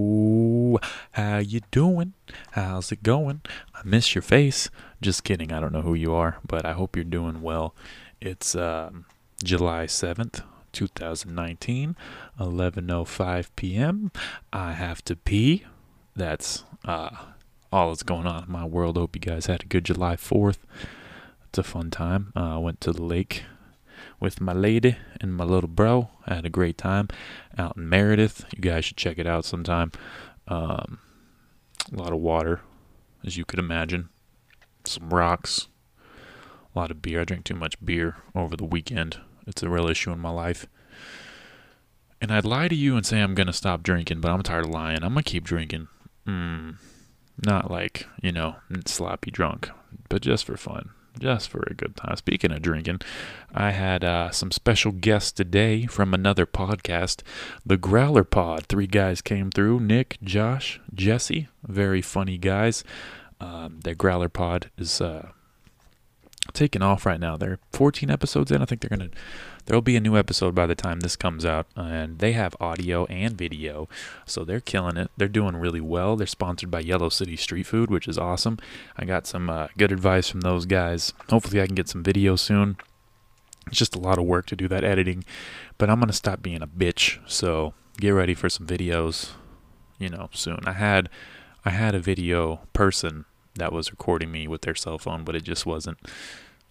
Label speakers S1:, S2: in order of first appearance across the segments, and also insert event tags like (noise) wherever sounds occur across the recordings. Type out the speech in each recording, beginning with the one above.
S1: Yo, how you doing? How's it going? I miss your face. Just kidding. I don't know who you are, but I hope you're doing well. It's um, July 7th, 2019, 11:05 p.m. I have to pee. That's uh all that's going on in my world. Hope you guys had a good July 4th. It's a fun time. Uh, I went to the lake with my lady and my little bro. I had a great time out in Meredith. You guys should check it out sometime. Um, a lot of water, as you could imagine. Some rocks. A lot of beer. I drank too much beer over the weekend. It's a real issue in my life. And I'd lie to you and say I'm going to stop drinking, but I'm tired of lying. I'm going to keep drinking. Mm, not like, you know, sloppy drunk, but just for fun. Just for a good time. Speaking of drinking, I had uh, some special guests today from another podcast, the Growler Pod. Three guys came through Nick, Josh, Jesse. Very funny guys. Um, their Growler Pod is uh, taking off right now. They're 14 episodes in. I think they're going to, there'll be a new episode by the time this comes out. And they have audio and video. So they're killing it. They're doing really well. They're sponsored by Yellow City Street Food, which is awesome. I got some uh, good advice from those guys. Hopefully, I can get some video soon. It's just a lot of work to do that editing, but I'm going to stop being a bitch. So get ready for some videos, you know, soon. I had I had a video person that was recording me with their cell phone, but it just wasn't,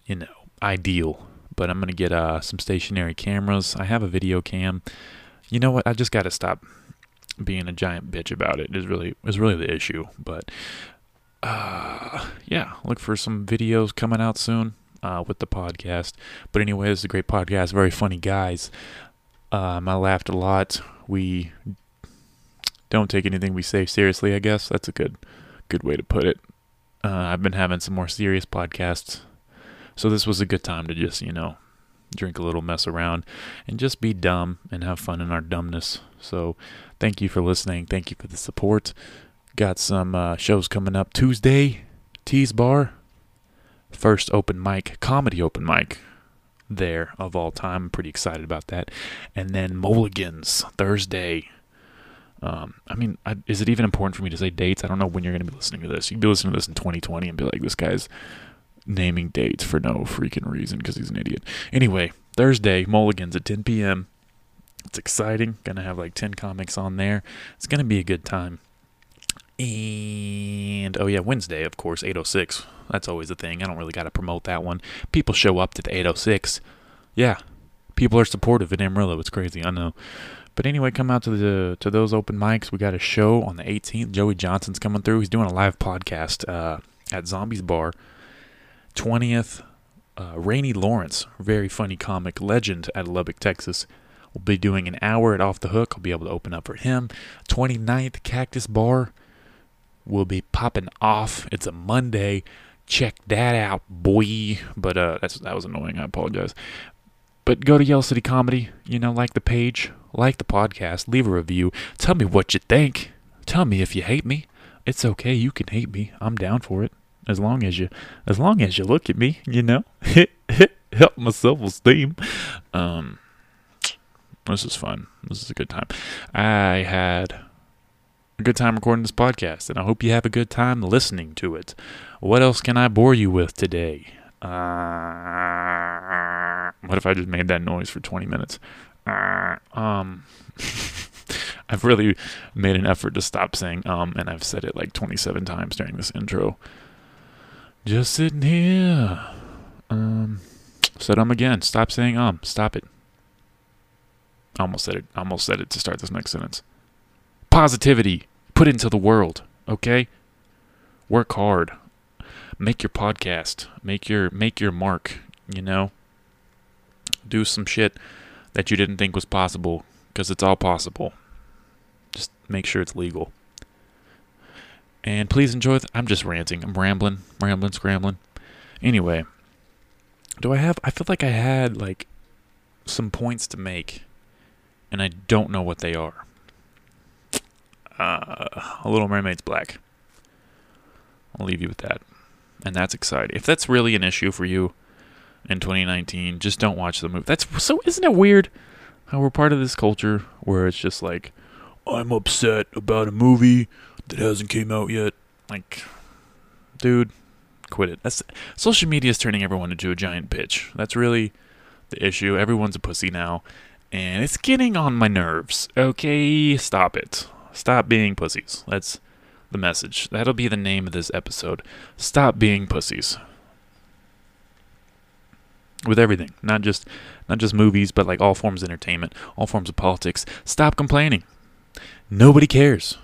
S1: you know, ideal. But I'm going to get uh, some stationary cameras. I have a video cam. You know what? I just got to stop being a giant bitch about it. Is really is really the issue, but uh, yeah, look for some videos coming out soon uh, with the podcast. But anyway, this is a great podcast. Very funny guys. Um, I laughed a lot. We don't take anything we say seriously. I guess that's a good good way to put it. Uh, I've been having some more serious podcasts, so this was a good time to just you know drink a little, mess around, and just be dumb and have fun in our dumbness. So, thank you for listening. Thank you for the support. Got some uh, shows coming up Tuesday, Tease Bar, first open mic, comedy open mic there of all time. I'm pretty excited about that. And then Mulligan's Thursday. Um, I mean, I, is it even important for me to say dates? I don't know when you're going to be listening to this. You'd be listening to this in 2020 and be like, this guy's naming dates for no freaking reason because he's an idiot. Anyway, Thursday, Mulligan's at 10 p.m. It's exciting. Gonna have like 10 comics on there. It's gonna be a good time. And oh yeah, Wednesday, of course, 806. That's always a thing. I don't really gotta promote that one. People show up to the 806. Yeah. People are supportive in Amarillo. It's crazy, I know. But anyway, come out to the to those open mics. We got a show on the 18th. Joey Johnson's coming through. He's doing a live podcast uh, at Zombies Bar. 20th, uh, Rainey Lawrence, very funny comic legend at Lubbock, Texas. We'll be doing an hour at Off the Hook. I'll be able to open up for him. 29th, Cactus Bar will be popping off. It's a Monday. Check that out, boy. But uh, that's that was annoying. I apologize. But go to Yell City Comedy. You know, like the page, like the podcast, leave a review. Tell me what you think. Tell me if you hate me. It's okay. You can hate me. I'm down for it. As long as you, as long as you look at me, you know, (laughs) help my self-esteem. Um, this is fun. This is a good time. I had a good time recording this podcast, and I hope you have a good time listening to it. What else can I bore you with today? Uh, what if I just made that noise for 20 minutes? Uh, um, (laughs) I've really made an effort to stop saying um, and I've said it like 27 times during this intro. Just sitting here. Um, said um again. Stop saying um. Stop it. I almost said it. I almost said it to start this next sentence positivity put into the world okay work hard make your podcast make your make your mark you know do some shit that you didn't think was possible because it's all possible just make sure it's legal and please enjoy th- i'm just ranting i'm rambling rambling scrambling anyway do i have i feel like i had like some points to make and i don't know what they are uh, a Little Mermaid's black. I'll leave you with that. And that's exciting. If that's really an issue for you in 2019, just don't watch the movie. That's so isn't it weird how we're part of this culture where it's just like I'm upset about a movie that hasn't came out yet. Like, dude, quit it. That's social media is turning everyone into a giant bitch. That's really the issue. Everyone's a pussy now, and it's getting on my nerves. Okay, stop it. Stop being pussies. That's the message. That'll be the name of this episode. Stop being pussies. With everything, not just not just movies, but like all forms of entertainment, all forms of politics. Stop complaining. Nobody cares.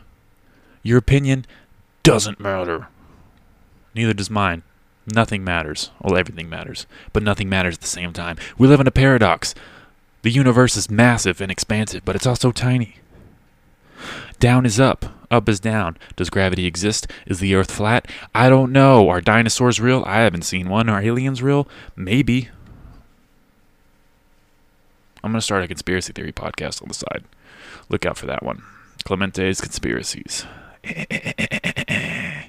S1: Your opinion doesn't matter. Neither does mine. Nothing matters. Well, everything matters, but nothing matters at the same time. We live in a paradox. The universe is massive and expansive, but it's also tiny. Down is up. Up is down. Does gravity exist? Is the earth flat? I don't know. Are dinosaurs real? I haven't seen one. Are aliens real? Maybe. I'm going to start a conspiracy theory podcast on the side. Look out for that one. Clemente's Conspiracies. (laughs) I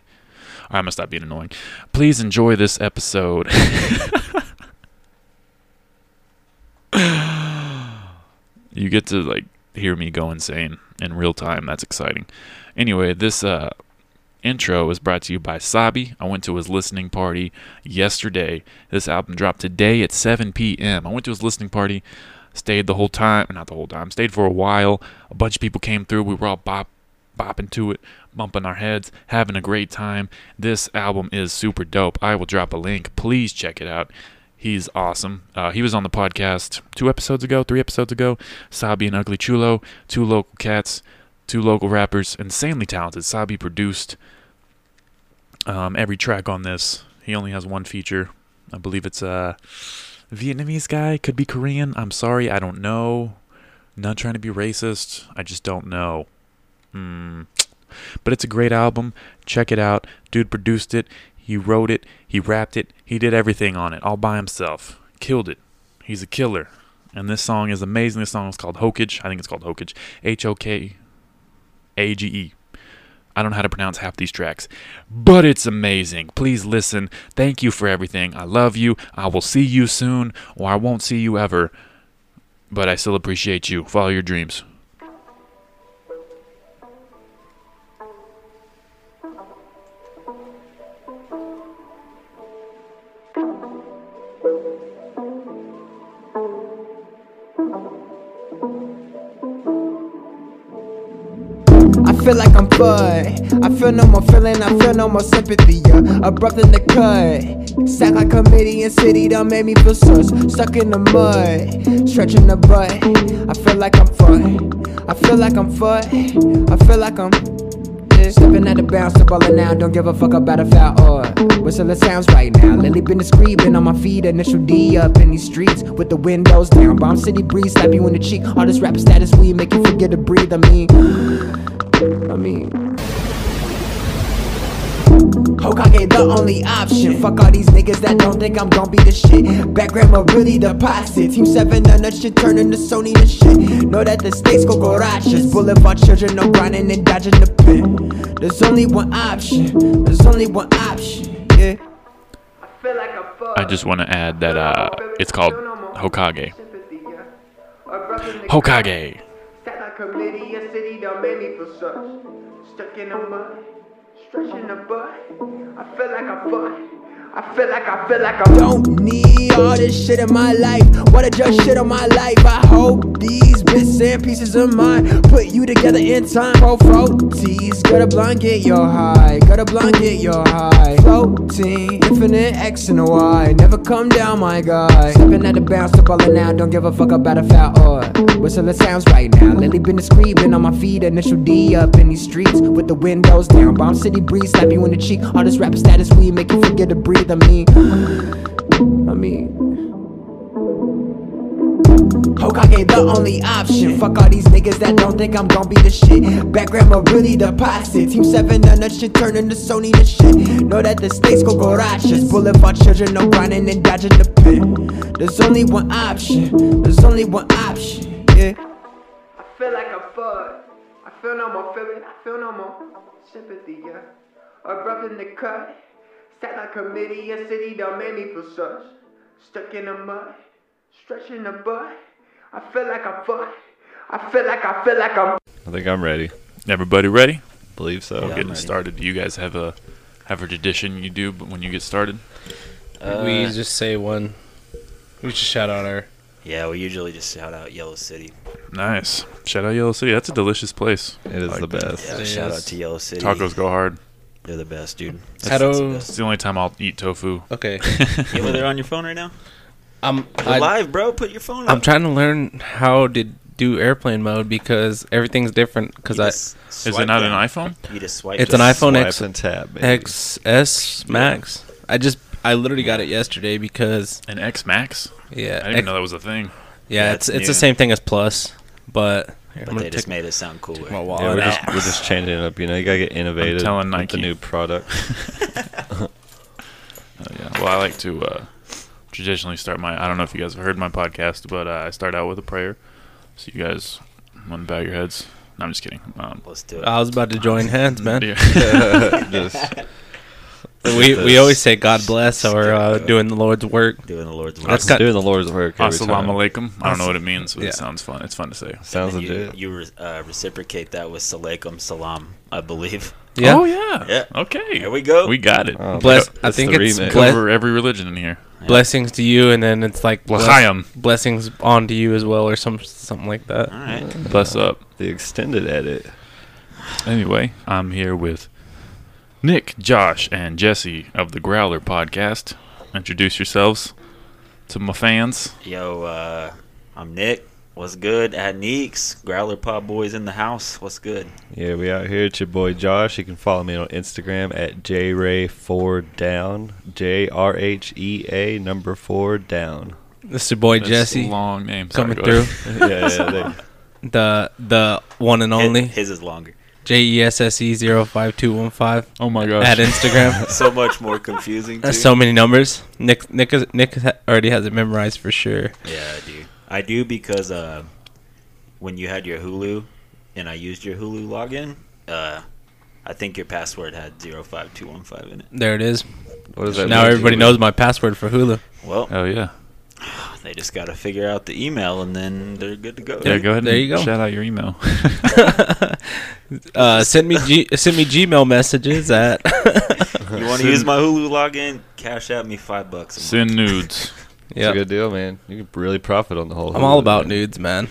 S1: must stop being annoying. Please enjoy this episode. (laughs) you get to like hear me go insane in real time. That's exciting. Anyway, this uh, intro is brought to you by Sabi. I went to his listening party yesterday. This album dropped today at 7 p.m. I went to his listening party, stayed the whole time, not the whole time, stayed for a while. A bunch of people came through. We were all bop, bopping to it, bumping our heads, having a great time. This album is super dope. I will drop a link. Please check it out. He's awesome. Uh, he was on the podcast two episodes ago, three episodes ago. Sabi and Ugly Chulo, two local cats, two local rappers, insanely talented. Sabi produced um, every track on this. He only has one feature. I believe it's a Vietnamese guy. Could be Korean. I'm sorry. I don't know. Not trying to be racist. I just don't know. Hmm. But it's a great album. Check it out. Dude produced it. He wrote it. He rapped it. He did everything on it all by himself. Killed it. He's a killer. And this song is amazing. This song is called Hokage. I think it's called Hokage. H O K A G E. I don't know how to pronounce half these tracks, but it's amazing. Please listen. Thank you for everything. I love you. I will see you soon, or I won't see you ever. But I still appreciate you. Follow your dreams.
S2: I feel like I'm bud. I feel no more feeling, I feel no more sympathy. Yeah. Abrupt in the cut. Sack like committee in city done made me feel sus. Stuck in the mud, stretching the butt. I feel like I'm fucked. I feel like I'm fucked. I feel like I'm. Stepping out of bounds, the baller now. Don't give a fuck about a foul or whistle. It sounds right now. Lately been a scream, been on my feet. Initial D up in these streets with the windows down. Bomb city breeze, slap you in the cheek. All this rap status we make you forget to breathe. I mean. I mean, Hokage the only option. Fuck all these niggas that don't think I'm gon' be the shit. Background, but really the posse. Team 7 on that shit, turning to Sony and shit. Know that the stakes go garages. Boulevard children, no grinding and dodging the pit. There's only one option. There's only one option. Yeah.
S1: I just want to add that uh, it's called Hokage. Hokage.
S2: Sat like a committee, a city done made me feel such. Stuck in the mud, stretching the butt. I feel like I'm fucked. I feel like I feel like I don't need all this shit in my life. What a just shit on my life. I hope these bits and pieces of mine put you together in time. Pro floaties, got a blunt, get your high. Got a blunt, get your high. Floating, infinite X and Y. Never come down, my guy. Stepping at the bounce, the baller now. Don't give a fuck about a foul or whistle. It sounds right now. Lately been a screaming on my feet. Initial D up in these streets with the windows down. Bomb city breeze, slap you in the cheek. All this rap status we make you forget to breathe. I mean, I mean. Hokage the only option. Fuck all these niggas that don't think I'm gon' be the shit. Background, but really the posse. Team 7 on that shit, turning to Sony and shit. Know that the stakes go garages. Boulevard children, no grinding and dodging the pit. There's only one option. There's only one option. Yeah. I feel like I'm fucked. I feel no more feeling. I feel no more sympathy. Yeah. Abrupt in the cut. Sat like committee, a city done made me feel such. Stuck in the mud, stretching the butt. I feel like I'm fucked. I feel like I feel like I'm.
S3: I think I'm ready.
S1: Everybody ready?
S3: Believe so.
S1: We're
S4: Yeah, I'm
S1: getting
S4: ready.
S1: started. Do you guys have a have a tradition you do b- when you get started?
S4: we
S5: Uh,
S4: just say one. We just shout out our.
S5: yeah, we usually just shout out Yellow City.
S1: Nice. Shout out Yellow City. That's a delicious place.
S3: It is
S1: Like
S3: the
S1: that.
S3: best.
S5: Yeah,
S4: It
S5: uh, shout
S4: is.
S5: out to Yellow City.
S1: Tacos go hard.
S5: They're the best, dude.
S4: How do-
S1: It's the only time I'll eat tofu.
S5: (laughs)
S4: Okay,
S5: You over there on your phone right now?
S4: I'm
S5: You're
S4: I,
S5: live, bro. Put your phone
S4: I'm
S5: up.
S4: trying to learn how to do airplane mode because everything's different. Because I
S1: Is it not an iPhone?
S5: You just swipe.
S4: It's
S5: down.
S4: an iPhone
S3: Swipe
S4: X-
S3: and tab. baby.
S4: XS Max. I just I literally got it yesterday because
S1: An X Max? I
S4: yeah
S1: didn't even know that was a thing.
S4: yeah,
S5: Yeah,
S4: it's
S5: it's
S4: it's
S5: new.
S4: the same thing as Plus, but here, I'm
S5: But
S4: gonna
S5: they just
S4: take-
S5: made it sound cooler.
S4: my
S3: Yeah,
S4: wallet
S3: we're,
S4: out.
S3: just, we're just changing it up. You know, you gotta get innovative.
S1: telling
S3: with
S1: Nike.
S3: the new product. (laughs)
S1: Uh, yeah. Well, I like to uh, traditionally start my. I don't know if you guys have heard my podcast, but uh, I start out with a prayer. So you guys want to bow your heads? No, I'm just kidding. Um,
S5: (laughs) Let's do it.
S4: I was about to join hands, (laughs) man.
S1: yeah. (laughs)
S3: Just-
S5: (laughs)
S4: We we always say God bless or uh,
S5: Yeah.
S4: doing the Lord's work.
S5: Doing the Lord's work.
S4: That's
S3: I'm
S4: got-
S3: doing the Lord's work. every time.
S1: Assalamu alaikum. I don't know what it means, but
S4: Yeah.
S1: it sounds fun. It's fun to say.
S5: And
S3: Sounds
S5: then you,
S3: legit.
S5: you re- uh, reciprocate that with Salaikum Salam, I
S1: (laughs)
S5: believe.
S4: Yeah,
S1: Oh yeah.
S5: Yeah.
S1: Okay.
S5: There we go.
S1: We got it.
S3: Oh,
S4: Bless-
S3: man.
S4: I
S3: It's
S4: think
S3: the
S4: it's
S3: remix.
S4: bless-
S1: Cover every religion in here.
S4: blessings to you, and then it's like bless-
S1: L'chaim.
S4: blessings onto you as well, or some something like that.
S5: All right.
S1: Bless up.
S3: the extended edit.
S1: Anyway, I'm here with Nick, Josh, and Jesse of the Growler podcast. Introduce yourselves to my fans.
S5: Yo, uh, I'm Nick. What's good? At Neeks. Growler Pop Boys in the house. What's good?
S3: Yeah, we out here. It's your boy Josh. You can follow me on Instagram at jray4down. J R H E A number four down. (laughs)
S4: This is your boy
S1: That's
S4: Jesse
S1: a long name. Sorry,
S4: coming
S1: go
S4: through.
S1: ahead.
S3: yeah, yeah. They,
S4: the the one and
S5: His-
S4: only
S5: His, is longer.
S4: J E S S E zero five two one five
S1: Oh my gosh.
S4: at Instagram.
S5: So much more confusing.
S4: That's
S5: too.
S4: so many numbers. Nick Nick is, Nick ha- already has it memorized for sure.
S5: Yeah, I do. I do because uh, when you had your Hulu and I used your Hulu login, uh, I think your password had 05215 in it.
S4: There it is.
S3: what does that
S4: now
S3: mean?
S4: everybody knows my password for Hulu. (laughs)
S5: Well,
S1: Oh yeah.
S5: they just got to figure out the email and then they're good to go.
S1: Yeah. Go ahead.
S4: There
S1: and
S4: you go.
S1: Shout out your
S4: (laughs)
S1: email.
S4: Uh, send me G- send me Gmail messages at (laughs)
S5: You want to use my Hulu login? Cash out me five bucks. a month.
S1: Send nudes.
S3: It's a
S4: yeah.
S3: good deal, man. You can really profit on the whole.
S4: I'm all
S3: Hulu,
S4: about
S3: man.
S4: nudes, man.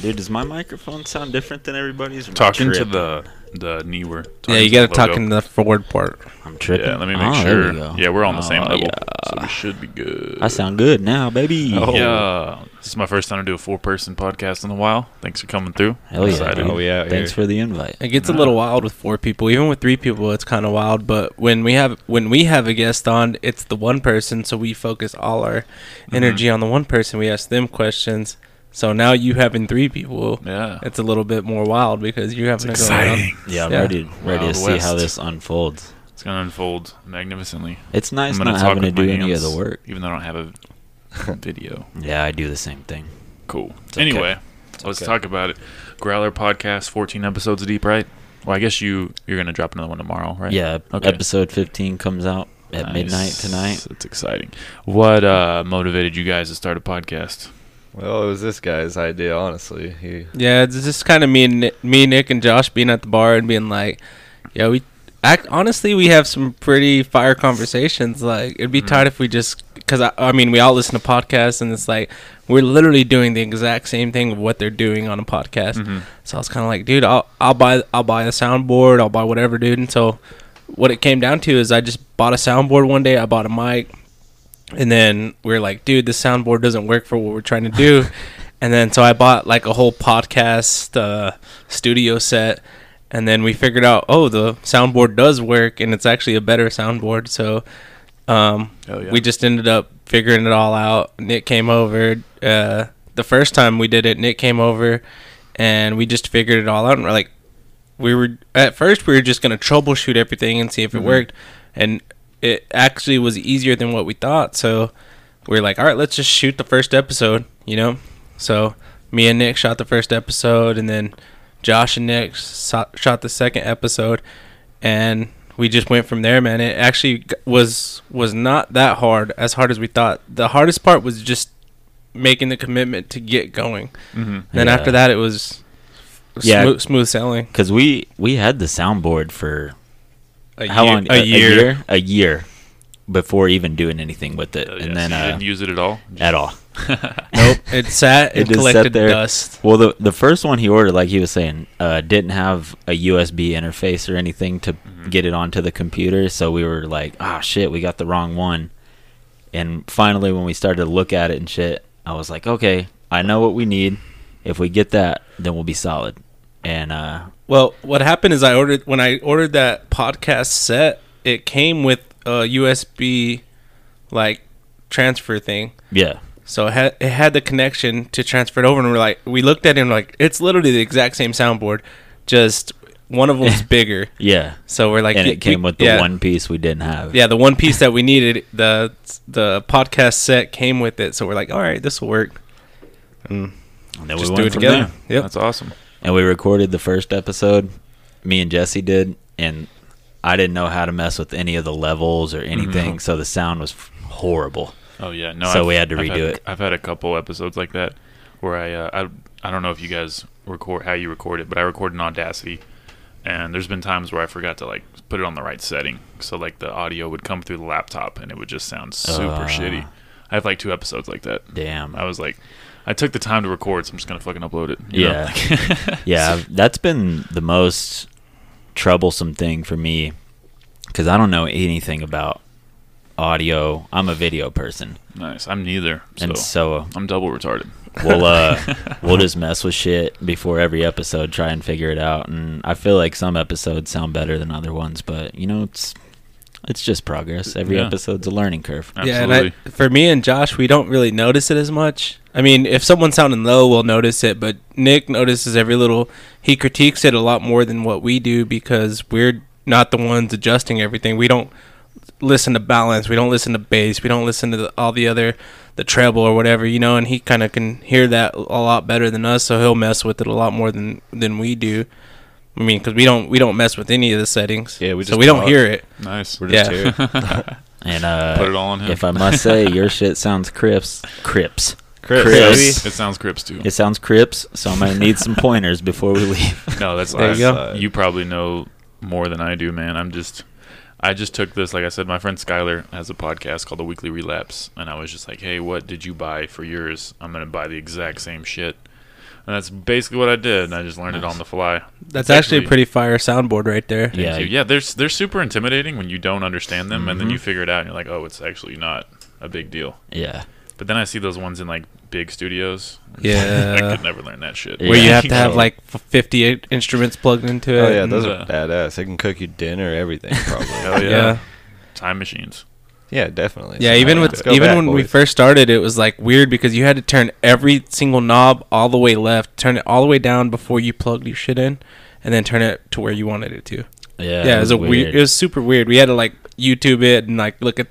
S5: Dude, does my microphone sound different than everybody's? Or am I
S1: Talking to
S5: tripping?
S1: the the newer.
S4: Yeah, you gotta talk in the forward part.
S5: I'm tripping.
S1: Yeah, let me make
S5: Oh, there
S1: sure.
S5: we go.
S1: yeah, we're on the same
S5: Oh,
S1: level,
S5: yeah.
S1: so we should be good.
S5: I sound good now, baby.
S1: Yeah, this is my first time to do a four-person podcast in a while. Thanks for coming through.
S5: Hell yeah.
S1: Excited.
S5: dude.
S3: Oh, we out
S5: Thanks
S3: here.
S5: for the invite.
S4: It gets a little wild with four people. Even with three people, it's kind of wild. But when we have when we have a guest on, it's the one person, so we focus all our
S1: Mm-hmm.
S4: energy on the one person. We ask them questions. So now you having three people,
S1: Yeah,
S4: it's a little bit more wild because you having to go around.
S1: exciting.
S5: Yeah, I'm
S4: Yeah.
S5: ready, ready
S1: Wild
S5: to see how
S1: West.
S5: this unfolds.
S1: It's gonna unfold magnificently.
S5: It's nice
S1: I'm gonna
S5: not
S1: talk
S5: having to
S1: with my
S5: do any of
S1: hands,
S5: the work.
S1: even though I don't have a
S5: (laughs)
S1: video.
S5: Yeah, I do the same thing.
S1: Cool.
S5: okay.
S1: Anyway, let's
S5: okay.
S1: talk about it. Growler podcast, 14 episodes deep, right? Well, I guess you you're gonna drop another one tomorrow, right?
S5: Yeah,
S1: Okay.
S5: episode 15 comes out at midnight
S1: Nice.
S5: tonight.
S1: It's exciting. What uh, motivated you guys to start a podcast?
S3: Well, it was this guy's idea, honestly. He
S4: Yeah, it's just kind of me and Ni- me, Nick, and Josh being at the bar and being like, "Yeah, we." Act, honestly, we have some pretty fire conversations. Like, it'd be tight if we just because I, I mean, we all listen to podcasts, and it's like we're literally doing the exact same thing of what they're doing on a podcast. So I was kind of like, dude, I'll I'll buy I'll buy a soundboard, I'll buy whatever, dude. And so what it came down to is I just bought a soundboard one day, I bought a mic, and then we are like, dude, this soundboard doesn't work for what we're trying to do. and then so I bought like a whole podcast uh, studio set, and then we figured out, oh, the soundboard does work, and it's actually a better soundboard. So um,
S1: Oh, yeah.
S4: we just ended up figuring it all out. Nick came over. Uh, the first time we did it, Nick came over, and we just figured it all out. And we're like, we were at first we were just gonna troubleshoot everything and see if it
S1: Mm-hmm.
S4: worked, and it actually was easier than what we thought. So we were like, all right, let's just shoot the first episode, you know. So me and Nick shot the first episode, and then Josh and Nick so- shot the second episode, and we just went from there, man. It actually g- was was not that hard, as hard as we thought. The hardest part was just making the commitment to get going.
S1: Mm-hmm.
S4: And then
S5: Yeah.
S4: after that, it was
S5: Yeah.
S4: Smooth, smooth sailing.
S5: Because we we had the soundboard for
S4: A
S5: how
S4: year-
S5: long?
S4: A, year.
S5: a year. A year before even doing anything with it, and then
S1: Oh, you
S5: uh,
S1: didn't use it at all.
S5: at all.
S1: (laughs)
S4: Nope. It
S5: (laughs)
S4: sat
S5: It
S4: and
S5: just sat
S4: collected
S5: there.
S4: dust.
S5: Well, the the first one he ordered, like he was saying, uh, didn't have a USB interface or anything to
S4: Mm-hmm.
S5: get it onto the computer. So we were like, "Ah, shit, we got the wrong one." And finally, when we started to look at it and shit, I was like, "Okay, I know what we need. If we get that, then we'll be solid." And uh,
S4: Well, what happened is I ordered when I ordered that podcast set, it came with a USB like transfer thing.
S5: yeah,
S4: So it had, it had the connection to transfer it over, and we're like, we looked at it and we're like, it's literally the exact same soundboard, just one of
S5: (laughs)
S4: them's bigger.
S5: yeah,
S4: So we're like,
S5: and
S4: we-
S5: it came
S4: we-
S5: with the
S4: yeah,
S5: one piece we didn't have.
S4: yeah, the one piece that we needed. The the podcast set came with it, so we're like, all right, this will work.
S5: and then
S4: Just
S5: we
S4: do
S5: went
S4: it
S5: from
S4: together.
S5: there.
S1: Yeah,
S4: Yep.
S1: That's awesome.
S5: and we recorded the first episode me and jesse did and i didn't know how to mess with any of the levels or anything
S1: Mm-hmm.
S5: so the sound was f- horrible
S1: Oh yeah, no.
S5: So we had to redo
S1: had,
S5: it.
S1: I've had a couple episodes like that where I, uh, I I don't know if you guys record how you record it, but I record in Audacity, and there's been times where I forgot to like put it on the right setting, so like the audio would come through the laptop and it would just sound super
S5: Uh.
S1: shitty. I have like two episodes like that.
S5: damn
S1: I was like, I took the time to record, so I'm just gonna fucking upload it. you know?
S5: yeah
S1: (laughs)
S5: yeah I've- that's been the most troublesome thing for me because i don't know anything about audio i'm a video person
S1: nice. I'm neither, so,
S5: and so
S1: I'm double retarded. (laughs)
S5: we'll uh we'll just mess with shit before every episode try and figure it out and i feel like some episodes sound better than other ones but you know it's it's just progress every
S1: Yeah.
S5: episode's a learning curve
S1: Absolutely.
S4: Yeah, and I, for me and Josh, we don't really notice it as much. I mean, if someone's sounding low, we'll notice it, but Nick notices every little. He critiques it a lot more than what we do because we're not the ones adjusting everything. We don't listen to balance. We don't listen to bass. We don't listen to the, all the other the treble or whatever, you know. And he kind of can hear that a lot better than us, so he'll mess with it a lot more than than we do. I mean, because we don't we don't mess with any of the settings.
S3: Yeah, we
S4: so
S3: just
S4: we don't
S3: talk.
S4: hear it.
S1: nice.
S3: We're just
S4: Yeah. (laughs)
S3: here.
S5: and uh
S1: Put it all on him.
S5: if i must say your shit sounds crips crips
S3: Crips,
S5: Crips.
S1: it sounds Crips too.
S5: it sounds crips so i'm gonna need some pointers before we
S4: (laughs)
S5: leave
S1: No, that's
S4: There
S1: there
S4: you
S1: you
S4: go.
S1: probably know more than I do, man. I'm just I just took this, like I said, my friend Skylar has a podcast called The Weekly Relapse, and I was just like, Hey, what did you buy for yours? I'm gonna buy the exact same shit. And that's basically what I did, and I just learned it on the fly.
S4: That's actually a
S1: Actually-
S4: pretty fire soundboard right there.
S5: Yeah.
S1: Yeah, yeah they're s- they're super intimidating when you don't understand them and then
S4: Mm-hmm.
S1: you figure it out and you're like, Oh, it's actually not a big deal.
S5: yeah
S1: But then I see those ones in like big studios. (laughs)
S4: Yeah.
S1: I could never learn that shit.
S5: Where
S4: where you
S5: Yeah.
S4: (laughs) have
S1: (laughs)
S4: to have
S1: So-
S4: like f- 58 instruments plugged into it.
S3: Oh yeah,
S4: and-
S3: those
S1: Yeah.
S3: are badass. They can cook you dinner, everything
S4: (laughs)
S1: Hell
S3: probably.
S1: yeah.
S4: yeah. yeah.
S1: Time machines.
S3: definitely.
S4: even
S3: Let's
S4: with
S3: go
S4: even
S3: back,
S4: when we
S3: boys.
S4: first started, it was like weird because you had to turn every single knob all the way left, turn it all the way down before you plugged your shit in, and then turn it to where you wanted it to.
S5: yeah
S4: Yeah, it was a weird. It was super weird. We had to like YouTube it and like look at,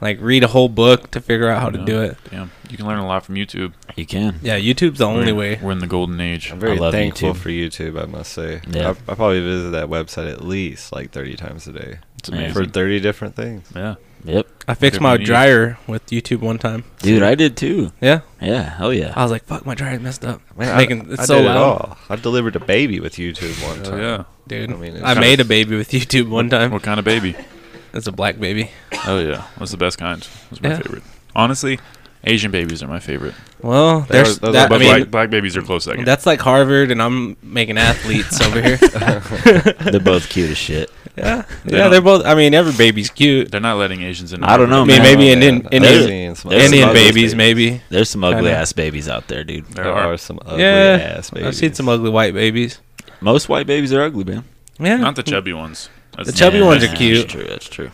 S4: like read a whole book to figure out how to
S1: Yeah.
S4: do it.
S1: Damn. You can learn a lot from YouTube.
S5: you can
S4: Yeah, YouTube's the only way.
S1: We're in the golden age.
S3: I'm
S5: I
S3: very
S5: love
S3: thankful
S5: YouTube.
S3: for YouTube, I must say.
S5: Yeah.
S3: I, I probably visit that website at least like 30 times a day
S1: It's
S5: Yeah.
S1: amazing.
S3: for 30 different things.
S1: Yeah.
S5: yep
S4: I fixed
S1: Good
S4: my
S1: money.
S4: dryer with YouTube one time.
S5: dude i did too
S4: Yeah,
S5: yeah hell yeah
S4: I was like, "Fuck, my dryer's messed up."
S3: Man,
S4: Making
S3: I,
S4: it's
S3: I
S4: so
S3: did it
S4: loud.
S3: all. I delivered a baby with YouTube one time. (laughs)
S1: yeah.
S4: Dude, I,
S3: I mean, it's
S4: made
S3: kinda-
S4: a baby with (laughs) YouTube one time.
S1: What kind of baby?
S4: It's a black baby.
S1: Oh yeah. What's the best kind? What's my
S4: Yeah.
S1: favorite? Honestly, Asian babies are my favorite.
S4: Well, there's
S3: those are
S1: But
S4: that, I
S3: both
S4: mean,
S1: black, black babies are close second.
S4: that's like Harvard, and I'm making athletes over
S3: (laughs)
S4: here. (laughs) Uh,
S5: they're both cute as shit
S4: Yeah,
S1: They
S4: yeah,
S1: don't-
S4: they're both. I mean, every baby's cute.
S1: They're not letting Asians in.
S5: I don't know,
S4: I
S5: man.
S4: mean, maybe
S3: Oh,
S4: Indian,
S3: man. I've
S4: Indian,
S5: There's-
S4: Indian,
S3: seen some
S5: there's
S3: ugly
S5: some
S4: babies,
S5: babies.
S4: maybe.
S5: there's
S4: (laughs)
S5: some ugly
S4: Kinda.
S5: ass babies out there dude
S1: There
S3: There
S1: are.
S3: are some ugly
S4: Yeah,
S3: ass babies.
S4: I've seen some ugly white babies.
S5: most white babies are ugly man
S4: Yeah,
S1: Not the chubby ones. That's
S4: The chubby
S1: yeah,
S4: ones are
S1: that's-
S4: cute.
S5: That's true. That's true.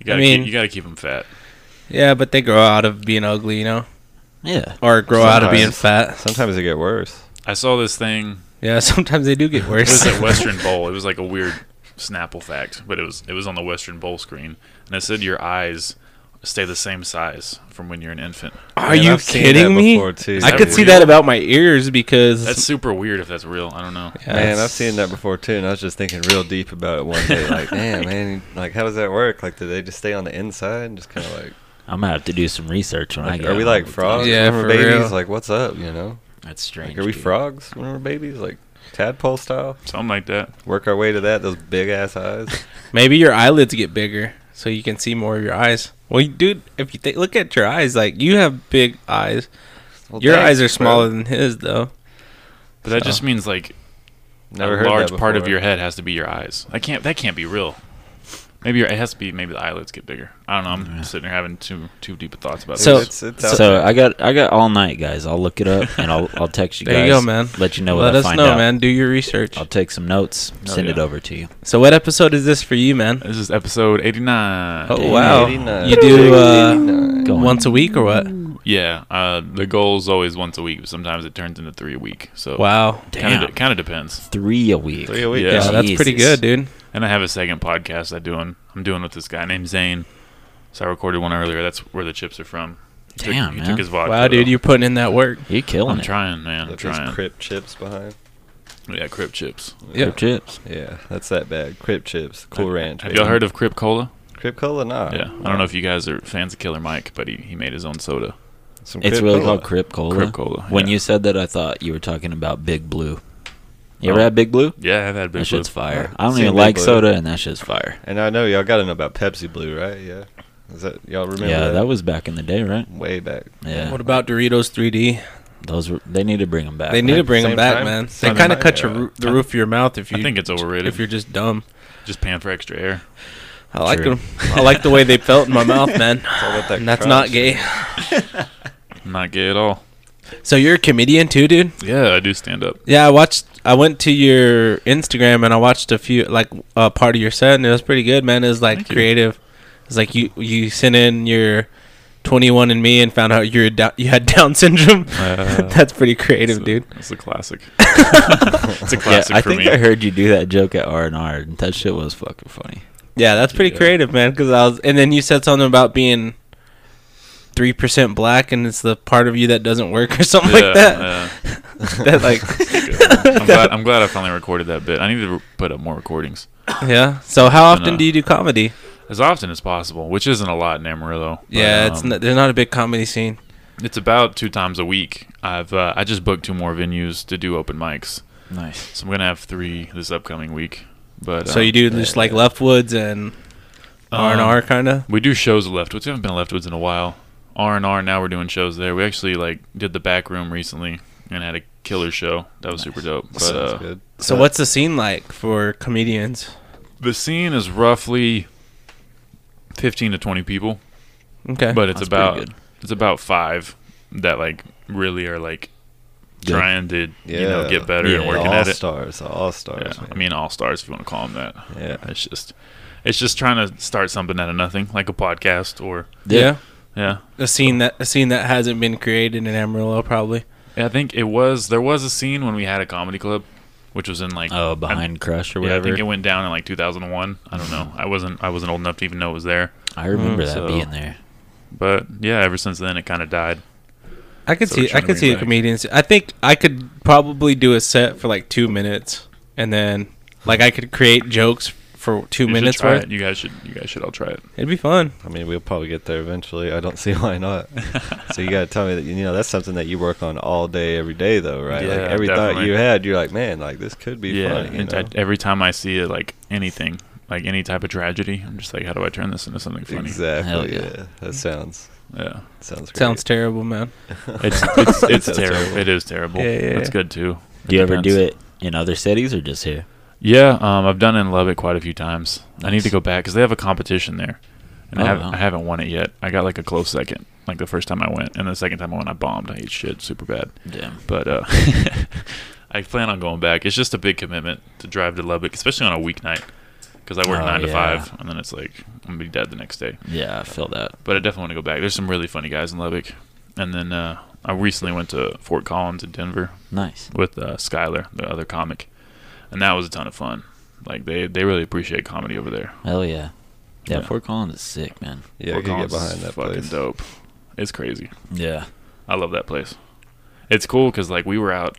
S1: You gotta
S4: I mean-
S1: keep, you gotta keep them fat.
S4: yeah, but they grow out of being ugly, you know,
S5: Yeah.
S4: or grow out of being
S3: Sometimes.
S4: fat.
S3: Sometimes they get worse.
S1: I saw this thing.
S4: Yeah, (laughs) sometimes they do get
S1: It was
S4: worse.
S1: at Western Bowl. It was like a weird Snapple fact, but it was it was on the Western Bowl screen, and it said your eyes stay the same size from when you're an infant.
S4: (laughs) Are
S3: Man,
S4: you
S3: I've seen that
S4: kidding me?
S3: before, too.
S4: I
S1: that
S4: could see
S1: real?
S4: that about my ears because
S1: That's super weird if that's real. I don't know.
S4: Yeah,
S3: Man,
S4: it's-
S3: I've seen that before too, and I was just thinking real deep about it one day.
S5: (laughs)
S3: Like, damn, man, like how does that work? Like, do they just stay on the inside and just kind of like,
S5: I'm gonna have to do some research when I
S3: like,
S5: get.
S3: are we
S5: home.
S3: like frogs
S4: Yeah,
S3: when
S4: for
S3: we're babies?
S4: real.
S3: Like, what's up? You know,
S5: That's
S3: like
S5: strange.
S3: are we
S5: dude.
S3: frogs when we're babies? Like, Tadpole style.
S1: Something like that.
S3: Work our way to that. Those big ass
S5: (laughs)
S3: eyes.
S4: Maybe your eyelids get bigger so you can see more of your eyes. Well, you, dude, if you th- look at your eyes, like you have big eyes.
S3: Well,
S4: your
S3: thanks,
S4: eyes are
S3: bro.
S4: smaller than his, though.
S1: But that
S4: So.
S1: just means like
S3: Never
S1: a
S3: heard
S1: large
S3: that
S1: part of
S3: before.
S1: your head has to be your eyes. That can't that can't be real. Maybe your, it has to be. Maybe the eyelids get bigger. I don't know. I'm sitting here having too too deep of thoughts about
S3: Dude,
S5: So-
S1: this.
S3: it's, it's out
S5: So uh,
S3: there.
S5: I got I got all night, guys. I'll look it up and I'll I'll text you guys.
S4: There you go, man.
S5: Let you know what
S4: Let
S5: I
S4: us
S5: find
S4: know,
S5: out.
S4: man. Do your research.
S5: I'll take some notes,
S1: Oh,
S5: send it
S1: yeah.
S5: over to you.
S4: So, what episode is this for you, man?
S1: This is episode 89.
S4: Oh
S5: Dang.
S4: wow,
S3: 89.
S4: you do uh,
S3: 89.
S5: Go on.
S4: once a week or what?
S1: Yeah. Uh, the goal is always once a week, but sometimes it turns into three a week. So
S4: Wow,
S1: Kind
S5: Damn.
S1: of kind of depends.
S5: Three a week.
S3: Three a week.
S1: Yeah.
S4: yeah, that's pretty
S5: Jesus.
S4: good, dude.
S1: And I have a second podcast I doing. I'm doing with this guy named Zane. So I recorded one earlier. That's where the chips are from. He took-
S5: Damn,
S1: he
S5: man.
S1: took his vodka.
S4: Wow, dude,
S1: though.
S4: you're putting in that work.
S5: You're killing
S1: I'm
S5: it.
S1: trying, man. I'm
S3: With these
S1: trying.
S3: crip chips behind.
S1: Yeah, Crip chips.
S4: Yeah.
S5: Crip chips.
S3: Yeah, that's that bad. Crip chips, Cool Ranch.
S1: Have y'all
S3: baby.
S1: heard of Crip Cola?
S3: Crip Cola? Nah.
S1: Uh, Yeah. I don't know if you guys are fans of Killer Mike, but he, he made his own soda.
S3: Some
S5: It's
S3: Crip
S5: really
S3: Cola.
S5: called Crip Cola.
S1: Crip Cola,
S5: When
S1: yeah.
S5: you said that, I thought you were talking about Big Blue. You ever
S1: Oh.
S5: had Big Blue?
S1: Yeah, I've had Big
S5: that shit's
S1: Blue.
S5: fire.
S3: I've
S5: I don't
S3: seen
S5: even
S3: Big
S5: like
S3: Blue.
S5: soda, and that shit's fire.
S3: And I know y'all got to know about Pepsi Blue, right? Yeah. Is that y'all remember?
S5: yeah,
S3: that,
S5: that was back in the day, right?
S3: way back.
S5: Yeah,
S4: What about Doritos 3D?
S5: those were. They need to bring them back.
S4: They need
S5: right?
S4: to bring
S3: same
S4: them back,
S3: time?
S4: man. They
S3: Same
S4: kind of
S3: time?
S4: cut your,
S3: Yeah.
S4: roo- the roof of your mouth if
S1: I
S4: you
S1: think it's overrated.
S4: if you're just dumb.
S1: Just paying for extra air.
S4: I like
S5: True.
S4: them. I like the way they felt in my mouth, (laughs) man.
S3: all about
S5: (sighs)
S3: that
S4: and that's
S3: crunch.
S4: not gay.
S1: I'm not gay at all.
S4: So you're a comedian too, dude?
S1: Yeah, I do stand up.
S4: Yeah, I watched. I went to your Instagram and I watched a few, like uh, part of your set, and it was pretty good, man. It was like
S1: Thank you.
S4: creative. It's like you you sent in your 21 and me and found out you're down, you had Down (laughs) syndrome.
S1: Uh,
S4: that's pretty creative,
S1: It's a-
S4: dude.
S1: It's a
S4: (laughs)
S1: classic. it's a classic
S5: I
S1: for
S5: think
S1: me.
S5: I heard you do that joke at R and R, and that shit was fucking funny.
S4: Yeah, that's pretty
S1: Yeah.
S4: creative, man. Because I was, and then you said something about being three percent black, and it's the part of you that doesn't work or something
S1: Yeah,
S4: like that.
S1: yeah.
S4: that (laughs) like,
S1: It's
S4: (laughs)
S1: good. I'm, glad, I'm glad I finally recorded that bit. I need to re- put up more recordings
S4: yeah. So how
S1: And,
S4: often
S1: uh,
S4: do you do comedy?
S1: as often as possible, which isn't a lot in Amarillo. but,
S4: yeah, it's
S1: um,
S4: not, there's not a big comedy scene.
S1: it's about two times a week. I've uh, I just booked two more venues to do open mics,
S5: Nice.
S1: so I'm gonna have three this upcoming week. But
S4: So
S1: um,
S4: you do just like Leftwoods and R and R kind of.
S1: We do shows at Leftwoods. We haven't been at Leftwoods in a while. R and R. Now we're doing shows there. We actually like did the back room recently and had a killer show. That was super dope. But
S3: Sounds
S1: uh,
S3: good.
S4: So what's the scene like for comedians?
S1: the scene is roughly fifteen to twenty people,
S4: Okay,
S1: but it's
S5: Eh, That's pretty
S1: about
S5: good.
S1: it's about five that like really are like
S5: Good.
S1: trying to you know
S3: Yeah.
S1: get better
S5: Yeah.
S1: and working
S3: all
S1: at it.
S3: stars, all
S1: Yeah.
S3: stars.
S1: I mean all stars if you want to call them that.
S3: yeah.
S1: It's just it's just trying to start something out of nothing, like a podcast or
S4: yeah,
S1: yeah.
S4: a scene that a scene that hasn't been created in Amarillo probably.
S1: Yeah, I think it was there was a scene when we had a comedy club, which was in like
S5: Oh, behind Crush or
S1: I, yeah, I
S5: whatever.
S1: think it went down in like 2001. I don't know. I wasn't I wasn't old enough to even know it was there.
S5: I remember
S4: Mm,
S5: that
S1: so-
S5: being there.
S1: But yeah, ever since then it kind of died.
S4: I could
S1: So we're
S4: see I
S1: trying to
S4: could
S1: bring
S4: see
S1: it
S4: a
S1: back.
S4: comedian. s- I think I could probably do a set for like two minutes, and then like I could create jokes for two
S1: You should
S4: minutes
S1: try
S4: worth.
S1: it. You guys should you guys should all try it.
S4: It'd be fun.
S3: I mean, we'll probably get there eventually. I don't (laughs) see why not. so you got to tell me that you know that's something that you work on all day, every day, though, right?
S1: Yeah,
S3: like every thought
S1: definitely.
S3: you had, you're like, man, like this could be
S1: yeah,
S3: funny. You
S1: and
S3: know?
S1: I- every time I see it, like anything, like any type of tragedy, I'm just like, how do I turn this into something funny?
S5: Hell
S3: Exactly.
S5: yeah.
S3: Yeah. That sounds
S1: Yeah,
S3: sounds great.
S4: Sounds terrible, man.
S3: (laughs)
S1: it's it's, it's
S3: That's
S1: terrible.
S3: terrible.
S1: It is terrible.
S4: Yeah, yeah,
S1: That's
S4: yeah.
S1: good too.
S5: Do you ever
S1: depends.
S5: do it in other cities or just here?
S1: Yeah, um, I've done it in Lubbock quite a few times. I need to
S5: Nice.
S1: go back because they have a competition there, and
S5: Oh,
S1: I, haven't,
S5: wow.
S1: I haven't won it yet. I got like a close second, like the first time I went, and the second time I went, I bombed. I ate shit super bad,
S5: Damn.
S1: but
S5: (laughs)
S1: uh, (laughs) I plan on going back. It's just a big commitment to drive to Lubbock, especially on a weeknight, because I work
S5: Oh,
S1: nine to
S5: yeah.
S1: five, and then it's like I'm gonna be dead the next day.
S5: Yeah, I feel that.
S1: But I definitely want to go back. There's some really funny guys in Lubbock, and then uh, I recently went to Fort Collins in Denver,
S5: Nice.
S1: with uh, Skyler, the other comic, and that was a ton of fun. Like they they really appreciate comedy over there.
S5: Hell yeah.
S1: Yeah.
S5: Yeah, Fort Collins is sick, man.
S3: Yeah, I
S1: Fort
S3: could get
S1: Collins is
S3: behind that
S1: fucking
S3: place.
S1: dope. It's crazy.
S5: Yeah.
S1: I love that place. It's cool because like we were out,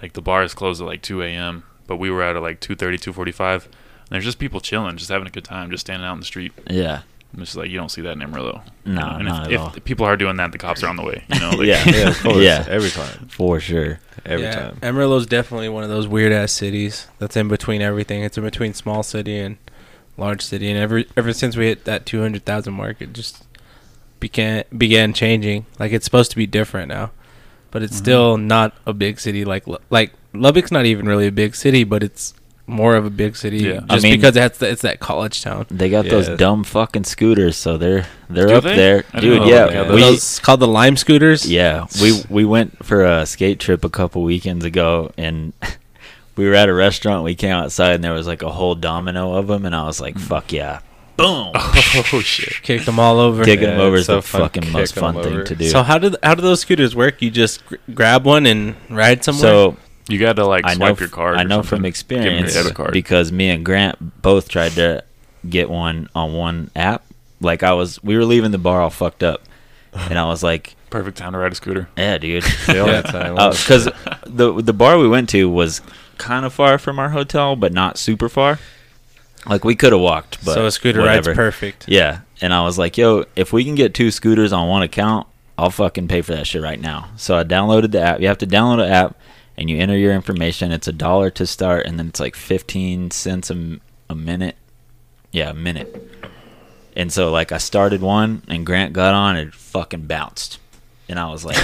S1: like the bars closed at like 2 a.m., but we were out at like 2:30, 2:45. And there's just people chilling, just having a good time, just standing out in the street.
S5: Yeah.
S1: I'm just like you don't see that in Amarillo.
S5: No,
S1: You know, and
S5: not at
S1: if,
S5: all.
S1: if people are doing that, the cops are on the way. You
S5: (laughs)
S1: know, like,
S5: Yeah.
S1: (laughs)
S3: Yeah, of course.
S5: Yeah.
S3: Every time.
S5: for sure.
S3: Every
S4: yeah,
S3: time.
S4: Amarillo's definitely one of those weird ass cities that's in between everything. It's in between small city and large city, and ever ever since we hit that two hundred thousand mark, it just began began changing. Like it's supposed to be different now, but it's still not a big city. Like Lu- like Lubbock's not even really a big city, but it's more of a big city
S1: Yeah.
S4: just
S5: I mean-
S4: because it's it's that college town.
S5: They got those
S3: Yeah.
S5: dumb fucking scooters, so they're they're
S1: Do
S5: up
S1: they?
S5: there,
S1: I didn't
S5: dude.
S1: know they
S5: Yeah,
S1: had
S4: Are
S1: we-
S4: those called the Lime Scooters.
S5: (laughs) Yeah, we we went for a skate trip a couple weekends ago, and (laughs) we were at a restaurant. We came outside, and there was like a whole domino of them, and I was
S1: Hmm.
S5: like, "Fuck yeah!"
S1: (laughs)
S5: Boom, (laughs)
S1: oh shit.
S4: kicked them all over.
S5: kicking them
S3: Yeah,
S5: over
S3: it's
S5: is
S3: so
S5: the
S3: fun
S5: fucking most
S3: kicking 'em
S5: fun thing
S3: over.
S5: to do.
S4: So how do th- how do those scooters work? You just gr- grab one and ride somewhere.
S5: So
S1: You got to like
S5: I know
S1: swipe
S5: f-
S1: your card.
S5: I
S1: or
S5: know
S1: something.
S5: from
S1: Give 'em your
S5: experience
S1: debit card.
S5: because me and Grant both tried to get one on one app. Like I was, we were leaving the bar all fucked up, and I was like,
S1: Perfect time to ride a scooter.
S5: "Yeah, dude."
S3: The only
S4: Yeah.
S3: time.
S5: because the the bar we went to was kind of far from our hotel, but not super far. Like we could have walked, but
S4: so a scooter
S5: whatever.
S4: ride's perfect.
S5: Yeah, and I was like, "Yo, if we can get two scooters on one account, I'll fucking pay for that shit right now." So I downloaded the app. You have to download an app, and you enter your information. It's a dollar to start, and then it's like fifteen cents a, m- a minute. Yeah, a minute. And so like I started one, and Grant got on, and it fucking bounced. And I was like,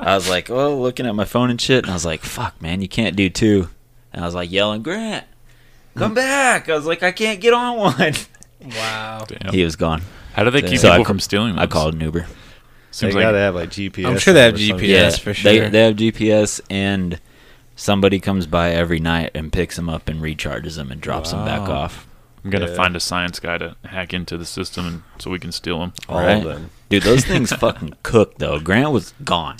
S5: I was like, oh, looking at my phone and shit, and I was like, fuck, man, you can't do two. And I was like yelling, Grant, come back. I was like, I can't get on one.
S4: Wow.
S1: Damn.
S5: He was gone.
S1: How do they keep
S5: So I
S1: people
S5: ca-
S1: from stealing?
S5: I
S1: those?
S5: called an Uber.
S3: they
S1: Seems like
S3: gotta have like GPS.
S4: I'm sure they have
S3: or something.
S4: GPS. for sure.
S5: They, they have GPS and somebody comes by every night and picks them up and recharges them and drops them back
S1: Wow.
S5: off.
S1: I'm gonna
S3: Yeah.
S1: find a science guy to hack into the system and, so we can steal them.
S3: All
S5: Right?
S3: of them.
S5: Dude, those things fucking cook though. Grant was gone.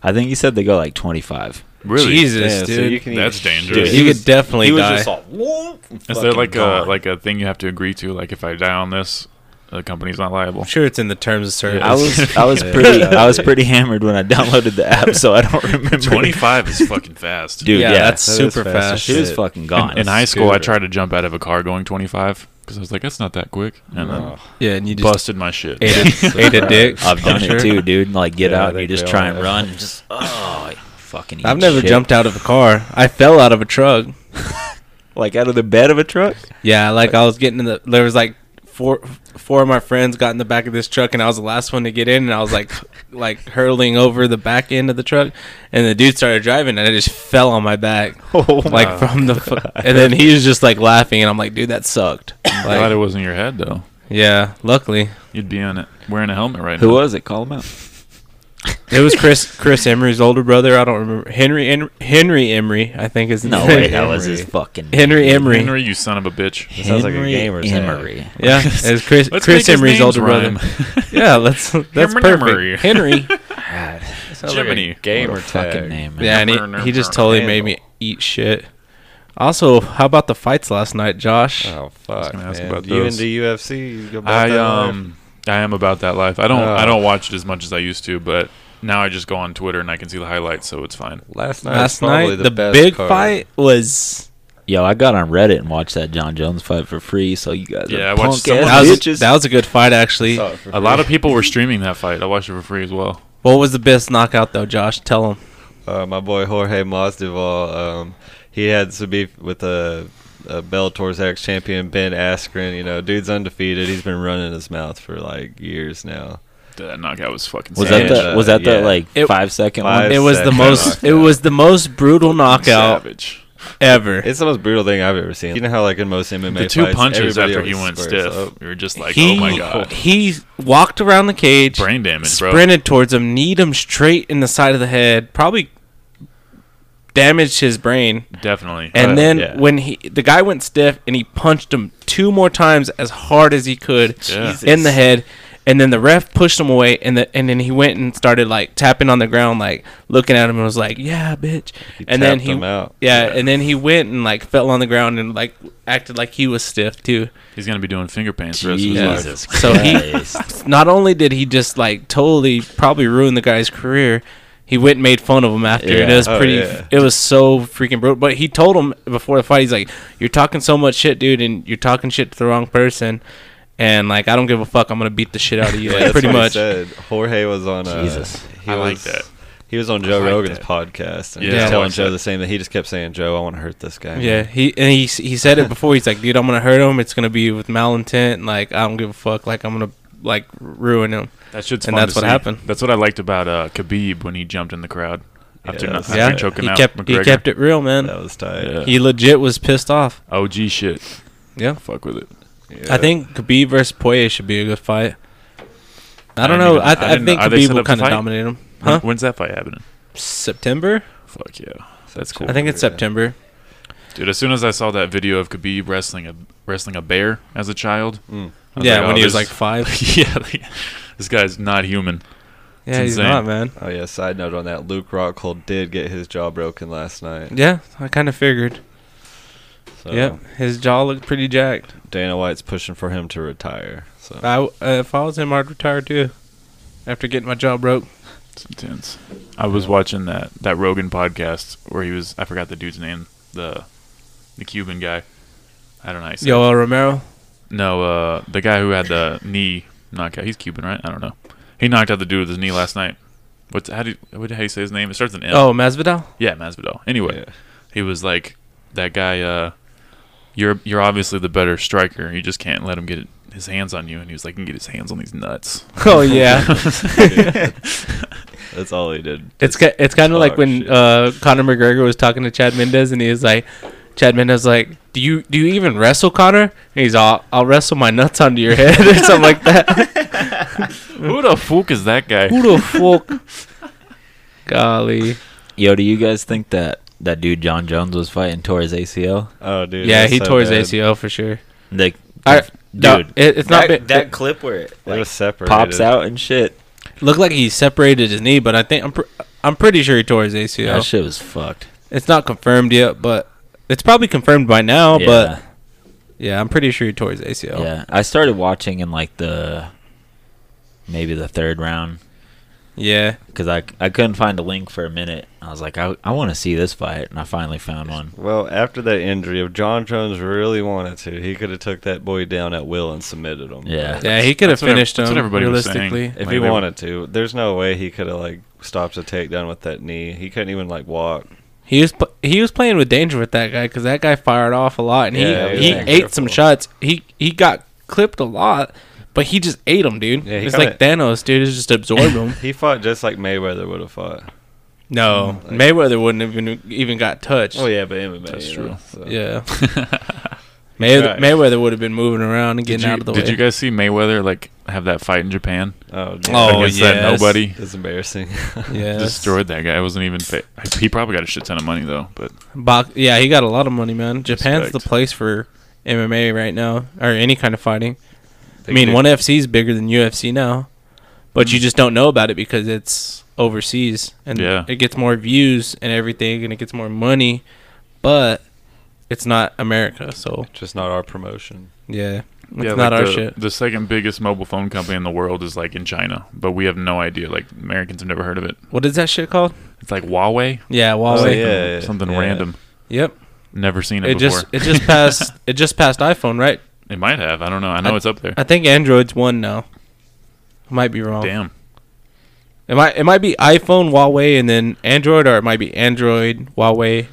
S5: I think he said they go like 25.
S1: Really?
S4: Jesus,
S3: Yeah,
S4: dude.
S3: so you can
S1: That's
S3: eat
S1: dangerous.
S5: Dude,
S1: Dude,
S4: he,
S5: he
S4: could
S5: was-
S4: definitely
S5: he was
S4: die.
S5: just all, whoop,
S1: Is there
S5: fucking
S1: like a
S5: gone.
S1: like a thing you have to agree to? Like if I die on this, the company's not liable.
S4: (laughs) I'm sure it's in the terms of service.
S5: I
S4: (laughs)
S5: was I was pretty I was pretty hammered when I downloaded the app, so I don't remember.
S1: Twenty five is fucking fast.
S5: dude.
S4: yeah,
S5: Yeah,
S4: that's
S3: That is
S4: super
S3: fast as
S5: (laughs)
S4: fast.
S5: she was
S3: shit.
S5: fucking gone.
S1: in high
S5: It's-
S1: school, I
S3: scooter.
S1: tried to jump out of a car going twenty five because I was like, that's not that quick, and
S3: No.
S4: Yeah, and you
S1: then
S4: just
S1: busted my shit.
S4: (laughs)
S1: (laughs)
S4: ate, a, ate a (laughs) dick.
S5: I've done
S4: I'm
S5: it
S4: sure.
S5: too, dude. Like get
S3: Yeah, I
S5: out, and you
S3: think
S5: just
S3: they
S5: try
S3: all
S5: and
S3: have.
S5: run, and just oh, you fucking.
S4: I've
S5: eat
S4: never
S5: shit.
S4: jumped out of a car. I fell out of a truck.
S5: like out of the bed of a truck.
S4: Yeah, like I was getting in the. There was like four four of my friends got in the back of this truck, and I was the last one to get in, and I was (laughs) like like hurtling over the back end of the truck, and the dude started driving, and I just fell on my back,
S5: Oh
S4: like from the. fu- and then he was just like laughing, and I'm like, dude, that sucked.
S1: Glad it
S4: Like,
S1: wasn't your head though.
S4: yeah, luckily
S1: You'd be on it wearing a helmet right
S5: Who
S1: now.
S5: was it? Call him out.
S4: It was Chris Chris Emery's older brother. I don't remember Henry En- Henry Emery. I think is
S5: No way, that was his fucking
S4: Henry Emery.
S1: Henry, you son of a bitch.
S5: Henry
S3: sounds like a gamer's name.
S5: Emery.
S4: Yeah,
S5: (laughs)
S4: it was Chris
S1: Let's make
S4: Chris
S1: his
S4: Emery's
S1: names
S4: older
S1: rhyme. (laughs)
S4: brother. (laughs) Yeah, that's that's
S1: Henry
S4: perfect.
S1: Emery.
S4: (laughs) Henry.
S5: God, what
S3: Sounds like a
S1: Jiminy.
S5: a
S3: Gamer
S5: fucking
S3: tag.
S5: name. Man.
S4: yeah, and he, he just totally made me eat shit. Also, how about the fights last night, Josh?
S3: Oh fuck,
S1: gonna ask
S3: man.
S1: about
S3: you
S1: those.
S3: into UFC? You go about
S1: I
S3: that life?
S1: um I am about that life. I don't I
S4: Uh.
S3: Oh.
S1: don't watch it as much as I used to, but now I just go on Twitter and I can see the highlights, so it's fine.
S3: last night. was
S4: last
S3: probably
S4: night, the,
S3: best
S4: big
S3: card.
S4: fight was
S5: Yo, I got on Reddit and watched that John Jones fight for free. So you guys
S1: Yeah, I
S5: are
S1: watched
S5: punk
S1: someone-
S4: that
S5: ass
S4: was,
S5: bitches.
S4: that was a good fight actually.
S3: Saw it Oh, for
S1: A lot
S3: free.
S1: of people were streaming that fight. I watched it for free as well.
S4: What was the best knockout though, Josh? Tell him.
S3: Uh, my boy Jorge Masvidal, um, he had some beef with a, a Bellator's ex-champion Ben Askren. You know, dude's undefeated. He's been running his mouth for like years now.
S1: That knockout was fucking
S5: was
S1: savage.
S5: that
S3: Yeah.
S5: the was that the
S3: Yeah.
S5: like
S4: It-
S5: five second
S3: Five
S5: one?
S4: It was the
S3: second
S4: most. It
S3: knockout.
S4: was the most brutal knockout
S1: savage.
S4: ever.
S3: It's the most brutal thing I've ever seen. You know how like in most MMA
S1: The two
S3: fights,
S1: punches
S3: everybody
S1: after he
S3: always
S1: went
S3: squares
S1: stiff,
S3: up.
S1: we were just like,
S4: he,
S1: oh my god,
S4: (laughs) He walked around the cage,
S1: brain damage, bro.
S4: sprinted towards him, kneed him straight in the side of the head, probably damaged his brain.
S1: Definitely.
S4: And
S3: Uh,
S4: then
S3: yeah.
S4: when he the guy went stiff and he punched him two more times as hard as he could
S1: Yeah.
S4: in the head. And then the ref pushed him away, and the and then he went and started like tapping on the ground, like looking at him, and was like, "Yeah, bitch." and then
S3: tapped
S4: he,
S3: him out.
S4: yeah, and then he went and like fell on the ground and like acted like he was stiff too.
S1: he's gonna be doing finger paints for the rest of his life.
S5: Jesus Christ.
S4: So he- not only did he just like totally probably ruin the guy's career, he went and made fun of him after. And it
S5: Yeah.
S4: was
S3: Oh,
S4: pretty.
S3: yeah.
S4: It was so freaking brutal. But he told him before the fight, he's like, "You're talking so much shit, dude, and you're talking shit to the wrong person." and like I don't give a fuck. I'm gonna beat the shit
S3: (laughs)
S4: out of you, like,
S3: that's
S4: pretty
S3: what he
S4: much.
S3: said. Jorge was on. Uh,
S5: Jesus.
S3: he
S1: I like
S3: was-
S1: that.
S3: He was on Joe
S1: like
S3: Rogan's
S1: that.
S3: podcast and
S1: Yeah,
S3: he
S4: I
S3: was telling
S1: watched
S3: Joe
S1: that.
S3: the same thing. He just kept saying, "Joe, I want to hurt this guy." man."
S4: Yeah, he and he he said it before. He's like, dude, I'm gonna hurt him. It's gonna be with malintent. and, Like I don't give a fuck. Like I'm gonna like ruin him.
S1: That shit's
S4: And
S1: fun
S4: that's
S1: to
S4: what
S1: see.
S4: happened.
S1: That's what I liked about uh, Khabib when he jumped in the crowd after,
S3: Yeah,
S1: not,
S3: that's
S1: after
S4: yeah,
S1: choking
S4: he
S1: out
S4: kept
S1: McGregor.
S4: he kept it real, man.
S3: that was tight.
S1: Yeah.
S4: He legit was pissed off.
S1: OG shit.
S4: Yeah.
S1: fuck with it.
S3: Yeah.
S4: I think Khabib versus Poirier should be a good fight. I
S1: I didn't
S4: don't know.
S1: even-
S4: I,
S1: I
S4: th- I,
S1: didn't-
S4: think
S1: are they
S4: Khabib
S1: set
S4: will
S1: up to
S4: kind of
S1: fight?
S4: dominate him.
S1: When-
S4: Huh?
S1: When's that fight happening?
S4: September?
S1: Fuck yeah, that's cool.
S4: I think it's
S3: Yeah.
S4: September.
S1: Dude, as soon as I saw that video of Khabib wrestling a wrestling a bear as a child,
S3: Mm.
S1: I
S4: Yeah,
S1: oh,
S4: when he was like
S1: this-
S4: five.
S1: (laughs) yeah, like, this guy's not human.
S4: Yeah, he's
S1: insane.
S4: not, man.
S3: Oh yeah. Side note on that: Luke Rockhold did get his jaw broken last night.
S4: Yeah, I kind of figured.
S3: So
S4: Yep, his jaw looked pretty jacked.
S3: Dana White's pushing for him to retire. So
S4: I w uh, if I was him, I'd retire too. After getting my jaw broke.
S1: It's intense. I was watching that that Rogan podcast where he was. I forgot the dude's name. The the Cuban guy. I don't know. How you say it.
S4: Yoel Romero.
S1: No, uh, the guy who had the knee knockout. He's Cuban, right? I don't know. He knocked out the dude with his knee last night. What's how do you, what, how do you say his name? It starts with an M.
S4: Oh, Masvidal. (laughs)
S1: yeah, Masvidal. Anyway, (laughs)
S3: yeah. (laughs)
S1: he was like that guy. Uh, you're you're obviously the better striker. You just can't let him get his hands on you. And he was like, I can get his hands on these
S4: (laughs)
S1: nuts.
S4: Oh yeah.
S3: that's all he did.
S4: It's ki- it's kind of like
S3: talk
S4: when
S3: shit.
S4: uh, Conor McGregor was talking to Chad Mendez, and he was like, "Chad Mendez, was like, do you do you even wrestle Conor?" And he's all, "I'll wrestle my nuts onto your head (laughs) or something like that."
S1: Who the fuck is that guy?
S4: Who the fuck? Golly,
S5: (laughs) Yo, do you guys think that that dude John Jones was fighting towards ACL?
S3: Oh dude.
S4: yeah,
S3: that's
S4: he
S3: so
S4: tore his
S3: bad.
S4: ACL for sure.
S5: Like,
S4: I,
S5: dude,
S4: no, it, it's not
S5: that,
S4: been-
S5: that clip where it
S3: it
S5: like,
S3: was separated.
S5: pops out and shit.
S4: it looked like he separated his knee, but I think I'm pr- I'm pretty sure he tore his ACL.
S5: That shit was fucked.
S4: It's not confirmed yet, but it's probably confirmed by now.
S5: yeah,
S4: Oh, But yeah, I'm pretty sure he tore his ACL.
S5: yeah, I started watching in like the maybe the third round
S4: yeah.
S5: because I I couldn't find a link for a minute. I was like, I I want to see this fight, and I finally found one.
S3: Well, after that injury, if John Jones really wanted to, he could have took that boy down at will and submitted him.
S5: Yeah.
S3: But
S4: Yeah, he could have
S1: That's what ev-
S4: finished
S1: that's
S4: him
S1: what everybody was saying.
S4: realistically.
S1: Like,
S3: If he
S1: they were-
S3: wanted to, there's no way he could have like stopped a takedown with that knee. He couldn't even like walk.
S4: He was pl- he was playing with danger with that guy because that guy fired off a lot and
S3: Yeah,
S4: he
S3: he
S4: he
S3: was
S4: ate some
S3: careful.
S4: shots. He he got clipped a lot, but he just ate them, dude.
S3: Yeah, he
S4: it's
S3: kinda-
S4: like Thanos, dude. He just
S3: (laughs)
S4: absorbed them.
S3: He fought just like Mayweather would have fought.
S4: No,
S3: Like-
S4: Mayweather wouldn't have even even got touched.
S3: Oh yeah, but MMA.
S1: That's
S3: you
S1: true.
S3: know, so.
S4: yeah. May-
S3: Right.
S4: Mayweather would have been moving around and
S1: Did
S4: getting
S1: you,
S4: out of the
S1: did
S4: way.
S1: you guys see Mayweather like have that fight in Japan?
S3: Oh, dude.
S4: Oh,
S1: against that
S4: yes.
S1: nobody.
S3: It's embarrassing. (laughs)
S4: yeah,
S1: Destroyed that guy. It wasn't even. Fa- he probably got a shit ton of money though. But
S4: Box- yeah, he got a lot of money, man. Japan's
S1: Respect.
S4: the place for MMA right now, or any kind of fighting. I
S3: They
S4: mean,
S3: do-
S4: ONE FC is bigger than UFC now, but you
S1: Mm.
S4: just don't know about it because it's overseas and
S1: Yeah.
S4: it gets more views and everything, and it gets more money, but it's not America, so
S3: just not our promotion.
S4: yeah, it's
S1: yeah, like,
S4: not our
S1: the,
S4: shit.
S1: The second biggest mobile phone company in the world is like in China, but we have no idea. Like Americans have never heard of it.
S4: What is that shit called?
S1: It's like Huawei.
S4: Yeah, Huawei.
S3: Oh,
S1: something,
S3: yeah, yeah,
S1: something
S3: yeah.
S1: random.
S4: Yep.
S1: Never seen it,
S4: It
S1: before.
S4: just
S1: (laughs)
S4: it just passed it just passed iPhone, right?
S1: it might have. I don't know. I know
S4: I-
S1: it's up there.
S4: I think Android's one now. I might be wrong.
S1: Damn.
S4: It might it might be iPhone, Huawei, and then Android, or it might be Android, Huawei,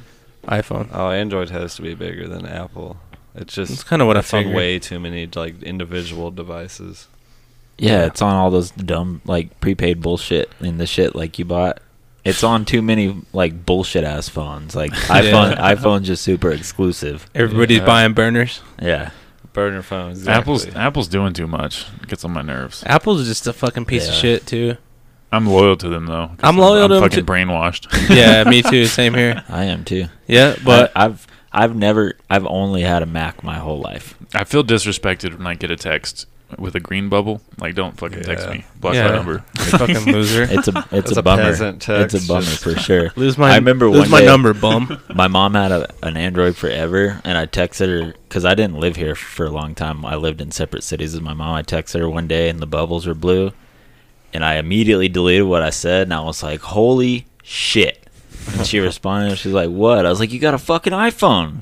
S4: iPhone.
S3: Oh, Android has to be bigger than Apple. It's just
S4: That's kind of what I
S3: it's on
S4: figured.
S3: way too many like individual devices.
S5: Yeah, it's on all those dumb like prepaid bullshit and the shit like you bought. It's on too many like bullshit ass phones. Like iPhone, iPhone's just super exclusive.
S4: Everybody's
S1: Yeah.
S4: buying burners.
S5: Yeah,
S3: Burner phones.
S1: Apple's Apple's doing too much. It gets on my nerves.
S4: Apple's just a fucking piece of
S5: Yeah.
S4: shit too.
S1: I'm loyal to them though. 'cause
S4: I'm loyal to them
S1: fucking
S4: too.
S1: brainwashed. (laughs)
S4: (laughs) (laughs) Yeah, me too. Same here.
S5: I am too.
S4: Yeah, but
S5: I, I've I've never I've only had a Mac my whole life.
S1: I feel disrespected when I get a text with a green bubble. Like, don't fucking text
S3: Yeah.
S1: me. Block
S4: Yeah.
S1: my
S4: (laughs)
S1: number.
S4: fucking loser.
S5: It's a it's
S3: That's
S5: a
S3: a
S5: bummer.
S3: peasant text,
S5: It's a bummer
S3: just-
S5: for sure.
S4: Lose my
S5: I remember
S4: lose
S5: one
S4: my
S5: day- (laughs)
S4: number, bum.
S5: My mom had a, an Android forever, and I texted her because I didn't live here for a long time. I lived in separate cities with my mom. I texted her one day, and the bubbles were blue, and I immediately deleted what I said, and I was like, "Holy shit!" And she responded, she's like, "What?" I was like, "You got a fucking iPhone."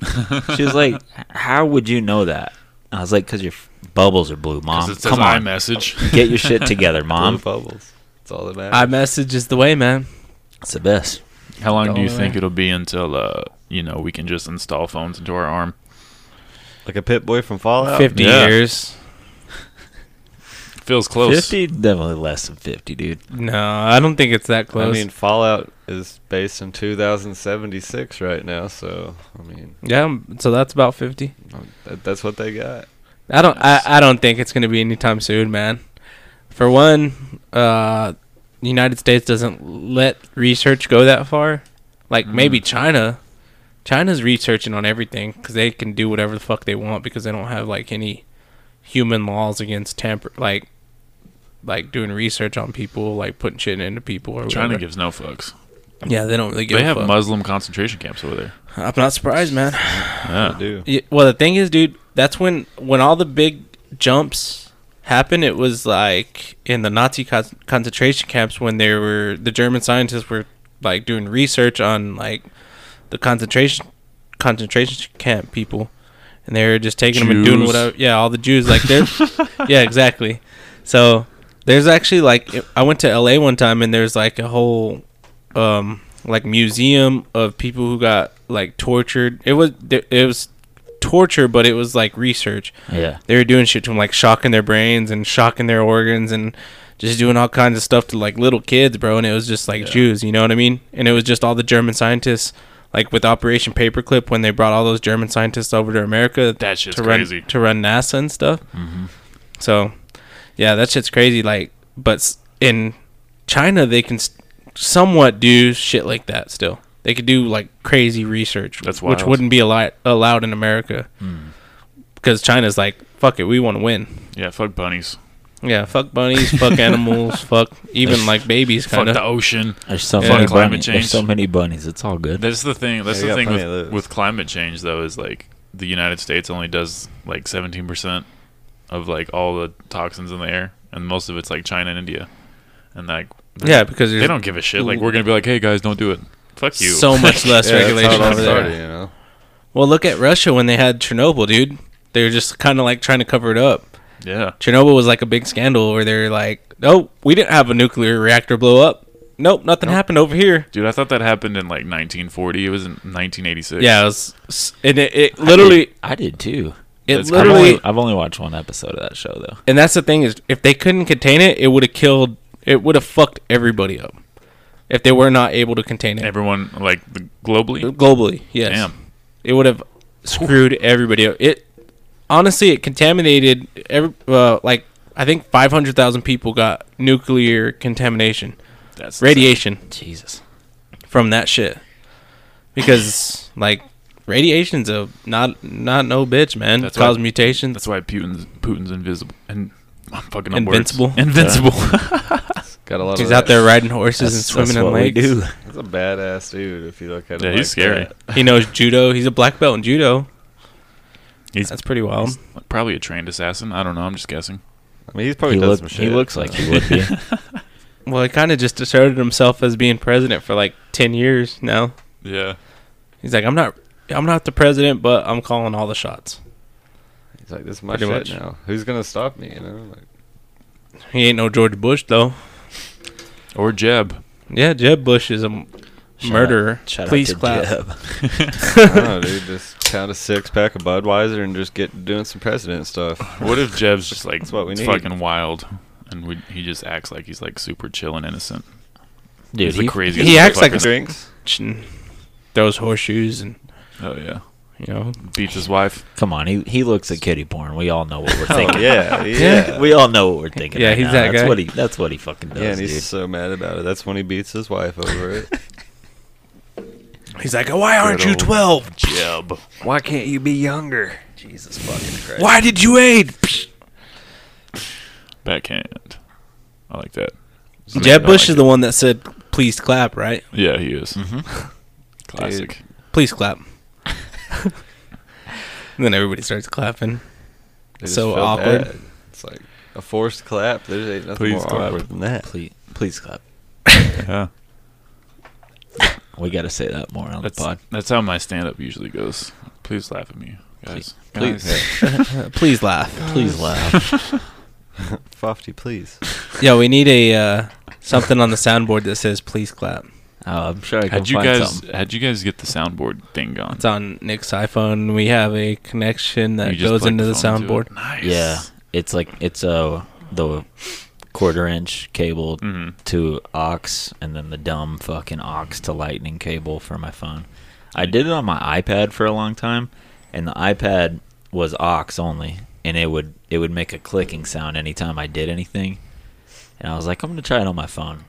S5: She was like, "How would you know that?" I was like, "Cause your f- bubbles are blue, mom.
S1: it says
S5: Come on,
S1: iMessage. (laughs)
S5: get your shit together,
S3: Blue
S5: mom.
S3: bubbles. That's all that matters.
S4: iMessage is the way, man.
S5: It's the best."
S1: How long do you
S4: Don't
S1: think
S4: worry.
S1: it'll be until uh, you know we can just install phones into our arm?
S3: like a pit boy from
S5: Oh,
S3: Fallout.
S4: 50
S1: yeah.
S4: years.
S1: Feels close.
S5: Fifty, definitely less than fifty, dude.
S4: No, I don't think it's that
S3: I
S4: close.
S3: mean, Fallout is based in 2076 right now, so I mean, um,
S4: yeah, um, so that's about 50.
S3: that, that's what they got.
S4: I don't I, I don't think it's going to be anytime soon, man. For one, uh the United States doesn't let research go that far.
S1: Mm-hmm.
S4: Like maybe China China's researching on everything cuz they can do whatever the fuck they want because they don't have like any human laws against tamper like like doing research on people, like putting shit into people or
S1: China
S4: whatever.
S1: gives no fucks.
S4: yeah, they don't really give
S1: They
S4: a
S1: have
S4: fuck.
S1: Muslim concentration camps over
S4: (sighs)
S1: there.
S4: I'm not surprised, man.
S1: Yeah.
S3: They do.
S4: Yeah, well, the thing is, dude, that's when when all the big jumps happened. It was like in the Nazi con- concentration camps when they were the German scientists were like doing research on like the concentration concentration camp people, and they were just taking them and doing
S1: Jews.
S4: whatever. Yeah, all the Jews like they're yeah, exactly. So there's actually like I went to LA one time and there's like a whole um like museum of people who got like tortured. It was it was torture, but it was like research.
S5: Yeah,
S4: They were doing shit to them, like shocking their brains and shocking their organs and just doing all kinds of stuff to like little kids, bro. And it was just like Jews, you know what I mean? And it was just all the German scientists, like with Operation Paperclip, when they brought all those German scientists over to America
S1: That shit's
S4: to run
S1: crazy. Mm-hmm.
S4: to run NASA and stuff. So, yeah, that shit's crazy. Like, but s- in China, they can s somewhat do shit like that still. They could do like crazy research,
S1: That's
S4: which
S1: wild. Hmm.
S4: wouldn't be alli- allowed in America because China's like, fuck it, we want to win.
S1: Yeah, fuck bunnies.
S4: Yeah, fuck bunnies,
S1: (laughs)
S4: fuck animals, fuck even like babies, kind
S1: Fuck the
S4: of.
S1: ocean.
S5: there's so
S1: Yeah.
S5: many
S1: Fuck climate
S5: bunnies.
S1: change.
S5: There's so many bunnies. It's all good.
S1: That's the thing. That's the
S3: Yeah, you
S1: thing
S3: got plenty of
S1: with,
S3: those.
S1: with climate change though is like the United States only does like 17% of like all the toxins in the air and most of it's like China and India. And like they-
S4: Yeah, because
S1: they
S4: there's
S1: don't give a shit. Like we're going to be like, "Hey guys, don't do it." Fuck you.
S4: so
S1: (laughs)
S4: much less
S3: Yeah, that's how it
S4: regulation
S3: all
S4: over
S3: started,
S4: there.
S3: You know?
S4: Well, look at Russia when they had Chernobyl, dude. They were just kind of like trying to cover it up.
S1: yeah.
S4: Chernobyl was like a big scandal where they're like, "Oh, we didn't have a nuclear reactor blow up. Nope, nothing happened over here."
S1: Dude, I thought that happened in like 1940. It was in 1986.
S4: Yeah, it was, and it, it literally,
S5: I did too.
S4: it
S1: That's
S5: I've
S4: literally,
S5: only, I've only watched one episode of that show though.
S4: and that's the thing is, if they couldn't contain it, it would have killed, it would have fucked everybody up, if they were not able to contain it
S1: Everyone like the, globally.
S4: globally. Yes,
S1: Damn.
S4: it would have screwed everybody up. It honestly, it contaminated every uh, like I think five hundred thousand people got nuclear contamination,
S1: That's
S4: radiation.
S5: Jesus.
S4: from that shit because like radiation's a not not no bitch man
S1: That's
S4: it causes
S1: why-
S4: mutations
S1: That's why Putin's Putin's invisible and I'm fucking up
S4: Invincible.
S1: Words. (laughs) Invincible.
S3: Got a lot
S4: he's
S3: of.
S4: out there riding horses
S5: That's-
S4: and
S5: that's
S4: swimming in
S5: what we
S4: lakes
S5: do.
S3: That's a badass dude. If you look at
S1: Yeah,
S3: him,
S1: he's
S3: like
S1: scary.
S3: that.
S4: he knows judo he's a black belt in judo
S1: He's
S4: that's pretty wild
S1: probably a trained assassin. I don't know. I'm just guessing.
S3: I mean, he's probably
S5: he,
S3: done
S5: look-
S3: some shit.
S5: he looks like he would be.
S4: well he kind of just asserted himself as being president for like 10 years now
S1: Yeah.
S4: he's like i'm not i'm not the president but i'm calling all the shots
S3: He's like, this is my shit
S4: Pretty much.
S3: now. Who's gonna stop me? You know, like,
S4: (laughs) he ain't no george bush though
S1: Or Jeb.
S4: yeah jeb bush is a m-
S5: Shout out-
S4: murderer
S5: shout out
S4: please
S5: to
S4: clap
S5: Jeb.
S3: I don't know, dude. Just count a six pack of Budweiser and just get doing some president stuff.
S1: What if Jeb's just like
S3: That's what we
S1: it's
S3: need.
S1: fucking wild, and we, he just acts like he's like super chill and innocent.
S5: Dude,
S1: he's the
S5: he-
S1: craziest.
S4: he acts like
S1: motherfucker.
S3: (laughs) Drinks.
S4: and throws horseshoes and
S1: Oh yeah.
S4: you know
S1: Beats his wife.
S5: Come on, he he looks at kitty porn. We all know what we're
S3: Oh,
S5: thinking.
S4: (laughs)
S3: yeah, yeah,
S5: (laughs) We all know what we're thinking.
S4: Yeah,
S5: right
S4: he's
S5: now.
S4: that
S5: that's
S4: guy.
S5: What he, that's what he fucking does,
S3: yeah. And he's
S5: dude.
S3: so mad about it. That's when he beats his wife over it.
S4: He's like, why aren't
S1: Good
S4: you
S1: old
S4: 12?
S1: Jeb.
S5: Why can't you be younger? Jesus fucking Christ.
S4: Why did you aid?
S1: Backhand. I like that.
S4: Jeb
S1: I
S4: Bush
S1: like
S4: is
S1: it.
S4: the one that said, please clap, right?
S1: Yeah, he is.
S3: Mm-hmm.
S1: (laughs) Classic.
S5: (laughs)
S4: Please clap. and then everybody starts clapping.
S3: They just
S4: So
S3: feel
S4: awkward.
S3: bad. It's like a forced clap. There's ain't nothing
S1: Please
S3: more
S1: clap.
S3: awkward than that.
S5: Please, please clap.
S1: Yeah.
S5: We got to say that more on
S1: That's
S5: the pod.
S1: that's how my stand up usually goes. Please laugh at me. guys.
S3: Please,
S1: Guys.
S4: Uh, Please laugh.
S5: Please laugh.
S3: Fofty, please.
S4: Yeah, we need a uh, something on the soundboard that says "Please clap."
S5: Oh, I'm sure I can
S1: Had you
S5: find
S1: guys
S5: something.
S1: had you guys get the soundboard thing going?
S4: It's on Nick's iPhone. We have a connection that
S1: You just
S4: goes
S1: plugged
S4: into the,
S1: phone into it?
S4: soundboard.
S1: Nice.
S5: Yeah, it's like it's uh, the quarter inch cable
S1: Mhm.
S5: to aux, and then the dumb fucking aux to lightning cable for my phone. I did it on my iPad for a long time, and the iPad was aux only, and it would it would make a clicking sound anytime I did anything. And I was like, I'm gonna try it on my phone,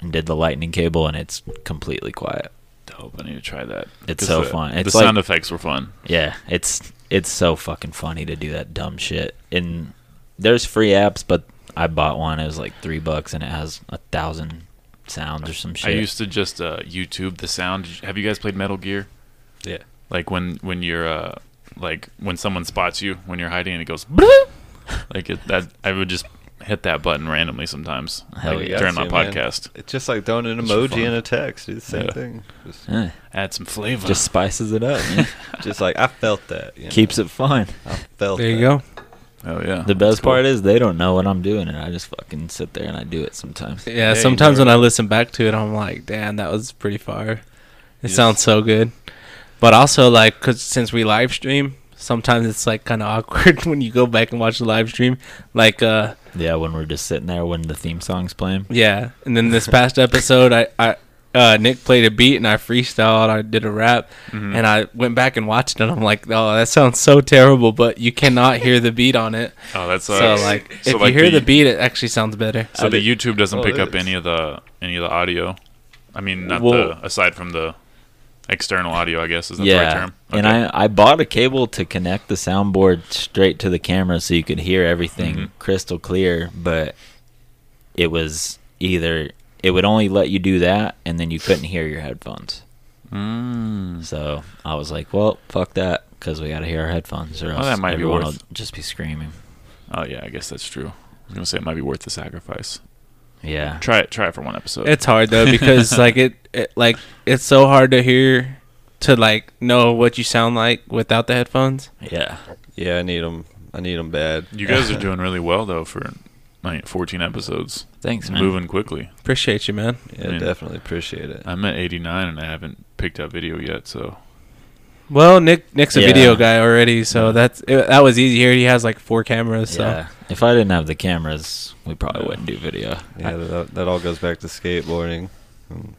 S5: and did the lightning cable, and it's completely quiet.
S1: Dope. I need to try that.
S5: It's
S1: 'Cause
S5: so
S1: the-
S5: fun.
S1: The
S5: It's
S1: sound
S5: like-
S1: effects were fun.
S5: Yeah, it's it's so fucking funny to do that dumb shit. And there's free apps, but I bought one. It was like three bucks, and it has a thousand sounds or some shit.
S1: I used to just uh, YouTube the sound. Have you guys played Metal Gear?
S3: Yeah.
S1: Like when when you're uh, like when someone spots you when you're hiding and it goes (laughs) like it, that. I would just hit that button randomly sometimes
S5: Hell
S1: like,
S5: yeah.
S1: during my
S3: That's it, man.
S1: podcast.
S3: It's just like throwing an
S1: It's for fun.
S3: emoji and a text. It's the same
S1: Yeah.
S3: thing. Just,
S5: Eh,
S1: Add some flavor. (laughs)
S5: just spices it up. man.
S3: just like I felt that. You
S5: Keeps it fun.
S3: I felt.
S4: There you
S3: that.
S4: go.
S1: oh yeah.
S5: The best part is they don't know what I'm doing, and I just fucking sit there and I do it sometimes.
S4: Yeah,
S1: you
S4: sometimes
S1: go.
S4: when I listen back to it, I'm like, damn, that was pretty fire. It
S3: Yes.
S4: sounds so good. But also, like, 'cause since we live stream, sometimes it's like kind of (laughs) awkward when you go back and watch the live stream. Like, uh,
S5: Yeah, when we're just sitting there when the theme song's playing.
S4: yeah. And then this (laughs) past episode, I, I, uh, Nick played a beat and I freestyled. I did a rap, and I went back and watched it. and I'm like, oh, that sounds so terrible, but you cannot hear the beat on it.
S1: Oh, that's
S4: So like, if you hear the, beat, it actually sounds better.
S1: So the YouTube doesn't
S3: Oh,
S1: pick
S3: it
S1: up
S3: is.
S1: any of the any of the audio. I mean, not
S5: Well-
S1: the aside from the external audio. I guess is that the right
S5: yeah,
S1: term.
S5: and
S1: Okay.
S5: I I bought a cable to connect the soundboard straight to the camera so you could hear everything
S1: Mhm.
S5: crystal clear. But it was either it would only let you do that, and then you couldn't hear your headphones.
S1: Mm.
S5: So I was like, well, fuck that, because we got to hear our headphones, or
S1: Well,
S5: else
S1: that might be
S5: everyone will
S1: worth-
S5: just be screaming.
S1: Oh yeah, I guess that's true. I was gonna say it might be worth the sacrifice.
S5: Yeah,
S1: Try it. Try it for one episode.
S4: It's hard though because like it, it like it's so hard to hear to like know what you sound like without the headphones.
S5: yeah.
S3: Yeah, I need them. I need them bad.
S1: (laughs) you guys
S3: (laughs)
S1: are doing really well though for like 14 episodes.
S5: Thanks,
S1: It's
S4: Mm-hmm.
S5: man.
S1: moving quickly.
S4: Appreciate you, man.
S3: Yeah,
S1: Man.
S3: definitely appreciate it.
S1: I'm at 89 and I haven't picked up video yet. So
S4: Well, Nick Nick's a
S5: Yeah.
S4: video guy already, so that's it, that was easy. Here he has like four cameras, so
S5: Yeah. If I didn't have the cameras, we probably
S1: Yeah.
S5: wouldn't do video.
S3: Yeah, that, that all goes back to skateboarding. Mm.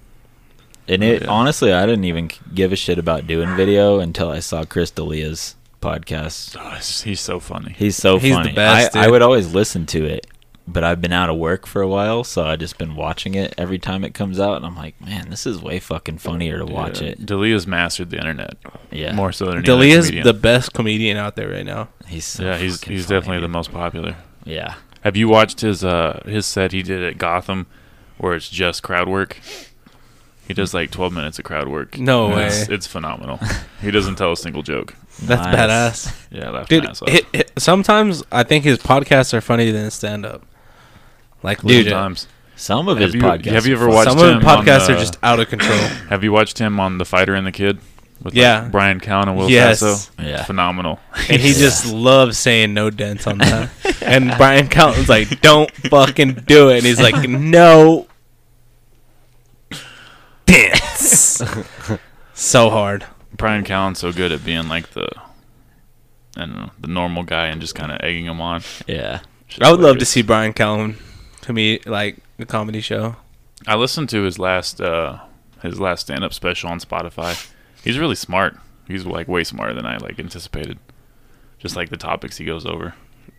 S5: And it
S1: Oh, Yeah.
S5: honestly, I didn't even c- give a shit about doing video until I saw Chris D'Elia's podcast.
S1: oh, he's, he's so funny.
S5: He's so
S4: He's the
S5: funny.
S4: best,
S5: I, I
S4: dude.
S5: would always listen to it, but I've been out of work for a while, so I just been watching it every time it comes out, and I'm like, man, this is way fucking funnier to watch
S1: Yeah.
S5: it.
S1: Delia's mastered the internet
S5: Yeah,
S1: more so than any other
S4: Delia's
S1: comedian.
S4: the best comedian out there right now.
S5: he's so
S1: yeah. He's
S5: fucking
S1: he's
S5: funny,
S1: definitely the
S5: dude.
S1: most popular.
S5: yeah.
S1: Have you watched his uh his set he did at Gotham, where it's just crowd work? He does like twelve minutes of crowd work.
S4: No
S1: And It's,
S4: way.
S1: it's phenomenal. he doesn't tell a single joke.
S4: That's
S5: Nice.
S4: badass,
S1: Yeah, I laughed
S4: dude.
S1: my ass off.
S4: It, it, sometimes I think his podcasts are funnier than stand up. Like legit.
S1: Sometimes.
S5: Some of
S1: Have
S5: his
S1: you-
S5: podcasts.
S1: have you ever
S5: are fun.
S1: watched
S4: some of
S1: him
S4: the
S1: on
S4: podcasts
S1: the-
S4: are just out of control.
S1: Have you watched him on The Fighter and the Kid? With like,
S4: Yeah.
S1: Brian Cowan and Will
S4: Yes.
S1: Sasso.
S5: Yeah.
S1: Phenomenal. (laughs)
S4: And he just loves saying no dents on that. and Brian Calton's like, don't fucking do it. And he's like, no dents. so hard.
S1: Brian Cowan's so good at being like the I don't know, the normal guy and just kind of egging him on.
S5: Yeah.
S1: Shit's
S4: I would love to
S1: hilarious.
S4: see Brian Calton to me, like, the comedy show.
S1: I listened to his last uh his last stand up special on Spotify. He's really smart. He's like way smarter than I like anticipated. Just like the topics he goes over.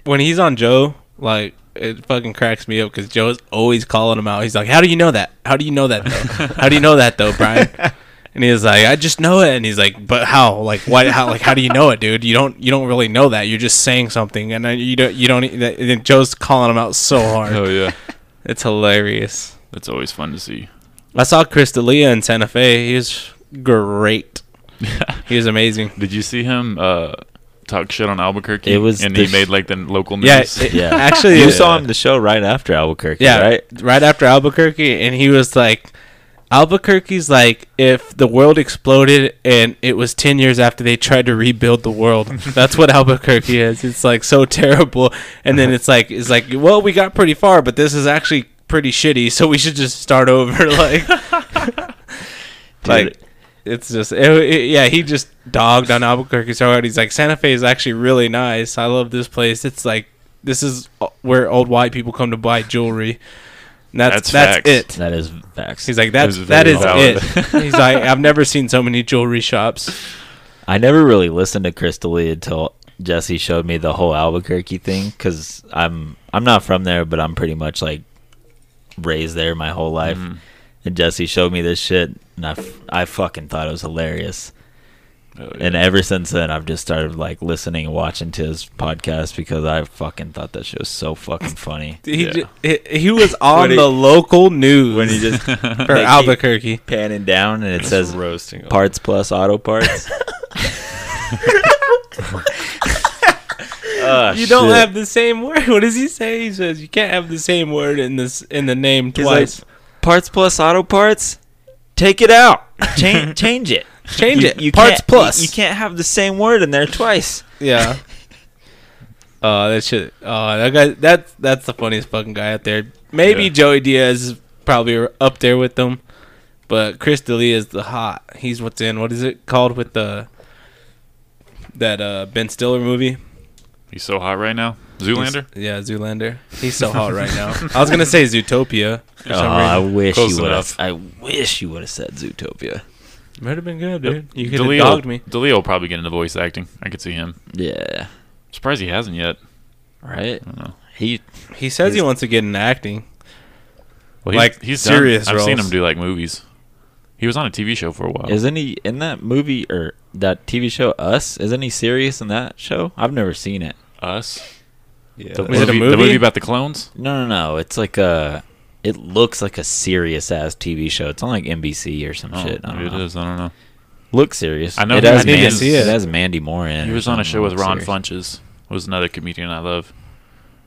S4: When he's on Joe, like, it fucking cracks me up because Joe's always calling him out. He's like, how do you know that? How do you know that, though? How do you know that, though, (laughs) Brian? And he's like, I just know it. And he's like, but how? Like, why? How? Like, how do you know it, dude? You don't. You don't really know that. You're just saying something, and then you don't. You don't. And then Joe's calling him out so hard.
S1: (laughs) yeah,
S4: Oh, It's hilarious.
S1: it's always fun to
S4: (laughs)
S1: see.
S4: I saw Chris D'Elia in Santa Fe. He was great. He was amazing.
S1: Did you see him uh, talk shit on Albuquerque?
S5: It was
S1: and
S5: the
S1: he
S5: sh-
S1: made like the local
S4: Yeah.
S1: news.
S4: it-
S1: (laughs)
S5: Yeah.
S4: Actually,
S5: You saw him the show right after Albuquerque,
S4: Yeah.
S5: right?
S4: Right after Albuquerque, and he was like, Albuquerque's like if the world exploded and it was 10 years after they tried to rebuild
S5: (laughs)
S4: the world. That's what Albuquerque is. It's like so terrible and then it's like it's like well we got pretty far but this is actually pretty shitty so we should just start over (laughs) like like it's just it, it- yeah he just dogged on Albuquerque so hard. He's like Santa Fe is actually really nice. I love this place. It's like this is uh, where old white people come to buy jewelry. And that's
S1: That's
S4: that's,
S1: facts.
S4: it.
S5: that is facts.
S4: He's like, that's
S1: That was
S4: that
S1: very
S4: is
S1: valid.
S4: it. He's like, I've never seen so many jewelry shops.
S5: I never really listened to Crystal Lee until Jesse showed me the whole Albuquerque thing because I'm I'm not from there, but I'm pretty much like raised there my whole life. And Jesse showed me this shit, and I, f- I fucking thought it was hilarious.
S1: Oh,
S5: And ever since then, I've just started like listening and watching to his podcast because I fucking thought that shit was so fucking funny.
S4: He
S1: Yeah.
S4: ju- he, he was on
S5: he-
S4: the local news
S5: When he just
S4: for
S5: like,
S4: Albuquerque.
S5: panning down and it
S3: Says
S5: says
S3: roasting
S5: parts plus auto (laughs) parts. Ah,
S4: you don't
S5: shit.
S4: have the same word. (laughs) What does he say? He says you can't have the same word in this in the name
S5: He's
S4: twice.
S5: parts plus auto parts. Take it out. (laughs) Change change it.
S4: Change
S5: You-
S4: it.
S5: you
S4: Parts
S5: can't-
S4: plus.
S5: You, you can't have the same word in there twice.
S4: Yeah. (laughs) Oh, that shit. Oh, that guy. That's that's the funniest fucking guy out there. Maybe
S1: Yeah.
S4: Joey Diaz is probably up there with them, but Chris D'Elia is the hot. He's what's in. What is it called with the that uh Ben Stiller movie?
S1: He's so hot right now. Zoolander.
S4: He's- yeah, Zoolander. He's so hot right now. I was gonna say Zootopia. For
S5: Oh,
S4: some
S5: I
S4: reason.
S5: wish
S1: Close
S5: you would
S1: enough.
S5: have. I wish you would have said Zootopia.
S4: Might have been good, dude. You could have
S1: DeLeo,
S4: dogged me.
S1: DeLeo will probably get into voice acting. I could see him.
S5: Yeah.
S1: Surprised he hasn't yet.
S5: Right.
S1: I don't know.
S5: He.
S4: He says he
S5: He's-
S4: wants to get into acting.
S1: Well,
S4: Like,
S1: done-
S4: serious
S1: I've seen
S4: roles.
S1: him do like movies. He was on a TV show for a while.
S5: Isn't he in that movie or that TV show Us? Isn't he serious in that show? I've never seen it.
S1: Us.
S3: Yeah.
S1: The
S4: Was it a
S1: The
S4: movie?
S1: movie about the clones.
S5: No, no, no. It's like a. It looks like a serious ass TV show. It's on like NBC or some
S1: Oh,
S5: shit. I don't
S1: maybe it
S5: know.
S1: is. I don't know.
S5: Looks serious.
S1: I know
S5: It
S1: he
S5: has,
S1: was- I need to
S5: Mandy,
S4: see
S5: it
S4: it.
S5: has Mandy Moore in.
S1: He
S5: or
S1: was on a
S5: something.
S1: show with
S5: Looks
S1: Ron
S5: serious.
S1: Funches. Was another comedian I love,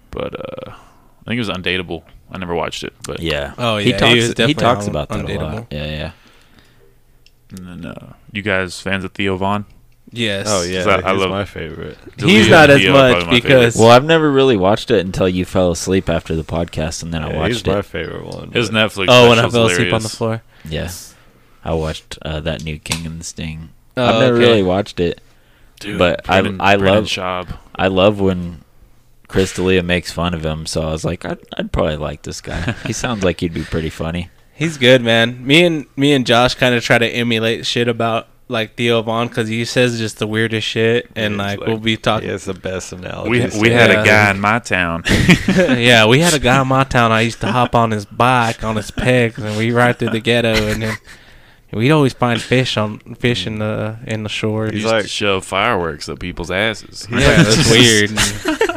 S1: but uh, I think it was Undateable. I never watched it, but
S5: Yeah.
S4: Oh,
S5: He
S4: yeah, he was
S5: talks. He,
S4: definitely
S5: talks
S4: on-
S5: about that a
S4: undateable.
S5: lot. Yeah, yeah.
S1: And then uh, you guys fans of Theo Vaughn?
S4: Yes.
S3: Oh yeah,
S1: I- I
S3: he's
S1: love-
S3: my favorite.
S4: He's
S1: Delia-
S4: not as
S1: Delia
S4: much
S1: probably my
S4: because-
S5: Well, I've never really watched it until you fell asleep after the podcast, and then I
S3: Yeah, he's
S5: watched
S3: my
S5: it.
S3: favorite one.
S1: favorite. his
S3: but-
S1: Netflix.
S4: Oh, when I
S1: special's
S4: fell asleep on the
S1: hilarious.
S4: floor.
S5: Yeah, I watched uh, that new King and the Sting.
S4: Oh,
S5: I've never
S4: okay.
S5: really watched it.
S1: Dude,
S5: But I-
S1: Brendan-
S5: I
S1: Brendan
S5: love-
S1: Schaub.
S5: I love when Chris D'Elia makes fun of him, so I was like, I'd, I'd probably like this guy. he sounds like he'd be pretty funny.
S4: He's good, man. Me and me and Josh kind of try to emulate shit about like Theo Vaughn because he says just the weirdest shit, and
S3: It's
S4: like,
S3: like-
S4: we'll be
S3: He
S4: talking.
S3: has the best analogy.
S1: We we had
S4: Yeah.
S1: a guy in my town.
S4: yeah, we had a guy in my town. I used to hop on his bike on
S1: (laughs)
S4: his pegs, and we ride through the ghetto, and then we'd always find fish on fish in the in the shore.
S1: He
S3: He's
S1: used
S3: like-
S1: to shove fireworks at people's asses.
S4: (laughs) (laughs)
S1: (laughs)
S3: (laughs)
S4: yeah, that's weird. And,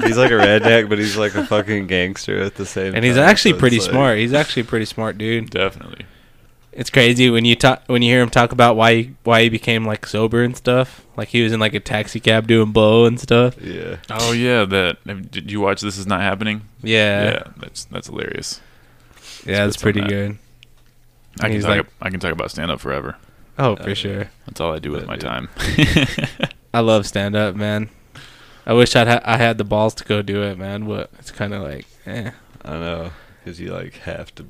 S3: he's like a redneck, but he's like a fucking gangster at the same. time.
S4: and he's actually
S3: so it's
S4: pretty
S3: like-
S4: smart. He's actually a pretty smart, dude.
S1: Definitely.
S4: It's crazy when you talk when you hear him talk about why he, why he became like sober and stuff. Like he was in like a taxi cab doing blow and stuff.
S3: Yeah,
S1: Oh yeah, that. Did you watch This Is Not Happening?
S4: Yeah, yeah,
S1: yeah, that's that's hilarious.
S4: that's
S1: on
S4: pretty
S1: that.
S4: good.
S1: I can
S4: He's
S1: talk.
S4: like-
S1: ab- I can talk about stand up forever.
S4: Oh, for sure.
S1: That's all I do with
S3: Yeah,
S1: my
S3: dude.
S1: time. (laughs)
S4: I love stand up, man. I wish I'd ha- I had the balls to go do it, man. But it's kind of like, eh.
S3: I know, because you like have to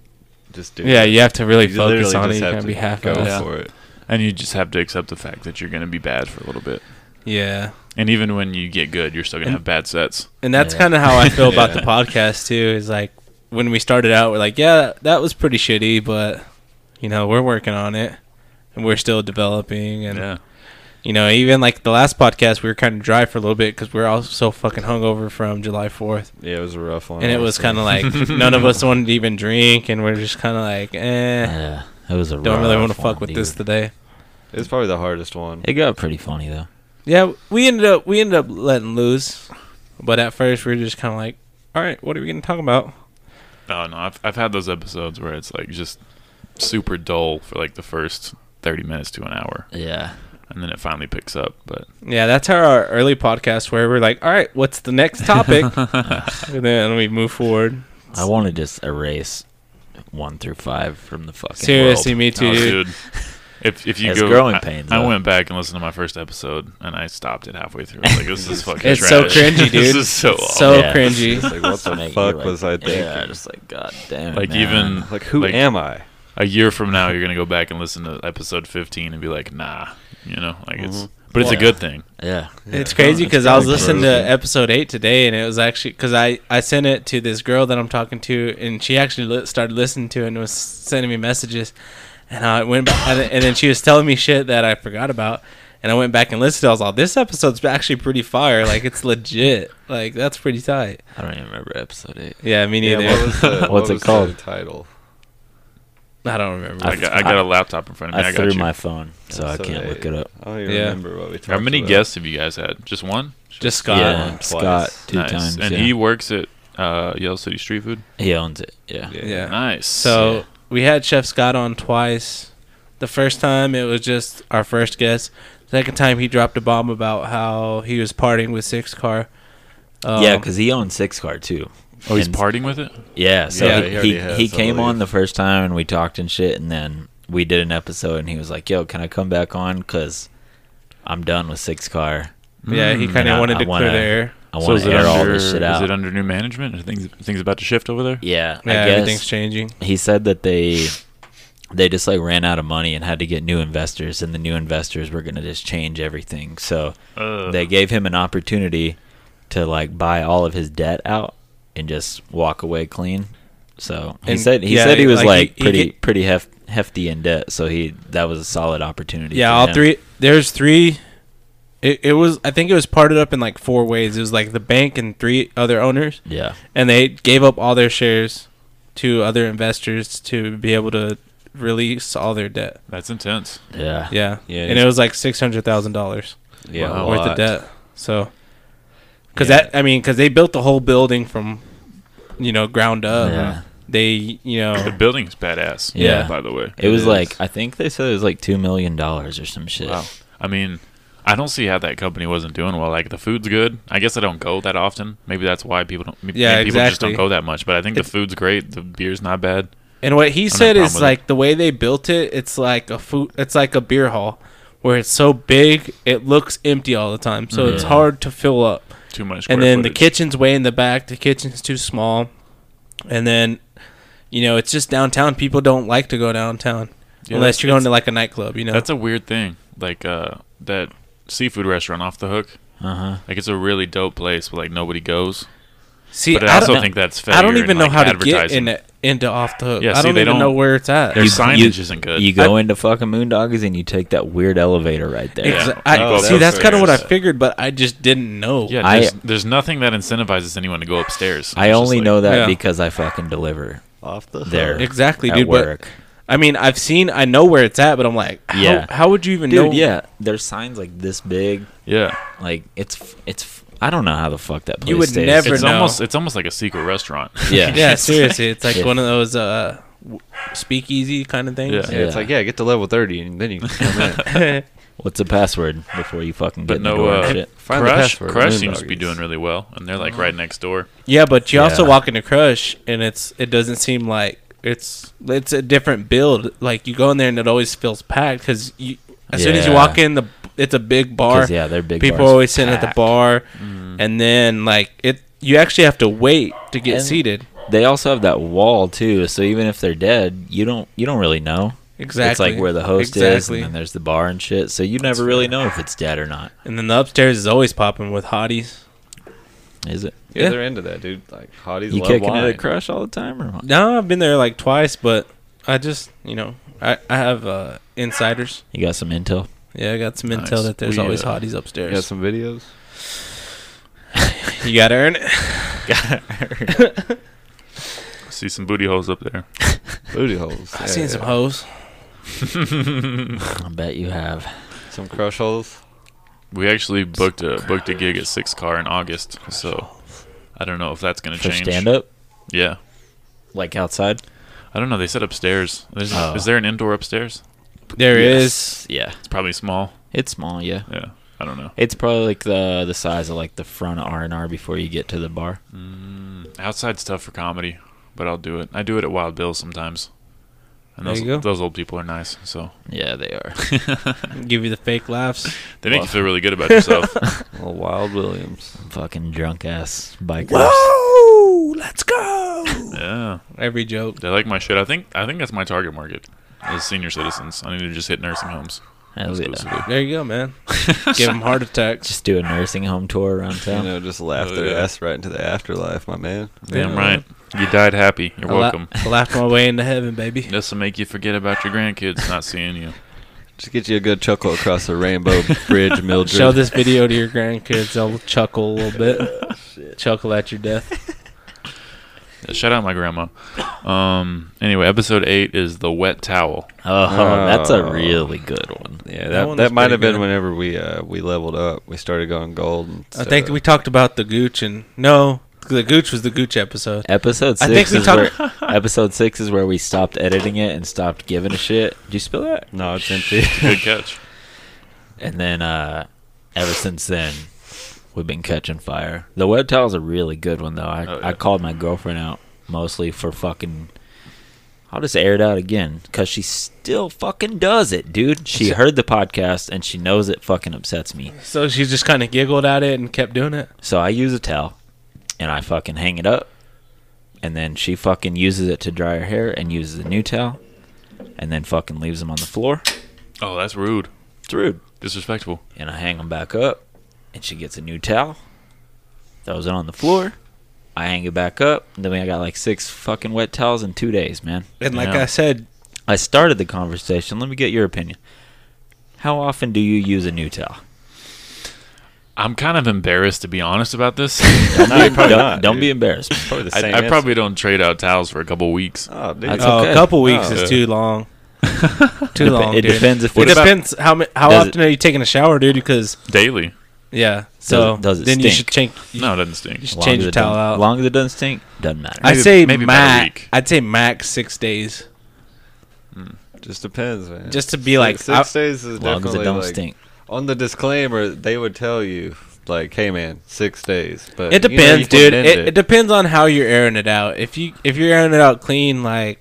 S3: just do.
S4: yeah,
S3: it.
S4: you have to really
S3: You
S4: focus
S3: literally
S4: on it.
S3: just
S4: You
S3: have
S4: can't
S3: to
S4: be half
S3: go
S4: assed.
S1: Yeah.
S3: for it.
S1: and you just have to accept the fact that you're going to be bad for a little bit.
S4: Yeah,
S1: And even when you get good, you're still going to
S4: And-
S1: have bad sets.
S4: and that's
S5: Yeah.
S4: kind of how I feel
S3: (laughs)
S4: about
S3: Yeah.
S4: the podcast too. Is like when we started out, we're like, yeah, that was pretty shitty, but you know, we're working on it, and we're still developing, and
S1: Yeah.
S4: you know, even like the last podcast, we were kind of dry for a little bit because we were all so fucking hungover from July Fourth.
S3: Yeah, it was a rough one.
S4: and it was
S3: honestly.
S4: kind
S3: (laughs)
S4: of like none of us wanted to even drink, and we're just kind of like, (laughs) eh,
S5: Yeah, it was a.
S4: don't really
S5: rough
S4: want to fuck
S5: one,
S4: with
S5: dude.
S4: this today.
S3: It was probably the hardest one.
S5: It got pretty funny though.
S4: Yeah, we ended up we ended up letting loose, but at first we were just kind of like, all right, what are we gonna talk about?
S1: Oh no, I've I've had those episodes where it's like just super dull for like the first 30 minutes to an hour,
S5: Yeah.
S1: and then it finally picks up. But
S4: Yeah, that's how our early podcast where we're like, all right, what's the next topic, and then we move forward.
S5: I want to just erase one through five from the fucking
S4: Seriously,
S5: world.
S4: me too,
S1: Oh,
S4: dude.
S1: If, if you
S5: It's
S1: go,
S5: growing
S1: I,
S5: pains,
S1: I
S5: though.
S1: went back and listened to my first episode, and I stopped it halfway through. I was like, this
S4: (laughs)
S1: is fucking.
S4: It's
S1: trash.
S4: so
S1: (laughs)
S4: cringy,
S1: this
S4: dude.
S1: is so.
S4: It's
S1: awful.
S4: so cringy.
S5: (laughs) It's like, what the
S3: (laughs) Fuck
S5: you're like-
S3: was I
S5: Yeah,
S3: thinking?
S5: just like god damn. it,
S1: Like
S5: man.
S1: even
S3: Like, who am I?
S1: a year from now, you're gonna go back and listen to episode 15 and be like, nah, you know, like it's.
S4: Mm-hmm.
S1: But it's a
S5: Yeah.
S1: good thing.
S5: yeah.
S4: It's crazy
S5: It's
S4: because I was
S5: kinda
S4: listening to
S5: crazy.
S4: episode eight today, and it was actually because I I sent it to this girl that I'm talking to, and she actually li- started listening to it and was sending me messages, and I went back, and, then- and then she was telling me shit that I forgot about, and I went back and listened. I was like, this episode's actually pretty fire. Like it's legit. Like that's pretty tight.
S5: I don't even remember episode eight.
S4: Yeah, me neither.
S3: what
S4: (laughs)
S3: was the,
S5: What's
S3: what
S5: it
S3: was
S5: called?
S3: The title.
S4: I don't remember.
S1: I
S5: I-
S1: got, I got a laptop in front of me.
S5: I,
S1: I, got
S5: threw
S1: you.
S5: my phone, so I
S3: Episode
S5: can't
S3: eight.
S5: look it up.
S3: I don't even
S4: Yeah.
S3: remember what we talked
S1: How many
S3: about.
S1: guests have you guys had? Just one.
S4: Just Scott.
S5: yeah,
S3: Twice.
S5: Scott two
S1: nice.
S5: times,
S1: And
S5: yeah.
S1: he works at uh, Yellow City Street Food.
S5: He owns it. Yeah.
S3: Yeah.
S4: Yeah.
S1: Nice.
S4: So we had Chef Scott on twice. The first time it was just our first guest. Second time he dropped a bomb about how he was partying with Six Car. Um,
S5: Yeah, because he owns Six Car too.
S1: oh, he's
S5: and-
S1: partying with it.
S5: Yeah, so
S4: Yeah,
S5: he-
S3: he already
S5: he,
S3: has,
S5: he,
S3: I
S5: came on
S3: believe.
S5: the first time and we talked and shit, and then we did an episode and he was like, "Yo, can I come back on? Cause I'm done with Six Car.
S4: yeah, he kind
S5: and
S4: of
S5: I-
S4: wanted
S5: I
S4: to
S5: wanna-
S4: clear the air.
S5: Mm. I
S1: So
S5: want
S1: is
S5: to
S1: it
S5: air
S1: under
S5: all this
S1: is
S5: shit out."
S1: it under new management? Are things things about to shift over there?
S5: yeah,
S4: Yeah,
S5: I guess
S4: everything's changing.
S5: he said that they they just like ran out of money and had to get new investors, and the new investors were gonna just change everything. So
S1: Uh,
S5: they gave him an opportunity to like buy all of his debt out and just walk away clean. So he
S4: And,
S5: said he
S4: yeah,
S5: said he was
S4: like,
S5: like,
S4: he- he
S5: pretty
S4: get-
S5: pretty hef- hefty in debt. So he that was a solid opportunity.
S4: Yeah,
S5: for
S4: all
S5: him.
S4: three. There's three. It, it was I think it was parted up in like four ways. It was like the bank and three other owners,
S5: Yeah,
S4: and they gave up all their shares to other investors to be able to release all their debt.
S1: that's intense.
S5: yeah,
S4: Yeah.
S3: Yeah,
S4: and it was like six hundred thousand dollars
S3: Yeah,
S1: Wow.
S3: a
S4: worth of
S3: lot.
S4: debt. So, because
S5: Yeah.
S4: that I mean, because they built the whole building from, you know, ground up.
S5: Yeah.
S4: They you
S1: The (coughs)
S4: know
S1: building is badass.
S5: Yeah.
S1: By the way,
S5: It was
S3: is.
S5: like I think they said it was like two million dollars or some shit.
S1: wow. I mean, I don't see how that company wasn't doing well. Like the food's good. I guess I don't go that often. Maybe that's why people don't. Maybe
S4: Yeah,
S1: people just don't
S4: exactly.
S1: go that much. But I think the
S4: It's-
S1: food's great. The beer's not bad.
S4: and what he
S1: no
S4: said
S1: problem
S4: is
S1: with
S4: like the way they built it. It's like a food. It's like a beer hall where it's so big it looks empty all the time. So it's
S5: Mhm.
S4: hard to fill up.
S1: Too much.
S4: and
S1: square
S4: then the
S1: footage.
S4: kitchen's way in the back. The kitchen's too small. And then, you know, it's just downtown. People don't like to go downtown
S1: Yeah,
S4: unless
S1: that's-
S4: you're going to like a nightclub. You know,
S1: That's a weird thing. Like uh, that seafood restaurant off the hook.
S5: Uh huh.
S1: Like it's a really dope place, but like nobody goes.
S4: See,
S1: but I,
S4: I
S1: also
S4: don't,
S1: think that's failure
S4: I don't even
S1: in,
S4: know
S1: like,
S4: how to get
S1: advertising.
S4: in it, into off the hook.
S1: Yeah,
S4: I
S1: see,
S4: don't
S1: they
S4: even
S1: don't-
S4: know where it's at.
S1: Their
S5: You-
S1: signage
S5: you-
S1: isn't good.
S5: You go into fucking Moondoggies and you take that weird elevator right there.
S1: Yeah.
S4: Exa- I,
S3: Oh, that's
S4: see, that's kind of what I
S3: fair.
S4: figured, but I just didn't know.
S1: yeah,
S5: I-
S1: there's, there's nothing that incentivizes anyone to go upstairs.
S5: I
S1: It's just
S5: only
S1: like-
S5: know that
S4: Yeah.
S5: because I fucking deliver
S3: Off the
S5: there.
S3: hook.
S4: exactly,
S5: at
S4: dude.
S5: work.
S4: But I mean, I've seen, I know where it's at, but I'm like, how,
S5: Yeah.
S4: how would you even
S5: Dude,
S4: know?
S5: yeah, there's signs like this big.
S1: Yeah,
S5: Like it's f- it's f- I don't know how the fuck that place
S4: You would
S5: stays.
S4: never
S1: it's
S4: know.
S1: almost it's almost like a secret restaurant. (laughs)
S5: Yeah.
S3: (laughs)
S4: yeah. Seriously, it's like
S5: Yeah.
S4: one of those uh, w- speakeasy kind of things.
S1: Yeah.
S3: Yeah, it's like yeah, get to level thirty and then you can
S4: (laughs)
S3: come in.
S5: What's the password before you fucking get
S1: But
S5: in the
S1: no,
S5: door and
S1: uh,
S5: shit?
S3: Find the
S1: Crush
S3: password,
S1: Crush
S3: Moon
S1: seems to be
S3: Doggies.
S1: doing really well, and they're like right next
S3: (laughs)
S1: door.
S4: Yeah, but you also
S5: Yeah.
S4: walk into Crush, and it's it doesn't seem like it's it's a different build. Like you go in there, and it always feels packed because you as soon as you
S5: Yeah.
S4: walk in, the it's a big bar.
S5: 'Cause, yeah, they're big.
S4: People
S5: bars.
S4: are always sitting at the
S5: Packed. Mm.
S4: bar, and then like it, you actually have to wait to get
S5: And-
S4: seated.
S5: They also have that wall too, so even if they're dead, you don't you don't really know.
S4: Exactly.
S5: It's like where the host is,
S4: exactly.
S5: and then there's the bar and shit. So you never really know if it's dead or not.
S4: And then the upstairs is always popping with hotties.
S5: Is it?
S3: Yeah,
S4: Yeah.
S3: they're into that, dude. Like hotties
S5: You
S3: love
S5: kicking
S3: wine.
S5: it at Crush all the time or what?
S4: No, I've been there like twice, but I just you know I I have uh, insiders.
S5: You got some intel?
S4: Yeah, I got some intel
S1: Nice.
S4: that there's
S1: We,
S4: always
S1: uh,
S4: hotties upstairs.
S3: You got some videos.
S4: You gotta earn (sighs) it.
S1: See some booty holes up there. (laughs)
S3: Booty
S4: (laughs)
S3: holes.
S4: I've seen some
S3: yeah.
S4: hoes.
S5: I bet you have.
S3: Some crush holes.
S1: We actually booked a booked a gig at Six Car in August, so I don't know if that's gonna
S5: For
S1: change.
S5: stand up,
S1: Yeah,
S5: like outside.
S1: I don't know. They said upstairs. There's,
S5: Oh.
S1: Is there an indoor upstairs?
S4: There is.
S5: Yeah,
S1: It's probably small.
S5: it's small. Yeah,
S1: Yeah, I don't know.
S5: it's probably like the the size of like the front R and R before you get to the bar.
S1: Outside's tough for comedy. but I'll do it. I do it at Wild Bill's sometimes. And
S4: There
S1: those,
S4: you go.
S1: those old people are nice,
S4: (laughs)
S1: so
S5: Yeah, they are.
S1: (laughs)
S4: Give you the fake laughs.
S1: they make you feel really good about
S4: (laughs)
S1: yourself.
S3: Well, Wild Williams.
S5: Fucking drunk ass bikers.
S1: Whoa, let's go. yeah,
S4: Every joke.
S1: they like my shit. I think I think that's my target market is senior citizens. I need to just hit nursing homes.
S5: Hell yeah.
S1: exclusively.
S4: There you go,
S1: (laughs)
S4: man. (laughs) Give them heart attacks.
S5: Just do a nursing home tour around
S3: You
S5: town.
S3: know, just laugh
S1: Oh,
S3: their
S1: yeah.
S3: ass right into the afterlife, my man.
S1: Damn right. You died happy. You're
S4: I la-
S1: welcome.
S4: I laughed my way into heaven, baby.
S1: This will make you forget about your grandkids not seeing you.
S3: Just get you a good chuckle across the
S4: (laughs)
S3: rainbow bridge, Mildred.
S4: Show this video to your grandkids. They'll chuckle a little (laughs) bit. Chuckle at your death.
S1: Yeah, Shout out my grandma. Um. Anyway, episode eight is the wet towel.
S5: Oh, that's a
S3: Oh.
S5: really good one.
S3: Yeah,
S4: That
S3: that
S4: one
S3: that,
S4: was
S3: might
S4: pretty
S3: have been
S4: good.
S3: whenever we uh, we leveled up. We started going gold. And
S4: I
S1: uh,
S4: think we talked about the gooch and no, the gooch was the gooch episode.
S5: Episode
S4: I
S5: six
S4: think we
S5: is
S4: talked- (laughs)
S5: where episode six is where we stopped editing it and stopped giving a shit. Did you spill that?
S3: no, it's empty.
S5: (laughs)
S4: (laughs)
S1: Good catch.
S5: And then uh ever since then we've been catching fire. The web towel's a really good one though. I,
S1: Oh,
S5: I
S1: yeah.
S5: called my girlfriend out mostly for fucking I'll just air it out again because she still fucking does it, dude.
S1: (laughs)
S5: She heard the podcast and she knows it fucking upsets me.
S4: So she just kind of giggled at it and kept doing it.
S5: So I use a towel and I fucking hang it up. And then she fucking uses it to dry her hair and uses a new towel and then fucking leaves them on the floor.
S1: Oh, that's rude.
S5: It's rude.
S1: Disrespectful.
S5: and I hang them back up, and she gets a new towel, throws it on the floor. I hang it back up, and then I got like six fucking wet towels in two days, man.
S4: And like
S1: Yeah.
S4: I said,
S5: I started the conversation. Let me get your opinion. How often do you use a new
S4: (laughs)
S5: towel?
S1: I'm kind of embarrassed to be honest about
S3: (laughs)
S1: this.
S5: don't
S3: probably
S5: don't,
S3: not,
S5: don't
S3: dude.
S5: be embarrassed.
S3: Probably the
S1: I,
S3: same
S1: I
S3: answer.
S1: probably don't trade out towels for a couple weeks.
S3: Oh, dude.
S5: That's It's
S4: oh,
S5: okay.
S4: a couple weeks
S3: Oh.
S4: is
S1: (laughs)
S4: too long. too long.
S5: it
S4: dude.
S5: depends if
S4: it
S5: it's- What about-
S4: depends how ma- how
S5: Does
S4: often are you taking a shower, dude? Because
S1: Daily.
S4: yeah, so
S5: it- does it
S4: then you
S5: stink?
S4: should change. you-
S1: No, it doesn't stink.
S4: you should
S5: Long
S4: change
S5: as
S4: your
S5: it don't-
S4: towel out.
S5: Long as it doesn't stink, doesn't matter.
S4: I'd
S1: Maybe-
S4: say
S1: maybe about a
S4: max.
S1: week.
S4: I'd say max six days,
S3: just depends, man.
S4: just to be like,
S3: six,
S4: I-
S3: days is
S5: as long as
S3: definitely
S5: it don't
S3: like,
S5: stink.
S3: On the disclaimer, they would tell you like, "Hey, man, six days." But
S4: It
S3: you know, you
S4: depends,
S3: can
S4: dude.
S3: bend
S4: It, it depends on how you're airing it out. If you if you're airing it out clean, like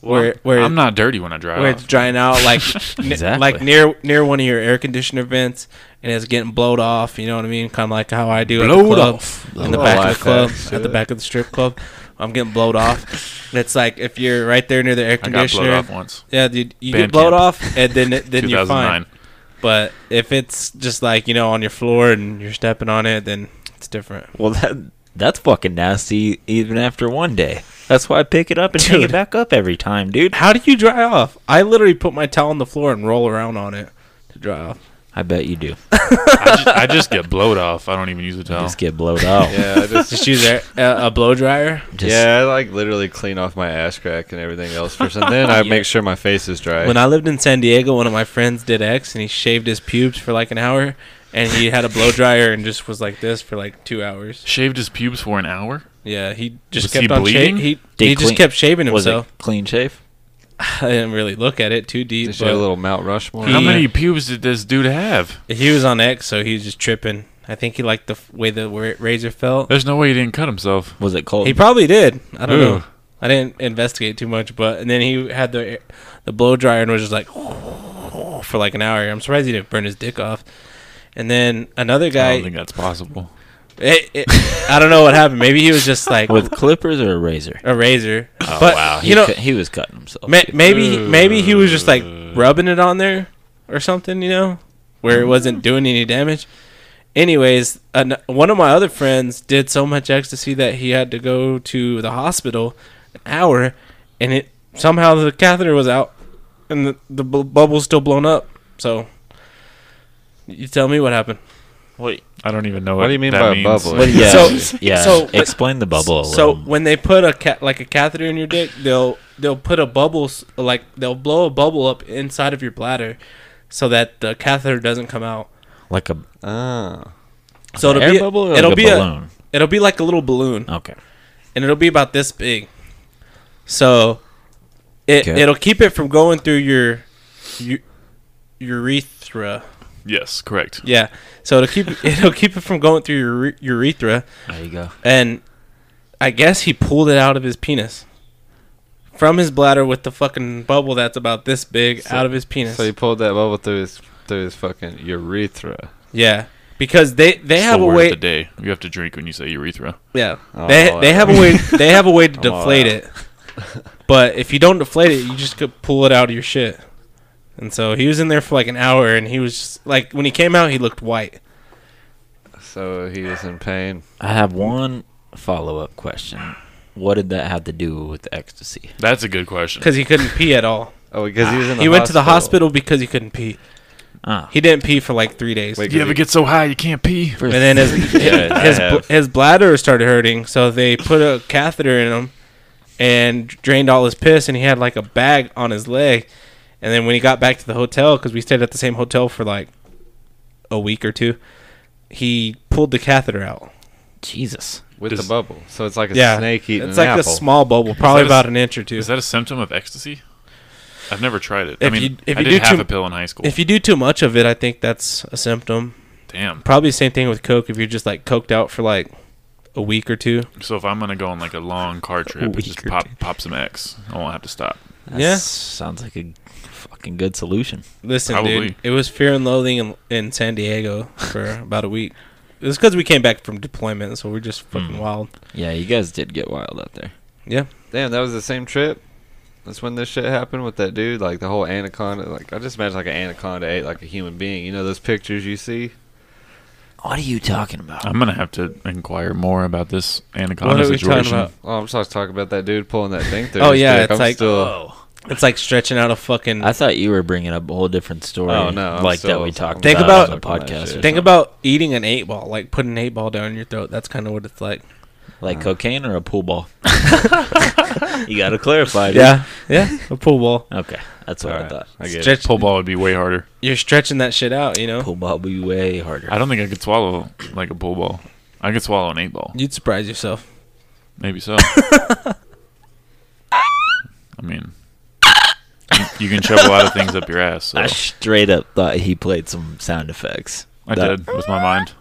S4: where where
S1: I'm not dirty when I dry
S4: where
S1: off.
S4: it's drying out,
S1: (laughs)
S4: like ne-
S5: Exactly.
S4: like near near one of your air conditioner vents, and it's getting blowed off. You know what I mean? Kind of like how I do at the
S1: Blowed
S4: club,
S1: off.
S4: in the
S3: Blowed
S4: back
S3: off.
S4: of the club,
S3: Shit.
S4: at the back of the strip club. I'm getting blowed off. And it's like if you're right there near the air
S1: I got blowed
S4: conditioner.
S1: off once.
S4: Yeah, dude, you
S1: Band
S4: get blowed
S1: camp.
S4: off, and then it- then you're fine.
S1: 2009.
S4: But if it's just like you know on your floor and you're stepping on it, then it's different.
S5: Well, that that's fucking nasty. Even after one day, that's why I pick it up and hang
S4: Dude.
S5: it back up every time, dude.
S4: How do you dry off? I literally put my towel on the floor and roll around on it to dry off.
S5: I bet you
S4: (laughs)
S5: do.
S1: I, just, I just get blowed off. I don't even use a towel.
S5: Just get blowed out.
S3: Yeah, I (laughs) just,
S4: Just use a, a, a blow dryer.
S5: Just-
S3: yeah, I like literally clean off my ass crack and everything else first, and then I
S4: (laughs)
S3: make sure my face is dry.
S4: When I lived in San Diego, one of my friends did X and he shaved his pubes for like an hour and he had a blow dryer and just was like this for like two hours.
S1: Shaved his pubes for an hour.
S4: Yeah, he just
S1: Was
S4: kept
S1: he
S4: on
S1: bleeding?
S4: shaving. He,
S5: Did
S4: he
S5: he
S4: just
S5: clean-
S4: kept shaving
S5: was
S4: himself. (laughs)
S5: it clean shave?
S4: I didn't really look at it too deep,
S3: Did you have
S4: but
S3: a little Mount Rushmore?
S1: How
S4: He-
S1: many pubes did this dude have?
S4: he was on X, so he was just tripping. I think he liked the f- way the wa- razor felt.
S1: There's no way he didn't cut himself.
S5: Was it cold?
S4: He probably did. I don't
S1: Ooh.
S4: know. I didn't investigate too much, but and then he had the the blow dryer and was just like (laughs) for like an hour. I'm surprised he didn't burn his dick off. And then another
S1: I
S4: guy,
S1: don't think that's possible.
S4: it- it- I don't know what happened. Maybe he was just like
S5: (laughs) with clippers or a
S4: (laughs)
S5: razor?
S4: a razor, but
S5: he
S4: you know,
S5: cut- he was cutting himself.
S4: ma-
S5: dude.
S4: maybe maybe he was just like rubbing it on there or something, you know, where it
S5: Mm.
S4: wasn't doing any damage. Anyways, an- one of my other friends did so much ecstasy that he had to go to the hospital an hour, and it somehow the catheter was out, and the the bu- bubble's still blown up. So, you tell me what happened.
S1: Wait, I don't even know what,
S3: What do you mean
S1: that
S3: by a
S1: means.
S3: bubble?
S5: Well, yeah,
S4: So-
S5: yeah.
S4: so- but-
S5: explain the bubble. A
S4: So
S5: little.
S4: when they put a cat like a catheter in your dick, they'll they'll put a bubble s- like they'll blow a bubble up inside of your bladder, so that the catheter doesn't come out.
S5: like a
S3: Ah.
S4: So it'll
S5: air
S4: be
S5: bubble or
S4: it'll
S5: like
S4: be
S5: a
S4: a,
S5: balloon. Oh.
S4: it'll be like a little balloon,
S5: okay,
S4: and it'll be about this big. So it
S5: Okay.
S4: it'll keep it from going through your, your urethra.
S1: (laughs) Yes, correct.
S4: Yeah. (laughs) So it'll keep it'll keep it from going through your ure- urethra,
S5: there you go.
S4: and I guess he pulled it out of his penis. From his bladder with the fucking bubble that's about this big
S3: So-
S4: out of his penis.
S3: So he pulled that bubble through his through his fucking urethra.
S4: yeah. Because they, they
S1: It's
S4: have
S1: the
S4: a
S1: word
S4: way
S1: of the day. You have to drink when you say urethra.
S4: Yeah.
S3: Oh,
S4: they
S3: all
S4: they
S3: out.
S4: have
S3: (laughs)
S4: a way they have a way to
S3: I'm all
S4: deflate
S3: out.
S4: it. But if you don't deflate it, you just could pull it out of your shit. And so he was in there for like an hour and he was just, like when he came out he looked white.
S3: So he was in pain.
S5: I have one follow up question. What did that have to do with ecstasy?
S1: That's a good question.
S4: Because he couldn't pee at all.
S3: Oh, because he was in the
S4: Ah. he went to the hospital because he couldn't pee.
S5: Ah,
S4: He didn't pee for like three days.
S3: Wait,
S1: You ever get so high you can't pee?
S5: for
S4: and then his
S5: (laughs)
S3: (laughs)
S4: his,
S3: Yeah, I
S4: his,
S3: have.
S4: bl- his bladder started hurting, so they put a catheter in him and drained all his piss, and he had like a bag on his leg. And then when he got back to the hotel, because we stayed at the same hotel for like a week or two, he pulled the catheter out.
S5: Jesus.
S3: with
S1: Does-
S3: the bubble. So it's like a
S4: yeah,
S3: snake eating
S4: it's
S3: an
S4: like a
S3: apple.
S4: small bubble, probably
S1: that a
S4: about
S1: s-
S4: an inch or two.
S1: Is that a symptom of ecstasy? I've never tried it. I
S4: If
S1: mean,
S4: you- if
S1: I
S4: you
S1: did
S4: do
S1: half
S4: too-
S1: a pill in high school.
S4: if you do too much of it, I think that's a symptom.
S1: Damn.
S4: Probably same thing with coke. If you're just like coked out for like a week or two,
S1: So if I'm gonna go on like a long car trip, and just
S5: week or
S1: pop
S5: two.
S1: pop some X. I won't have to stop.
S5: That
S4: Yeah.
S5: Sounds like a fucking good solution.
S4: Listen,
S1: Probably.
S4: dude, it was fear and loathing in, in San Diego
S1: (laughs)
S4: for about a week. It was because we came back from deployment, so we're just fucking
S5: Hmm.
S4: wild.
S5: Yeah, you guys did get wild out there.
S4: Yeah,
S3: Damn, that was the same trip. That's when this shit happened with that dude, like the whole anaconda. Like I just imagine like an anaconda ate like a human being. You know those pictures you see?
S5: What are you talking about?
S1: I'm gonna have to inquire more about this anaconda
S4: What are we talking
S1: situation.
S4: about?
S3: Oh, I'm just talking about that dude pulling that thing through.
S4: Oh,
S3: his
S4: yeah,
S3: dick.
S4: it's
S3: I'm
S4: like-
S3: still,
S5: oh.
S4: Oh. it's like stretching out a fucking.
S5: I thought you were bringing up a whole different story.
S3: Oh, no, I'm
S5: like that
S3: still-
S5: we talked
S4: Think
S5: about,
S4: about-
S5: on the podcast.
S3: Think
S5: or
S4: think
S5: something.
S4: about eating an eight ball, like putting an eight ball down your throat. That's kind of what it's like.
S5: like cocaine or a pool
S4: (laughs)
S5: ball. (laughs) you got to clarify. dude.
S4: Yeah, yeah, a pool ball.
S5: Okay, that's what I
S3: Alright,
S5: thought.
S3: I get it.
S4: Stretch,
S1: Pull ball would be way harder.
S4: you're stretching that shit out, you know.
S5: Pool ball would be way harder.
S1: I don't think I could swallow like a pool ball. I could swallow an eight ball.
S4: You'd surprise yourself.
S1: Maybe
S4: (laughs)
S1: so. I mean, you can shove a lot of things up your ass. So.
S5: I straight up thought he played some sound effects.
S1: I
S5: That-
S1: did with my mind.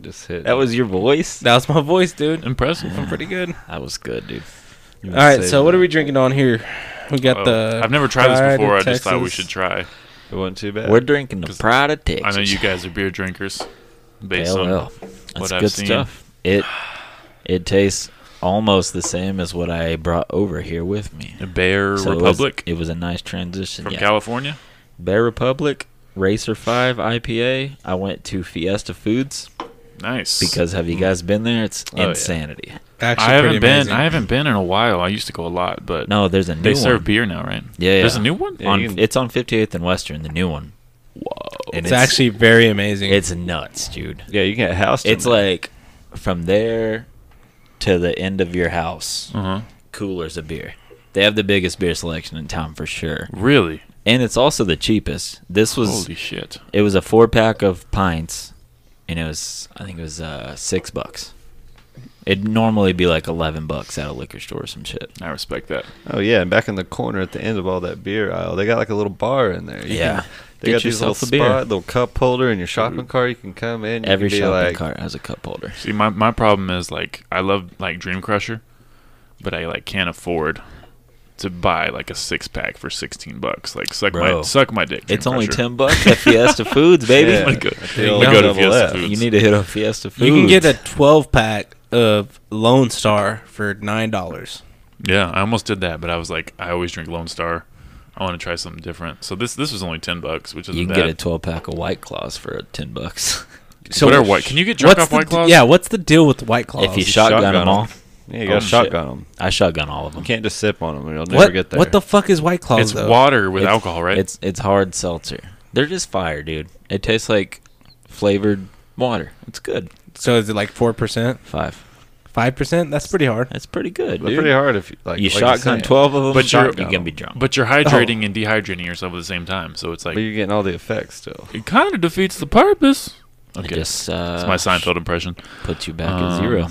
S3: Just hit.
S5: That was your voice.
S4: That was my voice, dude.
S1: Impressive.
S4: I'm pretty good.
S5: That was good, dude.
S4: All right, so what are we drinking on here? We got
S1: Oh,
S4: the.
S1: I've never tried this
S4: Pride of
S1: before. I just thought we
S4: Texas.
S1: should try.
S3: It wasn't too bad.
S5: We're drinking the
S1: 'Cause
S5: Pride of Texas.
S1: I know you guys are beer drinkers. Based
S5: Hell
S1: on
S5: well.
S1: what
S5: That's
S1: I've
S5: good
S1: seen.
S5: stuff. It it tastes almost the same as what I brought over here with me.
S1: Bear
S5: So it was-
S1: Republic
S5: It was, a nice transition.
S1: from
S5: yeah.
S1: California.
S5: Bear Republic, Racer Five IPA. I went to Fiesta Foods
S1: Nice.
S5: because have you
S1: Mm.
S5: guys been there? It's
S3: Oh, yeah.
S5: insanity.
S4: Actually,
S1: I haven't
S4: pretty
S1: been.
S4: amazing.
S1: I haven't been in a while. I used to go a lot, but
S5: No, there's a new
S1: they
S5: one.
S1: serve beer now, right?
S5: Yeah, yeah.
S1: There's a new one.
S3: Yeah,
S5: on,
S3: you can-
S5: It's on 58th and Western, the new one. Whoa! And
S4: It's, actually very amazing.
S5: it's nuts, dude.
S3: Yeah, you can get housed. in
S5: It's
S3: there.
S5: like from there to the end of your house,
S1: Uh huh.
S5: coolers of beer. They have the biggest beer selection in town for sure,
S1: Really?
S5: and it's also the cheapest. This was
S1: Holy shit!
S5: it was a four pack of pints, and it was I think it was uh, six bucks. It'd normally be like eleven bucks at a liquor store or some shit.
S1: I respect that.
S3: Oh yeah, and back in the corner at the end of all that beer aisle, they got like a little bar in there. You
S5: Yeah.
S3: can- they
S5: Get
S3: got these little
S5: yourself a beer. Mm-hmm.
S3: spot, little cup holder in your shopping cart. You can come in. You
S5: Every
S3: can be
S5: shopping
S3: like,
S5: cart has a cup holder.
S1: See, my my problem is like I love like Dream Crusher, but I like can't afford to buy like a six pack for sixteen bucks. Like suck my
S5: Bro.
S1: suck my dick. Dream
S5: It's only
S1: Crusher.
S5: ten bucks at Fiesta Foods, baby.
S3: (laughs) Yeah.
S1: We go,
S3: the
S1: we
S3: old
S1: go to
S3: double
S1: Fiesta
S3: F.
S1: Foods.
S5: You need to hit up Fiesta Foods.
S4: You can get a 12 pack of Lone Star for nine dollars.
S1: Yeah, I almost did that, but I was like, I always drink Lone Star. I want to try something different. So this this was only ten bucks, which isn't
S5: You can
S1: bad.
S5: get a twelve pack of White Claws for
S3: (laughs)
S5: ten bucks (laughs)
S1: So what are white? Can you get drunk off White Claws?
S4: yeah, what's the deal with White Claws?
S5: if you shotgun,
S3: shotgun
S5: them
S3: 'em.
S5: all.
S3: yeah, you
S5: Oh,
S3: got to
S5: shit.
S3: shotgun them.
S5: I shotgun all of
S3: You
S5: them.
S3: can't just sip on them. You'll never
S4: what,
S3: get there.
S4: what the fuck is White Claws
S1: it's
S4: though?
S1: water with
S5: It's-
S1: alcohol, right?
S5: It's it's hard seltzer. They're just fire, dude. It tastes like flavored water. It's good.
S4: so is it like four percent,
S5: Five.
S4: five percent? That's pretty hard.
S5: That's pretty good,
S3: They're
S5: dude.
S3: pretty hard if you like.
S5: you
S3: like you're
S5: shotgun
S3: saying.
S5: twelve of them,
S1: But you're-
S5: you can be drunk.
S1: but you're hydrating and dehydrating yourself at the same time, so it's like
S3: but you're getting all the effects still.
S1: it kind of defeats the purpose.
S5: It
S1: Okay,
S5: just uh,
S1: that's my Seinfeld impression.
S5: puts you back
S1: Um,
S5: at zero.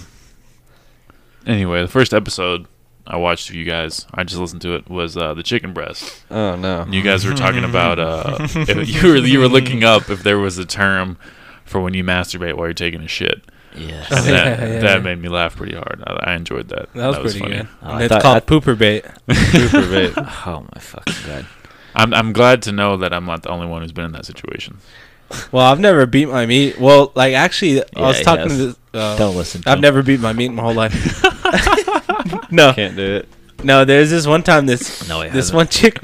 S1: Anyway, the first episode I watched of you guys, I just listened to it was uh, the chicken breast.
S3: Oh no.
S1: And you guys were
S4: (laughs)
S1: talking about uh,
S4: (laughs)
S1: if you were you were looking up if there was a term for when you masturbate while you're taking a shit.
S5: Yes.
S1: And (laughs)
S4: Yeah,
S1: that,
S4: yeah,
S1: that
S4: yeah.
S1: made me laugh pretty hard. I, I enjoyed that.
S4: That was, pretty good.
S5: Oh,
S4: And
S5: I
S4: it's
S5: thought-
S4: called
S5: I-
S4: pooper bait.
S1: (laughs)
S3: Super bait.
S5: oh my fucking god.
S1: I'm I'm glad to know that I'm not the only one who's been in that situation.
S4: Well, I've never beat my meat. Well, like actually, I
S5: Yeah,
S4: was
S5: he
S4: talking to
S5: has.
S4: this. Uh,
S5: Don't listen. To
S4: I've
S5: him.
S4: never beat my meat in my
S5: (laughs)
S4: whole life. (laughs) no,
S3: Can't do it.
S4: no. There's this one time this
S5: No, he
S4: this
S5: hasn't.
S4: one chick. (laughs)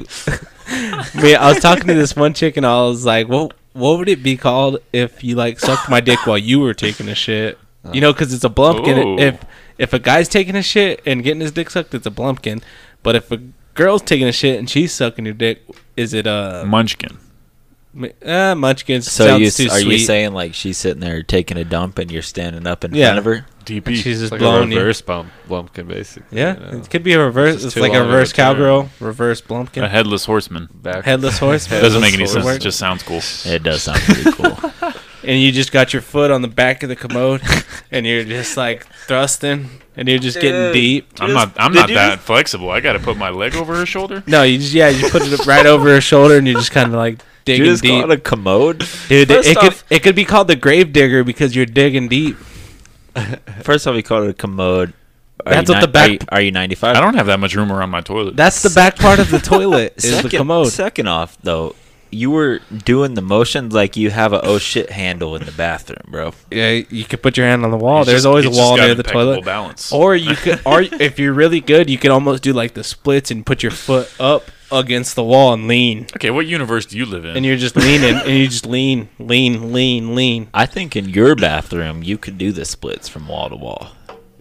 S4: me, I was talking to this one chick and I was like, "What? What would it be called if you like sucked my dick while you were taking a shit? You know, because it's a blumpkin.
S1: Ooh.
S4: If if a guy's taking a shit and getting his dick sucked, it's a blumpkin. But if a girl's taking a shit and she's sucking your dick, is it uh, a
S1: Munchkin.
S4: uh, munchkins?
S5: So
S4: sounds
S5: you
S4: too
S5: are you
S4: sweet.
S5: saying like she's sitting there taking a dump and you're standing up in
S4: Yeah.
S5: front of her?
S1: DP.
S4: She's
S3: It's
S4: just
S3: like
S4: blowing
S3: a
S4: you.
S3: reverse bump, bumpkin, basically.
S4: Yeah,
S3: you know.
S4: it could be a reverse.
S3: This is
S4: It's
S3: too
S4: like
S3: long
S4: a
S3: of a
S4: reverse
S3: term.
S4: cowgirl, reverse blumpkin,
S1: a headless horseman.
S3: Back-
S4: headless horse.
S1: It doesn't make any
S4: headless
S1: sense.
S4: horse.
S1: It just sounds cool.
S5: It does sound
S1: (laughs)
S5: pretty cool.
S4: and you just got your foot on the back of the commode, (laughs) and you're just like thrusting, and you're just getting
S3: Dude.
S4: deep.
S1: I'm not. I'm
S3: Did
S1: not
S3: you
S1: that
S3: just-
S1: flexible. I got to put my leg over her shoulder.
S4: No, you just yeah, you put it up right over her shoulder, and you're just kind of like digging
S5: you just
S4: deep,
S5: call it a commode.
S4: dude.
S5: First
S4: It
S5: off-
S4: could it could be called the grave digger because you're digging deep.
S5: First off, you call it a commode. Are
S4: That's
S5: you
S4: what
S5: ni-
S4: the back-
S5: Are you, are you 95?
S1: I don't have that much room around my toilet.
S4: That's the back part
S5: (laughs)
S4: of the toilet is
S5: second,
S4: the commode.
S5: Second off, though, you were doing the motion like you have a oh shit handle in the bathroom, bro.
S4: Yeah, you could put your hand on the wall.
S1: It's
S4: oh, There's
S1: just-
S4: always a
S1: it's just
S4: wall
S1: got
S4: near the
S1: impeccable
S4: toilet.
S1: Balance.
S4: Or you could, or (laughs) if you're really good, you could almost do like the splits and put your foot up against the wall and lean,
S1: okay, what universe do you live in?
S4: and you're just leaning, and you just lean, lean, lean, lean.
S5: I think in your bathroom you could do the splits from wall to wall.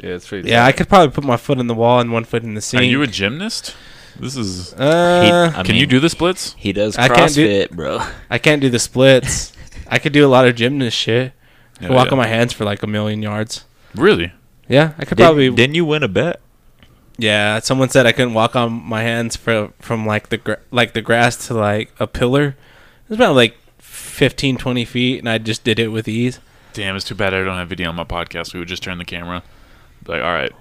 S3: Yeah, it's pretty.
S4: Yeah, I could probably put my foot in the wall and one foot in the
S1: Are
S4: sink.
S1: you a gymnast? This is.
S5: He-
S4: uh,
S5: I
S1: Can you
S5: mean,
S1: do the splits?
S5: He does
S4: I can't do-
S5: CrossFit,
S4: (laughs)
S5: bro.
S4: I can't do the splits. I could do a lot of gymnast shit.
S1: (laughs)
S4: I could
S1: Yeah,
S4: walk
S1: yeah.
S4: on my hands for like a million yards.
S1: Really?
S4: Yeah, I could
S5: Did,
S4: probably.
S5: Didn't you win a bet?
S4: Yeah, someone said I couldn't walk on my hands from from like the gra- like the grass to like a pillar. It was about like 15, 20 feet, and I just did it with ease.
S1: Damn, it's too bad I don't have video on my podcast. We would just turn the camera. Be like, all right,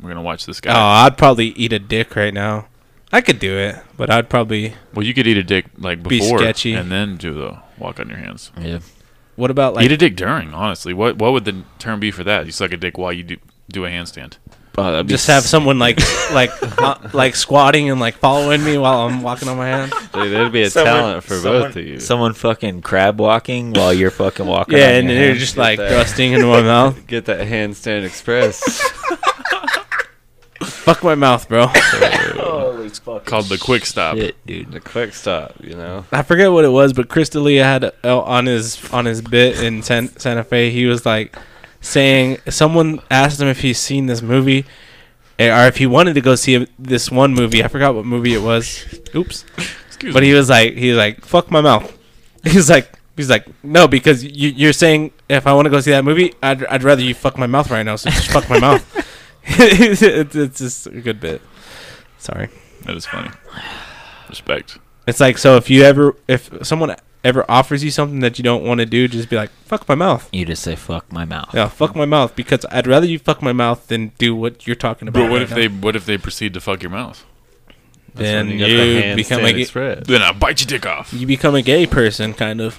S1: we're gonna watch this
S4: Oh,
S1: guy.
S4: I'd probably eat a dick right now. I could do it, but I'd probably.
S1: well, you could eat a dick like
S4: Be
S1: before,
S4: sketchy.
S1: and then do the walk on your hands.
S5: Yeah.
S4: What about like?
S1: eat a dick during. Honestly, what what would the term be for that? You suck a dick while you do do a handstand.
S4: just have someone like (laughs) like uh, like squatting and like following me while I'm walking on my hands.
S3: Dude, that'd be a
S5: Someone-
S3: talent for
S5: someone-
S3: both of you.
S5: someone fucking crab walking while you're fucking walking.
S4: Yeah,
S5: on
S4: and
S5: your
S4: they're
S5: hands.
S4: just like
S3: that.
S4: thrusting into my mouth.
S3: Get that handstand express.
S4: (laughs) Fuck my mouth, bro.
S1: called the quick stop.
S5: Shit, dude.
S3: the quick stop, you know.
S4: (laughs) I forget what it was, but Chris D'Elia had uh, on his on his bit in San, Santa Fe. He was like saying someone asked him if he's seen this movie eh, or if he wanted to go see a- this one movie. I forgot what movie it was. Oops.
S1: Excuse
S4: But
S1: me.
S4: he was like, he was like, fuck my mouth. (laughs) He's like, he's like, no, because you, you're saying if I want to go see that movie, I'd, I'd rather you fuck my mouth right now. So just fuck my mouth. (laughs) it's, it's just a good bit. Sorry.
S1: that is funny. Respect.
S4: It's like so if you ever if someone ever offers you something that you don't want to do, just be like, fuck my mouth.
S5: You just say fuck my mouth.
S4: Yeah, fuck my mouth because I'd rather you fuck my mouth than do what you're talking about.
S1: But what
S4: right
S1: if
S4: now.
S1: they what if they proceed to fuck your mouth?
S3: That's when
S4: then
S3: got the
S4: you become
S3: handstand
S4: a gay,
S3: express.
S1: Then I bite your dick off.
S4: you become a gay person kind of.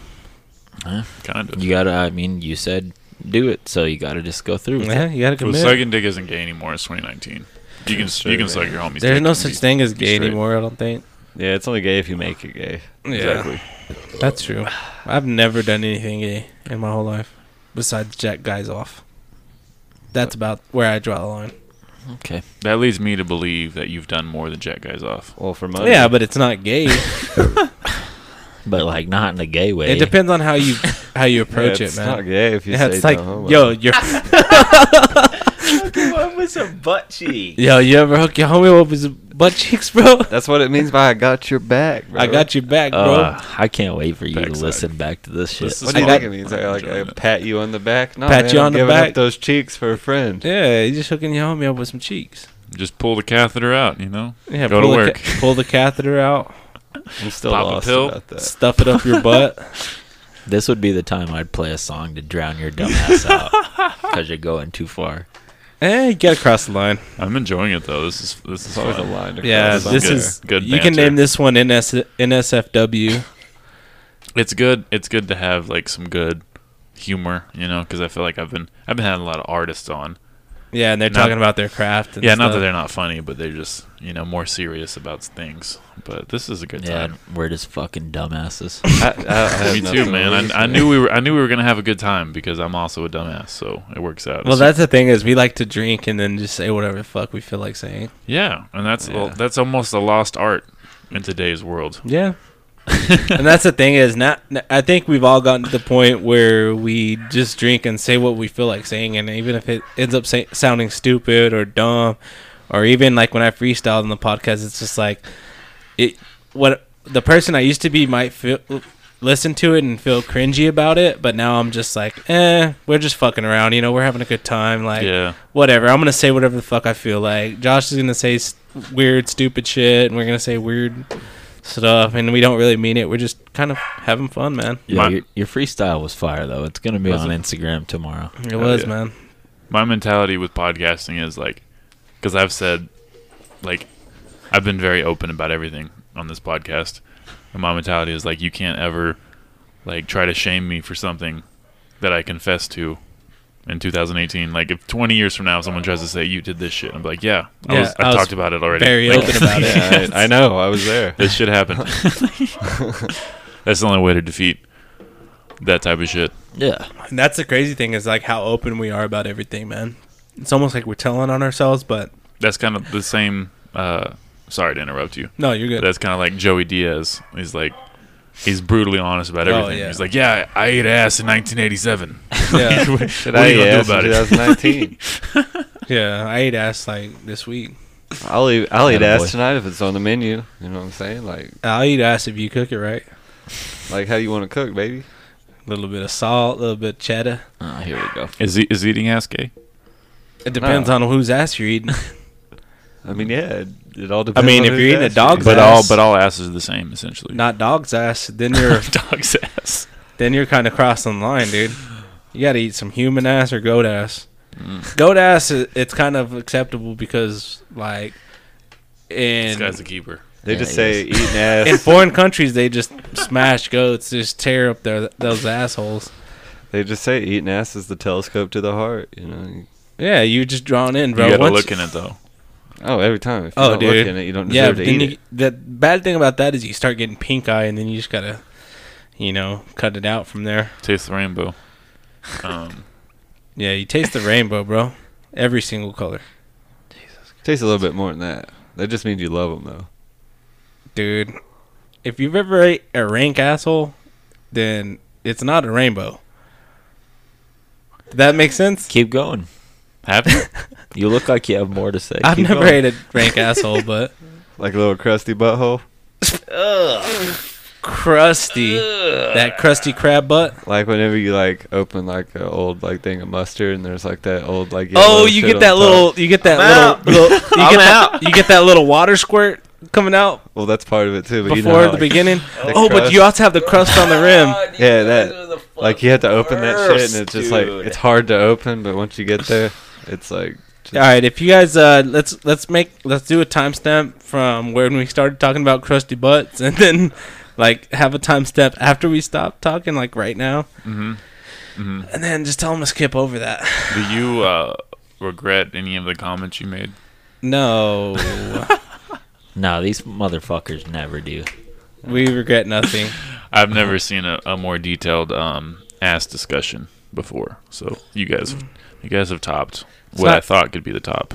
S1: Kind of.
S5: You gotta. I mean, you said do it, so you gotta just go through. With it.
S4: Yeah, you gotta
S1: Well,
S4: commit.
S1: sucking dick isn't gay anymore. It's 2019. You can you can suck your homies.
S4: There's
S1: dick
S4: no
S1: and
S4: such
S1: be-
S4: thing as gay
S1: straight.
S4: anymore. I don't think.
S3: Yeah, it's only gay if you make it gay.
S4: Yeah,
S1: Exactly.
S4: that's true. I've never done anything gay in my whole life besides jack guys off. That's about where I draw the line.
S5: Okay.
S1: That leads me to believe that you've done more than jack guys off.
S3: Well, for money.
S4: Yeah, but it's not gay.
S5: But like not in a gay way.
S4: it depends on how you how you
S3: Yeah,
S4: approach
S3: it's
S4: it, man.
S3: not gay if you
S4: yeah,
S3: say
S4: it's like,
S3: no homo.
S4: yo, you're,
S5: What was a butt cheek?
S4: yo, you ever hook your homie up with his butt cheeks, bro?
S3: That's what it means by I got your back, bro.
S4: I got your back, bro.
S5: Uh, I can't wait for you
S1: Backside.
S5: to listen back to this shit.
S1: This is
S3: What do you
S1: I
S3: think
S1: got-
S3: it means? I, like I
S1: Enjoyment.
S3: pat you on the back. No,
S4: Pat
S3: man,
S4: you
S3: I'm
S4: on the
S3: giving up
S4: back.
S3: those cheeks for a friend.
S4: yeah, you just hooking your homie up with some cheeks.
S1: Just pull the catheter out, you know.
S4: Yeah,
S1: Go to
S4: pull the
S1: work.
S4: ca- pull the
S1: (laughs)
S4: catheter out,
S3: I'm still
S1: Pop a
S3: lost
S1: pill.
S3: about that.
S4: stuff it up
S1: (laughs)
S4: your butt.
S5: This would be the time I'd play a song to drown your dumbass
S4: (laughs)
S5: out because you're going too far.
S4: Eh, you gotta cross the line.
S1: (laughs) I'm enjoying it though. This is this is
S3: It's always a
S1: fun.
S3: line to
S4: Yeah,
S3: cross.
S1: sounds
S4: this
S1: good.
S4: is
S1: Good
S4: You can
S1: banter.
S4: name this one NS- NSFW.
S1: It's good. It's good to have like some good humor, you know, because I feel like I've been I've been having a lot of artists on.
S4: Yeah, and they're
S1: Not-
S4: talking about their craft. And
S1: yeah, not that
S4: stuff.
S1: they're not funny, but they're just you know more serious about things. But this is a good
S5: Yeah,
S1: time.
S5: we're just fucking dumbasses.
S1: I,
S3: uh,
S4: (laughs)
S1: I,
S3: have
S1: me
S3: nothing
S1: too,
S3: to
S1: man.
S3: lose,
S1: I, I
S3: man.
S1: knew we were I knew we were gonna have a good time because I'm also a dumbass, so it works out.
S4: Well,
S1: It's-
S4: that's the thing is we like to drink and then just say whatever the fuck we feel like saying.
S1: yeah, and that's
S3: Yeah.
S1: that's almost a lost art in today's world.
S4: Yeah. (laughs) and that's the thing is not. I think we've all gotten to the point where we just drink and say what we feel like saying, and even if it ends up say, sounding stupid or dumb, or even like when I freestyled on the podcast, it's just like it. What the person I used to be might feel listen to it and feel cringy about it, but now I'm just like, eh, we're just fucking around. You know, we're having a good time. Like,
S1: yeah,
S4: whatever. I'm gonna say whatever the fuck I feel like. Josh is gonna say s weird, stupid shit, and we're gonna say weird stuff, and we don't really mean it. We're just kind of having fun, man.
S5: Yeah,
S1: My-
S5: your, your freestyle was fire though. It's gonna be
S1: Was
S5: on Instagram tomorrow.
S4: It
S1: Hell
S4: was,
S1: yeah.
S4: man.
S1: my mentality with podcasting is like because i've said like i've been very open about everything on this podcast and my mentality is like you can't ever like try to shame me for something that i confessed to in 2018 like if 20 years from now someone tries to say you did this shit i'm like yeah, I,
S4: Yeah,
S1: was, I,
S4: I was
S1: talked about it already
S4: very
S1: Like,
S4: open about it.
S3: Yeah, I, I know. I was there.
S1: (laughs) this shit
S4: (laughs)
S1: happened that's the only way to defeat that type of shit
S5: Yeah,
S4: And that's the crazy thing is like how open we are about everything, man. It's almost like we're telling on ourselves, but
S1: that's kind of the same uh sorry to interrupt you
S4: no, you're
S1: But
S4: good.
S1: that's kind of like Joey Diaz. He's like, he's brutally honest about
S4: Oh,
S1: everything.
S4: yeah.
S1: He's like, yeah, I ate ass in
S4: (laughs)
S1: 1987.
S4: (laughs)
S1: (laughs)
S4: Yeah.
S1: what
S3: Did
S1: are
S3: I
S1: you gonna
S3: ask
S1: do about
S3: in
S1: it?
S4: (laughs)
S3: 2019?
S4: yeah, I ate ass like this week.
S3: I'll eat, I'll eat
S5: Attaboy.
S3: ass tonight if it's on the menu. You know what I'm saying? Like,
S4: Uh, I'll eat ass if you cook it right.
S3: like how you want to cook, baby.
S4: A little bit of salt, a little bit of cheddar.
S5: oh, here we go.
S1: (laughs) Is he, is eating ass gay? Oh.
S4: It depends on whose ass you're eating. (laughs)
S3: I mean, yeah, it, it all depends.
S4: mean,
S3: on
S4: if
S3: who's
S4: you're eating a
S3: ass
S4: dog's
S3: eating.
S1: But all
S4: ass.
S1: but all ass is the same essentially. (laughs)
S4: Not dog's ass. Then you're
S1: dog's ass.
S4: then you're kind of crossing the line, dude. You got to eat some human ass or goat ass.
S1: Mm.
S4: Goat ass, i- it's kind of acceptable because, like,
S1: This guy's a
S4: in
S1: keeper.
S3: they
S5: Yeah,
S3: just
S5: he
S3: say
S5: is.
S4: (laughs)
S3: eating ass.
S4: in foreign countries, they just smash goats, just tear up their those assholes.
S3: They just say eating ass is the telescope to the heart. You know.
S4: Yeah, you just drawn in, bro.
S1: you gotta
S4: Once-
S1: look in it though.
S3: Oh, every time. If you
S4: Oh,
S3: don't
S4: dude.
S3: look in it, you don't
S4: yeah,
S3: deserve
S4: but
S3: to
S4: then
S3: eat
S4: you,
S3: it.
S4: the bad thing about that is you start getting pink eye, and then you just gotta, you know, cut it out from there.
S1: Taste the
S4: (laughs)
S1: rainbow. Um,
S4: Yeah, you taste the rainbow, bro. Every single color,
S3: Tastes a little bit more than that. That just means you love them, though.
S4: dude. If you've ever ate a rank asshole, then it's not a rainbow. Did that make sense?
S5: Keep going.
S1: have you?
S5: You look like you have more to say.
S4: I've
S5: Keep
S4: never
S5: going.
S4: ate a rank asshole,
S3: (laughs)
S4: but
S3: Like a little crusty butthole.
S4: crusty, that crusty crab butt.
S3: Like whenever you like open like an old like thing of mustard and there's like that old like.
S4: oh,
S3: yellow
S4: you
S3: shit
S4: get
S3: on
S4: that
S3: top.
S4: little, you get that little, little, you get that, you get that little water squirt coming out
S3: Well, that's part of it too. But
S4: before
S3: you know how,
S4: the
S3: like,
S4: beginning.
S3: the
S4: oh, but
S3: crust-
S4: you also have the crust on the rim.
S3: (laughs) Yeah, that like you have to open that shit and it's just like it's hard to open, but once you get
S4: (laughs)
S3: there, it's like. just-
S4: All right, if you guys uh, let's let's make let's do a timestamp from when we started talking about crusty butts, (laughs) and then like have a timestamp after we stop talking, like right now,
S3: Mm-hmm.
S1: hmm hmm
S4: and then just tell them to skip over that. (laughs)
S1: Do you uh, regret any of the comments you made?
S4: No,
S5: No, these motherfuckers never do.
S4: we regret nothing.
S1: I've never seen a, a more detailed um, ass discussion before. So you guys, you guys have topped
S4: It's
S1: what I
S4: not-
S1: thought could be the top.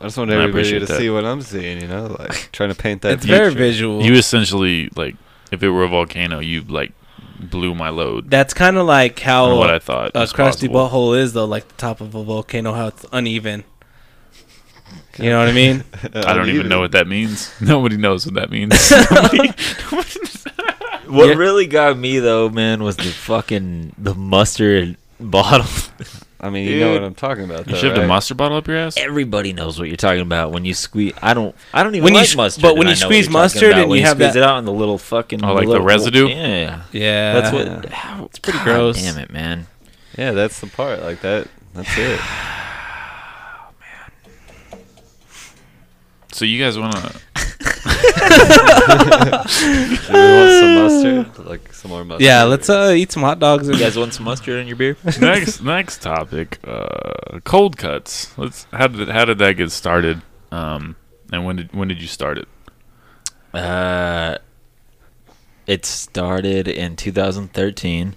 S3: I just want
S1: I
S3: everybody
S1: appreciate
S3: to
S1: that.
S3: see what I'm seeing. You know,
S4: (laughs)
S3: like trying to paint (laughs) that.
S4: It's very
S3: picture.
S4: visual.
S1: You essentially like if it were a volcano, you like blew my load.
S4: That's kind of like
S1: on what
S4: how
S1: I thought
S4: a
S1: was
S4: crusty
S1: possible.
S4: butthole is, though, like the top of a volcano, how it's uneven. You know what
S3: (laughs)
S4: I mean?
S1: I don't even know what that means. (laughs) Nobody knows what that means.
S5: What
S4: Yeah.
S5: really got me though, man, was the fucking the mustard (laughs) bottle.
S3: I mean, you know
S5: Dude.
S3: what I'm talking about.
S1: you
S3: though,
S1: shoved a
S3: right?
S1: mustard bottle up your ass.
S5: Everybody knows what you're talking about when you squeeze. I don't. I don't even
S4: When you
S5: like
S4: s-
S5: mustard,
S4: but
S5: and
S4: when
S5: I
S4: you
S5: know what you're
S4: squeeze
S5: talking
S4: mustard
S5: about.
S4: and
S5: when
S4: you
S5: you
S4: have
S5: squeeze
S4: that-
S5: it out in the little fucking.
S1: Oh, like the
S5: little-
S1: residue?
S5: Yeah,
S4: Yeah,
S5: that's what. How, it's
S4: pretty gross.
S5: Damn it, man.
S3: Yeah, that's the part. Like that. That's
S4: (sighs)
S3: it.
S1: So you guys wanna? (laughs)
S3: Do you want some mustard? Like some more mustard?
S4: yeah, let's uh, eat some hot dogs.
S5: You
S4: And
S5: guys want some mustard in your beer?
S1: next next topic uh cold cuts let's how did how did that get started um and when did when did you start it
S5: Uh, it started in 2013,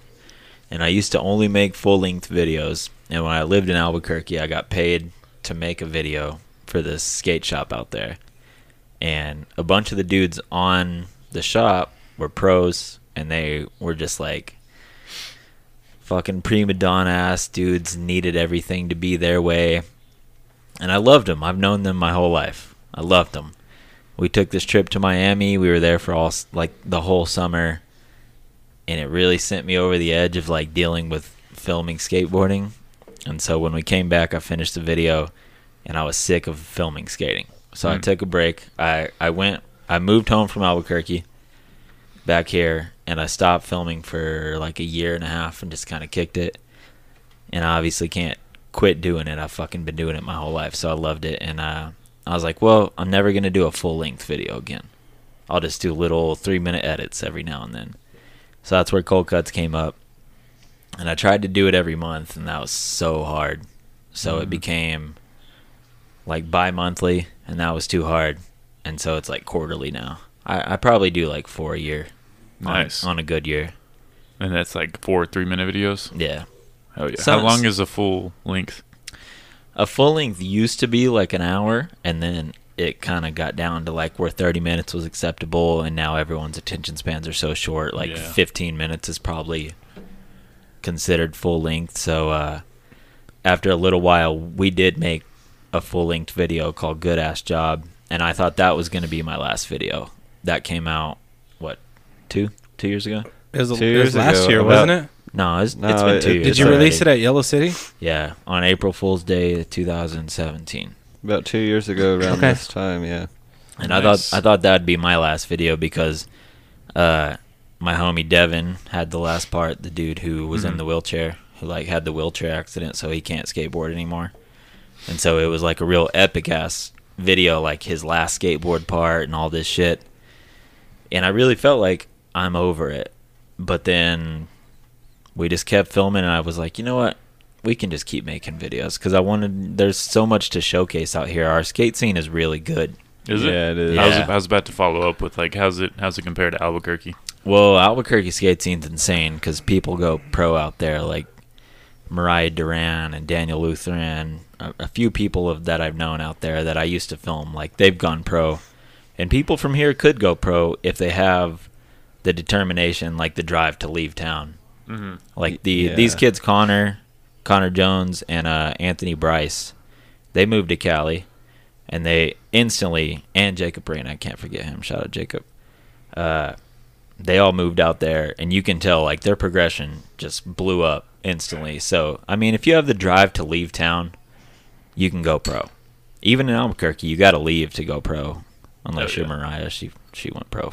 S5: and I used to only make full length videos. And when I lived in Albuquerque, I got paid to make a video for this skate shop out there. And a bunch of the dudes on the shop were pros, and they were just like fucking prima donna ass dudes, needed everything to be their way. And I loved them. I've known them my whole life. I loved them we took this trip to Miami. We were there for all s- like the whole summer, and it really sent me over the edge of like dealing with filming skateboarding. And so when we came back, I finished the video, and I was sick of filming skating. So I
S1: Mm.
S5: took a break. I I went. I moved home from Albuquerque, back here, and I stopped filming for like a year and a half, and just kind of kicked it. And I obviously can't quit doing it. I've fucking been doing it my whole life, so I loved it. And uh, I was like, well, I'm never gonna do a full length video again. I'll just do little three minute edits every now and then. So that's where cold cuts came up, and I tried to do it every month, and that was so hard. So it became like bi monthly, and that was too hard. And so it's like quarterly now. I, I probably do like four a year. on-
S1: Nice.
S5: on a good year.
S1: and that's like four three minute videos
S5: Yeah.
S1: oh yeah
S5: Sounds-
S1: how long is a full length
S5: a full length used to be like an hour and then it kind of got down to like where 30 minutes was acceptable and now everyone's attention spans are so short like
S1: Yeah.
S5: 15 minutes is probably considered full length so uh after a little while we did make a full length video called good ass job and i thought that was going to be my last video that came out what two two years ago
S4: it was, it
S3: Two
S4: was
S3: years
S4: last
S3: ago,
S4: year,
S3: about-
S4: wasn't it?
S5: no it's,
S3: No,
S5: it's been
S3: it-
S5: two
S3: it-
S5: years
S4: Did you
S5: already.
S4: release it at Yellow City?
S5: yeah on april fool's day 2017
S3: About two years ago, around
S4: Okay.
S3: this time, yeah.
S5: And
S1: Nice.
S5: I thought I thought that'd be my last video because uh my homie Devin had the last part, the dude who was in the wheelchair, who like had the wheelchair accident so he can't skateboard anymore. And so it was like a real epic ass video, like his last skateboard part and all this shit. And I really felt like I'm over it. But then we just kept filming and I was like, you know what? We can just keep making videos because I wanted. There's so much to showcase out here. Our skate scene is really good.
S1: is it
S3: Yeah, it is.
S1: I, was,
S5: Yeah.
S1: I was about to follow up with like how's it how's it compared to albuquerque
S5: Well, Albuquerque skate scene's insane because people go pro out there, like Mariah Duran and Daniel Lutheran. A, a few people of, that I've known out there that I used to film, like they've gone pro, and people from here could go pro if they have the determination, like the drive to leave town. Like the
S3: Y- yeah.
S5: these kids, Connor, Connor Jones, and uh, Anthony Bryce, they moved to Cali, and they instantly and Jacob Rain, I can't forget him. Shout out Jacob Uh, they all moved out there and you can tell like their progression just blew up instantly so i mean if you have the drive to leave town you can go pro even in albuquerque you got to leave to go pro unless
S1: Oh,
S5: you're
S1: yeah.
S5: mariah she she went pro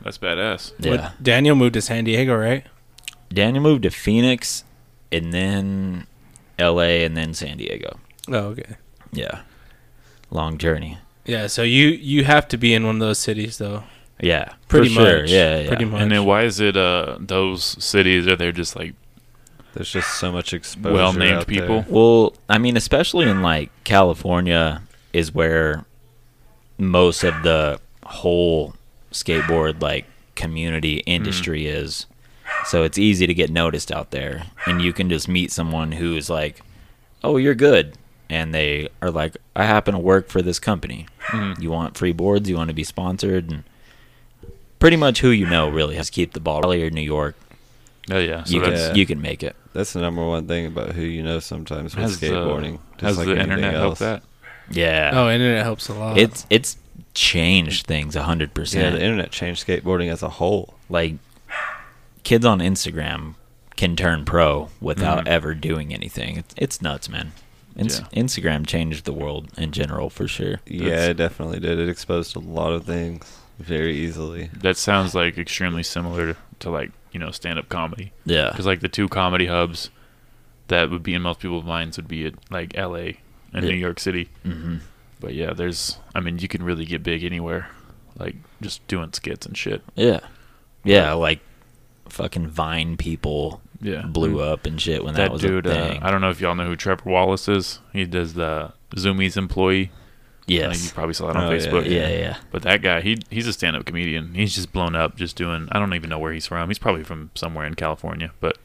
S1: that's badass
S5: yeah
S4: What- Daniel moved to San Diego, right?
S5: daniel moved to phoenix and then la and then san diego
S4: Oh, okay.
S5: yeah long journey
S4: Yeah, so you you have to be in one of those cities though.
S5: yeah for
S4: Pretty
S5: sure.
S4: much.
S5: yeah, yeah.
S4: Pretty much.
S1: and then why is it uh those cities are they just like
S3: There's just so much exposure.
S1: well-named
S3: out
S1: people?
S3: there.
S5: Well, I mean, especially in like California is where most of the whole skateboard like community industry
S1: Mm.
S5: is. So it's easy to get noticed out there and you can just meet someone who is like, "Oh, you're good." And they are like, "I happen to work for this company.
S1: Mm-hmm.
S5: You want free boards? You want to be sponsored?" And pretty much who you know really has to keep the ball. Raleigh or New York,
S1: oh yeah so
S5: you can
S1: that's
S3: Yeah.
S5: you can make it.
S3: That's the number one thing about who you know sometimes with
S1: has the-
S3: skateboarding.
S1: has
S3: just like
S1: the
S3: anything
S1: internet helped
S3: else.
S1: that
S5: Yeah.
S4: oh, internet helps a lot.
S5: it's it's changed things a hundred
S3: Yeah,
S5: percent.
S3: the internet changed skateboarding as a whole.
S5: like kids on Instagram can turn pro without ever doing anything. It's, it's nuts, man. Ins-
S1: Yeah.
S5: Instagram changed the world in general for sure.
S3: Yeah, it definitely did. It exposed a lot of things very easily.
S1: that sounds like extremely similar to like you know stand-up comedy
S5: Yeah.
S1: because like the two comedy hubs that would be in most people's minds would be at like L.A. and
S5: Yeah.
S1: New York City. Mm-hmm. But yeah, there's I mean you can really get big anywhere. like just doing skits and shit.
S5: Yeah. Yeah, like fucking Vine people
S1: Yeah,
S5: blew up and shit when that,
S1: Mm. that,
S5: was
S1: dude.
S5: a
S1: Uh,
S5: thing.
S1: I don't know if y'all know who Trevor Wallace is. He does the Zoomies employee. I think you
S5: yes.
S1: probably saw that on
S3: Oh, yeah,
S1: Facebook.
S5: Yeah, yeah.
S1: But that guy, he he's a stand-up comedian. He's just blown up, just doing. I don't even know where he's from. He's probably from somewhere in California, but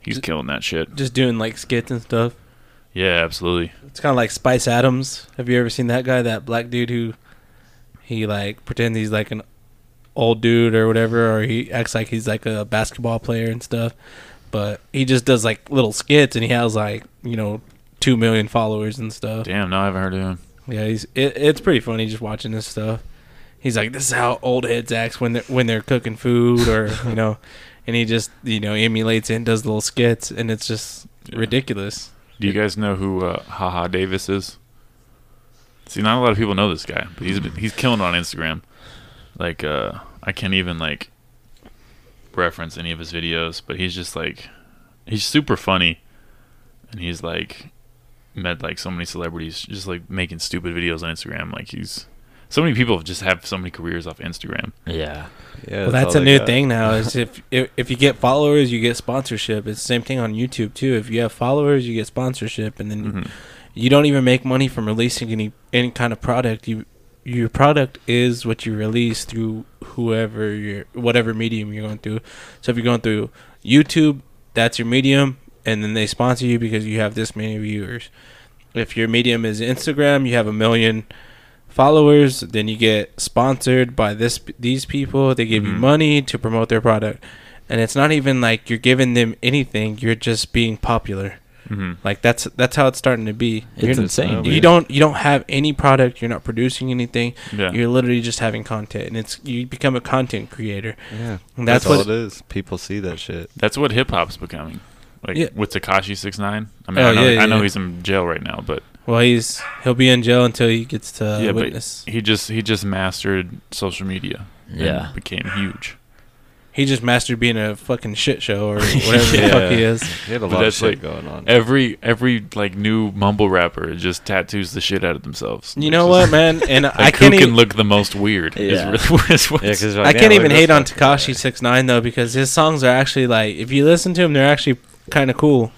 S1: he's killing that shit.
S4: Just doing like skits and stuff.
S1: Yeah, absolutely.
S4: It's kind of like Spice Adams. Have you ever seen that guy, that black dude who he like pretends he's like an old dude or whatever, or he acts like he's like a basketball player and stuff. But he just does like little skits, and he has like you know two million followers and stuff.
S1: Damn, no, I haven't heard of him.
S4: Yeah, he's it, it's pretty funny just watching this stuff. He's like, this is how old heads act when they're when they're cooking food or you know, and he just you know emulates it and does little skits, and it's just
S1: Yeah.
S4: ridiculous.
S1: Do you guys know who uh, Haha Davis is? See, not a lot of people know this guy, but he's been, he's killing it on Instagram. Like, uh, I can't even like reference any of his videos, but he's just like he's super funny, and he's like met like so many celebrities just like making stupid videos on Instagram. Like he's so many people just have so many careers off Instagram.
S5: Yeah.
S3: Yeah,
S4: Well, that's
S3: all
S4: a
S3: they
S4: new
S3: got.
S4: thing
S3: (laughs)
S4: now. Is if, if if you get followers, you get sponsorship. It's the same thing on YouTube too. If you have followers, you get sponsorship, and then
S3: Mm-hmm.
S4: you don't even make money from releasing any any kind of product. You your product is what you release through whoever your whatever medium you're going through. So if you're going through YouTube, that's your medium, and then they sponsor you because you have this many viewers. If your medium is Instagram, you have a million followers, then you get sponsored by this these people. They give you
S1: Mhm.
S4: money to promote their product. And it's not even like you're giving them anything, you're just being popular.
S1: Mm-hmm.
S4: Like that's that's how it's starting to be.
S5: It's
S4: You're- uh,
S5: insane.
S3: Oh,
S5: dude.
S4: you don't you don't have any product. You're not producing anything.
S1: Yeah.
S4: You're literally just having content, and it's you become a content creator.
S3: Yeah,
S4: And
S3: that's,
S4: that's
S3: all
S4: what-
S3: it is. People see that shit.
S1: That's what hip hop's becoming. Like
S4: Yeah.
S1: with Takashi Six Nine. I mean,
S4: Oh,
S1: I know,
S4: yeah, yeah,
S1: I know
S4: yeah.
S1: he's in jail right now, but
S4: Well, he's he'll be in jail until he gets to uh,
S1: Yeah, but-
S4: witness.
S1: he just he just mastered social media. and
S5: Yeah.
S1: became huge.
S4: He just mastered being a fucking shit show or (laughs) whatever the
S3: Yeah.
S4: fuck he is.
S3: He had a
S1: But
S3: lot of
S1: that's like
S3: shit going on.
S1: Every every like new mumble rapper just tattoos the shit out of themselves.
S4: You
S1: It's
S4: know
S1: just- (laughs)
S4: what, man? And I
S1: Like,
S4: can't
S1: who
S4: even
S1: can look the most weird? Is
S5: Yeah.
S1: really (laughs) what it's-
S3: Yeah, 'cause you're
S4: I
S3: like,
S4: can't
S3: "Damn,
S4: even
S3: look at
S4: hate on
S3: this guy."
S4: Takashi Six Nine though because his songs are actually like if you listen to him, they're actually kind of cool.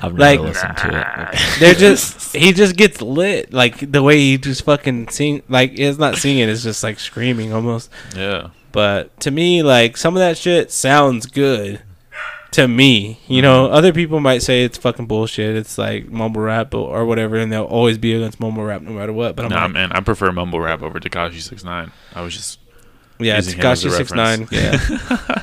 S5: I've never
S4: Like-
S5: listened (laughs) to it.
S1: (laughs)
S4: They're just he just gets lit like the way he just fucking sing like it's not singing, it's just like screaming almost.
S1: yeah.
S4: But to me, like some of that shit sounds good to me. You know,
S1: Mm-hmm.
S4: other people might say it's fucking bullshit. It's like mumble rap or, or whatever, and they'll always be against mumble rap no matter what. But I'm
S1: Nah,
S4: like,
S1: man, I prefer mumble rap over Takashi Six Nine. I was just
S4: yeah,
S1: using him as a
S4: Takashi six nine.
S1: (laughs) reference.
S4: Yeah.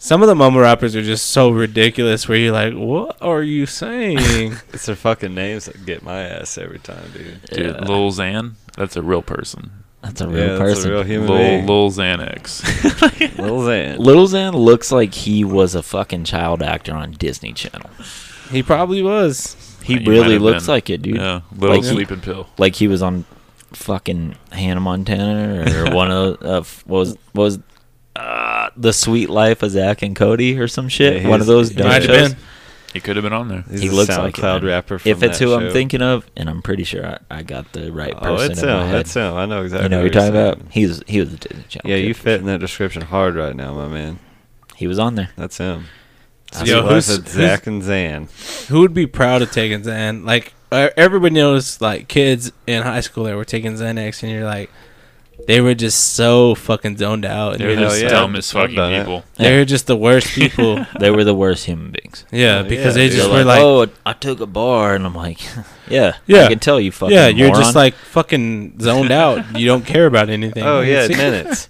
S4: Some of the mumble rappers are just so ridiculous. Where you're like, what are
S1: (laughs)
S4: you saying?
S3: It's their fucking names that get my ass every time, dude.
S1: dude, Lil Xan. That's a real person.
S5: That's a
S3: Yeah,
S5: real
S3: that's
S5: person.
S3: a real human
S1: Lil
S3: being.
S1: Lil Xanax.
S5: (laughs)
S3: Lil Xan.
S5: Little Xan looks like he was a fucking child actor on Disney Channel.
S4: he probably was.
S1: (laughs)
S5: He
S1: You might
S5: really
S1: have
S5: looks
S1: been.
S5: like it, dude.
S1: Yeah, Little
S5: Like he-
S1: Sleeping Pill.
S5: Like he was on fucking
S3: (laughs)
S5: Hannah Montana or one of uh, f- what was what was uh, the Sweet Life of Zach and Cody or some shit.
S3: Yeah,
S5: one of
S3: he's-
S5: those
S3: he
S5: dumb
S4: Might have
S5: shows.
S4: been.
S1: He could have been on there.
S3: He's
S5: He
S3: a
S5: looks like it,
S3: SoundCloud
S5: man.
S3: rapper. From
S5: If it's
S3: that
S5: who
S3: show.
S5: I'm thinking of, and I'm pretty sure I, I got the right person.
S3: oh, it's
S5: in my
S3: him.
S5: head.
S3: That's him. I know exactly.
S5: You know
S3: who
S5: who you're talking about?
S3: saying.
S5: He was he was a Disney Channel.
S3: Yeah,
S5: kid
S3: you
S5: for
S3: fit in
S5: sure.
S3: that description hard right now, my man.
S5: He was on there.
S3: That's him.
S5: So
S3: Yo,
S4: yo,
S3: who's,
S4: who's-
S3: Zach and Zan?
S4: Who would be proud of taking Xan? Like e- everybody knows, like kids in high school that were taking Xanax, and you're like, they were just so fucking zoned out. And
S1: They're
S4: you're
S3: Hell
S1: just
S3: yeah.
S1: dumb as
S3: I've
S1: fucking
S3: done it.
S1: people.
S4: they were just the
S3: (laughs)
S4: worst people.
S5: They were the worst human beings.
S4: yeah,
S3: Hell
S4: because
S3: yeah,
S4: they
S3: dude.
S4: just
S5: They're
S4: were like,
S5: oh, I took a bar, and I'm like, (laughs) yeah,
S4: Yeah.
S5: I can tell you fucking.
S4: yeah, you're
S5: moron."
S4: just like fucking zoned out. You don't care about anything.
S3: Oh yeah,
S4: (laughs) See-
S3: minutes.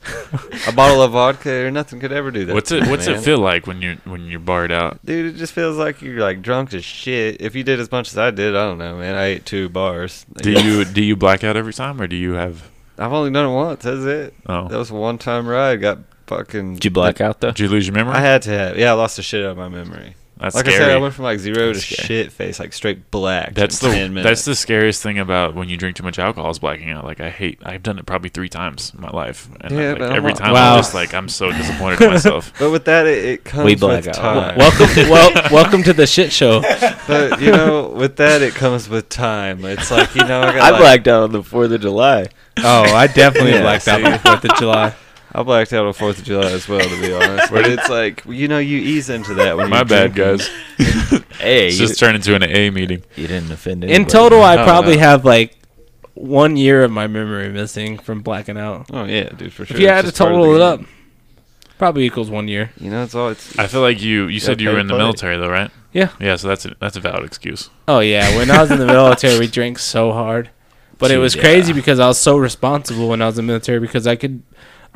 S3: a bottle of vodka or nothing could ever do that.
S1: What's
S3: to
S1: it?
S3: me,
S1: What's it
S3: man.
S1: feel like when you when you're barred out?
S3: Dude, it just feels like you're like drunk as shit. If you did as much as I did, I don't know, man. I ate two bars.
S1: Do you do you black out every time, or do you have?
S3: (laughs) I've only done it once. That's it.
S1: Oh,
S3: That was one time ride. Got fucking.
S5: Did you black out though?
S1: did you lose your memory?
S3: I had to have. Yeah, I lost the shit out of my memory.
S1: That's
S3: like
S1: scary.
S3: I said, I went from like zero to
S1: That's scary.
S3: shit face, like straight black.
S1: that's
S3: in
S1: the
S3: 10 minutes.
S1: that's the scariest thing about when you drink too much alcohol is blacking out. Like I hate. I've done it probably three times in my life, and
S3: Yeah,
S1: like,
S3: but I'm
S1: every
S3: not-
S1: time
S4: Wow.
S1: I'm just like I'm so disappointed in myself.
S3: (laughs) But with that, it, it comes
S5: We black
S3: with
S5: out.
S3: time.
S4: welcome,
S3: (laughs)
S4: well, welcome to the shit show.
S3: but you know, with that, it comes with time. It's like you know, I, got,
S5: I
S3: like-
S5: blacked out on the Fourth of July.
S4: (laughs) Oh, I definitely
S3: (laughs) Yeah,
S4: blacked out
S3: see?
S4: on the Fourth of
S3: (laughs)
S4: July.
S3: I blacked out on Fourth of July as well, to be honest. But it's like you know, you ease into that when
S1: my
S3: you're
S1: bad,
S3: drinking.
S1: guys.
S5: Hey,
S1: It's
S5: you,
S1: just turned into an A meeting.
S5: you didn't offend anybody.
S4: In total, I
S3: Oh,
S4: probably
S3: wow.
S4: have like one year of my memory missing from blacking out.
S3: Oh yeah, dude, for sure.
S4: if you
S3: It's
S4: had to
S3: just part of the
S4: total it up,
S3: game.
S4: probably equals one year.
S3: you know, it's all. It's,
S1: I feel like you you said
S3: gotta
S1: you
S3: pay
S1: were
S3: to
S1: in the
S3: play.
S1: military though, right?
S4: Yeah.
S1: Yeah, so that's a, that's a valid excuse.
S4: Oh yeah, when I was in the military, we drank so hard, but it was
S5: Yeah.
S4: crazy because I was so responsible when I was in the military because I could,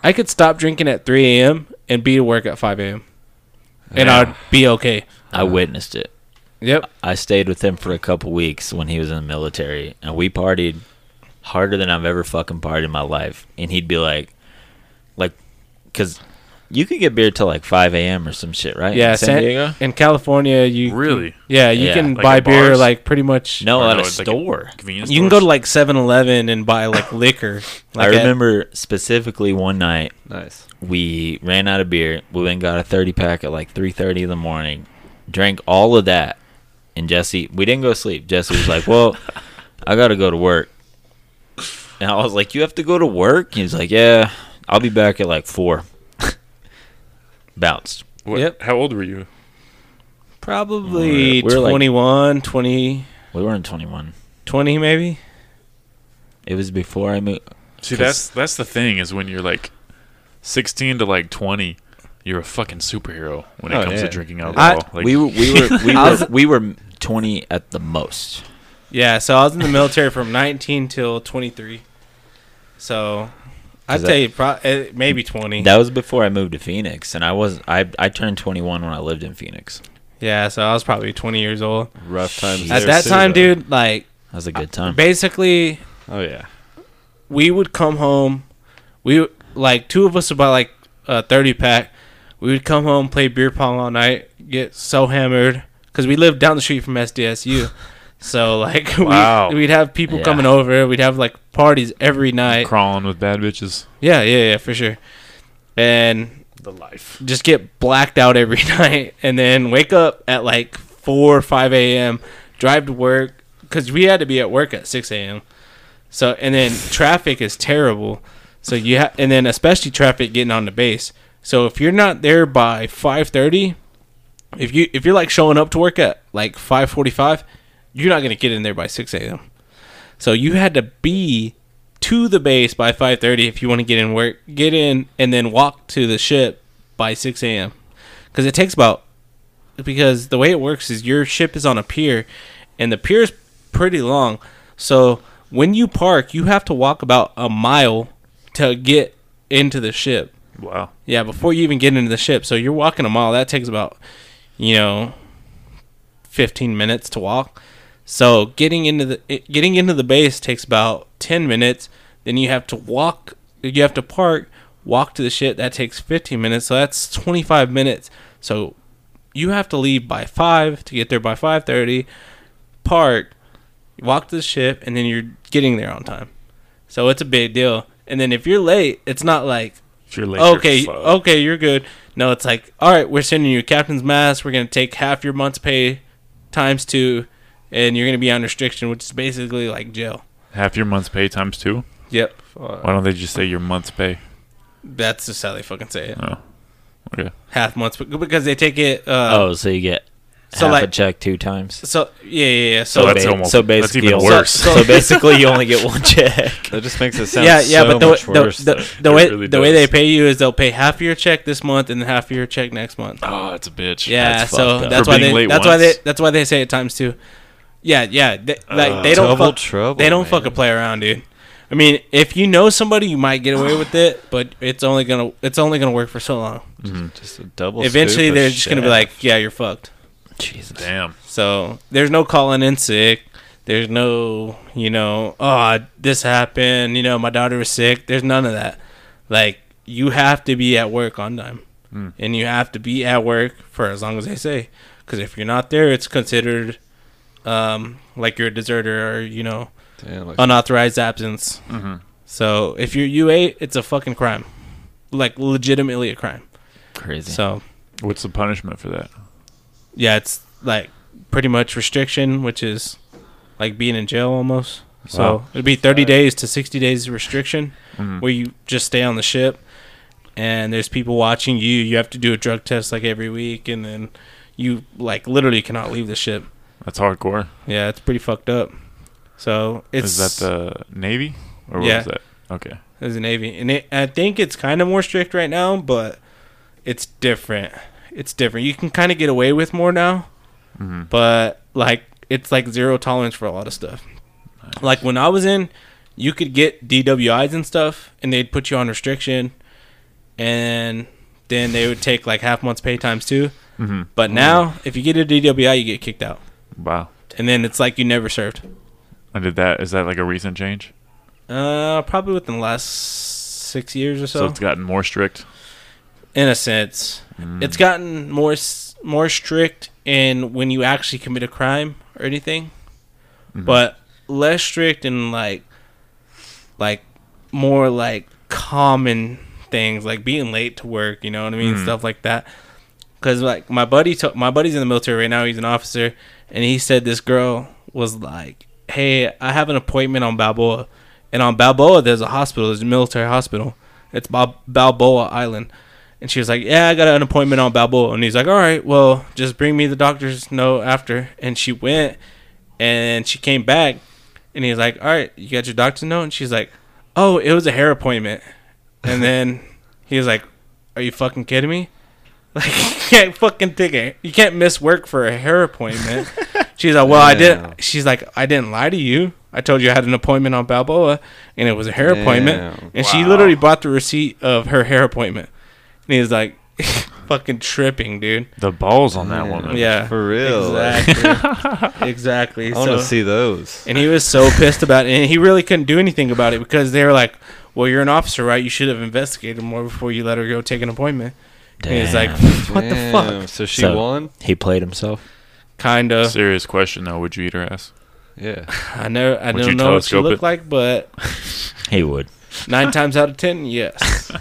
S4: I could stop drinking at 3 a.m. and be to work at 5 a.m. and
S1: Yeah.
S4: I'd be okay.
S5: I witnessed it.
S4: Yep.
S5: I stayed with him for a couple weeks when he was in the military, and we partied harder than I've ever fucking partied in my life. And he'd be like, like, because you could get beer till like 5 a.m. or some shit, right?
S4: Yeah.
S5: in San, Diego.
S4: In California, you
S1: Really?
S4: Yeah, you
S5: Yeah.
S4: can
S1: Like
S4: buy
S1: at
S4: beer
S1: bars?
S4: like pretty much.
S5: No,
S1: Or
S5: at
S1: no,
S5: a
S1: it's like a
S5: store.
S1: Convenience.
S4: You can go
S1: stores?
S4: to like 7-Eleven and buy like liquor. Like
S5: I
S4: at-
S5: remember specifically one night
S3: nice.
S5: we ran out of beer. We went and got a 30 pack at like 3:30 in the morning. Drank all of that, and Jesse, we didn't go to sleep. Jesse was like,
S4: (laughs)
S5: "Well, I got to go to work." And I was like, "You have to go to work?" He's like, "Yeah, I'll be back at like 4." (laughs) Bounced.
S1: What-
S4: Yep.
S1: How old were you?
S4: probably
S5: We're- we're like-
S4: twenty one, twenty,
S5: We weren't 21.
S4: twenty 21, 20, 20 maybe.
S5: It was before I moved.
S1: See,
S5: 'Cause-
S1: that's that's the thing is when you're like 16 to like 20, you're a fucking superhero when it
S3: Oh,
S1: comes
S3: yeah.
S1: to drinking
S3: I-
S1: alcohol. like,
S5: we were
S3: (laughs)
S5: we were we
S4: I
S5: were,
S4: was-
S5: we were 20 at the most.
S4: Yeah, so I was in the military from 19 till 23. So I'd
S5: Is that-
S4: tell you pro- eh, maybe 20.
S5: That was before I moved to Phoenix, and I was I I turned 21 when I lived in Phoenix.
S4: yeah, so I was probably 20 years old.
S3: Rough times.
S5: At
S4: At
S3: there,
S4: that
S3: too,
S4: time,
S3: though.
S4: dude, like
S5: That was a good time.
S4: basically
S3: Oh yeah.
S4: we would come home. We like two of us would buy like a thirty pack. We would come home, play beer pong all night, get so hammered because we lived down the street
S5: (laughs)
S4: from SDSU. so like
S1: Wow.
S4: we, we'd have people
S5: Yeah.
S4: coming over. We'd have like parties every night.
S1: crawling with bad bitches.
S4: Yeah, yeah, yeah, for sure. And
S1: The life.
S4: just get blacked out every (laughs) night, and then wake up at like four or five a.m. Drive to work because we had to be at work at six a.m. So and then traffic is terrible. So you ha- and then especially traffic getting on the base. So if you're not there by five thirty, if you if you're like showing up to work at like five forty five, you're not gonna get in there by six a.m. So you had to be to the base by five thirty if you want to get in work, get in and then walk to the ship by six a.m. Because it takes about because the way it works is your ship is on a pier and the pier is pretty long so when you park you have to walk about a mile to get into the ship
S1: Wow.
S4: yeah before you even get into the ship so you're walking a mile that takes about you know 15 minutes to walk so getting into the it- getting into the base takes about 10 minutes then you have to walk you have to park walk to the ship that takes 15 minutes so that's 25 minutes so you have to leave by 5 to get there by 5:30 park walk to the ship and then you're getting there on time so it's a big deal and then if you're late it's not like
S1: If you're late,
S4: okay, oh.
S1: you're fucked.
S4: okay, you're good. No, it's like, all right, we're sending you a captain's mask. We're gonna take half your month's pay times two, and you're gonna be on restriction, which is basically like jail.
S1: Half your month's pay times two.
S4: Yep,
S1: Why don't they just say your month's pay?
S4: that's just how they fucking say it.
S1: Oh. Okay.
S4: Half months, but- because they take it. Uh,
S5: Oh, so you get
S4: So,
S5: half a
S4: like-
S5: check two times.
S4: so yeah, yeah, yeah.
S1: So
S4: So,
S1: that's
S5: ba-
S1: almost-
S5: so
S1: that's
S5: basically
S1: even
S5: you'll-
S1: worse.
S5: So, (laughs) so basically, you only get one check.
S3: That just makes it sound
S4: yeah, yeah,
S3: so
S4: but the,
S3: much
S4: way- the,
S3: worse.
S4: the,
S3: though.
S4: the
S1: It
S4: way
S1: really
S4: the way
S1: does.
S4: they pay you is they'll pay half of your check this month and half of your check next month.
S1: Oh, it's a bitch.
S4: Yeah,
S5: That's
S4: so
S5: fucked up.
S4: that's
S1: For
S4: why
S1: being
S4: they
S1: late
S4: that's why they
S1: once?
S4: that's why they say it times two. Yeah, yeah, they, like they don't
S3: Double
S4: fuck,
S3: trouble,
S4: They don't
S3: man.
S4: fucking play around, dude. I mean, if you know somebody, you might get away with it, but it's only gonna it's only gonna work for so long.
S3: just a double.
S4: Eventually,
S3: scoop of
S4: they're just gonna be
S3: shaft.
S4: like, "Yeah, you're fucked."
S5: (laughs) Jesus.
S1: Damn.
S4: So there's no calling in sick. There's no, you know, oh, this happened. You know, my daughter was sick. There's none of that. Like you have to be at work on time, and you have to be at work for as long as they say. Because if you're not there, it's considered um, like you're a deserter or you know
S3: Damn,
S4: Oh,
S3: like,
S4: unauthorized absence.
S1: Mm-hmm.
S4: So if you're UA, it's a fucking crime, like legitimately a crime.
S5: Crazy.
S4: So
S1: What's the punishment for that?
S4: yeah, it's like pretty much restriction, which is like being in jail almost. So
S1: Wow.
S4: it'd be 30 days to 60 days restriction
S1: Mhm.
S4: where you just stay on the ship and there's people watching you. You have to do a drug test like every week and then you like literally cannot leave the ship.
S1: That's hardcore.
S4: Yeah, it's pretty fucked up. So it's
S1: Is that the Navy or what
S4: Yeah.
S1: is that? Okay.
S4: as a navy, and it, I think it's kind of more strict right now, but it's different. It's different. You can kind of get away with more now,
S1: Mhm.
S4: but like it's like zero tolerance for a lot of stuff. Like when I was in, you could get DWIs and stuff, and they'd put you on restriction, and then they would take like half month's pay times two.
S1: Mm-hmm.
S4: But now, if you get a DWI, you get kicked out,
S1: Wow.
S4: and then it's like you never served.
S1: And did that? Is that like a recent change?
S4: Uh, probably within the last six years or
S1: So, it's gotten more strict.
S4: in a sense. It's gotten more s- more strict in when you actually commit a crime or anything, but less strict in like like more like common things like being late to work. You know what I mean? Stuff like that. Because like my buddy, to- my buddy's in the military right now. He's an officer, and he said this girl was like, "Hey, I have an appointment on Balboa, and on Balboa there's a hospital. There's a military hospital. It's Bal- Balboa Island." And she was like, "Yeah, I got an appointment on Balboa." And he's like, "All right, well, just bring me the doctor's note after." And she went, and she came back, and he's like, "All right, you got your doctor's note?" And she's like, "Oh, it was a hair appointment." And then he was like, "Are you fucking kidding me? Like, (laughs) you can't fucking take it. You can't miss work for a hair
S3: (laughs)
S4: appointment." She's like, "Well, I
S3: Damn.
S4: didn't." She's like, "I didn't lie to you. I told you I had an appointment on Balboa, and it was a hair appointment."
S3: Damn.
S4: And she literally bought the receipt of her hair appointment. And he's like, (laughs) fucking tripping, dude.
S1: The balls on that woman.
S4: Mm. Yeah.
S3: For real. like, (laughs)
S4: Exactly. exactly.
S3: I want to
S4: So,
S3: see those.
S4: and he was so pissed about it. And he really couldn't do anything about it because they were like, well, you're an officer, right? You should have investigated more before you let her go take an appointment. And he's like,
S5: Damn.
S4: what the
S3: Damn,
S4: fuck?
S3: So she
S5: So-
S3: won?
S5: He played himself.
S4: Kind of.
S1: Serious question though. Would you eat her
S4: (laughs)
S1: ass?
S3: Yeah.
S4: I know. I
S1: Would you
S4: don't know what she
S1: telescope it?
S4: looked like, but
S5: He would.
S1: (laughs)
S4: nine times out of ten, yes.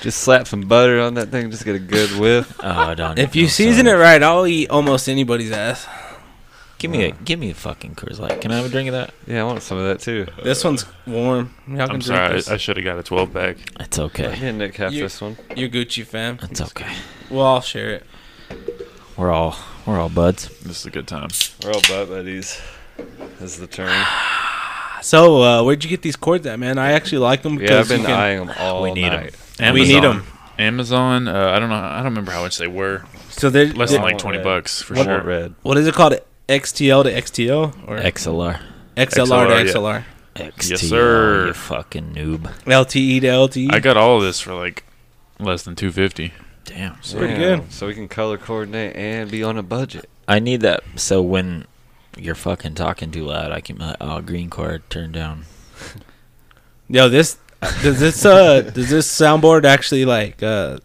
S3: Just slap some butter on that thing. Just get a good whiff.
S5: Oh, (laughs) don't.
S4: if you season it right, I'll eat almost anybody's ass.
S5: give me a give me a fucking Coors Light. Can I have a drink of that?
S3: Yeah, I want some of that too.
S4: This one's warm. Y'all can
S1: Uh, I'm
S4: drink
S1: sorry.
S4: this.
S1: I, I should have got a 12 pack.
S5: It's okay.
S3: Yeah, Nick, half
S4: You-
S3: this one.
S4: You're Gucci, fam.
S5: It's okay.
S4: Well, I'll share it.
S5: We're all we're all buds.
S1: This is a good time.
S3: We're all butt buddies. Is the
S4: (sighs)
S3: term.
S4: So, uh, where'd you get these cords at, man? I actually like them
S3: Yeah, I've
S4: because
S3: been
S4: you can,
S3: eyeing them all
S5: We need 'em.
S3: night.
S4: We need
S1: Amazon.
S4: 'em.
S1: Amazon. Uh, I don't know. I don't remember how much they were.
S4: so they're,
S1: Less
S4: they're-
S1: than like
S3: Oh,
S1: 20
S3: yeah.
S1: bucks for
S3: What
S1: sure.
S3: red?
S4: what is it called? XTL to XTL or
S5: XLR.
S4: XLR,
S1: XLR, yeah.
S4: to XLR,
S5: XTR,
S1: sir.
S5: You fucking noob.
S4: LTE E to LTE.
S1: I got all of this for like less than 250.
S5: Damn.
S4: pretty
S3: Damn,
S4: good.
S3: So we can color coordinate and be on a budget.
S5: I need that so when you're fucking talking too loud, I can be like, oh, green card, turn down.
S4: Yo, this does this uh does this soundboard actually like uh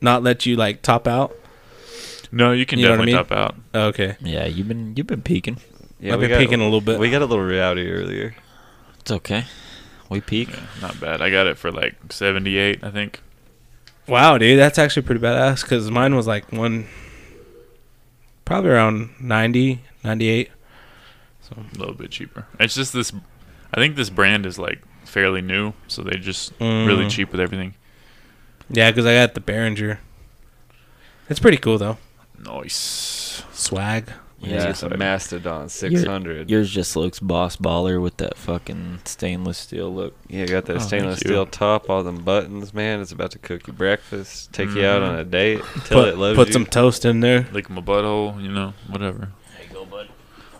S4: not let you like top out?
S1: No, you can
S4: You know what I
S1: definitely
S4: mean?
S1: top out.
S4: Okay,
S5: Yeah, you've been you've been peeking.
S3: Yeah,
S4: I've
S3: we
S4: been
S3: got-
S4: peeking a little bit.
S3: We got a little reality earlier.
S5: It's okay. We peek.
S1: Yeah, not bad. I got it for like 78, I think.
S4: wow, dude, that's actually pretty badass because mine was like one, probably around 90, 98.
S1: A little bit cheaper. It's just this. I think this brand is like fairly new, so they just really
S4: Mm.
S1: cheap with everything.
S4: Yeah, because I got the Behringer. It's pretty cool though.
S1: Nice.
S4: Swag.
S5: Yeah,
S3: Yeah, it's a
S1: so-
S3: Mastodon 600.
S5: Yours just looks boss baller with that fucking stainless steel look.
S3: yeah, got that
S1: Oh,
S3: stainless
S1: thank you.
S3: steel top, all them buttons, man. It's about to cook you breakfast, take you out on a date, till it
S4: Put,
S3: loves
S4: put
S3: you.
S4: some toast in there.
S1: Lick my butthole, you know, whatever.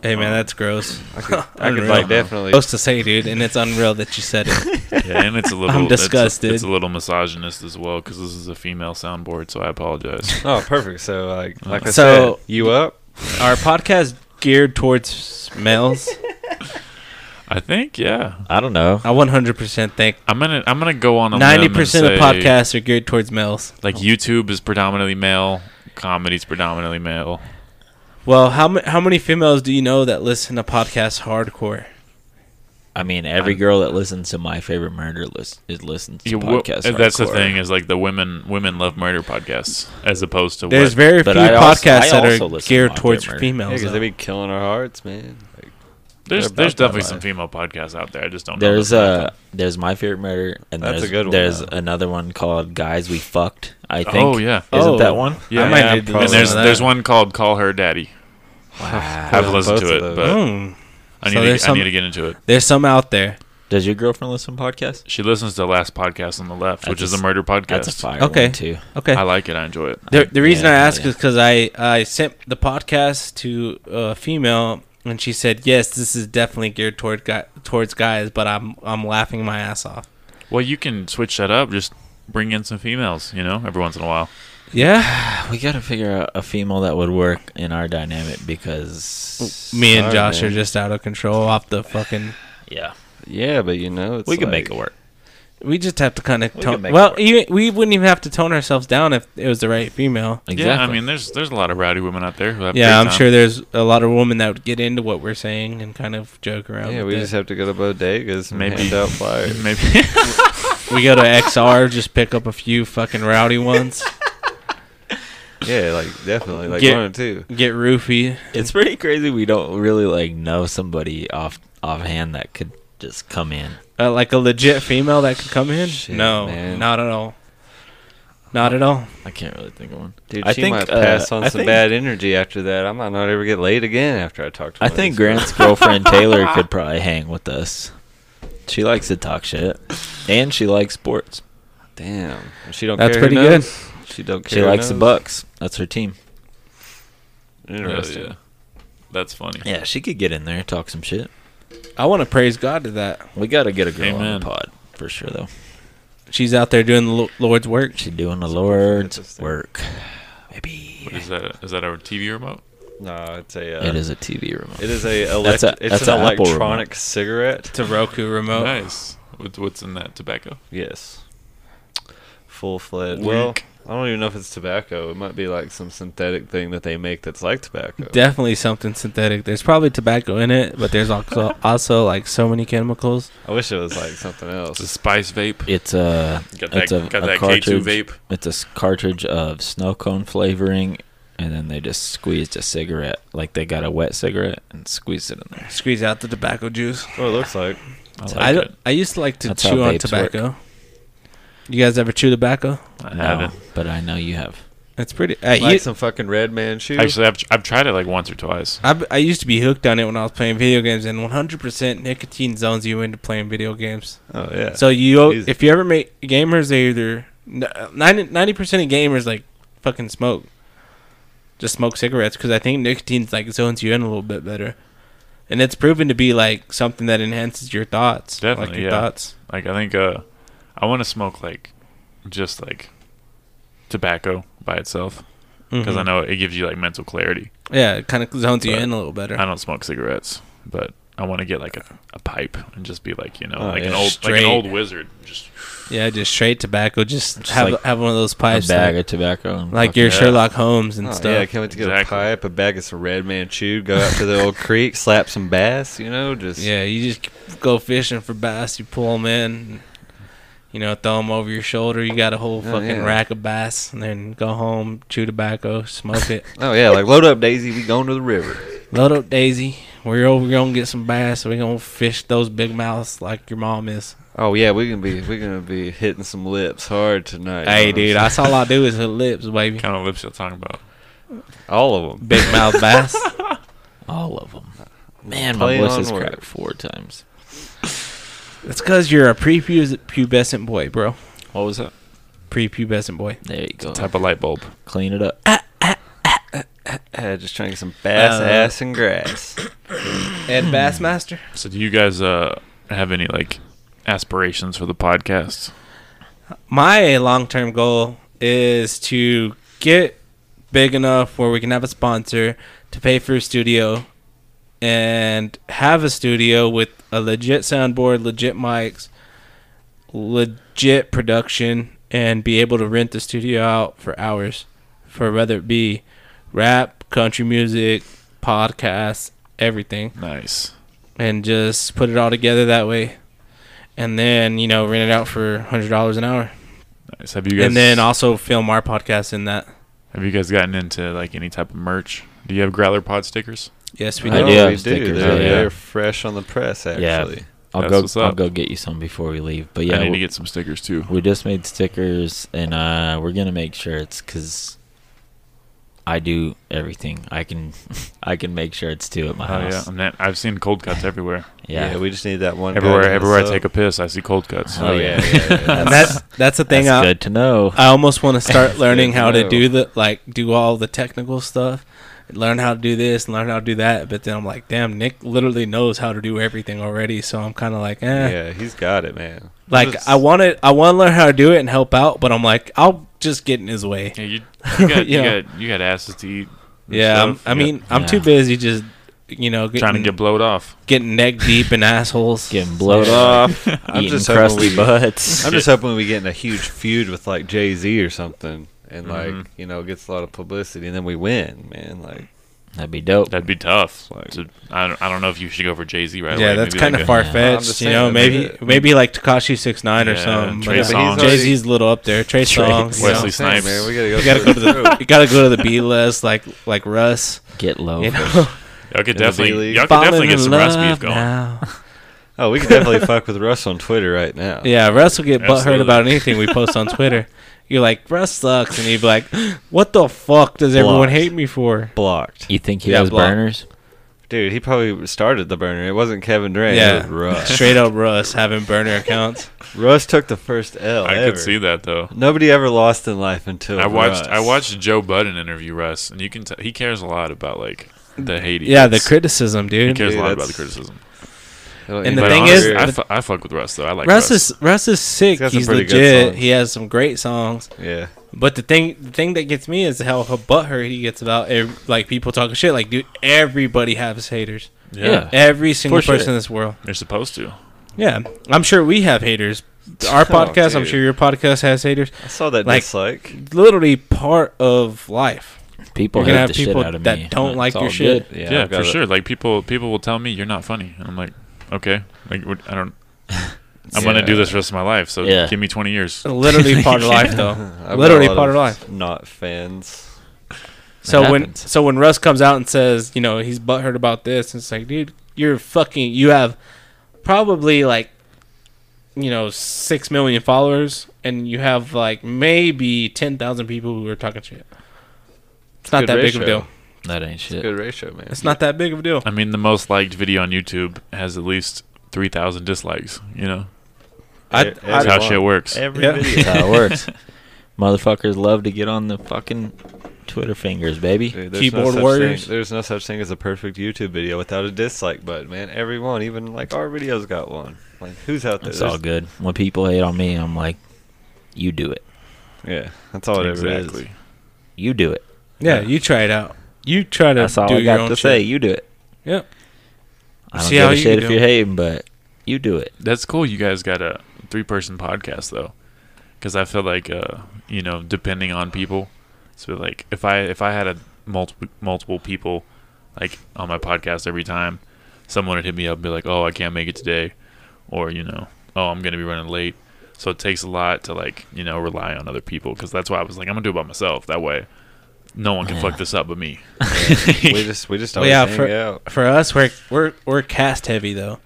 S4: Hey man, that's gross.
S3: I could, I could like definitely.
S4: Gross to say, dude, and it's unreal that you said it.
S3: (laughs)
S1: Yeah, and it's a little.
S4: I'm
S1: it's a-
S4: disgusted.
S1: It's a, little misogynist as well because this is a female soundboard, so I apologize.
S3: Oh, perfect. So like, like I
S4: So-
S3: said, you up?
S4: Our podcast geared towards males.
S1: I think, yeah.
S5: I don't know.
S4: I 100% think
S1: I'm gonna I'm gonna go on a
S4: 90% of
S1: podcasts.
S4: podcasts are geared towards males.
S1: Like YouTube is predominantly male, comedy's predominantly male.
S4: Well, how ma- how many females do you know that listen to podcasts hardcore?
S5: I mean, every girl that listens to my favorite murder list is listens to
S1: You- wh-
S5: podcasts.
S1: that's the
S5: hardcore.
S1: thing is like the women women love murder podcasts as opposed to
S4: There's
S1: what
S4: very
S5: But
S4: few
S5: I also-
S4: podcasts
S5: I
S4: that
S5: also
S4: are
S5: listen to
S4: geared
S5: Modern
S4: towards
S5: Murder.
S4: females.
S3: because
S4: though.
S3: they be killing our hearts, man. Like, they're
S1: there's
S3: about
S1: there's
S3: that
S1: definitely some
S3: life.
S1: female podcasts out there. I just don't know.
S5: There's
S1: them.
S5: uh there's my favorite murder and
S3: That's a
S5: there's,
S3: good one,
S5: there's
S3: though.
S5: another one called Guys We Fucked. I think.
S1: Oh yeah.
S5: Isn't
S4: Oh.
S5: that one?
S1: Yeah,
S4: I might
S1: yeah,
S4: need to
S1: and
S4: listen
S1: there's
S4: to that.
S1: there's one called "Call Her Daddy."
S5: Wow.
S1: I've listened
S3: both
S1: to
S3: of
S1: it,
S3: those.
S1: but
S4: Mm.
S1: I need
S4: So
S1: to,
S4: there's
S1: I
S4: some-
S1: need to get into it.
S4: There's some out there.
S5: Does your girlfriend listen to podcasts?
S1: She listens to the last podcast on the left, which
S5: That's
S1: is
S5: a
S1: a murder podcast.
S5: That's a fire
S4: Okay.
S5: one too.
S4: (laughs) Okay.
S1: I like it. I enjoy it.
S4: The, the reason
S5: Yeah,
S4: I ask
S5: yeah.
S4: is because I, I sent the podcast to a female and she said yes this is definitely geared toward guy, towards guys but I'm I'm laughing my ass off.
S1: Well, you can switch that up. Just bring in some females, you know, every once in a while.
S4: Yeah,
S5: We gotta figure out a female that would work in our dynamic because
S4: (sighs) me and
S3: Sorry,
S4: Josh
S3: man.
S4: are just out of control off the fucking.
S5: yeah,
S3: yeah, but you know, it's
S5: we can
S3: like-
S5: make it work.
S4: We just have to kind of
S5: We
S4: tone.
S5: can make it
S4: Well,
S5: work.
S4: you, we wouldn't even have to tone ourselves down if it was the right female.
S5: Exactly.
S1: Yeah, I mean, there's there's a lot of rowdy women out there who have.
S4: Yeah,
S1: a
S4: I'm
S1: great time.
S4: sure there's a lot of women that would get into what we're saying and kind of joke around.
S3: Yeah,
S4: with
S3: we
S4: it.
S3: just have to go to bodegas and
S1: Maybe.
S3: hand
S1: (laughs)
S3: out flyers.
S1: (laughs) Maybe
S4: we go to XR, just pick up a few fucking
S3: (laughs)
S4: rowdy ones,
S3: yeah, like definitely, like
S4: Get-
S3: one or two.
S4: get roofy.
S5: it's pretty crazy. We don't really like know somebody off offhand that could just come in.
S4: Uh, like a legit female that could come in?
S3: Shit,
S4: no,
S3: man.
S4: not at all. Not at all.
S5: I can't really think of one.
S3: Dude,
S5: I
S3: she
S5: think,
S3: might
S5: uh,
S3: pass on
S5: I
S3: some
S5: think-
S3: bad energy after that. I might not ever get laid again after I talk to.
S5: I
S3: one of
S5: think
S3: these (laughs)
S5: Grant's girlfriend Taylor could probably hang with us. She likes to talk shit, and she likes sports.
S3: girls. Damn, If she don't.
S4: That's
S3: care who
S4: pretty
S3: knows, She don't.
S5: She
S3: care who
S5: likes the
S3: knows.
S5: Bucks. That's her team.
S3: Interesting.
S1: Yeah, yeah. That's funny.
S5: Yeah, she could get in there talk some shit.
S4: I want to praise God to that.
S5: We gotta get a girl on
S1: Amen.
S5: the pod for sure, though.
S4: She's out there doing the Lo- Lord's work.
S5: She doing the Lord's
S3: interesting.
S5: work. Maybe
S1: What is that? Is that our TV remote?
S3: No, it's a. Uh,
S5: it is a TV remote.
S3: It is a. Elect-
S5: That's a-
S3: it's
S5: that's
S3: an
S5: a Apple remote.
S3: electronic cigarette.
S4: It's a Roku remote.
S1: Nice. What, what's in that tobacco?
S3: Yes. Full fledged. Well, I don't even know if it's tobacco. It might be like some synthetic thing that they make that's like tobacco.
S4: Definitely something synthetic. There's probably tobacco in it, but there's also, also like so many chemicals.
S3: I wish it was like something
S1: It's a
S3: else.
S1: spice vape.
S5: It's a
S1: Got that,
S5: it's a,
S1: got
S5: a
S1: that K2
S5: cartridge.
S1: vape.
S5: It's a s- cartridge of snow cone flavoring, and then they just squeezed a cigarette, like they got a wet cigarette and squeezed it in there.
S4: Squeeze out the tobacco juice.
S3: What it looks like.
S1: I like
S4: I,
S1: it.
S4: don't, I used to like to
S5: That's how
S4: chew on
S5: vapes work.
S4: tobacco. You guys ever chew tobacco?
S1: I
S5: No,
S1: haven't.
S5: but I know you have.
S4: It's pretty. I,
S3: Like
S4: used,
S3: some fucking red man shoe.
S1: Actually, I've, I've tried it like once or twice.
S4: I, I used to be hooked on it when I was playing video games, and 100% nicotine zones you into playing video games.
S3: oh yeah.
S4: So you,
S3: Easy.
S4: if you ever make gamers, they either ninety percent of gamers like fucking smoke, just smoke cigarettes because I think nicotine's like zones you in a little bit better, and it's proven to be like something that enhances your thoughts, like
S1: Definitely,
S4: your
S1: yeah.
S4: thoughts.
S1: Like I think uh, I want to smoke like just like tobacco by itself because I
S4: Mhm.
S1: know it gives you like mental clarity.
S4: yeah, it kind of zones you
S1: But
S4: in a little better.
S1: I don't smoke cigarettes, but I want to get like a, a pipe and just be like you know
S3: Oh,
S1: like
S3: yeah.
S1: an old like
S4: Straight.
S1: an old wizard. Just
S4: Yeah, just straight tobacco. Just,
S5: Just
S4: have
S5: like
S4: have one of those
S5: A
S4: pipes,
S5: bag
S4: like,
S5: of tobacco. And
S4: like
S5: fucking-
S4: your
S1: yeah.
S4: Sherlock Holmes and
S3: Oh,
S4: stuff.
S3: yeah, I can't wait to get
S1: Exactly.
S3: a pipe, a bag of some red man chew, go out to the
S5: (laughs)
S3: old creek, slap some bass, you know, just
S4: Yeah, you just go fishing for bass. You pull them in, you know, throw them over your shoulder. You got a whole
S3: Oh,
S4: fucking
S3: yeah.
S4: rack of bass, and then go home, chew tobacco, smoke it. (laughs)
S3: Oh yeah, like load up Daisy, we going to the river.
S4: Load up Daisy. We're over. We're gonna get some bass. We're gonna fish those big mouths like your mom is.
S3: Oh yeah, we gonna be we gonna be hitting some lips hard tonight.
S4: Hey,
S3: you know what
S4: dude,
S3: I'm
S4: that's (laughs) all I do is her lips, baby.
S1: kind of lips you're talking about.
S3: saying? all of them.
S4: Big mouth (laughs) bass.
S5: all of them. Man,
S3: Play
S5: my voice
S3: on
S5: is
S3: word.
S5: cracked four times.
S4: That's because you're a prepubes- pubescent boy, bro.
S5: What was that?
S4: Prepubescent boy.
S5: There you go.
S1: Type of light bulb.
S5: Clean it up.
S3: (laughs) Yeah, just trying to get some bass
S4: Uh,
S3: ass and grass.
S4: Ed Bassmaster.
S1: So do you guys uh have any like aspirations for the podcast?
S4: my long term goal is to get big enough where we can have a sponsor to pay for a studio and have a studio with a legit soundboard, legit mics, legit production, and be able to rent the studio out for hours for whether it be rap, country music, podcasts, everything,
S1: Nice.
S4: and just put it all together that way. And then you know rent it out for hundred dollars an hour,
S1: Nice. Have you guys
S4: and then also film our podcast in that.
S1: have you guys gotten into like any type of merch? Do you have Growler Pod stickers?
S4: Yes, we
S5: I
S4: do.
S3: No,
S5: do have
S3: we do.
S5: stickers,
S3: They're,
S5: yeah.
S3: they're fresh on the press,
S5: Yeah.
S3: actually.
S5: I'll
S1: That's
S5: go.
S1: what's
S5: I'll
S1: up.
S5: go get you some before we leave. But
S1: Yeah, I
S5: yeah,
S1: need to
S5: we,
S1: get some stickers too.
S5: we just made stickers, and uh, we're gonna make shirts because I do everything. I can, (laughs) I can make shirts too at my
S1: Oh yeah,
S5: house.
S1: I'm not, I've seen cold cuts everywhere.
S5: Yeah,
S3: we just need that one. guy
S1: Everywhere,
S3: to hit us
S1: everywhere I
S3: up.
S1: take a piss, I see cold cuts.
S5: Oh,
S3: Oh yeah,
S5: yeah.
S3: yeah,
S1: (laughs)
S3: yeah, yeah.
S4: And that's that's the
S5: (laughs)
S4: thing. uh,
S5: that's
S4: I,
S5: good to know.
S4: I almost want
S5: (laughs)
S4: to start learning how to
S3: No.
S4: do the like do all the technical stuff, learn how to do this, learn how to do that. But then I'm like, damn, Nick literally knows how to do everything already. So I'm kind of like, (laughs) eh.
S3: yeah, he's got it, man.
S4: Like
S3: Just-
S4: I want to, I want to learn how to do it and help out, but I'm like, I'll just get in his way.
S1: Yeah, you, you got
S4: Yeah.
S1: you got you got asses to eat. and
S4: Yeah, I'm,
S1: stuff.
S4: I
S1: You got-
S4: mean, I'm too
S5: Yeah.
S4: busy just, you know, getting,
S1: trying to get blowed off.
S4: getting neck deep in assholes.
S5: Getting blowed
S4: Yeah.
S5: off,
S3: I'm
S5: eating
S3: just hoping
S5: crusty
S3: we-
S5: butts.
S3: I'm just hoping we get in a huge feud with like Jay Z or something, and like
S1: Mhm.
S3: you know gets a lot of publicity, and then we win, man. Like
S5: (laughs) That'd be
S1: (laughs)
S5: dope.
S1: That'd be tough.
S3: Like-
S1: to, I don't I don't know if you should go for Jay Z right away.
S4: (laughs) yeah, that's
S1: Maybe like
S4: kind of
S1: a-
S4: far
S3: Yeah, I'm
S4: fetched.
S3: just
S4: you know,
S3: saying,
S4: maybe
S3: that's it.
S4: maybe like Takashi Six Nine or
S1: Yeah,
S4: something.
S1: Trey
S4: but-
S1: Songz. Yeah, but he's
S4: Jay Z's a little up there. Trey Songz. you know.
S1: Wesley
S3: I'm saying,
S1: Snipes.
S3: man, we gotta go,
S4: You gotta go
S3: through
S4: to
S3: the
S4: the you gotta go to the B list like like Russ.
S5: Get low.
S4: You know,
S1: Y'all could
S3: In the
S1: definitely
S3: B-League.
S1: y'all could
S4: Falling
S1: definitely
S4: in
S1: get some Russ
S4: love
S1: beef going.
S4: now.
S3: (laughs) Oh, we could definitely fuck with Russ on Twitter right now.
S4: Yeah, Russ will get butthurt
S1: Absolutely.
S4: about anything we post
S1: (laughs)
S4: on Twitter. You're like Russ sucks, and he'd be like, "What the fuck does everyone
S3: Blocked.
S4: hate me for?"
S3: Blocked,
S5: You think he
S4: Yeah,
S5: has
S4: block.
S5: burners?
S3: dude. He probably started the burner. It wasn't Kevin Durant.
S4: Yeah.
S3: Yeah, Russ.
S4: (laughs) Straight up Russ having burner accounts.
S1: (laughs)
S3: Russ took the first L.
S1: I
S3: ever.
S1: could see that though.
S3: Nobody ever lost in life until
S1: I watched
S3: Russ.
S1: I watched Joe Budden interview Russ, and you can t- he cares a lot about like the Haiti.
S4: Yeah, the criticism,
S1: he
S4: dude.
S1: cares a
S3: Dude,
S1: lot about the
S3: that's-
S1: criticism.
S4: And the
S1: but
S4: thing
S1: honestly,
S4: is-
S1: I
S4: the-
S1: fu- I fuck with Russ though. I like
S4: Russ is Russ is sick.
S3: got
S4: He's,
S3: some pretty good
S4: legit.
S3: songs.
S4: He has some great songs.
S3: yeah,
S4: But the thing, the thing that gets me is how her butthurt he gets about ev- like people talking shit. Like, dude, everybody has haters.
S5: Yeah.
S4: Every single
S5: For sure.
S4: person in this world.
S1: they're supposed to.
S4: Yeah, I'm sure we
S3: (laughs)
S4: have haters. Our
S3: Oh,
S4: podcast, I'm
S3: dude.
S4: sure your podcast has haters.
S3: I saw that
S4: Like-
S3: dislike.
S4: Literally part of life.
S5: People
S4: You're gonna
S5: hate
S4: have
S5: the
S4: people
S5: shit out of
S4: that
S5: me.
S4: don't
S5: It's
S4: like your
S5: all
S4: shit.
S5: good.
S1: Yeah,
S3: I've
S1: for
S3: got it.
S1: sure. Like people people will tell me you're not funny, and I'm like, okay, like what- I
S4: (laughs)
S1: don't. I'm
S3: Yeah.
S1: gonna do this rest of my life. So
S5: Yeah.
S1: give me 20 years.
S4: Literally part
S3: (laughs)
S4: of life, though.
S3: I've got
S4: Literally
S3: a lot
S4: part of life.
S3: Not fans.
S4: So when
S5: happens.
S4: so when Russ comes out and says, you know, he's butthurt about this, and it's like, dude, you're fucking. You have probably like, you know, six million followers, and you have like maybe ten thousand people who are talking shit. It's not
S3: Good
S4: that big of a
S3: ratio.
S4: deal.
S5: That ain't shit.
S3: Good ratio, man.
S4: It's not that big of a deal.
S1: I mean, the most liked video on YouTube has at least 3,000 dislikes. You know,
S4: I-
S3: E-
S4: I-
S1: that's how
S3: everyone.
S1: shit works.
S3: Every
S4: Yeah.
S3: video.
S5: That's how it
S4: (laughs)
S5: works. Motherfuckers love to get on the fucking Twitter fingers, baby.
S3: Dude, there's
S4: Keyboard
S3: no such
S4: warriors.
S3: Thing, there's no such thing as a perfect YouTube video without a dislike button, man. Everyone, even like our videos, got one. Like, who's out there?
S5: It's all
S3: There's-
S5: good. When people hate on me, I'm like, you do it.
S3: Yeah, that's all Oh, it ever is.
S1: exactly.
S5: You do it.
S4: Yeah, you try it out. You try to
S5: That's all
S4: do
S5: I
S4: your
S5: got
S4: own
S5: to
S4: shit.
S5: say. You do it.
S4: Yep.
S5: I don't
S4: See
S5: give
S4: how
S5: a
S4: you
S5: shit
S4: do
S5: if you're
S4: it.
S5: hating, but you do it.
S1: That's cool. You guys got a three-person podcast though, because I feel like, uh, you know, depending on people. So like, if I if I had a multiple multiple people, like on my podcast every time, someone would hit me up and be like, "Oh, I can't make it today," or you know, "Oh, I'm gonna be running late." So it takes a lot to like you know rely on other people because that's why I was like, "I'm gonna do it by myself." That way, no one can
S5: Yeah.
S1: fuck this up but me.
S4: (laughs)
S3: We just we just
S4: Well,
S3: always
S4: yeah,
S3: hang
S4: for-
S3: out.
S4: for us we're we're we're cast heavy though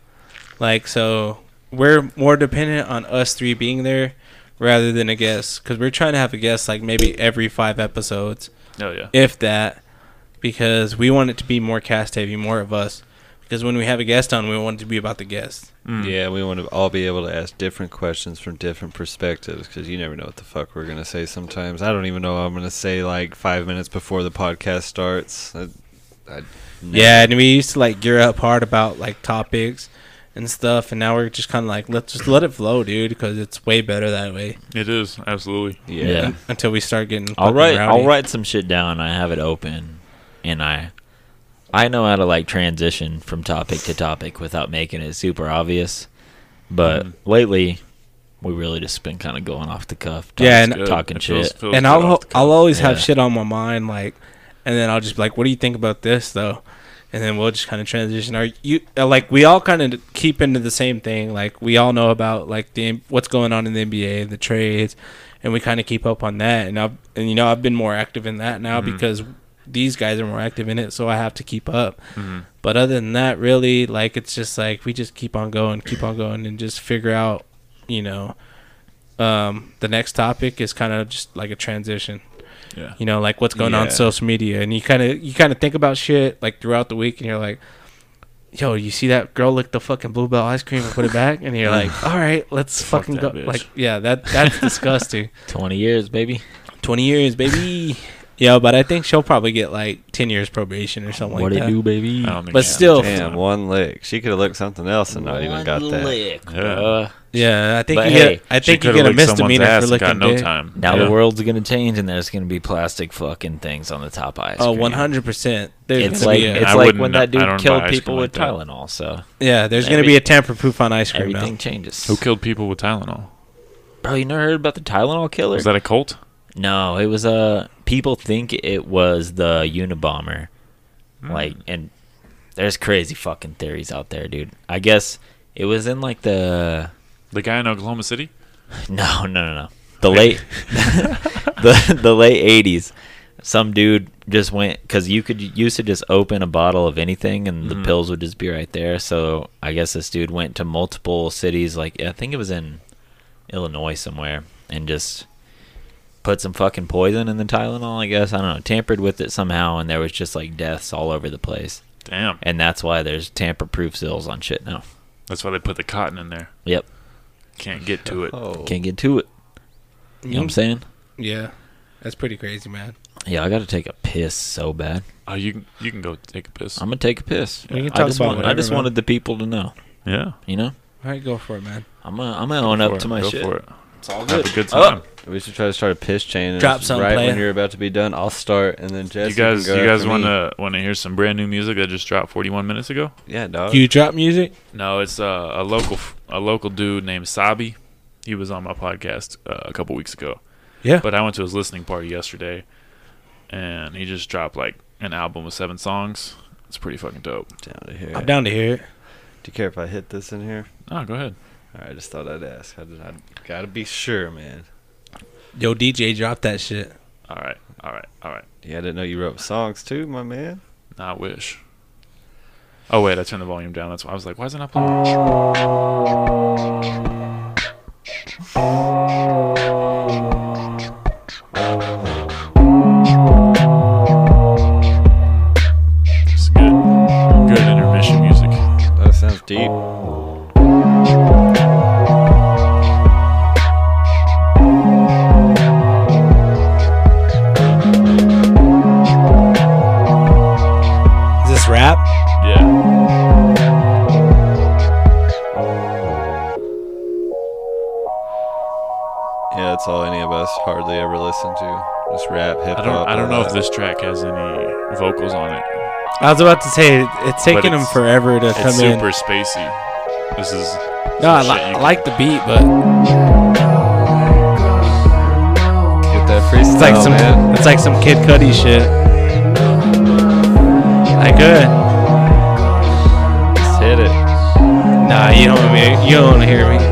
S4: like so we're more dependent on us three being there rather than a guest because we're trying to have a guest like maybe every five episodes
S1: Oh yeah,
S4: if that because we want it to be more cast heavy more of us because when we have a guest on we want it to be about the guest
S1: Mm.
S3: Yeah, we want to all be able to ask different questions from different perspectives because you never know what the fuck we're gonna say. Sometimes I don't even know what I'm gonna say like five minutes before the podcast starts. I, I never-
S4: yeah and we used to like gear up hard about like topics and stuff and now we're just kind of like let's just let it flow dude because it's way better that way
S1: it is absolutely.
S3: yeah.
S5: Yeah.
S4: until we start getting
S5: I'll
S4: fucking
S5: write.
S4: rowdy.
S5: I'll write some shit down. I have it open, and I, I know how to like transition from topic to topic without making it super obvious. But
S4: Mm-hmm.
S5: lately, we really just been kind of going off the cuff.
S4: Yeah,
S5: talking-
S4: and-
S1: Good.
S5: talking
S1: It
S5: shit.
S1: feels- feels
S4: and
S1: good
S4: I'll
S1: off the cuff.
S4: I'll always have
S5: Yeah.
S4: shit on my mind like, and then I'll just be like, "What do you think about this though?" and then we'll just kind of transition. Are you uh, like we all kind of keep into the same thing? Like we all know about like the M- what's going on in the NBA, the trades, and we kind of keep up on that. And I've and you know I've been more active in that now because these guys are more active in it, so I have to keep up. But other than that, really, like it's just like we just keep on going, keep on going, and just figure out, you know, um, the next topic is kind of just like a transition
S1: Yeah.
S4: you know like what's going on
S3: Yeah.
S4: on social media and you kind of you kind of think about shit like throughout the week and you're like yo you see that girl lick the fucking bluebell ice cream and put it back and
S1: (laughs)
S4: you're like all right let's
S1: Fuck
S4: fucking go
S1: that bitch.
S4: like yeah that
S1: (laughs)
S4: that's disgusting
S5: 20 years, baby.
S4: 20 years baby yeah but i think she'll probably get like 10 years probation or something
S5: what
S4: like
S5: it
S4: that
S5: do, baby?
S1: I don't think
S4: But
S1: she-
S4: still-
S3: Damn, one lick. She could have licked something else and not even got that.
S5: Lick,
S1: Yeah.
S5: bruh.
S4: yeah i think
S5: But
S4: you
S5: hey,
S4: get i
S1: She
S4: think you
S1: coulda
S4: get a
S1: licked someone's
S4: misdemeanor
S1: ass
S4: for
S1: and got
S4: licking
S1: no
S4: dick.
S1: time.
S5: Now
S1: Yeah.
S5: the world's gonna change, and there's gonna be plastic fucking things on the top ice.
S4: oh
S5: cream.
S4: 100% there's
S5: It's
S4: gonna
S5: like
S4: be a-
S5: it's
S1: I
S5: like
S1: wouldn't-
S5: when that
S1: I
S5: dude
S1: don't buy
S5: killed
S1: ice
S5: people
S1: cream
S5: with
S1: like that.
S5: Tylenol. So
S4: yeah there's gonna
S5: every-
S4: be a tamper proof on ice cream
S5: everything
S4: now.
S5: changes.
S1: Who killed people with Tylenol?
S5: Bro, you never heard about the Tylenol killer?
S1: Was that a cult?
S5: no, it was Uh, people think it was the Unabomber. Like, and there's crazy fucking theories out there, dude. I guess it was in like the
S1: The guy in Oklahoma City?
S5: (laughs) No, no, no, no. The late (laughs) the the late eighties. Some dude just went because you could used to just open a bottle of anything and the
S1: Mhm.
S5: pills would just be right there. So I guess this dude went to multiple cities, like I think it was in Illinois somewhere, and just put some fucking poison in the Tylenol. I guess I don't know, tampered with it somehow, and there was just like deaths all over the place.
S1: Damn.
S5: And that's why there's tamper-proof seals on shit now.
S1: That's why they put the cotton in there.
S5: Yep,
S1: Can't get to it.
S3: Oh,
S5: can't get to it. You know what I'm saying?
S4: yeah that's pretty crazy man
S5: Yeah, I got to take a piss so bad.
S1: Oh, you can you can go take a piss.
S5: I'm gonna take a piss.
S4: We can
S5: I
S4: talk
S5: just
S4: about
S5: want, I
S4: whatever,
S5: just
S4: man.
S5: wanted the people to know.
S1: yeah.
S5: You know,
S4: all right go for it man
S5: I'm gonna, I'm gonna own
S1: For
S5: up
S1: it.
S5: to my
S1: go
S5: shit.
S1: for it.
S5: It's all
S1: Have
S5: good.
S1: a good
S4: Oh,
S1: time.
S3: we should try to start a piss chain. and
S4: Drop
S3: it's
S4: some,
S3: right
S4: player.
S3: when you're about to be done. I'll start, and then Jesse.
S1: you guys,
S3: can go
S1: you guys
S3: after
S1: want
S3: me.
S1: to want to hear some brand new music that just dropped 41 minutes ago?
S3: Yeah,
S1: Uh,
S3: dog.
S4: do you drop music
S1: No, it's uh, a local f- a local dude named Sabi. He was on my podcast uh, a couple weeks ago.
S4: Yeah.
S1: But I went to his listening party yesterday, and he just dropped like an album with seven songs. It's pretty fucking dope.
S3: down to here.
S4: i'm down to hear it
S3: Do you care if I hit this in here?
S1: Oh, go ahead.
S3: All right, I just thought I'd ask. I, did- I gotta be sure, man.
S4: Yo, DJ, drop that shit.
S1: All right, all right, all right.
S3: Yeah, I didn't know you wrote songs too, my man.
S1: I wish. Oh wait, I turned the volume down. That's why I was like, why isn't it playing? It's good, good intermission music.
S3: That sounds deep.
S4: Is this rap?
S1: Yeah.
S3: Yeah, that's all any of us hardly ever listen to. Just rap, hip hop. uh,
S1: I don't, I don't know if
S3: this.
S1: this track has any vocals on it.
S4: Uh, I was about to say it's taking
S1: it's-
S4: him forever to come
S1: It's
S4: in.
S1: super spacey. This is
S4: No, I,
S1: shit
S4: li-
S1: you
S4: I
S1: can-
S4: like the beat, but
S3: Get that freestyle,
S4: it's like some
S1: (laughs)
S3: man.
S4: it's like some Kid Cudi shit. uh, I could.
S3: Just hit it.
S4: Nah, you don't want me. You don't want to hear me.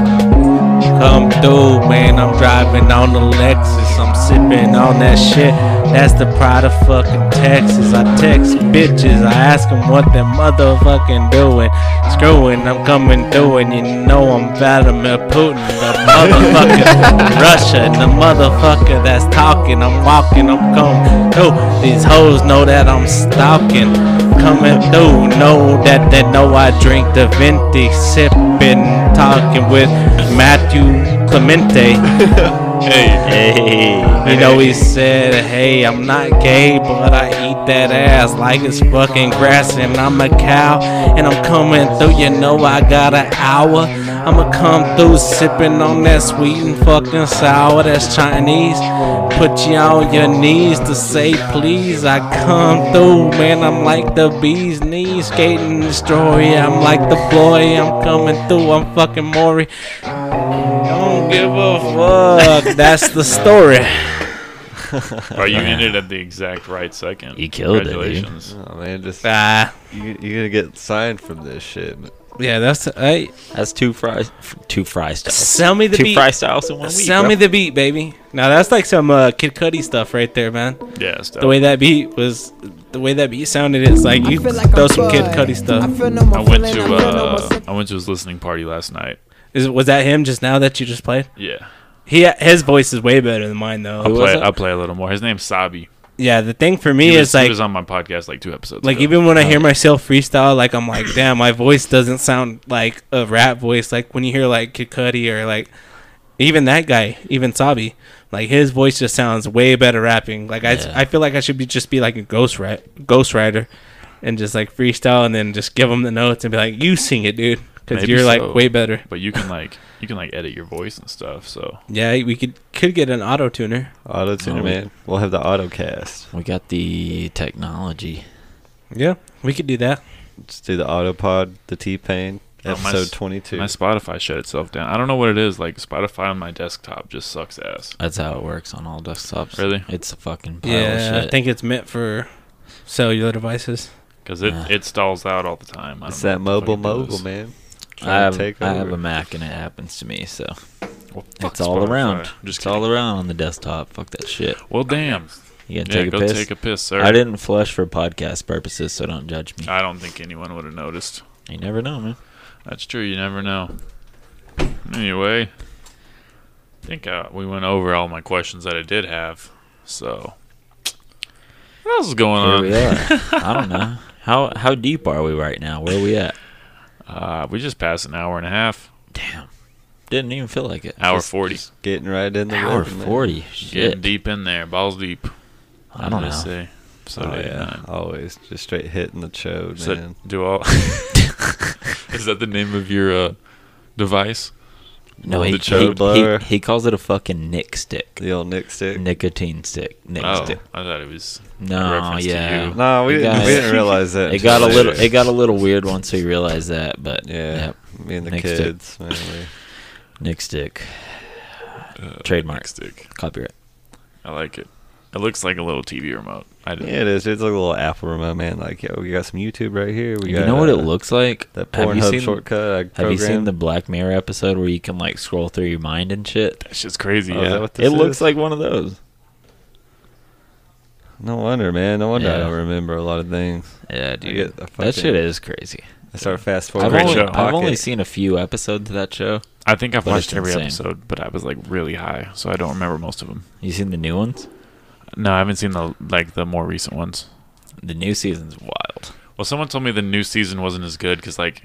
S4: Come through, man. I'm driving on the Lexus. I'm sipping on that shit. That's the pride of fucking Texas. I text bitches. I ask them what they motherfucking doing. Screwing, I'm coming through, and you know I'm Vladimir Putin, the motherfucking Russia, the motherfucker that's talking. I'm walking, I'm coming through. These hoes know that I'm stalking. Coming through, know that they know I drink the venti, sipping, talking with Matthew Clemente.
S1: Hey,
S5: Hey.
S4: He always said, Hey, I'm not gay, but I eat that ass like it's fucking grass, and I'm a cow, and I'm coming through. You know, I got an hour. I'ma come through sipping on that sweet and fucking sour. That's Chinese. Put you on your knees to say please. I come through, man. I'm like the bee's knees, skating destroyer. I'm like the boy. I'm coming through. I'm fucking Maury. Don't give a fuck. That's the story.
S1: bro,
S4: (laughs)
S1: you ended at the exact right second.
S5: You killed it, dude.
S1: Congratulations.
S3: Oh man, just
S4: Ah,
S3: you, you're gonna get signed from this shit.
S4: yeah, that's hey.
S5: That's two fries, f- two fry styles.
S4: Sell me the
S5: Two
S4: beat.
S5: fry styles in one week.
S4: Sell
S5: bro.
S4: me the beat, baby. Now that's like some uh, Kid Cudi stuff right there, man.
S1: Yeah, it's
S4: The way that beat was, the way that beat sounded, it's like you
S6: feel like
S4: throw
S6: I'm
S4: some Kid
S6: bud.
S4: Cudi stuff.
S6: feel no more
S1: I went
S6: feeling,
S1: to
S6: I feel no more
S1: uh,
S6: sick-
S1: I went to his listening party last night.
S4: Is was that him just now that you just played?
S1: Yeah,
S4: He his voice is way better than mine though.
S1: I'll
S5: Who was
S1: play.
S5: it?
S1: I'll play a little more. His name's Sabi.
S4: Yeah, the thing for me
S1: He,
S4: is
S1: was, he
S4: like
S1: was on my podcast like two episodes.
S4: like
S1: ago.
S4: even when I hear myself freestyle, like I'm like, damn, my voice doesn't sound like a rap voice. Like when you hear like Kid Cudi or like even that guy, even Sabi, like his voice just sounds way better rapping. Like I,
S5: Yeah.
S4: I feel like I should be just be like a ghost ri- ghost writer, and just like freestyle and then just give him the notes and be like, you sing it, dude, because
S1: Maybe
S4: you're
S1: so.
S4: like way better.
S1: but you can like you can like edit your voice and stuff. So
S4: Yeah, we could could get an auto tuner.
S3: Auto tune,
S5: Oh, we-
S3: man. We'll have the autocast.
S5: We got the technology.
S4: Yeah, we could do that.
S3: Just do the autopod, the T Pain
S1: Oh, my
S3: episode
S1: s-
S3: twenty two.
S1: my Spotify shut itself down. I don't know what it is. Like Spotify on my desktop just sucks ass.
S5: That's how it works on all desktops.
S1: Really?
S5: It's a fucking pile of
S4: Yeah,
S5: shit.
S4: I think it's meant for cellular devices.
S1: Because it,
S5: Yeah.
S1: it stalls out all the time. I
S3: It's
S1: don't
S3: that
S1: know what the
S3: mobile
S1: fuck it
S3: mogul,
S1: is.
S3: man.
S5: I
S3: Trying to
S5: have,
S3: take
S5: I have
S3: over.
S5: a Mac and it happens to me, so
S1: Well, fuck
S5: it's all
S1: Spotify.
S5: around.
S1: Just
S5: it's all around on the desktop. Fuck that shit.
S1: Well, damn.
S5: You gotta
S1: Yeah,
S5: take
S1: go
S5: a piss.
S1: take a piss, Ah. sir.
S5: I didn't flush for podcast purposes, so don't judge me.
S1: I don't think anyone would have noticed.
S5: You never know, man.
S1: That's true. You never know. Anyway, I think uh, we went over all my questions that I did have. So, what else is going
S5: Here
S1: on?
S5: we are. Uh, (laughs) I don't know. How how deep are we right now? Where are we at?
S1: (laughs) Uh, we just passed an hour and a half,
S5: Damn. Didn't even feel like it.
S1: hour
S5: Just
S1: forty,
S3: Getting right in the
S5: Hour
S3: rhythm, man.
S5: forty.
S1: getting
S5: Shit.
S1: deep in there, balls deep.
S5: I don't
S1: As
S5: know.
S1: Say. So
S3: Oh
S1: do you
S3: yeah,
S1: not.
S3: always just straight hitting the chode,
S1: So (laughs)
S3: man.
S1: do all. is that the name of your uh, device?
S5: No,
S1: The
S5: he, he,
S1: chode
S5: he,
S3: blower.
S5: he calls it a fucking nick stick.
S3: The old Nick stick.
S5: Nicotine stick. Nick
S1: oh,
S5: stick.
S1: I thought it was.
S5: No,
S1: reference to
S5: yeah.
S1: you.
S3: No, we
S5: It
S3: didn't,
S5: got-
S3: we didn't realize that.
S5: (laughs) It
S3: until
S5: got a little
S3: later.
S5: it got a little weird once we realized that, but
S3: Yeah,
S5: yep.
S3: me and the
S5: Nick stick.
S3: kids. Man, we,
S5: Nick stick. Trademark.
S1: Nick uh, stick.
S5: Copyright.
S1: I like it. It looks like a little TV remote. I didn't.
S3: yeah, it is. It's like a little Apple remote, man. Like, yo, we got some YouTube right here. We
S5: You
S3: got,
S5: know what it
S3: uh,
S5: looks like?
S3: That
S5: Have you
S3: Pornhub
S5: seen-
S3: shortcut. I
S5: Have you seen
S3: programmed.
S5: the Black Mirror episode where you can like scroll through your mind and shit?
S1: That shit's crazy.
S3: Oh, is
S1: yeah.
S3: that what
S5: it
S3: this
S5: looks
S3: is?
S5: like one of those.
S3: No wonder, man. No wonder I
S5: Yeah.
S3: don't remember a lot of things.
S5: Yeah,
S3: get
S5: dude.
S3: the
S5: That
S3: fucking-
S5: shit is crazy.
S3: I start fast
S5: I've
S3: forwarding.
S1: Great
S5: only,
S1: show.
S5: I've only
S3: Pocket.
S5: seen a few episodes of that show.
S1: I think I've
S5: But
S1: watched
S5: it's
S1: every
S5: insane.
S1: episode, but I was like really high, so I don't remember most of them.
S5: You seen the new ones?
S1: No, I haven't seen the like the more recent ones.
S5: The new season's wild.
S1: Well, someone told me the new season wasn't as good because like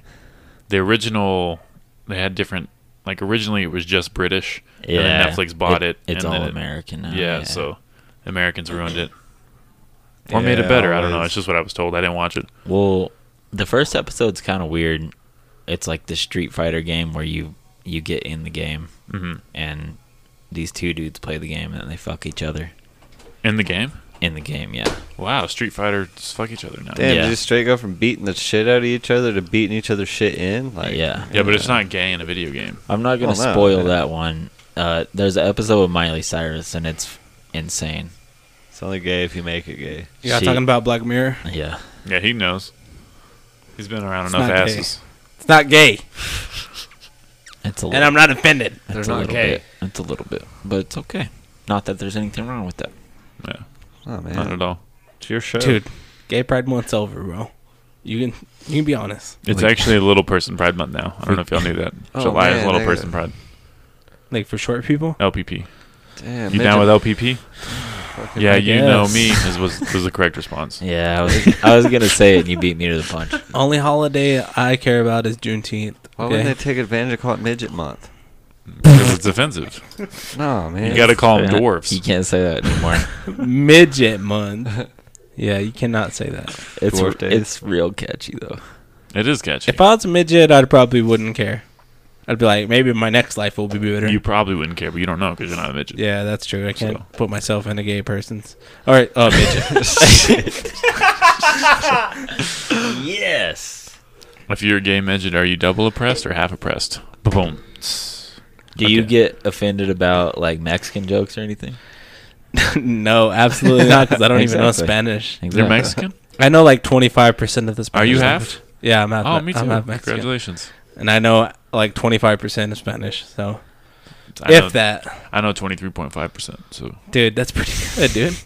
S1: the original, they had different. Like originally, it was just British. Yeah. And then Netflix bought it.
S5: It's
S1: and
S5: all
S1: then it-
S5: American now.
S1: yeah, so Americans ruined it or made it
S3: Yeah,
S1: better. I don't know.
S3: always.
S1: It's just what I was told. I didn't watch it.
S5: Well, the first episode's kind of weird. It's like the Street Fighter game where you you get in the game
S1: Mhm.
S5: and these two dudes play the game and then they fuck each other
S1: In the game.
S5: in the game. Yeah,
S1: Wow, Street Fighter just fuck each other now.
S3: Damn,
S5: Yeah.
S3: you just straight go from beating the shit out of each other to beating each other's shit in. Like,
S5: yeah.
S1: Yeah, but it's not gay in a video game.
S5: I'm not gonna
S3: Oh, no,
S5: spoil
S3: yeah.
S5: that one. Uh, there's an episode with Miley Cyrus and it's insane.
S3: It's only gay if you make it gay.
S4: You all
S5: She-
S4: talking about Black Mirror?
S5: Yeah,
S1: Yeah, he knows. He's been around
S4: It's
S1: enough
S4: not gay.
S1: asses.
S4: It's not gay,
S5: it's a
S4: and I'm not offended.
S5: it's
S4: They're
S5: a
S4: not
S5: little
S4: gay.
S5: Bit, it's a little bit, but it's okay. Not that there's anything wrong with that.
S1: Yeah,
S3: Oh man,
S1: not at all.
S3: it's your show,
S4: Dude, gay pride month's over, bro. You can you can be honest.
S1: It's
S5: Like-
S1: actually a Little Person Pride Month now. I don't know if y'all knew that.
S3: Oh,
S1: July is
S3: man,
S1: Little
S3: there-
S1: Person Pride.
S4: Like for short people.
S1: LPP. You
S3: Damn, midget
S1: down with LPP?
S3: fucking-
S1: Yeah, you know
S4: guess.
S1: me is, was was the correct
S5: (laughs)
S1: response.
S5: Yeah, I was, I was gonna say it, and you beat me to the (laughs) punch.
S4: Only holiday I care about is Juneteenth.
S3: Why wouldn't
S4: okay?
S3: they take advantage of call it midget month?
S1: because it's offensive.
S3: No, man.
S1: You got to call them
S5: You
S1: dwarfs.
S5: can't say that anymore. (laughs)
S4: (laughs)
S3: (laughs)
S4: midget month. Yeah, you cannot say that.
S5: it's
S3: Dwarf days.
S5: it's real catchy though.
S1: It is catchy.
S4: If I was a midget, I would probably wouldn't care. I'd be like, maybe my next life will be better.
S1: you probably wouldn't care, but you don't know because you're not a midget.
S4: yeah, that's true. I can't
S1: So.
S4: put myself in a gay person's. All right, oh midget.
S1: (laughs)
S4: (laughs)
S5: Yes.
S1: If you're a gay midget, are you double oppressed or half oppressed? Boom.
S5: Do you
S4: Okay.
S5: get offended about like Mexican jokes or anything?
S4: no, absolutely not, because I don't even know
S5: Exactly.
S4: Spanish.
S1: You're Mexican?
S4: I know like twenty five percent of the
S1: Are
S4: Spanish.
S1: you
S4: language.
S1: half?
S4: Yeah, I'm half.
S1: Oh, me too.
S4: I'm half Mexican,
S1: Congratulations.
S4: and I know like twenty five percent of Spanish. So
S1: I
S4: if
S1: know,
S4: that,
S1: I know 23.5%, so
S4: dude, that's pretty (laughs) good, dude.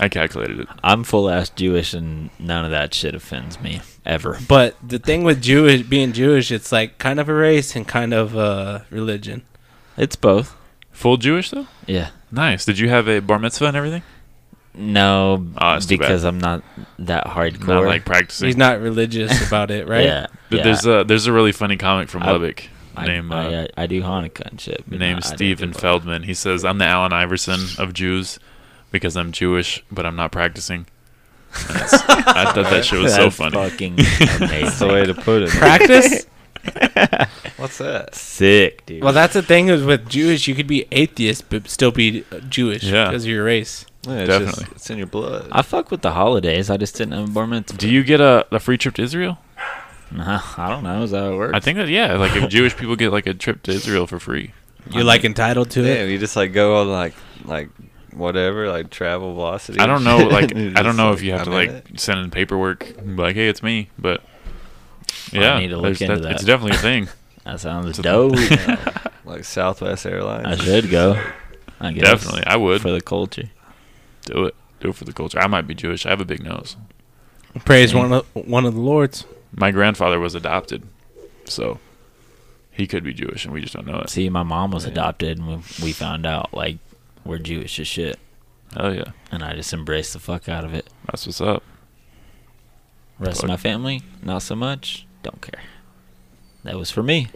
S1: I calculated it.
S5: I'm full ass Jewish and none of that shit offends me ever.
S4: But the thing with Jewish being Jewish, it's like kind of a race and kind of a religion.
S5: It's both.
S1: Full Jewish, though?
S5: Yeah.
S1: Nice. Did you have a bar mitzvah and everything?
S5: No,
S1: Oh, it's too bad.
S5: because I'm not that hardcore.
S1: Not like practicing.
S4: He's not religious about it, right?
S5: Yeah.
S1: Th-
S5: yeah.
S1: There's a there's a really funny comic from
S5: I-
S1: Lubbock
S5: I,
S1: named uh,
S5: I, I do Hanukkah and shit. but
S1: named
S5: no, I don't
S1: Steven
S5: do-
S1: Feldman. He says, "I'm the Allen Iverson of Jews because I'm Jewish, but I'm not practicing." That's- I thought
S5: (laughs)
S1: that shit was so
S5: That's
S1: funny. (laughs)
S5: Fucking
S3: That's the way
S5: amazing.
S3: to put it. (laughs)
S5: (laughs)
S4: (laughs) Practice.
S3: What's that?
S5: Sick, dude.
S4: well, that's the thing is with Jewish, you could be atheist but still be uh, Jewish
S1: Yeah.
S4: because of your race.
S3: Yeah, it's
S1: Definitely.
S3: just- it's in your blood.
S5: I fuck with the holidays. I just didn't have a bar mitzvah.
S1: Do you get a, a free trip to Israel?
S5: Nah, I don't know. Is that how it works?
S1: I think that yeah, like if Jewish people get like a trip to Israel for free.
S4: You're like entitled to it.
S3: Damn, you just like go on like like whatever like travel velocity.
S1: I
S3: (laughs)
S1: don't know,
S3: and
S1: like
S3: you're
S1: I don't
S3: just
S1: know if you have
S3: I'm
S1: to
S3: in
S1: like
S3: it.
S1: send in paperwork, and be like hey, it's me, but yeah,
S5: need to look
S1: there's
S5: into
S1: It's
S5: that.
S1: definitely a thing.
S5: that sounds
S1: It's a- (laughs)
S5: dope.
S3: like Southwest Airlines.
S5: I should go. I guess.
S1: definitely, I would
S5: for the culture.
S1: do it. Do it for the culture. I might be Jewish. I have a big nose.
S4: Praise one of one of the Lords.
S1: My grandfather was adopted, so he could be Jewish, and we just don't know it.
S5: See, my mom was adopted, and we, we found out like we're Jewish as shit,
S1: Hell yeah,
S5: and I just embraced the fuck out of it.
S1: that's what's up.
S5: Rest
S1: Fuck.
S5: of my family, not so much. Don't care. That was for me.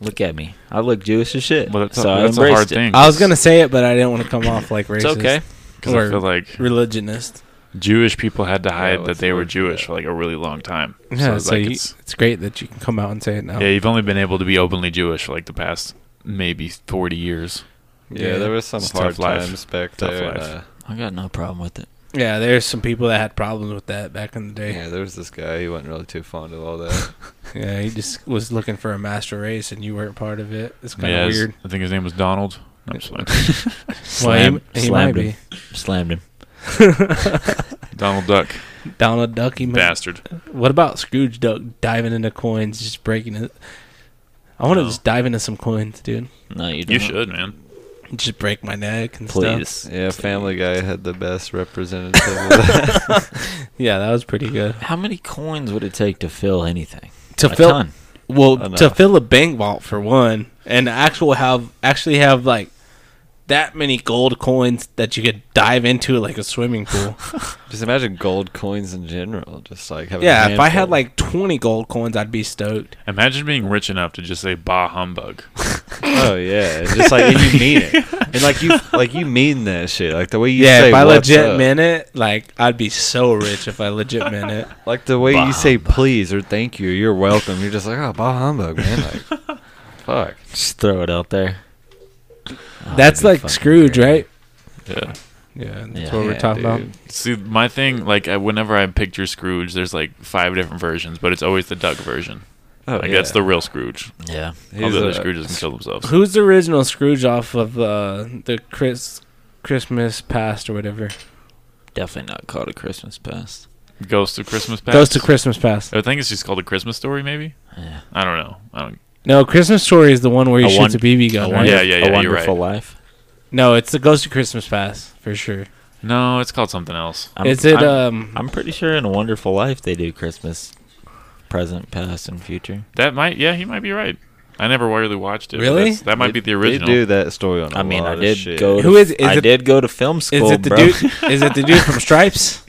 S5: Look at me. I look Jewish as shit.
S1: Well, that's,
S5: so
S1: a,
S5: I
S1: that's a
S5: embraced
S1: hard
S5: it.
S1: thing.
S4: I was gonna say it, but I didn't want to come off like racist.
S5: It's okay.
S1: because I
S4: or-
S1: feel like
S4: Religionist.
S1: Jewish people had to hide that
S3: what's
S1: they
S3: the
S1: were
S3: word for
S1: Jewish
S3: that?
S1: for like a really long time.
S4: Yeah,
S1: it's
S4: so
S1: like
S4: you,
S1: it's,
S4: it's, great that you can come out and say it now.
S1: yeah, you've only been able to be openly Jewish for like the past maybe forty years.
S3: Yeah, there was some
S1: It's tough
S3: hard
S1: life.
S3: times back
S1: Tough
S3: there. and,
S1: life.
S3: uh,
S5: I got no problem with it.
S4: Yeah, there's some people that had problems with that back in the day.
S3: yeah, there was this guy. He wasn't really too fond of
S1: (laughs)
S3: all that.
S4: Yeah, he just was looking for a master race, and you weren't part of it. It's kind
S1: Yeah,
S4: of
S1: his-
S4: weird.
S1: I think his name was Donald. No, I'm just playing.
S5: Slam,
S4: he, he might
S5: slammed
S4: be
S5: him. Slammed him.
S1: (laughs) Donald Duck,
S4: Donald Duck. He might,
S1: bastard.
S4: what about Scrooge Duck diving into coins, just breaking it? I want to
S1: No.
S4: just dive into some coins, dude.
S5: No, you don't.
S1: You should, man.
S4: Just break my neck and
S5: Please.
S4: stuff.
S3: yeah, Family Guy had the best representative.
S1: (laughs)
S3: of that.
S4: Yeah, that was pretty good.
S5: How many coins would it take to fill anything?
S4: To
S5: a
S4: fill,
S5: ton.
S4: well,
S3: Enough.
S4: to fill a bank vault for one, and actual have actually have like that many gold coins that you could dive into like a swimming pool.
S3: Just imagine gold coins in general. Just like having a
S4: yeah, if I had
S3: handful.
S4: like twenty gold coins, I'd be stoked.
S1: Imagine being rich enough to just say "bah humbug." (laughs)
S3: Oh yeah, it's just like and you mean it, and like you like you mean that shit. Like the way you
S4: yeah,
S3: say
S4: if I
S3: "What's
S4: legit
S3: up?"
S4: meant it, like I'd be so rich if I legit meant (laughs) it.
S3: like the way
S5: Bah
S3: you say please or thank you, you're welcome. You're just like oh bah humbug, man.
S1: (laughs)
S3: Like fuck.
S5: Just throw it out there. Oh,
S4: That's
S5: that'd be
S4: like
S5: fucking
S4: Scrooge,
S5: great.
S4: right?
S1: Yeah.
S4: Yeah, that's
S5: Yeah.
S4: what we're
S3: Yeah,
S4: talking
S3: dude.
S1: See, my thing, like I- whenever I picture Scrooge, there's like five different versions, but it's always the Duck version.
S3: Oh,
S1: like that's the real Scrooge.
S5: Yeah.
S1: All
S3: He's
S1: the other
S3: a-
S1: Scrooges can kill themselves.
S4: about. Who's the original Scrooge off of uh, the Chris Christmas Past or whatever?
S5: Definitely not called a Christmas past.
S1: Ghost of Christmas Past.
S4: Goes to Christmas Past.
S1: I think it's just called a Christmas story, maybe.
S5: Yeah.
S1: I don't know. I don't.
S4: No, Christmas Story is the one where he
S5: A
S4: shoots
S5: won-
S4: a BB gun.
S5: A
S4: right?
S5: wonder-
S1: Yeah, yeah, yeah,
S5: A
S1: you're
S5: wonderful life.
S4: No, it's the Ghost to Christmas Past for sure.
S1: No, it's called something else.
S5: I'm,
S4: is it?
S5: I'm,
S4: um,
S5: I'm pretty sure in a wonderful life they do Christmas, present, past, and future.
S1: That might. Yeah, he might be right. I never really watched it. but
S4: Really?
S1: that's- That might
S3: they-
S1: be the
S3: They
S1: original.
S3: do that story on. I
S5: I mean, I did go. To,
S4: Who is- is
S5: I
S4: it-
S5: did go to film school,
S4: is it the
S5: bro.
S4: dude? is it the dude from Stripes?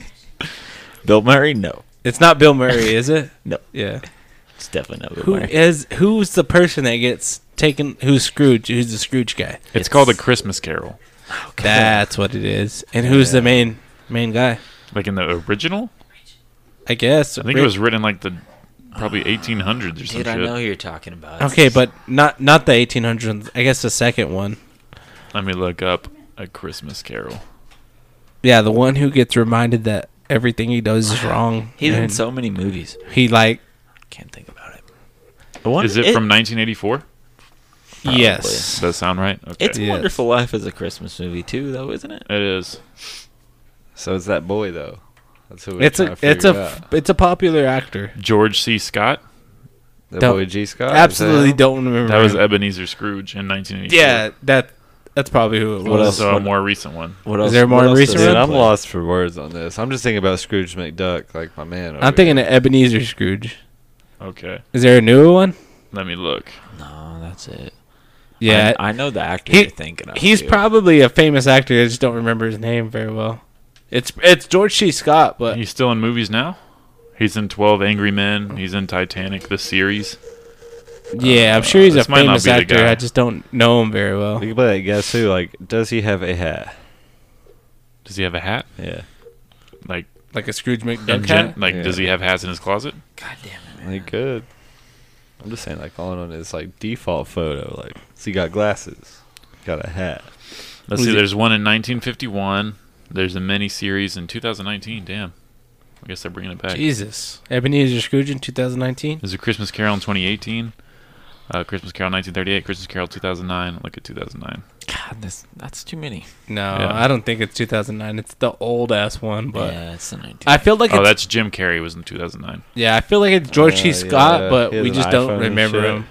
S5: (laughs) Bill Murray? No.
S4: It's not Bill Murray, is it?
S5: No.
S4: Yeah.
S5: It's definitely no good
S4: Who
S5: winner.
S4: is who's the person that gets taken? Who's Scrooge? Who's the Scrooge guy?
S1: It's, called a Christmas Carol.
S4: That's what it is. And who's the main main guy?
S1: Like in the original,
S4: I guess.
S1: I think it was written like the probably 1800s or some
S5: Dude, I
S1: shit.
S5: know who you're talking about.
S4: okay, but not not the 1800s. I guess the second one.
S1: Let me look up a Christmas Carol.
S4: Yeah, the one who gets reminded that everything he does is wrong.
S5: he's in
S4: and
S5: so many movies.
S4: he like
S5: Can't think about it.
S1: Is it, from 1984? Does
S4: yes.
S1: that sound right? Okay.
S5: It's a
S4: Yes.
S5: Wonderful Life is a Christmas movie too, though, isn't it?
S1: It is.
S3: So it's that boy though. That's who we're
S4: It's a
S3: trying to
S4: it's
S3: figure
S4: a
S3: out.
S4: f- it's a popular actor.
S1: George C. Scott.
S3: that
S4: don't-
S3: boy G Scott. is that
S4: Absolutely
S3: him?
S4: don't remember.
S1: That was
S4: him.
S1: Ebenezer Scrooge in 1984.
S4: yeah. That that's probably who it
S5: What
S4: was.
S5: else?
S1: Also a more recent one.
S5: What
S4: Is there more
S5: what else
S4: recent
S5: does he
S3: Dude,
S4: one?
S5: play?
S3: I'm lost for words on this. I'm just thinking about Scrooge McDuck, like my man. over
S4: I'm thinking of Ebenezer Scrooge.
S1: Okay.
S4: Is there a newer one?
S1: Let me look.
S5: No, that's it.
S4: Yeah,
S5: I, I know the actor
S4: He-
S5: you're thinking of.
S4: He's
S5: dude.
S4: probably a famous actor. I just don't remember his name very well. It's it's George C. Scott, but
S1: He's still in movies now. He's in 12 Angry Men. He's in Titanic, the series.
S4: yeah, I'm sure he's
S1: uh,
S4: a
S1: this might not
S4: famous
S1: be the
S4: actor.
S1: guy.
S4: I just don't know him very well.
S3: We can play that guess who. Like, does he have a hat?
S1: Does he have a hat?
S3: Yeah.
S1: Like,
S4: Like a Scrooge
S1: in
S4: McDuck.
S1: gen-
S4: hat?
S1: like does he have hats in his closet?
S5: God damn it.
S3: Like good. I'm just saying, like on on his like default photo, like so he got glasses, got a hat.
S1: Let's
S4: Was
S1: see.
S4: it-
S1: There's one in 1951. There's a mini series in 2019. Damn. I guess they're bringing it back.
S4: Jesus, Ebenezer Scrooge in 2019.
S1: There's a Christmas Carol in 2018. Uh, Christmas Carol 1938. Christmas Carol 2009. Look at 2009.
S5: God, this, that's too many.
S4: No,
S1: Yeah.
S4: I don't think it's 2009. It's the old ass one, but
S5: yeah, it's the 19th.
S4: I feel like
S1: oh,
S4: it's,
S1: that's Jim Carrey was in 2009.
S4: yeah, I feel like it's George
S3: Uh,
S4: C. Scott,
S3: yeah,
S4: but
S3: he has
S4: we
S3: an
S4: just
S3: iPhone
S4: don't
S3: and
S4: remember
S3: shit.
S4: him.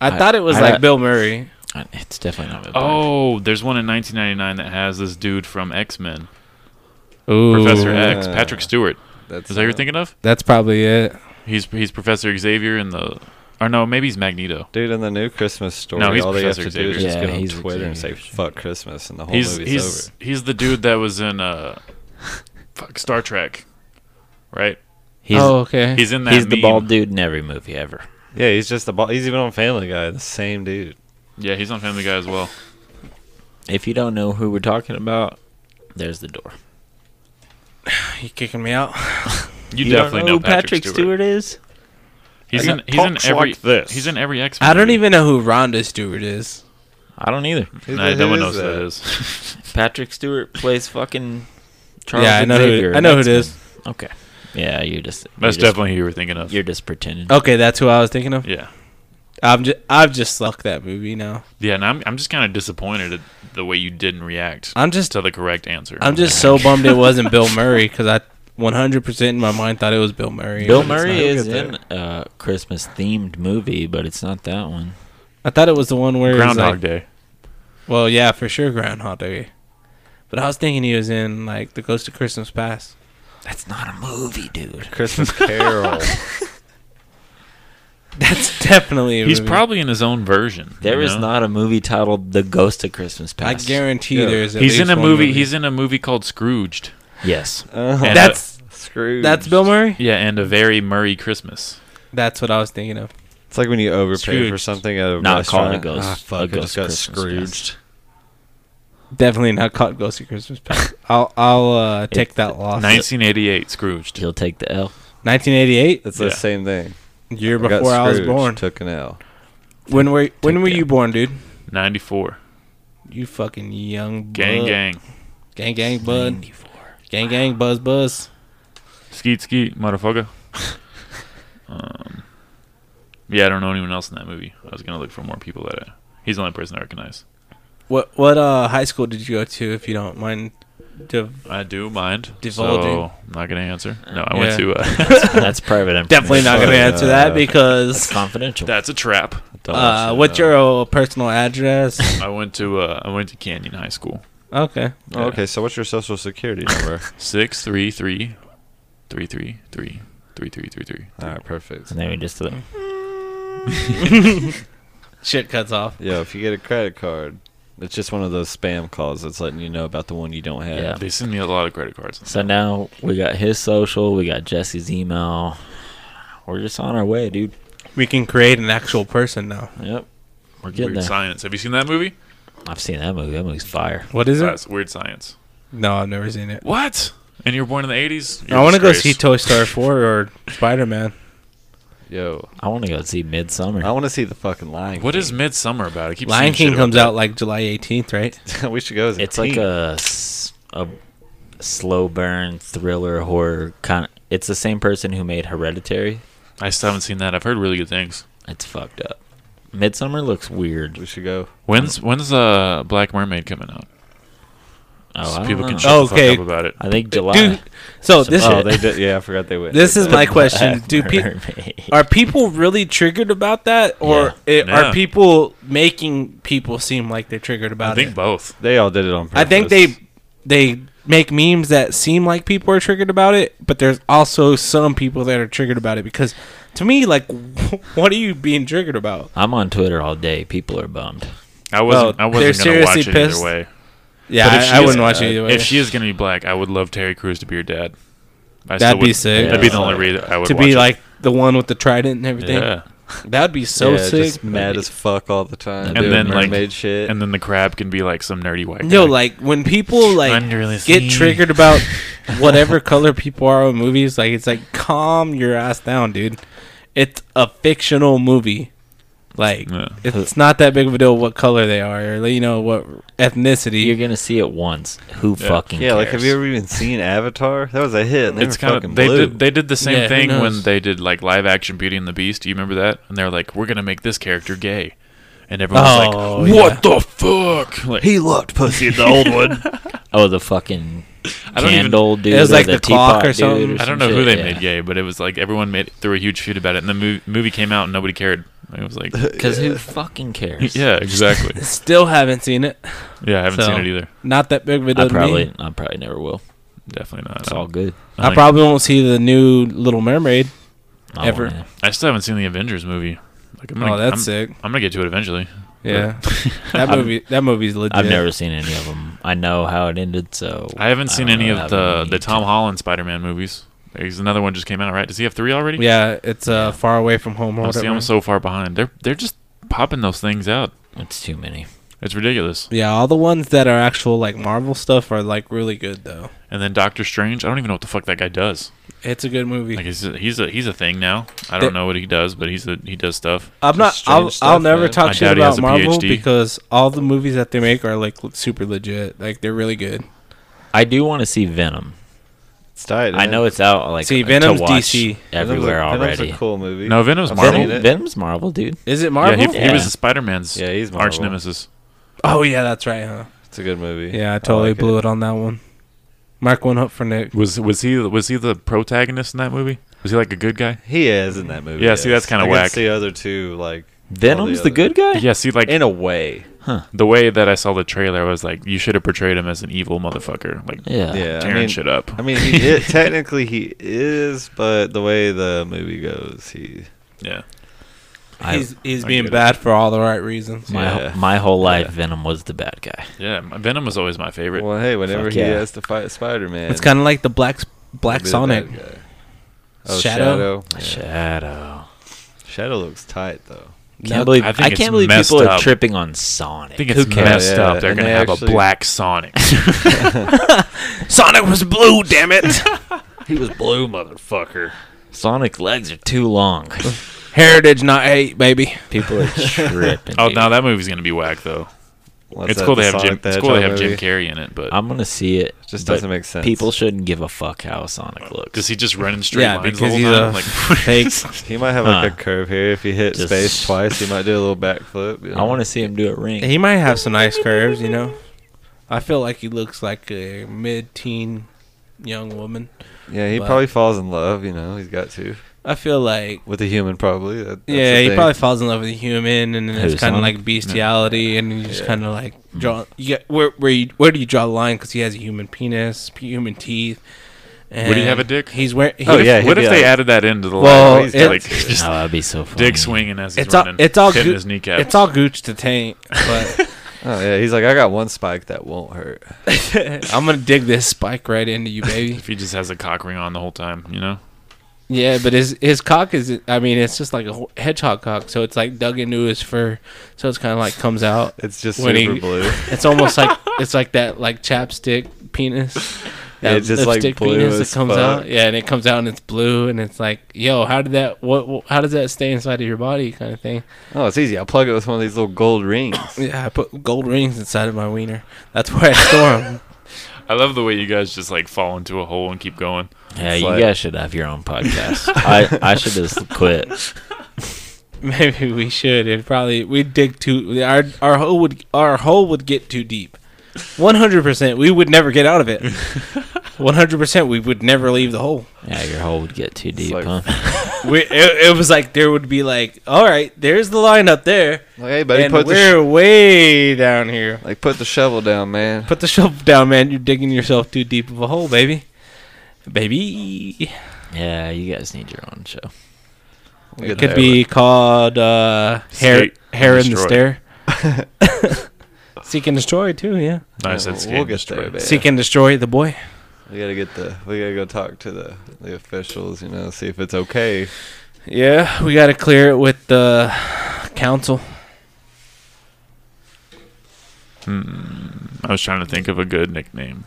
S4: I,
S5: I-
S4: thought it was
S5: I-
S4: like Bill Murray.
S5: I- it's definitely not. Bill Murray.
S1: Oh, there's one in 1999 that has this dude from X Men,
S4: Ooh,
S1: Professor X,
S3: Yeah.
S1: Patrick Stewart.
S3: That's
S1: Is that who you're
S3: uh,
S1: thinking of?
S4: That's probably it.
S1: He's he's Professor Xavier in the, or no, maybe he's Magneto.
S3: Dude, in the new Christmas story,
S1: No, he's
S3: all they have to
S1: Professor
S3: do is
S5: Xavier.
S3: just
S5: Yeah,
S3: go on
S5: he's
S3: Twitter and say
S5: Xavier.
S3: "fuck Christmas" and the whole
S1: He's
S3: movie's
S1: he's
S3: over.
S1: he's the dude that was in uh, fuck Star Trek, right?
S5: he's,
S4: oh, okay.
S1: He's in that.
S5: he's the
S1: meme.
S5: bald dude in every movie ever.
S3: Yeah, he's just the ball. He's even on Family Guy. The same dude.
S1: Yeah, he's on Family Guy as well.
S5: If you don't know who we're talking about, there's the door.
S4: you kicking me out?
S1: You, definitely know, Patrick, Stewart.
S5: is.
S1: He's
S3: He
S1: in he's in
S3: talks
S1: every
S3: like this.
S1: he's in every X Men.
S4: I don't even know who Rhonda Stewart is.
S5: I don't either.
S1: Nah,
S3: Who
S1: no one
S3: is
S1: knows who that
S3: that?
S1: is.
S5: Patrick Stewart plays fucking Charles
S4: yeah, I know.
S5: Xavier.
S4: Who, I know who it
S5: That's-
S4: is.
S5: Okay. Yeah, you're just. you're
S1: That's
S5: just-
S1: definitely who you were thinking of.
S5: You're just pretending.
S4: Okay, that's who I was thinking of.
S1: Yeah,
S4: I'm just, I've just slucked that movie now.
S1: yeah, and I'm I'm just kind of disappointed at the way you didn't react
S4: I'm just,
S1: to the correct answer.
S4: I'm just so bummed it
S1: (laughs)
S4: wasn't Bill Murray because I 100% in my mind thought it was Bill Murray.
S5: Bill
S4: but it's
S5: Murray
S4: not.
S5: is in a Christmas themed movie, but it's not that one.
S4: I thought it was the one where Groundhog
S1: Groundhog
S4: like,
S1: Day.
S4: Well, yeah, for sure Groundhog Day. But I was thinking he was in like The Ghost of Christmas Past. (laughs)
S5: That's not a movie,
S1: (laughs)
S5: dude.
S3: Christmas Carol.
S4: That's definitely. A
S1: He's
S4: movie.
S1: probably in his own version.
S5: There
S1: you
S5: is
S1: know?
S5: not a movie titled "The Ghost of Christmas
S4: I
S5: Past."
S4: guarantee
S3: Yeah.
S4: there's. At
S1: He's in
S4: least
S1: a
S4: one
S1: movie. He's in a movie called Scrooged.
S5: Yes.
S3: uh,
S1: And
S4: That's
S3: Scrooge.
S4: that's Bill Murray.
S1: Yeah, and a very Murray Christmas.
S4: That's what I was thinking of.
S3: It's like when you overpay for
S4: Scrooged.
S3: something at a
S5: Not
S3: restaurant.
S5: calling a ghost-
S3: Ah,
S5: a
S3: fuck, I
S5: ghost
S3: just got
S5: Christmas,
S3: Scrooged.
S4: Definitely not caught Ghost of Christmas Past. I'll I'll uh, take that loss.
S1: 1988 Scrooged.
S5: He'll take the L.
S4: 1988,
S3: It's
S1: Yeah.
S3: the same thing.
S4: year
S3: I got
S4: before I was
S3: Scrooged,
S4: born.
S3: Took an L.
S4: When were when were
S5: that.
S4: you born, dude?
S1: 94.
S4: You fucking young
S1: Gang
S4: bud.
S1: gang.
S4: gang gang bud gang gang buzz buzz.
S1: Skeet skeet motherfucker. um, yeah, I don't know anyone else in that movie. I was gonna look for more people that. I, he's the only person I recognize.
S4: What what uh high school did you go to? If you don't mind, div-
S1: I do mind.
S4: Divulging.
S1: So I'm not gonna answer. No, I went to.
S4: Yeah. (laughs)
S1: Uh, (laughs)
S5: That's private. information.
S4: definitely not gonna
S3: Uh,
S4: answer that
S5: That's
S4: because
S5: confidential.
S1: that's a trap.
S3: Don't
S4: uh
S3: you
S4: what's
S3: know.
S4: your uh, personal (laughs) address?
S1: I went to. Uh, I went to Canyon High School.
S4: okay,
S3: Oh, okay, so what's your social security number? (laughs)
S1: Six three three, three three three, three three three three.
S3: All right, perfect.
S5: and then we just.
S4: shit cuts off.
S3: Yeah, if you get a credit card, it's just one of those spam calls that's letting you know about the one you don't have.
S5: Yeah.
S1: They send me a lot of credit cards.
S5: So now we got his social. We got Jesse's email. we're just on our way, dude.
S4: We can create an actual person now.
S5: Yep, we're getting
S1: Weird
S5: there.
S1: Science. Have you seen that movie?
S5: I've seen that movie. That movie's fire.
S4: What is it?
S1: That's Weird Science.
S4: No, I've never seen it.
S1: What? And you were born in the 80s? You're
S4: I
S1: a
S4: want to go see
S1: disgrace.
S4: Toy Story 4
S1: (laughs)
S4: or Spider Man.
S3: Yo,
S5: I want to go see Midsummer.
S3: I want to see the fucking Lion.
S1: What
S3: King.
S1: is Midsummer about? I keep
S4: Lion
S1: seeing shit
S4: King
S1: about
S4: comes
S1: that.
S4: out like July 18th,
S3: (laughs)
S4: right?
S3: we should go as a
S5: it's like
S3: team.
S5: a, s- a slow burn thriller horror kind. of It's the same person who made Hereditary.
S1: I still haven't seen that. I've heard really good things.
S5: It's fucked up. Midsummer looks weird.
S3: We should go.
S4: Oh.
S1: When's when's uh Black Mermaid coming out?
S5: Oh,
S1: So
S5: I don't
S1: people can
S5: know.
S1: shut the
S4: Okay.
S1: fuck up about it.
S5: I think July.
S4: Dude, so this
S3: Oh,
S5: shit.
S3: they did. Yeah, I forgot they went.
S4: this is
S5: (laughs)
S4: my question.
S5: Black
S4: Do people
S5: Mermaid.
S4: are people really triggered about that, or it,
S1: Yeah.
S4: are people making people seem like they're triggered about
S1: I think
S4: it?
S1: both.
S3: They all did it on purpose.
S4: I think they they make memes that seem like people are triggered about it, but there's also some people that are triggered about it because to me, like, (laughs) what are you being triggered about?
S5: I'm on Twitter all day. People are bummed.
S1: I wasn't. I
S4: Well,
S1: wasn't
S4: they're
S1: gonna watch it
S4: seriously pissed.
S1: either way.
S4: Yeah,
S1: But if she
S4: I, I
S1: is- uh,
S4: wouldn't watch it either way.
S1: If she is gonna be black, I would love Terry Crews to be her dad. I
S4: That'd be
S1: would-
S4: sick.
S1: That'd be
S5: Yeah.
S1: the only reason I would
S4: to
S1: watch
S4: be
S1: it.
S4: like the one with the trident and everything,
S1: yeah.
S4: that'd be so
S3: yeah,
S4: sick.
S3: Just mad as fuck all the time.
S1: And
S3: doing
S1: then, like-
S3: mermaid shit.
S1: And then the crab can be like some nerdy white.
S4: No,
S1: guy.
S4: like when people like
S1: Under the sea.
S4: get
S1: (laughs)
S4: triggered about whatever color people are in movies, like it's like calm your ass down, dude. It's a fictional movie. Like
S1: Yeah.
S4: it's not that big of a deal what color they are or you know what ethnicity.
S5: You're gonna see it once. Who
S1: Yeah.
S5: fucking
S3: yeah,
S5: cares?
S3: like have you ever even seen Avatar? That was a hit. And they
S1: it's
S3: were
S1: kind
S3: fucking
S1: of they
S3: blue.
S1: did they did the same
S4: Yeah, who
S1: thing when
S4: knows?
S1: they did like live action Beauty and the Beast. Do you remember that? And they were like, "We're gonna make this character gay," and everyone's
S4: Oh,
S1: like, "What the fuck?" Like,
S3: he looked pussy. The
S5: (laughs)
S3: old one.
S5: oh, the fucking
S1: I don't even-
S5: candle dude.
S4: It was
S5: or
S4: like
S5: the,
S4: the clock
S5: teapot
S4: or something.
S5: dude
S1: I
S5: some
S1: don't know who they
S5: shit, yeah.
S1: made gay, but it was like everyone made threw a huge shoot about it, and the movie, movie came out and nobody cared. It was like,
S5: Because who fucking cares?
S1: (laughs) yeah, exactly.
S4: Still haven't seen it.
S1: Yeah, I haven't
S4: So-
S1: seen it either.
S4: Not that big of a deal.
S5: I
S4: to
S5: probably,
S4: me.
S5: I probably never will.
S1: Definitely not.
S5: It's all good.
S4: I probably won't see the new Little Mermaid.
S5: I
S4: Ever.
S5: wanna-
S1: I still haven't seen the Avengers movie. Like, I'm gonna,
S4: oh, that's
S1: I'm,
S5: (laughs)
S4: sick.
S1: I'm gonna get to it eventually.
S4: Yeah, that
S5: I'm-
S4: movie. That movie's legit.
S5: I've never seen any of them. I know how it ended, so
S1: I haven't seen
S5: don't
S1: any
S5: know
S1: of
S5: how
S1: the
S5: we
S1: the
S5: need
S1: Tom
S5: to-
S1: Holland Spider-Man movies. There's another one just came out, right? Does he have three already?
S4: Yeah, it's uh, far away from home. Or
S1: Oh, see,
S4: whatever.
S1: I'm so far behind. They're they're just popping those things out.
S5: It's too many.
S1: It's ridiculous.
S4: Yeah, all the ones that are actual like Marvel stuff are like really good though.
S1: And then Doctor Strange, I don't even know what the fuck that guy does.
S4: It's a good movie.
S1: Like he's a, he's a he's a thing now. I don't
S4: They-
S1: know what he does, but he's a he does stuff.
S4: I'm not.
S3: strange
S4: I'll, I'll
S3: stuff,
S4: never
S3: man.
S1: I
S4: talk shit
S1: doubt he has a
S4: about Marvel
S1: PhD.
S4: because all the movies that they make are like super legit. Like they're really good.
S5: I do want to see Venom.
S3: It's tight.
S5: I know it's out. Like
S4: See,
S5: to
S4: Venom's
S5: watch
S4: DC.
S5: everywhere
S3: Venom's a,
S5: already.
S3: Venom's a cool movie.
S1: No, Venom's
S3: I've
S1: Marvel.
S5: Venom,
S3: seen it.
S5: Venom's Marvel, dude.
S4: Is it
S1: Yeah,
S4: Marvel?
S1: he, he
S5: Yeah.
S1: was a Spider-Man's
S3: Yeah, he's
S1: arch
S3: Marvel.
S1: nemesis.
S4: oh yeah, that's right, huh?
S3: It's a good movie.
S4: Yeah, I totally
S3: like
S4: blew it. on that one. Mark one up for Nick.
S1: Was was he was he the protagonist in that movie? Was he like a good guy?
S3: He is in that movie.
S1: Yeah, see,
S3: yes.
S1: that's kinda
S3: I can
S1: whack.
S3: see the other two like
S5: Venom's
S3: all
S5: the,
S3: the other-
S5: good guy.
S1: (laughs) Yeah, see, like
S3: in a way.
S1: the way that I saw the trailer, I was like, you should have portrayed him as an evil motherfucker, like
S5: Yeah.
S3: Yeah, I
S1: tearing
S3: mean,
S1: shit up.
S3: I mean,
S5: (laughs)
S3: he it, technically he is, but the way the movie goes, he
S1: yeah,
S5: I-
S4: he's he's
S1: I
S4: being
S1: get it.
S4: bad for all the right reasons.
S5: My
S3: Yeah.
S5: my whole life, Venom was the bad guy.
S1: yeah. my- Venom was always my favorite.
S3: Well, hey, whenever
S5: Fuck
S3: he
S5: yeah.
S3: has to fight Spider Man,
S4: It's kind of like the Black Black Sonic.
S3: Oh, Shadow.
S4: Shadow?
S3: Yeah.
S5: Shadow.
S3: Shadow looks tight though.
S5: Can't
S4: No,
S5: believe
S1: I
S5: I,
S1: think it's
S5: can't believe
S1: messed
S5: people are
S1: up.
S5: tripping on
S1: I
S5: Sonic.
S1: think
S5: Who
S1: it's
S5: cares?
S1: messed
S3: Yeah,
S1: up. They're
S3: and
S1: gonna
S3: they
S1: have a
S3: actually-
S1: black Sonic.
S3: (laughs)
S4: Sonic was blue.
S1: (laughs)
S4: Damn it.
S5: He was blue, motherfucker. Sonic's legs are
S3: (laughs)
S5: too long.
S4: Heritage, not hate, baby.
S5: People are tripping.
S1: oh,
S5: dude.
S1: now that movie's gonna be whack though.
S3: What's
S1: it's
S3: that,
S1: cool they
S3: the
S1: have Jim.
S3: Sonic the
S1: It's cool they have
S3: Hedgehog
S1: Jim
S3: movie?
S1: Carrey in it, but
S5: I'm gonna see it.
S3: Just
S5: but
S3: doesn't make sense.
S5: People shouldn't give a fuck how Sonic looks.
S1: does he just run in straight
S4: Yeah,
S1: lines the
S4: because
S1: whole
S4: he's
S1: time?
S4: a
S1: Like, (laughs)
S4: (laughs) fake.
S3: (laughs) He might have like
S5: Huh.
S3: a curve here. If he hits
S5: Just-
S3: space twice, he might do a little backflip.
S5: I want to see him do a ring.
S4: He might have some nice curves, you know. I feel like he looks like a mid-teen young woman.
S3: to. Yeah, he
S4: but-
S3: probably falls in love. You know, he's got to
S4: I feel like
S3: with a human probably. That, that's
S4: yeah,
S3: the
S4: he
S3: thing.
S4: probably falls in love with a human, and then
S5: Who,
S4: it's kind of
S5: Sonic?
S4: like bestiality, and you just kind of like
S3: Mm-hmm.
S4: draw. You get, where where you, where do you draw the line? Because he has a human penis, p- human teeth. And
S1: Would he have a dick?
S4: He's wearing. He, uh,
S3: Oh,
S1: what if-
S3: yeah, he'd
S1: What if
S3: be
S1: they
S3: like-
S1: added that into the
S4: Well,
S1: line?
S4: it's-
S1: Like, just
S5: oh, that'd be so funny.
S1: dick swinging as he's
S4: It's all
S1: running.
S4: it's all
S1: hitting
S4: goo-
S1: his kneecap.
S4: it's all gooch to taint,
S1: (laughs)
S4: but
S3: Oh yeah, he's like, I got one spike that won't hurt.
S4: I'm gonna dig this spike right into you, baby.
S1: if he just has a cock ring on the whole time, you know.
S4: Yeah, but his his cock is I mean it's just like a wh- hedgehog cock, so it's like dug into his fur, so it's kind of like comes out.
S3: It's just
S4: When he-
S3: super blue.
S4: It's almost like it's like that like chapstick penis.
S3: Yeah,
S4: That
S3: it's just, like,
S4: lipstick
S3: blue
S4: that
S3: as
S4: comes
S3: fuck.
S4: out. Yeah, and it comes out and it's blue and it's like, yo, how did that what, what how does that stay inside of your body kind of thing?
S3: Oh, it's easy. I plug it with one of these little gold
S4: (laughs)
S3: rings.
S4: Yeah, I put gold rings inside of my wiener. That's where I store (laughs) them.
S1: I love the way you guys just like fall into a hole and keep going.
S5: Yeah,
S1: It's
S5: you
S1: like-
S5: guys should have your own podcast. I, I should just quit.
S4: Maybe we should. It probably we dig too. Our our hole would our hole would get too deep. One hundred percent, we would never get out (laughs) of it. One hundred percent, we would never leave the hole.
S5: Yeah, your hole would get too deep,
S3: like-
S5: huh?
S4: We, it, it was like there would be like, all right, there's the line up there,
S3: Like, hey, buddy,
S4: and
S3: put the sh-
S4: we're way down here.
S3: like put the shovel down, man.
S4: Put the shovel down, man. You're digging yourself too deep of a hole, baby. Baby,
S5: Yeah, you guys need your own show.
S3: We'll get
S4: it could
S3: there.
S4: be called uh, hair,
S1: Skate
S4: hair
S1: and
S4: in the
S1: destroy.
S4: stair.
S1: (laughs)
S4: Seek and destroy too, yeah.
S1: I
S3: Yeah,
S1: said
S3: we'll-
S1: skate
S3: we'll
S1: and
S3: get
S1: destroy.
S3: there, babe.
S4: Seek and destroy the boy.
S3: We gotta get the. We gotta go talk to the the officials. You know, see if it's okay.
S4: Yeah, we got to clear it with the council.
S1: I was trying to think of a good nickname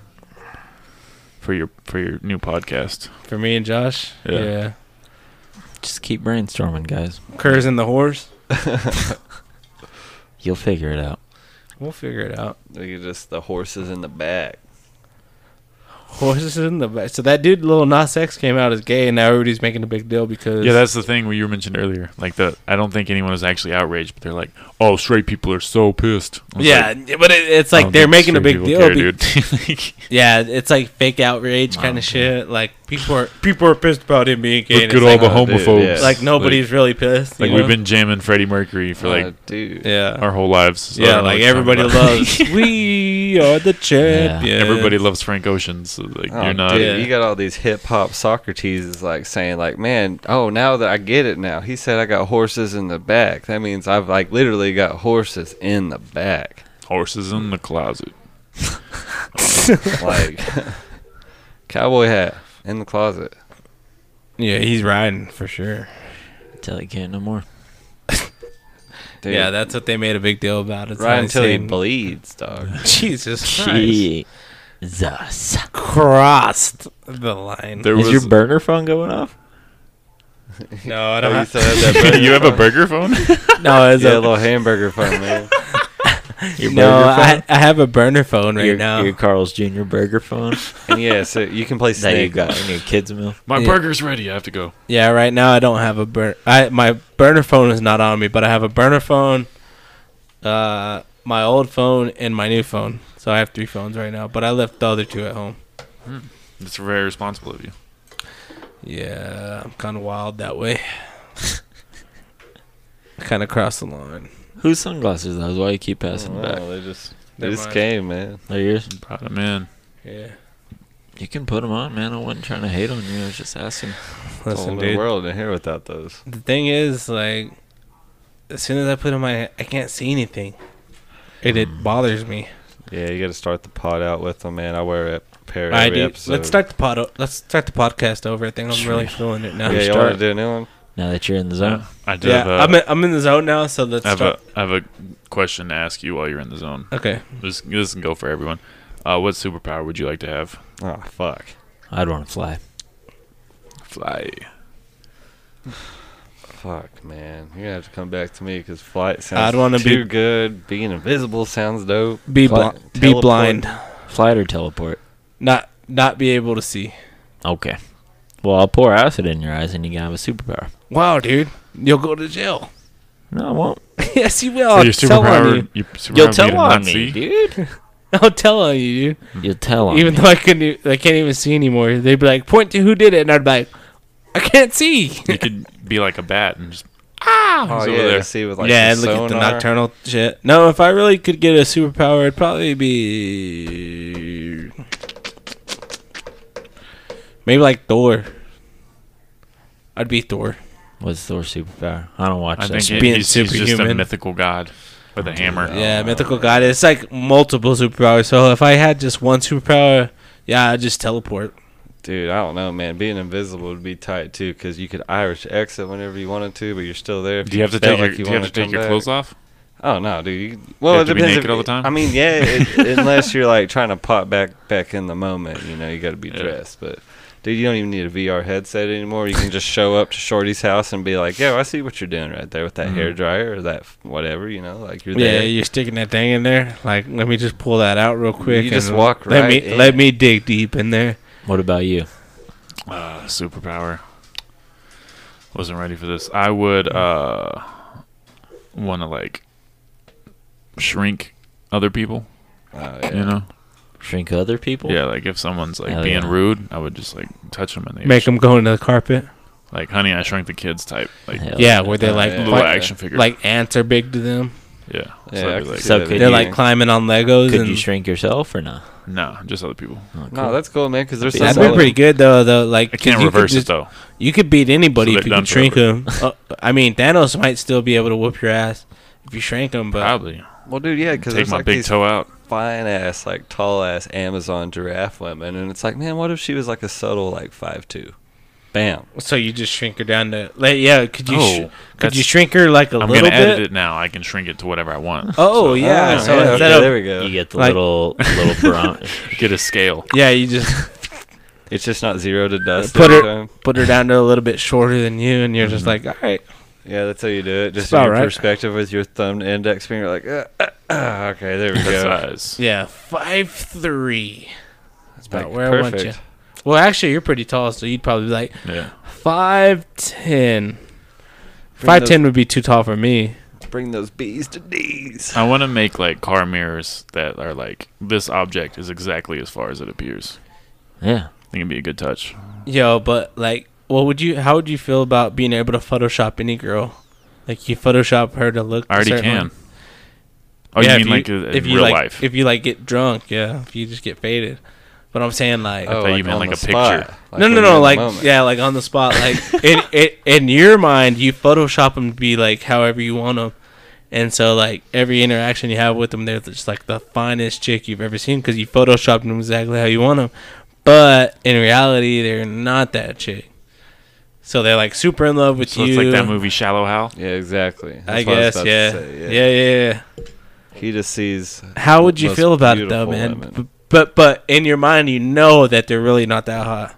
S1: for your for your new podcast.
S4: For me and Josh.
S1: Yeah.
S4: Yeah.
S5: Just keep brainstorming, guys.
S4: Curs and the whores.
S5: You'll figure it out.
S4: We'll figure it out.
S3: We could just the horses in the back.
S4: Horses in the back. So that dude, Lil Nas X, came out as gay, and now everybody's making a big deal because
S1: Yeah, that's the thing we you mentioned earlier. Like the I don't think anyone is actually outraged, but they're like, "Oh, straight people are so pissed." I was
S4: yeah.
S1: like,
S4: but it, it's
S1: I
S4: like
S1: don't
S4: they're
S1: think
S4: making a
S1: straight
S4: big
S1: people
S4: deal.
S1: care,
S4: be- (laughs)
S1: dude.
S4: yeah, it's like fake outrage
S5: Nah,
S4: kind
S5: man.
S4: of shit. Like people are (laughs) people are pissed about him being gay.
S1: Look
S4: and
S1: at
S4: it's
S1: all
S4: like,
S1: the
S3: Oh, dude,
S1: homophobes.
S3: yeah.
S4: like nobody's really pissed.
S1: Like
S4: you
S1: we've
S4: know?
S1: been jamming Freddie Mercury for like
S3: Uh, dude.
S4: yeah.
S1: our whole lives. so I
S4: yeah,
S1: don't know
S4: like
S1: what you're talking (laughs)
S4: everybody
S1: about.
S4: loves. we
S1: (laughs)
S4: are the champions.
S1: everybody loves Frank Ocean. So like
S3: Oh,
S1: you're not.
S3: dude,
S4: Yeah.
S3: You got all these hip hop Socrates is like saying like, man, oh now that I get it now. He said I got horses in the back. That means I've like literally got horses in the back.
S1: Horses in the closet.
S3: Like (laughs) cowboy hat in the closet.
S4: Yeah, he's riding for sure.
S5: Till he can't no more.
S3: Dude,
S4: Yeah, that's what they made a big deal about. It's
S3: right
S4: not
S3: until he
S4: insane.
S3: bleeds, dog.
S4: (laughs) Jesus Christ.
S5: Jesus.
S4: crossed the line.
S1: There
S5: Is
S1: was
S5: your burner phone going off?
S4: No, I
S3: Oh,
S4: don't.
S3: you
S4: Have,
S3: still have that burger
S1: (laughs) you have a
S3: phone?
S1: burger
S4: (laughs)
S1: phone?
S4: no, it's
S3: Yeah,
S4: a,
S3: little hamburger phone, man.
S5: Your
S4: (laughs) no. I, I have a burner phone right
S5: your,
S4: now.
S5: your Carl's Jr. burger phone
S3: And yeah, so you can play
S5: that you
S3: Snake.
S5: got in your kids' meal.
S1: My
S4: Yeah.
S1: burger's ready. I have to go.
S4: yeah, right now I don't have a burn. I my burner phone is not on me, but I have a burner phone, uh, my old phone and my new phone. So I have three phones right now, but I left the other two at home.
S1: That's very responsible of you.
S4: Yeah, I'm kind of wild that way. (laughs) I kind of crossed the line.
S5: Whose sunglasses are those? Why you keep passing them back?
S3: Oh, they just they
S4: Never
S3: just
S4: mind.
S3: came, man.
S5: They're yours.
S1: Brought him in.
S4: Yeah,
S5: You can put them on, man. I wasn't trying to hate on you. I was just asking.
S3: It's a whole
S4: listen,
S3: new
S4: dude.
S3: world in here without those.
S4: The thing is, like, as soon as I put on my, I can't see anything. It it bothers me.
S3: Yeah, you got to start the pod out with them, man. I wear it pair
S4: I
S3: every
S4: do.
S3: episode.
S4: Let's start the pod. o- Let's start the podcast over. I think
S3: (laughs)
S4: I'm really feeling it now.
S3: Yeah, you want to do a new one?
S5: Now that you're in the zone,
S1: I uh, do
S4: Yeah,
S1: have, a,
S4: I'm in, I'm in the zone now. So let's
S1: I have, a,
S4: start.
S1: I have a question to ask you while you're in the zone.
S4: okay.
S1: This, this can go for everyone. Uh, what superpower would you like to have?
S3: Oh fuck.
S5: I'd want to fly.
S1: Fly.
S3: Fuck, man. You're going to have to come back to me because flight
S4: I'd
S3: sounds
S4: wanna be-
S3: too good. Being invisible sounds dope.
S4: Be bli-
S3: Fly-
S4: be
S3: teleport.
S4: blind.
S5: Flight or teleport?
S4: Not not be able to see.
S5: Okay. Well, I'll pour acid in your eyes, and you can have a superpower.
S4: Wow, dude, you'll go to jail.
S5: No, I won't.
S4: (laughs) yes, you will.
S1: So
S4: I'll
S1: your
S4: Oh, tell on
S1: superpower. Your superpower would
S5: You'll
S4: you.
S1: be to
S5: tell
S1: not
S5: on me,
S1: see?
S5: dude.
S4: (laughs) I'll tell on you, dude.
S5: You'll tell on
S4: even
S5: me.
S4: though I couldn't, e- I can't even see anymore. They'd be like, point to who did it, and I'd be like, I can't see.
S1: You could be like a bat and just.
S3: Oh,
S1: He's
S3: yeah.
S1: over there.
S3: you See, with like
S4: yeah,
S3: the
S4: look at the
S3: sonar.
S4: nocturnal shit. No, if I really could get a superpower, it'd probably be maybe like Thor. I'd be Thor.
S5: What's Thor's superpower? I don't watch
S1: I
S5: that.
S1: think it,
S5: shit.
S4: being
S1: he's, he's just a
S4: superhuman.
S1: mythical god with a hammer.
S3: Oh,
S4: yeah, mythical god. It's like multiple superpowers. So if I had just one superpower, yeah, I'd just teleport.
S3: Dude, I don't know, man. Being invisible would be tight too, because you could Irish exit whenever you wanted to, but you're still there. if
S1: Do you have to take
S3: felt
S1: your,
S3: like
S1: do you have
S3: wanna
S1: to take
S3: come
S1: your
S3: back.
S1: clothes off?
S3: Oh no, dude. You, well,
S1: have
S3: it
S1: to be
S3: depends
S1: naked
S3: if-
S1: all the time?
S3: I mean, yeah,
S1: (laughs)
S3: it, unless you're like trying to pop back back in the moment, you know, you got to be
S1: Yeah.
S3: dressed. But dude, you don't even need a VR headset anymore. You can just show up to Shorty's house and be like, "Yo, I see what you're doing right there with that
S1: Mhm.
S3: hair dryer or that f- whatever," you know, like you're
S4: yeah,
S3: there.
S4: you're sticking that thing in there. Like, let me just pull that out real quick.
S3: You just
S4: and
S3: walk
S4: Let
S3: right
S4: me
S3: in.
S4: let me dig deep in there.
S5: What about you?
S1: Uh, superpower. Wasn't ready for this. I would uh, want to like shrink other people.
S3: Oh, yeah.
S1: You know?
S5: Shrink other people?
S1: Yeah, like if someone's like
S5: Hell
S1: being
S5: yeah.
S1: rude, I would just like touch them and they
S4: Make them go into the carpet.
S1: like honey, I shrunk the kids type. Like
S5: Hell
S4: Yeah, where they're
S3: Oh,
S4: like
S3: yeah.
S1: little
S4: like,
S1: action figure.
S4: like ants are big to them.
S1: yeah.
S3: Yeah,
S1: So
S3: I
S1: I'd
S3: could
S1: be like,
S5: So
S3: see that
S5: could
S3: being
S4: They're
S5: you-
S4: like
S3: a-
S4: climbing on Legos.
S5: Could
S4: and
S5: you shrink yourself or not? Oh,
S1: nah, just other people.
S3: No, that's cool, man. Because there's
S5: That'd
S3: some
S4: That'd be
S3: solid-
S4: pretty good though. Though like
S1: I can't
S4: you could
S1: reverse
S4: just-
S1: it though.
S4: You could beat anybody
S1: So
S4: if
S1: they're
S4: you
S1: done
S4: could shrink him. I mean, Thanos might still be able to whoop your ass if you shrank him, but
S1: Probably
S3: Well, dude, yeah, because
S1: take
S3: there's
S1: my
S3: like
S1: big
S3: these
S1: toe out.
S3: fine ass, like tall ass Amazon giraffe women, and it's like, man, what if she was like a subtle like five two? Bam.
S4: so you just shrink her down to like yeah. Could you sh-
S1: Oh,
S4: could you
S1: that's-
S4: shrink her like a
S1: I'm
S4: little
S1: gonna
S4: bit?
S1: edit it now. I can shrink it to whatever I want.
S4: Oh yeah,
S3: Ah,
S4: so
S3: yeah,
S4: instead
S3: okay,
S4: of
S3: there we go.
S5: You get the
S4: Like-
S5: little little brown.
S1: Get a scale.
S4: yeah, you
S1: (laughs)
S4: just
S3: It's just not zero to dust.
S4: Put
S3: every
S4: it-
S3: time.
S4: put her down to a little bit shorter than you, and you're just
S1: Mm-hmm.
S4: like, all right,
S3: Yeah, that's how you do it. Just
S4: about
S3: your
S4: right.
S3: perspective with your thumb and index finger, like, uh, uh, uh, okay, there we
S1: That's
S3: go.
S1: size.
S4: (laughs) yeah, five three. That's about
S3: Like,
S4: where I want you. Well, actually, you're pretty tall, so you'd probably be like
S1: Yeah.
S4: five ten.
S3: those-
S4: Five ten would be too tall for me.
S3: Bring those bees to D's.
S1: I want to make like car mirrors that are like this object is exactly as far as it appears.
S5: yeah.
S1: I think it'd be a good touch.
S4: Yo, but like, what would you? How would you feel about being able to Photoshop any girl? Like you Photoshop her to look.
S1: I already
S4: a certain
S1: can.
S4: way?
S1: Oh,
S4: Yeah,
S1: you mean
S4: if
S1: like in
S4: if you
S1: real
S4: like,
S1: life?
S4: If you like get drunk, yeah. If you just get faded, but I'm saying like.
S3: Oh,
S1: thought you meant
S3: on
S1: like
S3: the
S1: a picture.
S3: spot,
S4: no,
S3: when
S4: no,
S3: you're in
S4: no!
S3: the
S4: Like,
S3: moment.
S4: yeah, like on the spot. Like,
S3: (laughs)
S4: in it, in your mind, you Photoshop them to be like however you want them, and so like every interaction you have with them, they're just like the finest chick you've ever seen because you Photoshopped them exactly how you want them. But in reality, they're not that chick. So they're like super in love with
S1: so
S4: you.
S1: it's like that movie Shallow Hal.
S3: Yeah, exactly.
S4: I
S3: That's what was
S4: guess,
S3: about to
S4: yeah.
S3: say,
S4: yeah, yeah,
S3: He just sees.
S4: yeah. How would you
S3: Most
S4: feel about it though,
S3: beautiful
S4: man?
S3: women.
S4: B- but but in your mind, you know that they're really not that hot.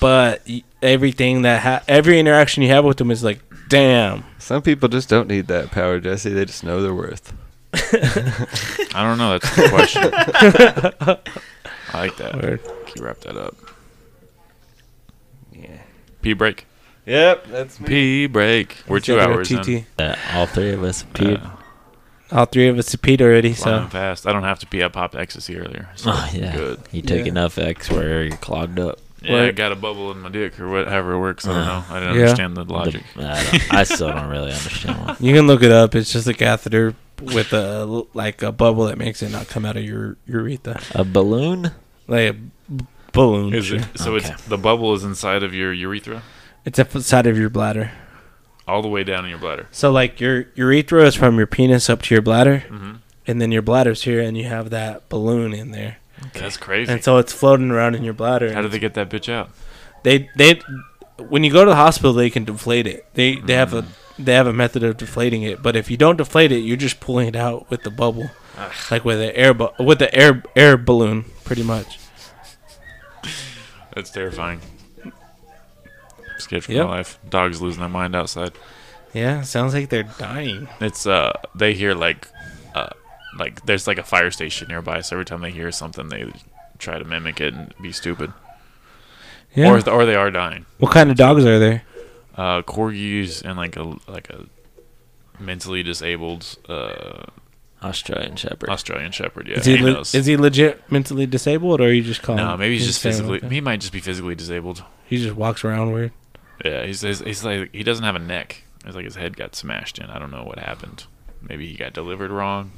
S4: But y- everything that ha- every interaction you have with them is like, damn.
S3: Some people just don't need that power, Jesse. They just know their worth.
S1: I don't know. That's the
S4: (laughs)
S1: question. I like that.
S4: Word.
S1: Can you wrap that up?
S3: Yeah.
S1: P break.
S3: Yep, that's me.
S1: P break. We're two
S4: Taking a
S1: hours in.
S5: Uh, all three of us appeared.
S4: (laughs)
S1: Uh,
S4: All three of us have peed already, so
S1: Flying fast. I don't have to pee. I popped ecstasy earlier. So
S5: oh yeah.
S1: Good.
S5: You take
S4: Yeah.
S5: enough X where you're clogged up.
S1: Yeah, I
S4: Word.
S1: got a bubble in my dick or whatever it works. I
S5: Uh,
S1: don't know. I didn't
S4: yeah.
S1: understand the
S5: The-
S1: logic.
S5: I, don't- I still don't really understand why.
S4: you can look it up. It's just a catheter with a l- like a bubble that makes it not come out of your urethra,
S5: A balloon?
S4: like a b- balloon.
S1: Is
S4: sure.
S1: it, so
S5: Okay.
S1: it's the bubble is inside of your urethra,
S4: It's up the side of your bladder.
S1: all the way down in your bladder.
S4: So like your urethra is from your penis up to your bladder,
S1: hmm
S4: and then your bladder's here, and you have that balloon in there,
S1: That's crazy.
S4: and so it's floating around in your bladder.
S1: How did they get that bitch out?
S4: they they when you go to the hospital, they can deflate it. They they have a
S1: Mm.
S4: they have a method of deflating it, but if you don't deflate it, you're just pulling it out with the bubble, like with the air bu- with the air air balloon, pretty much.
S1: That's terrifying. I'm scared for
S4: Yep.
S1: my life. Dog's losing their mind outside.
S4: Yeah, sounds like they're dying.
S1: It's uh, they hear like, uh, like there's like a fire station nearby. So every time they hear something, they try to mimic it and be stupid.
S4: Yeah.
S1: Or or they are dying.
S4: what kind of dogs are there?
S1: uh, corgis and like a like a mentally disabled uh,
S5: Australian Shepherd. (laughs)
S1: Australian Shepherd. Yeah,
S4: is he
S1: he
S4: le-
S1: knows.
S4: is he legit mentally disabled, or are you just calling?
S1: no, maybe he's just physically.
S4: saying, okay.
S1: He might just be physically disabled.
S4: He just walks around weird.
S1: Yeah, he's, he's he's like he doesn't have a neck. It's like his head got smashed in. I don't know what happened. Maybe he got delivered wrong.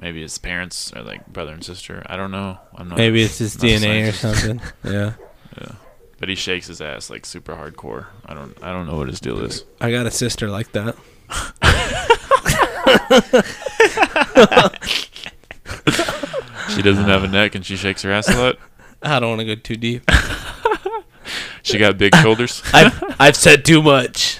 S1: Maybe his parents are like brother and sister. I don't know. I'm not.
S4: Maybe it's
S1: (laughs)
S4: his
S1: not a
S4: DNA or
S1: scientist.
S4: something. (laughs) yeah.
S1: But he shakes his ass like super hardcore. I don't. I don't know what his deal is.
S4: I got a sister like that.
S1: She doesn't have a neck and she shakes her ass a lot.
S4: (laughs) I don't want to go too deep.
S1: She got big shoulders.
S4: I've, I've said too much.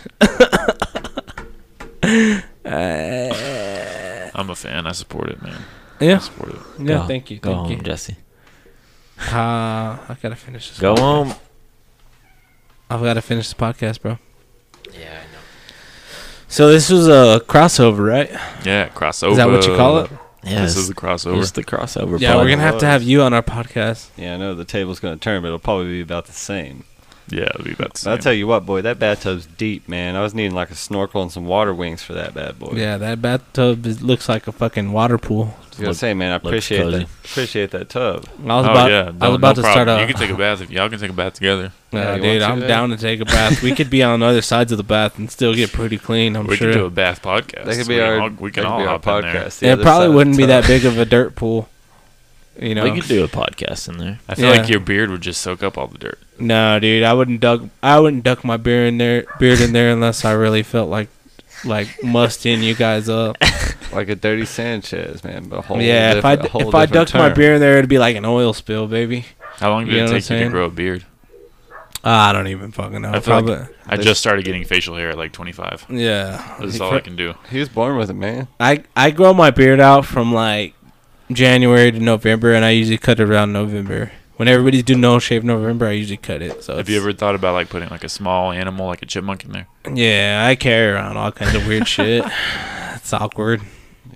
S4: Uh,
S1: I'm a fan. I support it, man. I
S4: (laughs) yeah.
S1: support it.
S4: Yeah.
S5: Go-
S4: Thank you.
S5: Go
S4: Thank
S5: home,
S4: you.
S5: Jesse.
S4: Uh, I gotta finish this.
S5: Go
S4: podcast.
S5: home.
S4: I've gotta finish this podcast, bro.
S5: Yeah, I know.
S4: So this was a crossover, right?
S1: Yeah, crossover.
S4: Is that what you call it?
S5: Yeah,
S1: this is
S5: it's-
S1: the crossover.
S5: it's the crossover.
S4: yeah,
S5: pod.
S4: we're gonna have to have you on our podcast.
S3: Yeah, I know the table's going to turn, but it'll probably be about the same.
S1: yeah, it'll be about the
S3: But I'll
S1: same.
S3: tell you what, boy, that bathtub's deep, man. I was needing like a snorkel and some water wings for that bad boy.
S4: Yeah, that bathtub is, looks like a fucking water pool.
S3: I was gonna
S5: Look-
S3: say, man, I
S5: looks
S3: appreciate
S5: cozy.
S3: that. Appreciate that tub.
S4: I was
S1: oh,
S4: about,
S1: yeah.
S4: I
S1: no-
S4: was about
S1: no
S4: to start
S1: problem.
S4: a.
S1: You can take a bath if y'all can take a bath together.
S3: Yeah,
S4: Yeah,
S3: you want
S4: dude,
S3: to
S4: I'm
S3: do that?
S4: down to take a bath. we could be on other sides of the bath and still get pretty clean. I'm
S1: we
S4: sure.
S1: can do a bath podcast.
S3: That could
S1: we
S3: be
S1: can
S3: our.
S1: all, we can
S3: that could
S1: all
S3: be our
S1: hop podcast. in there.
S3: podcast. the
S4: it
S3: other side
S4: probably
S3: of
S4: wouldn't
S3: the
S4: be that
S3: tub.
S4: big of a dirt pool. You know,
S5: We could do a podcast in there.
S1: I feel
S4: Yeah.
S1: like your beard would just soak up all the dirt.
S4: no, dude, I wouldn't duck. I wouldn't duck my beard in there, beard in there, unless I really felt like, like musting you guys (laughs) up.
S3: Like a dirty Sanchez, man. But a whole
S4: yeah, if I
S3: diff-
S4: d-
S3: a whole
S4: if I
S3: different
S4: ducked my
S3: term.
S4: beard in there, it'd be like an oil spill, baby.
S1: How long did
S4: You know
S1: it
S4: what I'm
S1: take you to
S4: saying?
S1: grow a beard?
S4: Ah, I don't even fucking know.
S1: I feel like-
S4: Probably,
S1: I just started getting facial hair at like 25.
S4: yeah.
S1: This is all I can do.
S3: he was born with it, man.
S4: I I grow my beard out from like January to November, and I usually cut it around November. When everybody's doing no shave November, I usually cut it. So
S1: Have you
S4: it's-
S1: ever thought about like putting like a small animal, like a chipmunk, in there?
S4: Yeah, I carry around all kinds of weird (laughs) shit. It's awkward.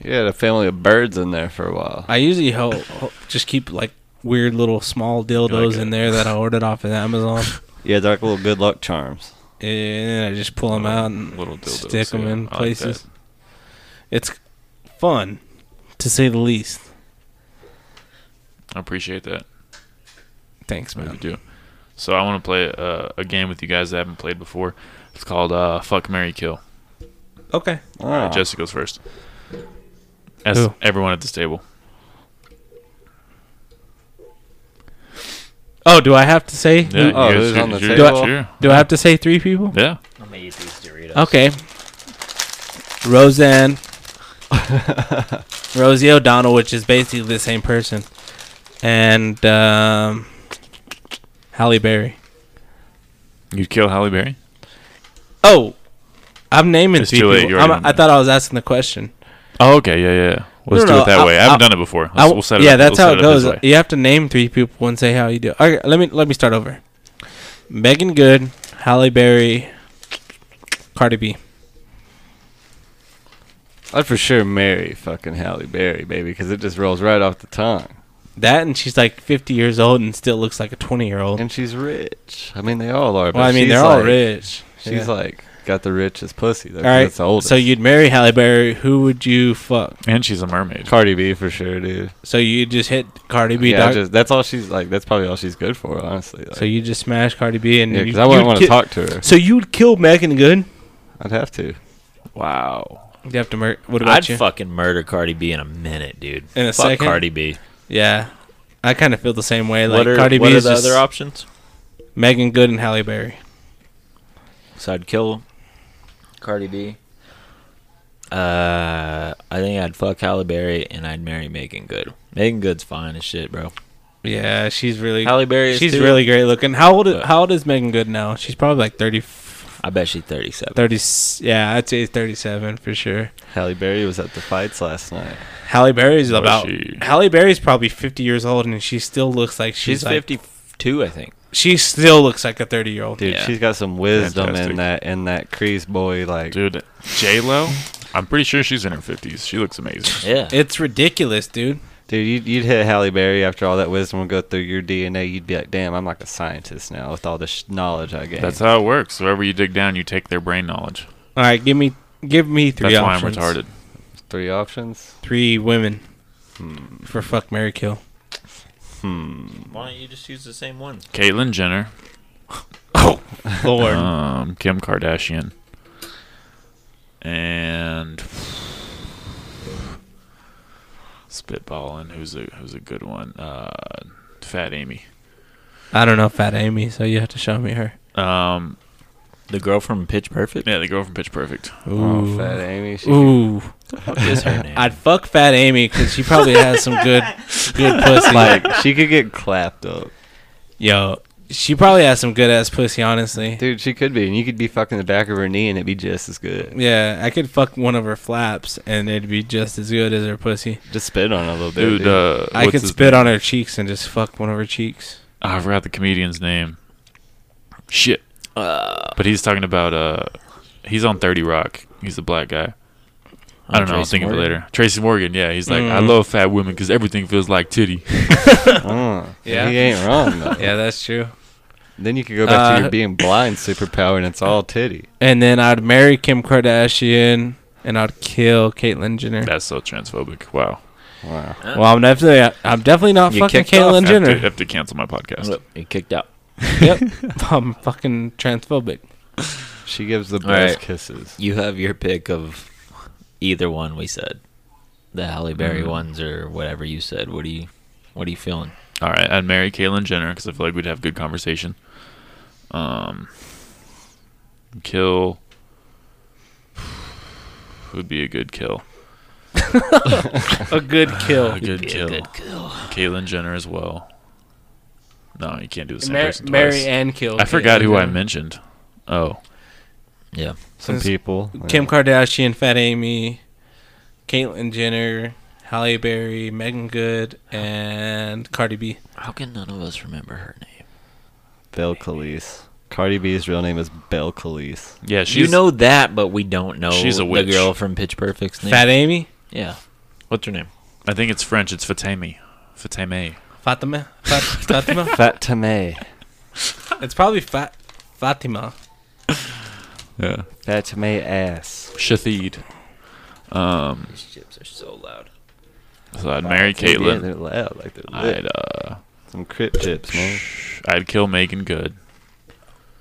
S3: You had a family of birds in there for a while.
S4: I usually ho ho- just keep like weird little small dildos
S1: it.
S4: in there that I ordered off
S1: (laughs)
S4: of Amazon,
S3: Yeah, they're like little good luck charms.
S4: and I just pull them out and
S1: Little dildos,
S4: stick them
S1: yeah, I
S4: in
S1: like
S4: places. it's fun, to say the least.
S1: I appreciate that.
S4: Thanks,
S1: I really
S4: man.
S1: do. So I want to play uh, a game with you guys that I haven't played before. It's called uh, Fuck Mary Kill.
S4: Okay.
S1: All right,
S3: Ah.
S1: Jesse goes first. As
S4: Who?
S1: everyone at this table.
S4: Oh, do I have to say?
S1: Yeah,
S4: who-
S3: Oh,
S1: you
S3: who's
S1: guys,
S3: on the
S1: you're-
S3: table?
S1: you're-
S4: Do I have to say three people?
S1: Yeah.
S5: I'm gonna eat these Doritos.
S4: Okay.
S1: (laughs)
S4: Roseanne. Rosie O'Donnell, which is basically the same person. And um, Halle Berry.
S1: You'd kill Halle Berry?
S4: Oh, I'm naming
S1: It's
S4: three
S1: too late, you
S4: people.
S1: already
S4: I'm,
S1: know
S4: I
S1: that.
S4: thought I was asking the question.
S1: Oh, okay. Yeah, yeah. yeah. Let's
S4: No,
S1: do
S4: no,
S1: it that
S4: I-
S1: way. I haven't
S4: I-
S1: done it before.
S4: I
S1: Let's,
S4: w-
S1: we'll set it
S4: yeah,
S1: up.
S4: that's
S1: we'll
S4: how
S1: set
S4: it
S1: up
S4: goes.
S1: this way.
S4: You have to name three people and say how you do. Okay, let me let me start over. Megan Good, Halle Berry, Cardi B.
S3: I'd for sure marry fucking Halle Berry, baby, because it just rolls right off the tongue.
S4: That and she's like 50 years old and still looks like a 20 year old.
S3: And she's rich. I mean, they all are. But
S4: Well, I mean,
S3: she's
S4: they're all
S3: like-
S4: rich.
S3: She's
S4: Yeah.
S3: like got the richest pussy. Though,
S4: All
S3: 'cause
S4: right.
S3: It's the oldest.
S4: So you'd marry Halle Berry. Who would you fuck?
S1: And she's a mermaid.
S3: Cardi B for sure, dude.
S4: So you just hit Cardi B.
S3: yeah, I
S4: doc-
S3: just, that's all she's like. That's probably all she's good for, honestly. Like,
S4: so you just smash Cardi B and
S3: yeah,
S4: you,
S3: because I wouldn't
S4: you'd
S3: want to
S4: ki-
S3: talk to her.
S4: So you'd kill Megan Good.
S3: I'd have to.
S1: Wow.
S4: You have to murder. What about
S5: I'd
S4: you?
S5: fucking murder Cardi B in a minute, dude.
S4: In a
S5: Fuck
S4: second?
S5: Cardi B.
S4: Yeah, I kind of feel the same way. Like
S5: what are,
S4: Cardi
S5: what
S4: B
S5: are
S4: is
S5: the
S4: just
S5: other options?
S4: Megan Good and Halle Berry.
S5: So I'd kill Cardi B. Uh, I think I'd fuck Halle Berry and I'd marry Megan Good. Megan Good's fine as shit, bro.
S4: Yeah, she's really
S5: Halle Berry is
S4: she's
S5: too.
S4: really great looking. How old is,
S5: But-
S4: how old is Megan Good now? She's probably like 30,
S5: I bet she's 37.
S4: 30 Yeah, I'd say thirty seven for sure.
S3: Halle Berry was at the fights last night.
S4: Halle Berry's
S1: What is
S4: about.
S1: she?
S4: Halle Berry's probably fifty years old, and she still looks like she's,
S5: She's
S4: like,
S5: 52, I think.
S4: She still looks like a thirty year old.
S3: Dude,
S5: Yeah.
S3: she's got some wisdom
S1: Fantastic.
S3: in that in that crease boy. Like,
S1: Dude, J Lo. I'm pretty sure she's in her 50s. She looks amazing.
S5: Yeah.
S4: It's ridiculous, dude.
S3: Dude, you'd, you'd hit Halle Berry after all that wisdom would go through your DNA. You'd be like, damn, I'm like a scientist now with all this sh- knowledge I gained.
S1: That's how it works. Wherever you dig down, you take their brain knowledge.
S4: All right, give me give me three
S1: That's
S4: options.
S1: why I'm retarded.
S3: Three options.
S4: Three women
S5: Hmm.
S4: for fuck Mary Kill.
S5: Why don't you just use the same ones?
S1: Caitlyn Jenner,
S4: Lord,
S5: Uh-huh.
S1: um, Kim Kardashian, and spitballing. Who's a who's a good one? Uh, Fat Amy.
S4: I don't know Fat Amy, so you have to show me her.
S1: Um,
S5: The girl from Pitch Perfect?
S1: yeah, the girl from Pitch Perfect.
S3: Oh,
S4: Ooh,
S3: Fat Amy. She,
S4: ooh.
S5: What is
S3: (laughs)
S5: her name?
S4: I'd fuck Fat Amy because
S3: (laughs)
S4: she probably has some good good pussy.
S3: Like, she could get clapped up.
S4: Yo, She probably has some good ass pussy, honestly.
S3: Dude, she could be, and you could be fucking the back of her knee, and it'd be just as good.
S4: Yeah, I could fuck one of her flaps and it'd be just as good as her pussy.
S3: Just spit on it a little bit,
S1: Dude, uh,
S4: I
S1: what's
S4: could
S1: his
S4: spit
S1: name?
S4: on her cheeks and just fuck one of her cheeks.
S1: Ah, I forgot the comedian's name. Shit. but he's talking about uh, he's on Thirty Rock. He's a black guy. I don't know. I'll
S5: Tracy
S1: think of it
S5: Morgan?
S1: later. Tracy Morgan. Yeah, he's like, I
S4: Mm.
S1: love fat women because everything feels like titty. (laughs)
S3: Uh,
S4: Yeah.
S3: he ain't wrong. Though.
S4: (laughs) Yeah, that's true.
S3: Then you could go back to
S4: Uh,
S3: your being blind superpower, and it's all titty.
S4: And then I'd marry Kim Kardashian and I'd kill Caitlyn Jenner.
S1: That's so transphobic. Wow.
S3: Wow.
S4: Well, I'm definitely I'm definitely not
S5: You
S4: fucking
S5: kicked off
S4: Caitlyn
S1: I have, to, I
S4: Jenner.
S1: have to cancel my podcast.
S5: Look, he kicked out.
S4: yep, I'm fucking transphobic.
S3: She gives the best
S5: right.
S3: kisses.
S5: You have your pick of either one we said, the Halle Berry ones or whatever you said. What do you, what are you feeling?
S1: All right, I'd marry Caitlyn Jenner because I feel like we'd have good conversation. Um, kill (sighs) would be a good kill.
S4: A (sighs) good kill.
S1: A good kill.
S5: kill.
S1: Caitlyn Jenner as well. No, you can't do the same
S4: Mar-
S1: person
S4: marry
S1: twice.
S4: and kill.
S1: I forgot
S4: Caitlyn
S1: who I
S4: Jenner.
S1: mentioned. Oh,
S5: Yeah,
S3: Some
S4: Since
S3: people.
S4: Kim
S3: yeah.
S4: Kardashian, Fat Amy, Caitlyn Jenner, Halle Berry, Megan Good, and Cardi B.
S5: how can none of us remember her name?
S3: Belle Calise. Cardi B's real name is Belle Calise.
S1: yeah, she's.
S5: you know that, but we don't know
S1: she's a
S5: the
S1: witch.
S5: girl from Pitch Perfect's name.
S4: Fat Amy,
S5: Yeah, what's her name?
S1: I think it's French. It's Fatame. Fatame.
S4: Fatima, Fat, Fatima.
S3: Fat Tame.
S4: It's probably Fat Fatima.
S1: Yeah.
S3: Fat Tame ass.
S1: Shathid. Um.
S5: These chips are so loud.
S1: So I'd marry
S3: Yeah,
S1: Caitlyn.
S3: they're loud. Like they're lit.
S1: I'd uh.
S3: Some crip chips, man.
S1: I'd kill Megan Good.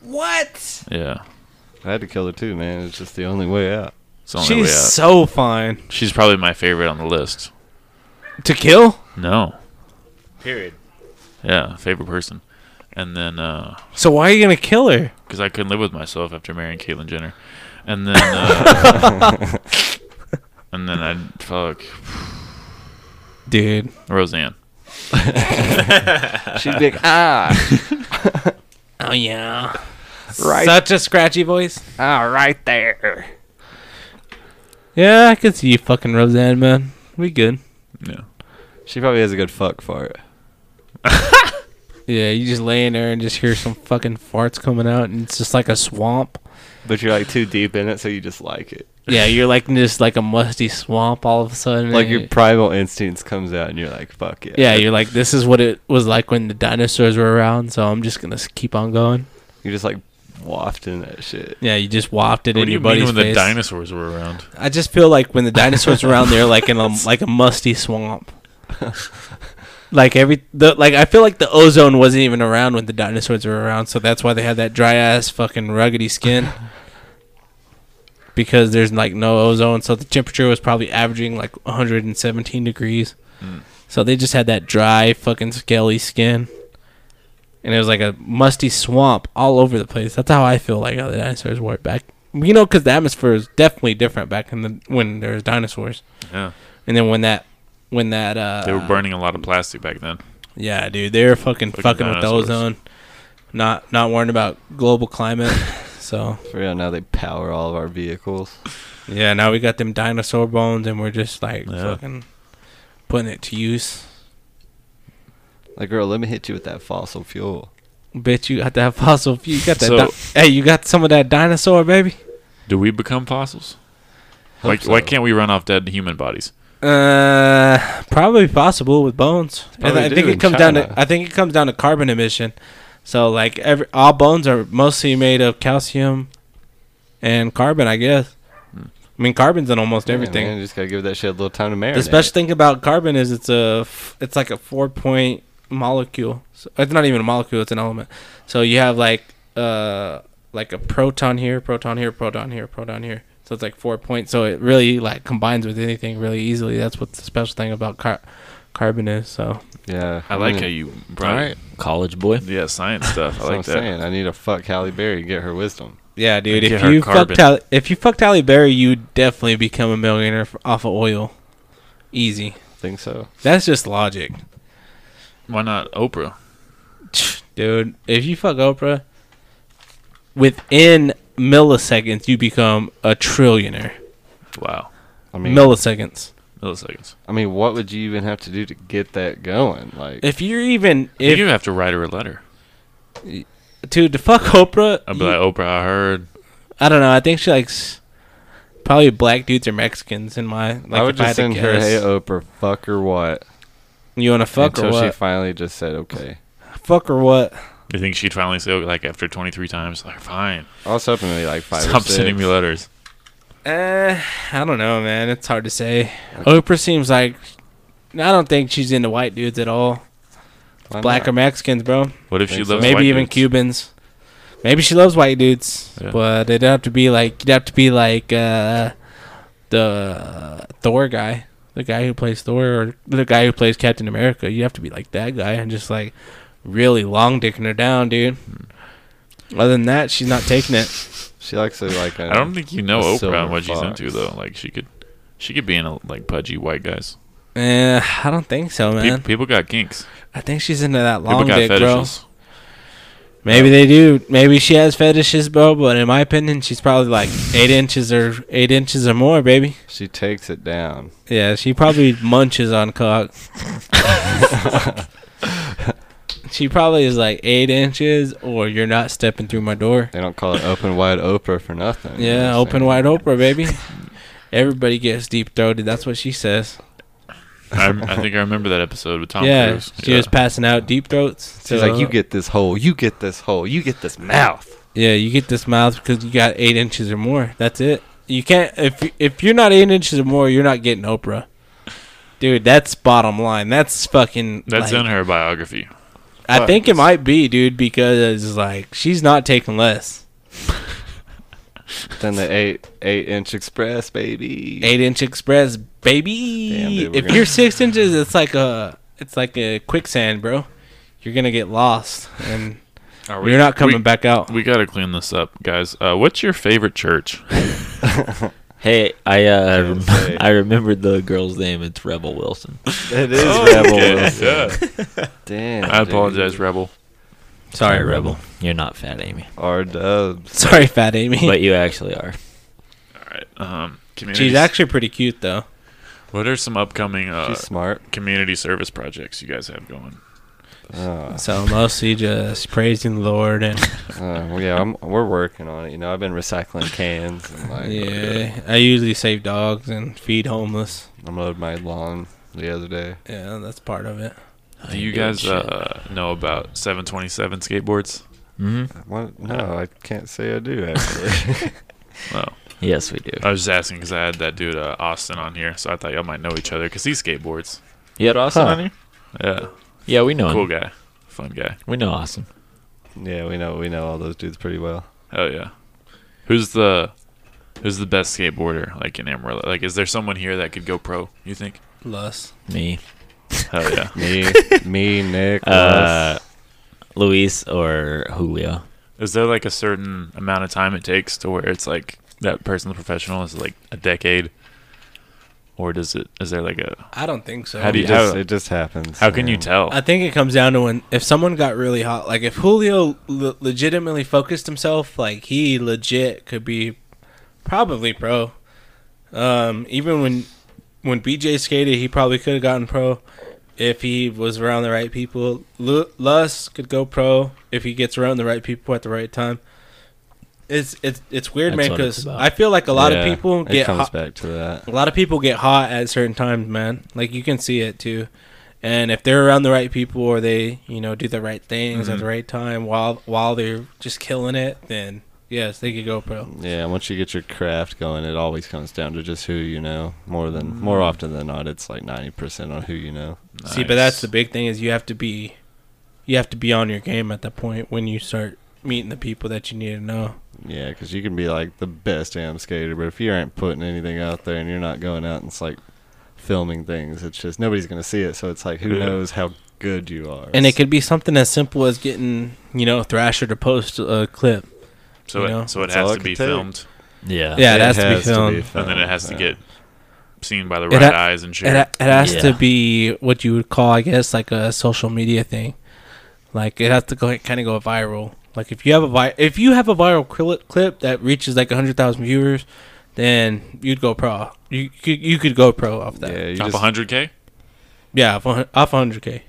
S4: What?
S1: Yeah.
S3: I had to kill her too, man. It's just the only way out.
S1: It's the only way
S4: She's
S1: out.
S4: so fine
S1: She's probably my favorite on the list.
S4: to kill.
S1: No. Period. Yeah, favorite person. And then, uh, because
S4: So why are you gonna kill her?
S1: I couldn't live with myself after marrying Caitlyn Jenner, and then, uh,
S3: (laughs)
S1: and then I'd fuck
S4: Dude,
S1: Roseanne.
S3: She'd be like, ah,
S4: Oh yeah.
S3: Right.
S4: Such a scratchy voice.
S3: ah, right there.
S4: Yeah, I could see you fucking Roseanne, man. We good.
S1: Yeah.
S3: (laughs) She probably has a good fuck for it.
S4: Yeah, you just lay in there and just hear some fucking farts coming out, and it's just like a swamp.
S3: But you're like too deep in it, so you just like it.
S4: Yeah, you're like in just like a musty swamp all of a sudden.
S3: Like
S4: and
S3: your
S4: you-
S3: primal instincts comes out, and you're like, fuck yeah.
S4: yeah, you're like this is what it was like when the dinosaurs were around. So I'm just gonna s- keep on going.
S3: You're just like wafting that shit.
S4: Yeah, you just wafted
S1: What
S4: in
S1: do you
S4: your
S1: mean
S4: buddy's
S1: when the
S4: face.
S1: dinosaurs were around?
S4: I just feel like when the dinosaurs were around, they're like in a like a musty swamp. like every the like I feel like the ozone wasn't even around when the dinosaurs were around, so that's why they had that dry ass fucking ruggedy skin. because there's like no ozone, so the temperature was probably averaging like 117 degrees. So they just had that dry fucking scaly skin. And it was like a musty swamp all over the place. That's how I feel like how the dinosaurs were back. You know, because the atmosphere was definitely different back in the when there was dinosaurs,
S1: Yeah.
S4: and then when that when that uh
S1: They were burning a lot of plastic back then.
S4: Yeah, dude, they were fucking
S1: Fucking
S4: fucking with the
S1: dinosaurs.
S4: ozone. Not not worrying about global
S1: (laughs)
S4: climate. so
S3: For real, now they power all of our vehicles.
S4: yeah, now we got them dinosaur bones, and we're just like
S1: Yeah.
S4: fucking putting it to use.
S3: Like, girl, let me hit you with that fossil fuel.
S4: Bitch, you got that fossil fuel. You got that.
S1: So-
S4: di- hey, you got some of that dinosaur, baby.
S1: Do we become fossils? Why,
S3: Hope
S1: why
S3: so.
S1: can't we run off dead human bodies?
S4: Uh, probably possible with bones. And
S3: probably
S4: I think
S3: do
S4: it
S3: in
S4: comes down
S3: China.
S4: to I think it comes down to carbon emission. So like every all bones are mostly made of calcium and carbon, I guess. I mean, carbon's in almost
S3: Hmm. Yeah,
S4: everything.
S3: man, you just gotta give that shit a little time to
S4: (laughs)
S3: marinate.
S4: the special thing about carbon is it's a f- it's like a four point molecule. So it's not even a molecule; it's an element. So you have like uh like a proton here, proton here, proton here, proton here. So it's like four points. So it really like combines with anything really easily. That's what the special thing about car- carbon is. So
S3: yeah,
S1: I like
S3: Mm.
S1: how you brought
S3: All right,
S5: College boy.
S1: Yeah, science stuff. I
S3: that's
S1: like
S3: what I'm
S1: that.
S3: saying. I need to fuck Halle Berry, get her wisdom.
S4: yeah, dude.
S1: Get
S4: If
S1: her
S4: you
S1: carbon.
S4: fucked Halle, if you fucked Halle Berry, you definitely become a millionaire f- off of oil. Easy.
S3: Think so?
S4: That's just logic.
S1: Why not Oprah?
S4: dude. If you fuck Oprah, within milliseconds you become a trillionaire.
S1: Wow.
S3: I mean,
S4: milliseconds.
S1: Milliseconds.
S3: I mean, what would you even have to do to get that going? Like,
S4: If you're even
S1: If,
S4: if
S1: you have to write her a letter.
S4: dude to fuck Oprah,
S1: I'd be
S4: you-
S1: like, Oprah, I heard.
S4: I don't know. I think she likes probably black dudes or Mexicans in my like
S3: I would
S4: if I
S3: just
S4: had to
S3: send her,
S4: guess.
S3: "Hey Oprah, fuck or what?"
S4: you want to fuck
S3: Until
S4: or
S3: she
S4: what?
S3: finally just said, "Okay."
S4: fuck or what?
S1: You think she'd finally say, like, after 23 times, like, fine.
S3: I was hoping maybe like five. or
S1: Stop
S3: six.
S1: sending me letters.
S4: Uh, I don't know, man. It's hard to say. Oprah seems like I don't think she's into white dudes at all.
S3: Why
S4: Black
S3: not?
S4: or Mexicans, bro.
S1: What if she
S3: Think
S1: loves
S4: Maybe
S1: white
S4: even
S1: dudes?
S4: Cubans. Maybe she loves white dudes,
S1: Yeah.
S4: but it'd have to be like you'd have to be like uh, the Thor guy, the guy who plays Thor, or the guy who plays Captain America. You have to be like that guy and just like really long dicking her down, dude.
S1: Hmm.
S4: Other than that, she's not taking it.
S3: She likes it like. um,
S1: I don't think you know
S3: A
S1: Oprah
S3: silver
S1: and what she's
S3: fox.
S1: into though. Like she could, she could be in like pudgy white guys.
S4: Eh, I don't think so,
S1: Pe-
S4: man.
S1: people got kinks.
S4: I think she's into that
S1: People
S4: long
S1: got
S4: dick, bro. (laughs)
S1: fetishes.
S4: Maybe they do. Maybe she has fetishes, bro. But in my opinion, she's probably like eight inches or eight inches or more, baby.
S3: She takes it down.
S4: Yeah, she probably munches
S3: (laughs)
S4: on cock. she probably is like eight inches, or you're not stepping through my door.
S3: They don't call it open wide Oprah for nothing. you know
S4: Yeah,
S3: what I'm
S4: open
S3: saying?
S4: wide Oprah, baby. Everybody gets deep throated. That's what she says.
S1: I, I think I remember that episode with Tom
S4: yeah,
S1: Cruise.
S4: she was passing out deep throats.
S3: She's like, you get this hole, you get this hole, you get this mouth.
S4: Yeah, you get this mouth because you got eight inches or more. That's it. You can't if if you're not eight inches or more, you're not getting Oprah. Dude, that's bottom line. That's fucking.
S1: That's
S4: like,
S1: in her biography.
S4: I think it might be, dude, because like she's not taking less.
S3: Then the eight eight inch express, baby. (laughs)
S4: Eight inch express, baby.
S3: Damn, dude, we're
S4: if
S3: gonna-
S4: you're six inches, it's like a it's like a quicksand, bro. You're gonna get lost, and
S1: Are
S4: you're not coming back out.
S1: We gotta clean this up, guys. Uh, what's your favorite church?
S5: Hey, I uh,
S3: Can't say.
S5: (laughs) I remembered the girl's name. It's Rebel Wilson.
S3: It is rebel.
S1: Okay, (laughs) Oh, yeah.
S3: Damn.
S1: I
S3: dude.
S1: apologize, Rebel.
S4: Sorry, Rebel.
S5: You're not fat, Amy, (laughs)
S3: R dubs.
S4: (laughs) Sorry, Fat Amy.
S5: but you actually are.
S1: All right. Um, community.
S4: she's actually pretty cute though.
S1: What are some upcoming uh,
S3: She's smart.
S1: community service projects you guys have going?
S3: Uh,
S4: So mostly just praising the Lord and
S3: uh, well, yeah, I'm, we're working on it. You know, I've been recycling cans. And, like,
S4: yeah, I usually save dogs and feed homeless.
S3: I mowed my lawn the other day.
S4: Yeah, that's part of it.
S1: Do you
S5: ain't doing
S1: guys
S5: shit.
S1: uh, know about 727 skateboards?
S5: Mhm.
S3: What? No, I can't say I
S1: (laughs)
S3: do actually.
S1: No.
S5: Yes, we do.
S1: I was just asking because I had that dude uh, Austin on here, so I thought y'all might know each other because he skateboards.
S5: You had Austin
S3: Huh.
S5: on here?
S1: Yeah,
S5: Yeah, we know him.
S1: cool guy, fun guy.
S5: We know Austin.
S3: yeah, we know we know all those dudes pretty well.
S1: Hell yeah. Who's the Who's the best skateboarder like in Amarillo? Like, is there someone here that could go pro? You think?
S4: Lust.
S5: Me,
S1: Hell yeah.
S3: Me, me, Nick,
S5: Uh,
S3: Les.
S5: Luis, or Julio.
S1: (laughs) is there like a certain amount of time it takes to where it's like that person's professional is like a decade, or does it? Is there like a
S4: I don't think so.
S1: How do
S3: It
S1: you-
S3: just-
S1: how-
S3: it just happens.
S1: how can you
S3: man.
S1: tell?
S4: I think it comes down to when if someone got really hot, like if Julio le- legitimately focused himself, like he legit could be probably pro. Um, even when when BJ skated, he probably could have gotten pro if he was around the right people. Lu- Lus could go pro if he gets around the right people at the right time. It's it's it's weird,
S5: That's
S4: man,
S5: what it's
S4: 'cause man.
S5: about.
S4: Because I feel like a lot
S3: Yeah,
S4: of people
S3: It
S4: get
S3: comes
S4: hot.
S3: back to that.
S4: A lot of people get hot at certain times, man. Like you can see it too. And if they're around the right people or they, you know, do the right things at the right time while while they're just killing it, then yes, they could go pro.
S3: Yeah, once you get your craft going, it always comes down to just who you know. More than more often than not, it's like ninety percent on who you know.
S4: See, but that's the
S1: Nice.
S4: big thing is you have to be you have to be on your game at that point when you start meeting the people that you need to know.
S3: Yeah, because you can be like the best damn skater, but if you aren't putting anything out there and you're not going out and it's like filming things, it's just nobody's gonna see it. So it's like who
S1: Yeah.
S3: knows how good you are.
S4: And it could be something as simple as getting, you know, Thrasher to post a clip.
S1: so
S4: you
S1: it,
S4: know,
S1: so it
S3: that's all
S1: has
S3: it
S1: to
S3: could
S1: be
S3: take.
S1: filmed,
S5: Yeah.
S4: Yeah, it, has, to be filmed.
S1: and then it has to get seen by the
S4: It
S1: right
S4: ha-
S1: eyes and shit.
S4: It, ha- it has
S5: Yeah.
S4: to be what you would call, I guess, like a social media thing. Like it has to go kind of go viral. Like if you have a vi- if you have a viral clip clip that reaches like hundred thousand viewers, then you'd go pro. You could you could go pro off that.
S3: Yeah,
S4: Yeah,
S3: you
S1: Top
S3: just,
S1: 100k.
S4: off a hun- off hundred k.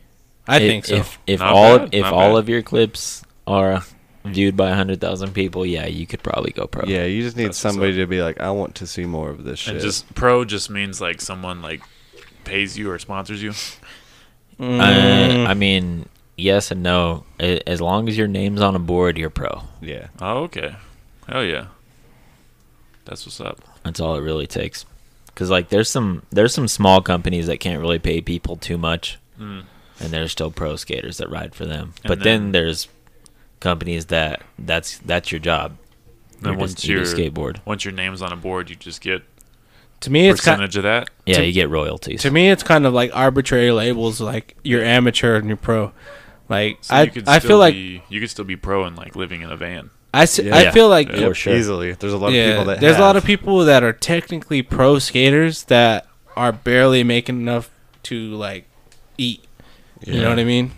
S4: I
S5: If-
S4: think so.
S5: If if
S1: Not
S5: all
S1: bad,
S5: if
S1: not
S5: all
S1: bad.
S5: of your clips are viewed by hundred thousand people, yeah, you could probably go pro.
S3: yeah, you just need
S1: That's what's
S3: somebody to be like, I want to see more of this shit.
S1: And just pro just means like someone like pays you or sponsors you.
S5: Uh,
S4: Mm,
S5: I mean, yes and no. A- As long as your name's on a board, you're pro.
S3: yeah,
S1: Oh, okay. Hell yeah. That's what's up.
S5: That's all it really takes. Because like, there's some there's some small companies that can't really pay people too much,
S1: Mm.
S5: and there's still pro skaters that ride for them.
S1: And
S5: but then,
S1: then-
S5: there's companies that that's that's your job.
S1: Then
S5: You're just-
S1: once
S5: you
S1: your
S5: just skateboard.
S1: once your name's on a board, you just get
S4: to me, it's kind
S1: percentage of that.
S5: Yeah,
S4: to-
S5: you get royalties.
S4: to me it's kind of like arbitrary labels, like you're amateur and you're pro. Like
S1: So
S4: I
S1: you could
S4: I
S1: still
S4: feel like
S1: be, you could still be pro and like living in a van.
S4: I s-
S3: Yeah.
S4: I feel like
S5: Yeah. For sure.
S3: easily. There's a lot of people that
S4: there's a lot
S3: have.
S4: of people that are technically pro skaters that are barely making enough to like eat. You
S3: Yeah.
S4: know what I mean?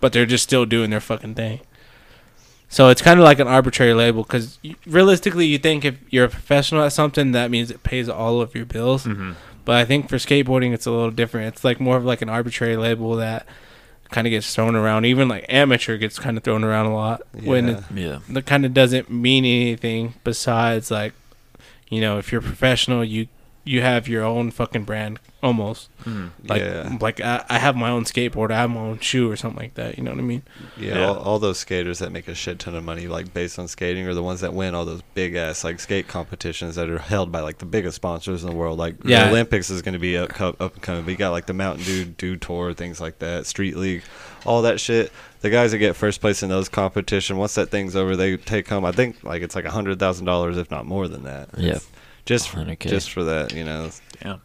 S4: But they're just still doing their fucking thing. So it's kind of like an arbitrary label because realistically, you think if you're a professional at something, that means it pays all of your
S3: Hmm.
S4: bills. But I think for skateboarding, it's a little different. It's like more of like an arbitrary label that kind of gets thrown around. Even like amateur gets kind of thrown around a lot when
S3: Yeah.
S4: it,
S1: Yeah.
S4: that kind of doesn't mean anything besides like you know if you're professional you you have your own fucking brand almost like
S3: Yeah.
S4: like I, I have my own skateboard i have my own shoe or something like that you know what i mean
S3: Yeah,
S1: Yeah.
S3: All, all those skaters that make a shit ton of money, like based on skating, are the ones that win all those big ass like skate competitions that are held by like the biggest sponsors in the world. Like
S4: Yeah.
S3: the Olympics is going to be up, up, up and coming. But you got like the Mountain Dew Dew Tour, things like that, Street League, all that shit. The guys that get first place in those competition, once that thing's over, they take home. I think like it's like a hundred thousand dollars, if not more than that.
S5: Yeah.
S3: just
S5: 100K.
S3: just for that, you know.
S1: Damn.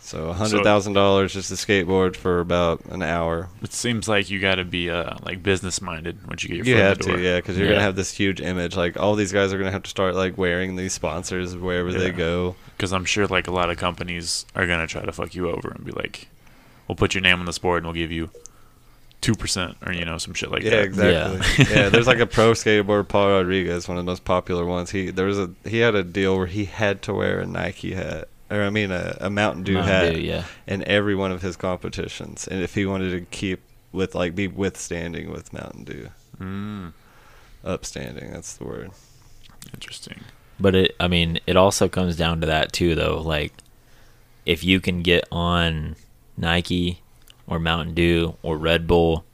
S3: So a hundred thousand dollars just to skateboard for about an hour.
S1: It seems like you got to be uh like business minded once you get your
S3: You
S1: foot
S3: have
S1: in the door.
S3: to, yeah, because you're
S5: Yeah.
S3: gonna have this huge image. Like all these guys are gonna have to start like wearing these sponsors wherever
S1: Yeah.
S3: they go.
S1: Because I'm sure like a lot of companies are gonna try to fuck you over and be like, "We'll put your name on this board and we'll give you two percent or you know some shit like
S3: yeah,
S1: that."
S3: exactly. Yeah. there's like a
S5: (laughs)
S3: pro skateboarder, Paul Rodriguez, one of the most popular ones. He there was a he had a deal where he had to wear a Nike hat, or I mean a, a Mountain Dew
S5: Mountain
S3: hat,
S5: Dew, yeah.
S3: in every one of his competitions, and if he wanted to keep with like be withstanding with Mountain Dew,
S1: Mm,
S3: upstanding. That's the word.
S1: interesting.
S5: But it, I mean, it also comes down to that too, though. Like, if you can get on Nike or Mountain Dew or Red Bull,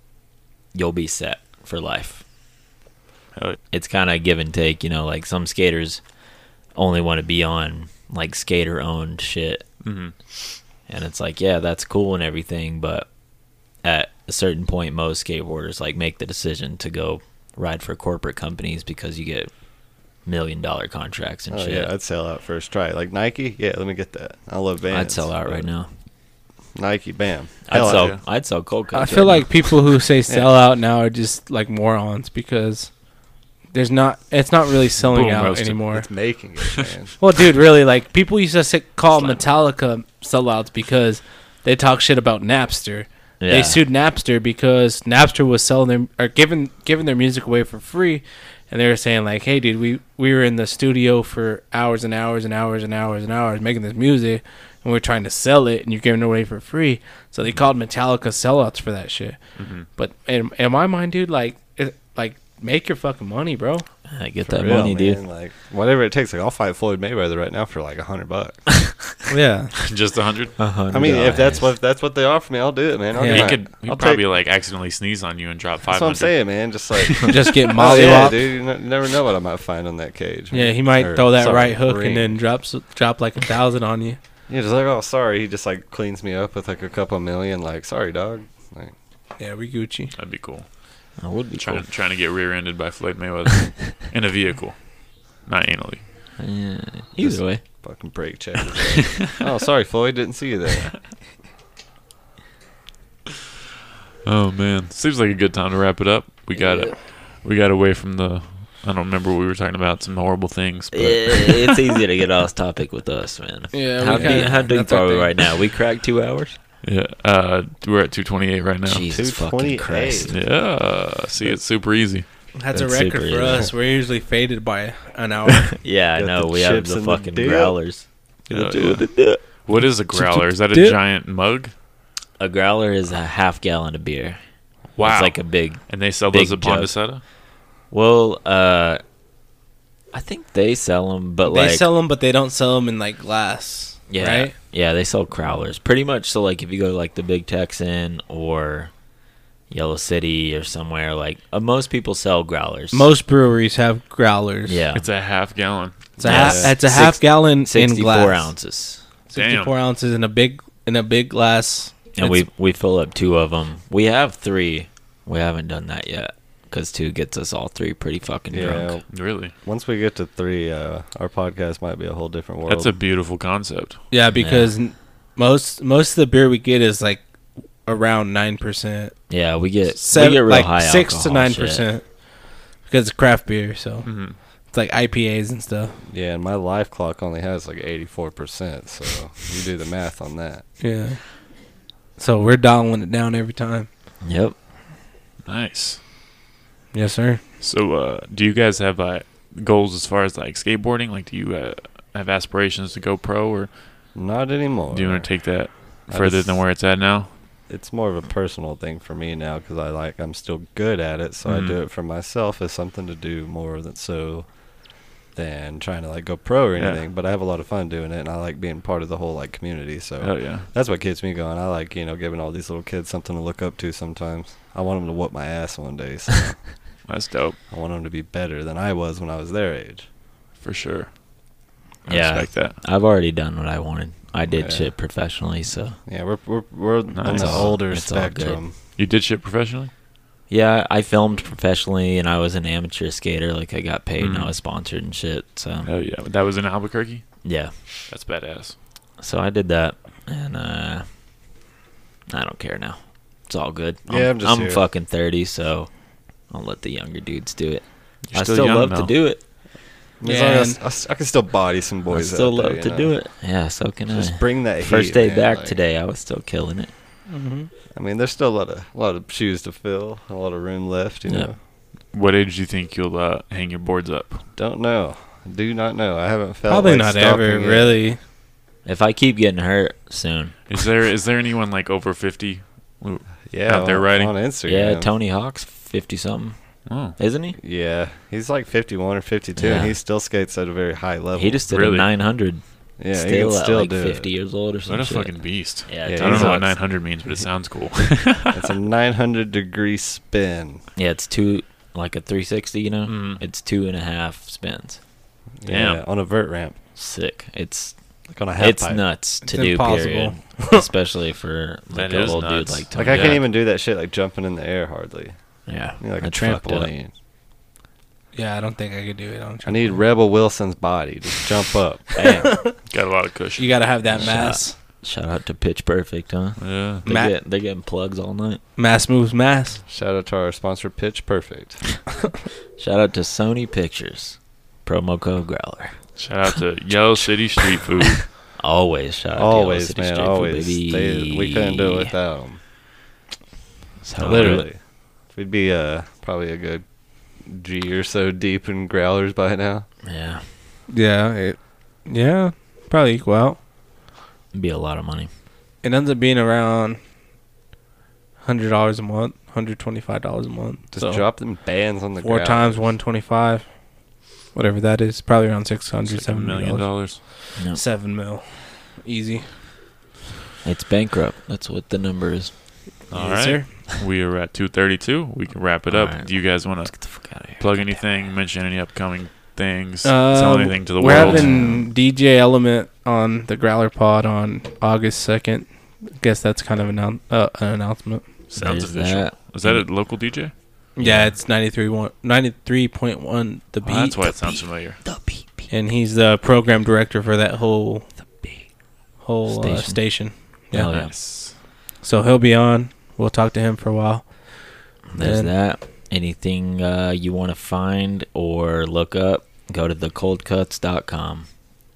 S5: you'll be set for life.
S3: Oh,
S1: Hell,
S5: It's kind of give and take, you know. Like some skaters only want to be on like skater owned shit,
S1: mm-hmm. (laughs)
S5: and it's like, yeah, that's cool and everything, but at a certain point, most skateboarders like make the decision to go ride for corporate companies because you get million dollar contracts and
S3: Oh
S5: shit.
S3: yeah, I'd sell out first try. Like Nike, yeah, let me get that. I love Vans.
S5: I'd sell out right
S3: but
S5: now.
S3: Nike, bam.
S5: I'd
S3: Hell,
S5: sell.
S1: yeah.
S5: I'd sell cold cuts.
S4: i
S5: right
S4: feel
S5: now.
S4: like people who say sell out now are just like morons because there's not it's not really selling
S1: Boom,
S4: out
S1: roasted.
S4: anymore
S3: It's making it, man.
S4: Well, dude, really, like people used to sit, call
S1: Slam.
S4: Metallica sellouts because they talk shit about Napster.
S5: Yeah.
S4: They sued Napster because Napster was selling them or giving giving their music away for free, and they were saying like, "Hey, dude, we we were in the studio for hours and hours and hours and hours and hours making this music, and we are trying to sell it, and you're giving it away for free." So
S3: Mm-hmm.
S4: they called Metallica sellouts for that shit. But in, in my mind, dude, like, it, like make your fucking money, bro.
S5: I get
S3: For
S5: that
S3: real,
S5: money,
S3: man,
S5: dude.
S3: Like whatever it takes. Like I'll fight Floyd Mayweather right now for like a hundred bucks.
S4: Yeah.
S1: Just a hundred.
S3: I mean, if that's what if that's what they offer me, I'll do it, man. I'll
S4: Yeah.
S3: do
S1: He
S3: it.
S1: could he
S3: I'll take-
S1: probably like accidentally sneeze on you and drop five
S3: That's what I'm
S1: hundred.
S3: saying, man. Just like. (laughs)
S4: (laughs) Just get
S3: Oh,
S4: molly
S3: yeah, dude. You n- never know what I might find on that cage.
S4: Yeah,
S3: man.
S4: he might
S3: Or,
S4: throw that
S3: sorry,
S4: right hook
S3: ring.
S4: and then drops drop like a thousand on you.
S3: Yeah, just like, oh, sorry. He just like cleans me up with like a couple million. Like, sorry, dog. Like,
S4: Yeah, we Gucci.
S1: That'd be cool.
S5: I would be
S1: Trying trying to get rear-ended by Floyd
S3: (laughs)
S1: Mayweather in a vehicle, not anally.
S5: cool. Yeah. Either (laughs) way,
S3: fucking break check. oh, sorry, Floyd. Didn't see you there.
S1: Oh man, seems like a good time to wrap it up. We got it. We got away from the. I don't remember what we were talking about. Some horrible things.
S5: (laughs)
S1: But
S5: it's easy to get off topic with us, man.
S4: Yeah,
S5: how,
S4: we kinda-
S5: deep, how deep
S4: that's our
S5: are we
S4: thing.
S5: right now? We cracked two hours.
S1: Yeah, uh, we're at 228 right now.
S5: Jesus fucking
S3: 228.
S5: Christ.
S1: Yeah, see, it's super easy.
S4: That's, a
S5: That's
S4: record
S5: super easy.
S4: for us. We're usually faded by an
S5: (laughs)
S4: hour.
S5: Yeah, I
S3: Got
S5: know.
S3: the
S5: We have
S3: chips
S5: the
S3: and the
S5: fucking
S3: dip.
S5: growlers.
S1: Yeah, yeah. What is a growler? Is that a
S4: Dip.
S1: giant mug?
S5: A growler is a half gallon of beer.
S1: Wow.
S5: It's like a big.
S1: and they sell
S5: big
S1: those at
S5: jug.
S1: Pondicetta?
S5: Well, uh, I think they sell them, but
S4: they
S5: like.
S4: sell them, but they don't sell them in like glass.
S5: yeah,
S4: Right?
S5: Yeah, they sell growlers. Pretty much. So, like, if you go to like the Big Texan or Yellow City or somewhere, like, uh, most people sell growlers.
S4: Most breweries have growlers.
S5: Yeah.
S1: It's a half gallon.
S4: It's a,
S5: Yeah.
S4: half, it's a
S5: Six-
S4: half gallon in
S5: 64
S4: glass.
S5: ounces.
S4: 64 ounces in a big in a big glass.
S5: And
S4: It's-
S5: we we fill up two of them. We have three. We haven't done that yet because two gets us all three pretty fucking
S3: Yeah.
S5: drunk.
S1: Really?
S3: Once we get to three, uh, our podcast might be a whole different world.
S1: That's a beautiful concept.
S4: yeah, because n most most of the beer we get is like around 9%.
S5: Yeah, we get
S4: Seven,
S5: we get real
S4: like
S5: high
S4: 6 to
S5: alcohol shit.
S4: 9%. Because it's craft beer, so
S5: Mm-hmm.
S4: it's like IPAs and stuff.
S3: yeah, and my life clock only has like eighty-four percent, so (laughs) you do the math on that.
S4: Yeah. So we're dialing it down every time.
S5: Yep.
S1: Nice.
S4: Yes, sir.
S1: So, uh, do you guys have uh, goals as far as like skateboarding? Like, do you uh, have aspirations to go pro, or
S3: Not anymore.
S1: do you want to take that
S3: I
S1: further
S3: just-
S1: than where it's at now?
S3: it's more of a personal thing for me now because I like I'm still good at it, so I do
S1: Mhm.
S3: it for myself as something to do more than so than trying to like go pro or
S1: Yeah.
S3: anything. But I have a lot of fun doing it, and I like being part of the whole like community. So
S1: Oh yeah.
S3: that's what keeps me going. I like you know giving all these little kids something to look up to. Sometimes I want them to whoop my ass one day.
S1: (laughs)
S3: So
S1: That's dope
S3: I want them to be better than I was when I was their age.
S1: for sure. I
S5: Yeah.
S1: respect that.
S5: I've already done what I wanted. I did
S3: Yeah.
S5: shit professionally, so
S3: Yeah, we're we're we're on
S1: Nice.
S3: the older
S5: It's all good.
S3: spectrum.
S1: You did shit professionally.
S5: yeah, I filmed professionally and I was an amateur skater. Like I got paid and
S3: Mm.
S1: Mhm.
S5: I was sponsored and shit. So
S1: Oh yeah. That was in Albuquerque.
S5: yeah,
S1: That's badass.
S5: so I did that, and uh, I don't care now. It's all good.
S3: Yeah, I'm just
S5: I'm
S3: here.
S5: fucking thirty, so I'll let the younger dudes do it.
S1: You're
S5: I still
S1: young,
S5: love to
S1: though.
S5: do it.
S3: As long as
S4: Yeah,
S3: I s- I can still body some boys.
S5: I still
S3: out there,
S5: love
S3: you
S5: to
S3: know?
S5: do it. Yeah, so can
S3: Just
S5: I.
S3: bring that
S5: First
S3: heat,
S5: day
S3: man,
S5: back
S3: like-
S5: today, I was still killing it.
S3: I mean, there's still a lot of a lot of shoes to fill, a lot of room left. You
S5: Yeah.
S3: know,
S1: What age do you think you'll uh, hang your boards up?
S3: don't know, do not know. I haven't felt
S4: Probably
S3: like
S4: not
S3: stopping
S4: ever,
S3: yet.
S4: really.
S5: If I keep getting hurt soon,
S1: Is there is there anyone like over fifty?
S3: Yeah,
S1: out there
S3: on,
S1: riding.
S3: on Instagram.
S5: yeah, Tony Hawk's fifty something,
S1: Oh,
S5: isn't he?
S3: Yeah, he's like 51 or 52, and
S5: Yeah.
S3: he still skates at a very high level.
S5: He just did a
S1: Really?
S5: nine hundred.
S3: yeah, he
S5: still
S3: can
S5: at
S3: still
S5: like
S3: do it.
S5: fifty years old or something.
S1: what a fucking beast!
S5: Yeah,
S3: Yeah,
S1: I
S5: it's-
S1: don't
S3: he's
S1: know
S3: nuts.
S1: what 900 means,
S4: (laughs)
S1: but it sounds cool.
S3: It's a 900 degree spin.
S5: yeah, it's two like a three sixty. You know,
S1: Mhm.
S5: it's two and a half spins.
S1: Damn.
S3: Yeah, on a vert ramp,
S5: Sick. It's
S3: like on a half
S5: it's
S3: pipe.
S5: nuts to
S4: It's
S5: do.
S4: impossible.
S5: Period. (laughs) Especially for like
S1: That
S5: an
S1: is
S5: old dude
S1: nuts.
S5: like Tony.
S3: Like I can't
S1: Yeah.
S3: even do that shit like jumping in the air hardly.
S5: yeah,
S3: I need, like
S5: I
S3: a
S5: tramped up.
S3: trampoline.
S4: Yeah, I don't think I could do it on
S3: I
S4: track.
S3: need Rebel Wilson's body. Just jump up.
S5: (laughs) Damn.
S1: (laughs) Got a lot of cushion.
S4: You gotta have that
S5: Shut
S4: mass.
S5: Shout out to Pitch Perfect, huh?
S1: yeah.
S5: They
S4: Ma-
S5: get, they're getting plugs all night.
S4: Mass moves mass.
S3: Shout out to our sponsor, Pitch Perfect.
S5: Shout out to Sony Pictures. Promo code Growler.
S1: Shout out
S4: (laughs)
S1: to Yellow City Street Food.
S5: Always shout out to Yellow
S3: always,
S5: City
S3: man,
S5: Street Food,
S3: always.
S5: baby.
S3: They, we couldn't do it without them.
S5: So
S3: Literally, we'd be uh probably a good G or so deep in growlers by now.
S5: good. Yeah.
S4: Yeah, it, yeah, probably equal out.
S5: It'd be a lot of money.
S4: It ends up being around hundred dollars a month, hundred twenty-five dollars a month.
S3: Just
S4: so
S3: drop them bands on the
S4: four
S3: growlers.
S4: times one twenty-five, whatever that is, probably around six hundred
S1: It's like a
S4: seven
S1: million
S4: million dollars.
S1: dollars.
S5: No,
S4: Seven mil, easy.
S5: it's bankrupt. That's what the number is.
S1: All
S4: Yes,
S1: right. We are at 232. We can wrap it up.
S5: All right.
S1: Do you guys want
S5: Let's
S1: to
S5: get the fuck out of here.
S1: plug anything, mention any upcoming things,
S4: Um,
S1: sell anything to the
S4: We're
S1: world?
S4: having DJ Element on the Growler Pod on August second. Guess that's kind of an, annou- uh, an announcement.
S1: Sounds
S5: There's
S1: official.
S5: that.
S1: Is that a local DJ?
S4: Yeah, it's 93.1 The Beat.
S1: Oh, that's why it sounds familiar.
S5: The beat, beat,
S4: and he's the program director for that whole
S5: the beat.
S4: whole station. Uh,
S5: Station.
S4: station.
S5: Yeah. Hell yeah.
S1: Nice.
S4: So he'll be on. We'll talk to him for a while.
S5: There's
S4: And-
S5: that. Anything uh, you want to find or look up, go to thecoldcuts.com.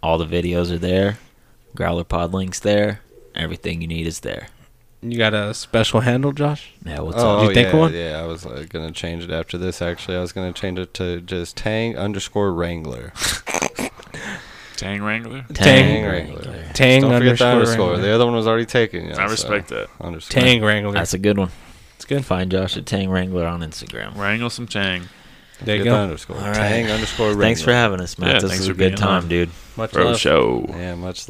S5: All the videos are there. Growler pod links there. Everything you need is there.
S4: You got a special handle, Josh?
S5: Yeah, what's
S4: Oh,
S5: up?
S4: you think
S3: yeah,
S4: of one?
S3: Yeah, I was uh, gonna change it after this. Actually, I was gonna change it to just Tang underscore Wrangler.
S1: Tang Wrangler.
S4: Tang
S3: Wrangler.
S4: Tang
S3: Don't forget the
S4: underscore.
S3: underscore.
S4: Wrangler.
S3: The other one was already taken. you know,
S1: I
S3: so
S1: respect that.
S3: Underscore.
S4: Tang Wrangler.
S5: That's a good one.
S4: It's good.
S5: Find Josh at Tang Wrangler on Instagram.
S1: Wrangle some Tang.
S4: There you
S3: Get the
S4: go.
S3: underscore.
S5: All right.
S3: Tang underscore Wrangler.
S5: Thanks for having us, man.
S1: Yeah,
S5: this
S1: thanks
S5: was a
S1: for
S5: good
S1: being
S5: time,
S1: on.
S5: dude.
S4: Much
S1: Bro
S4: love.
S1: show.
S3: Yeah, much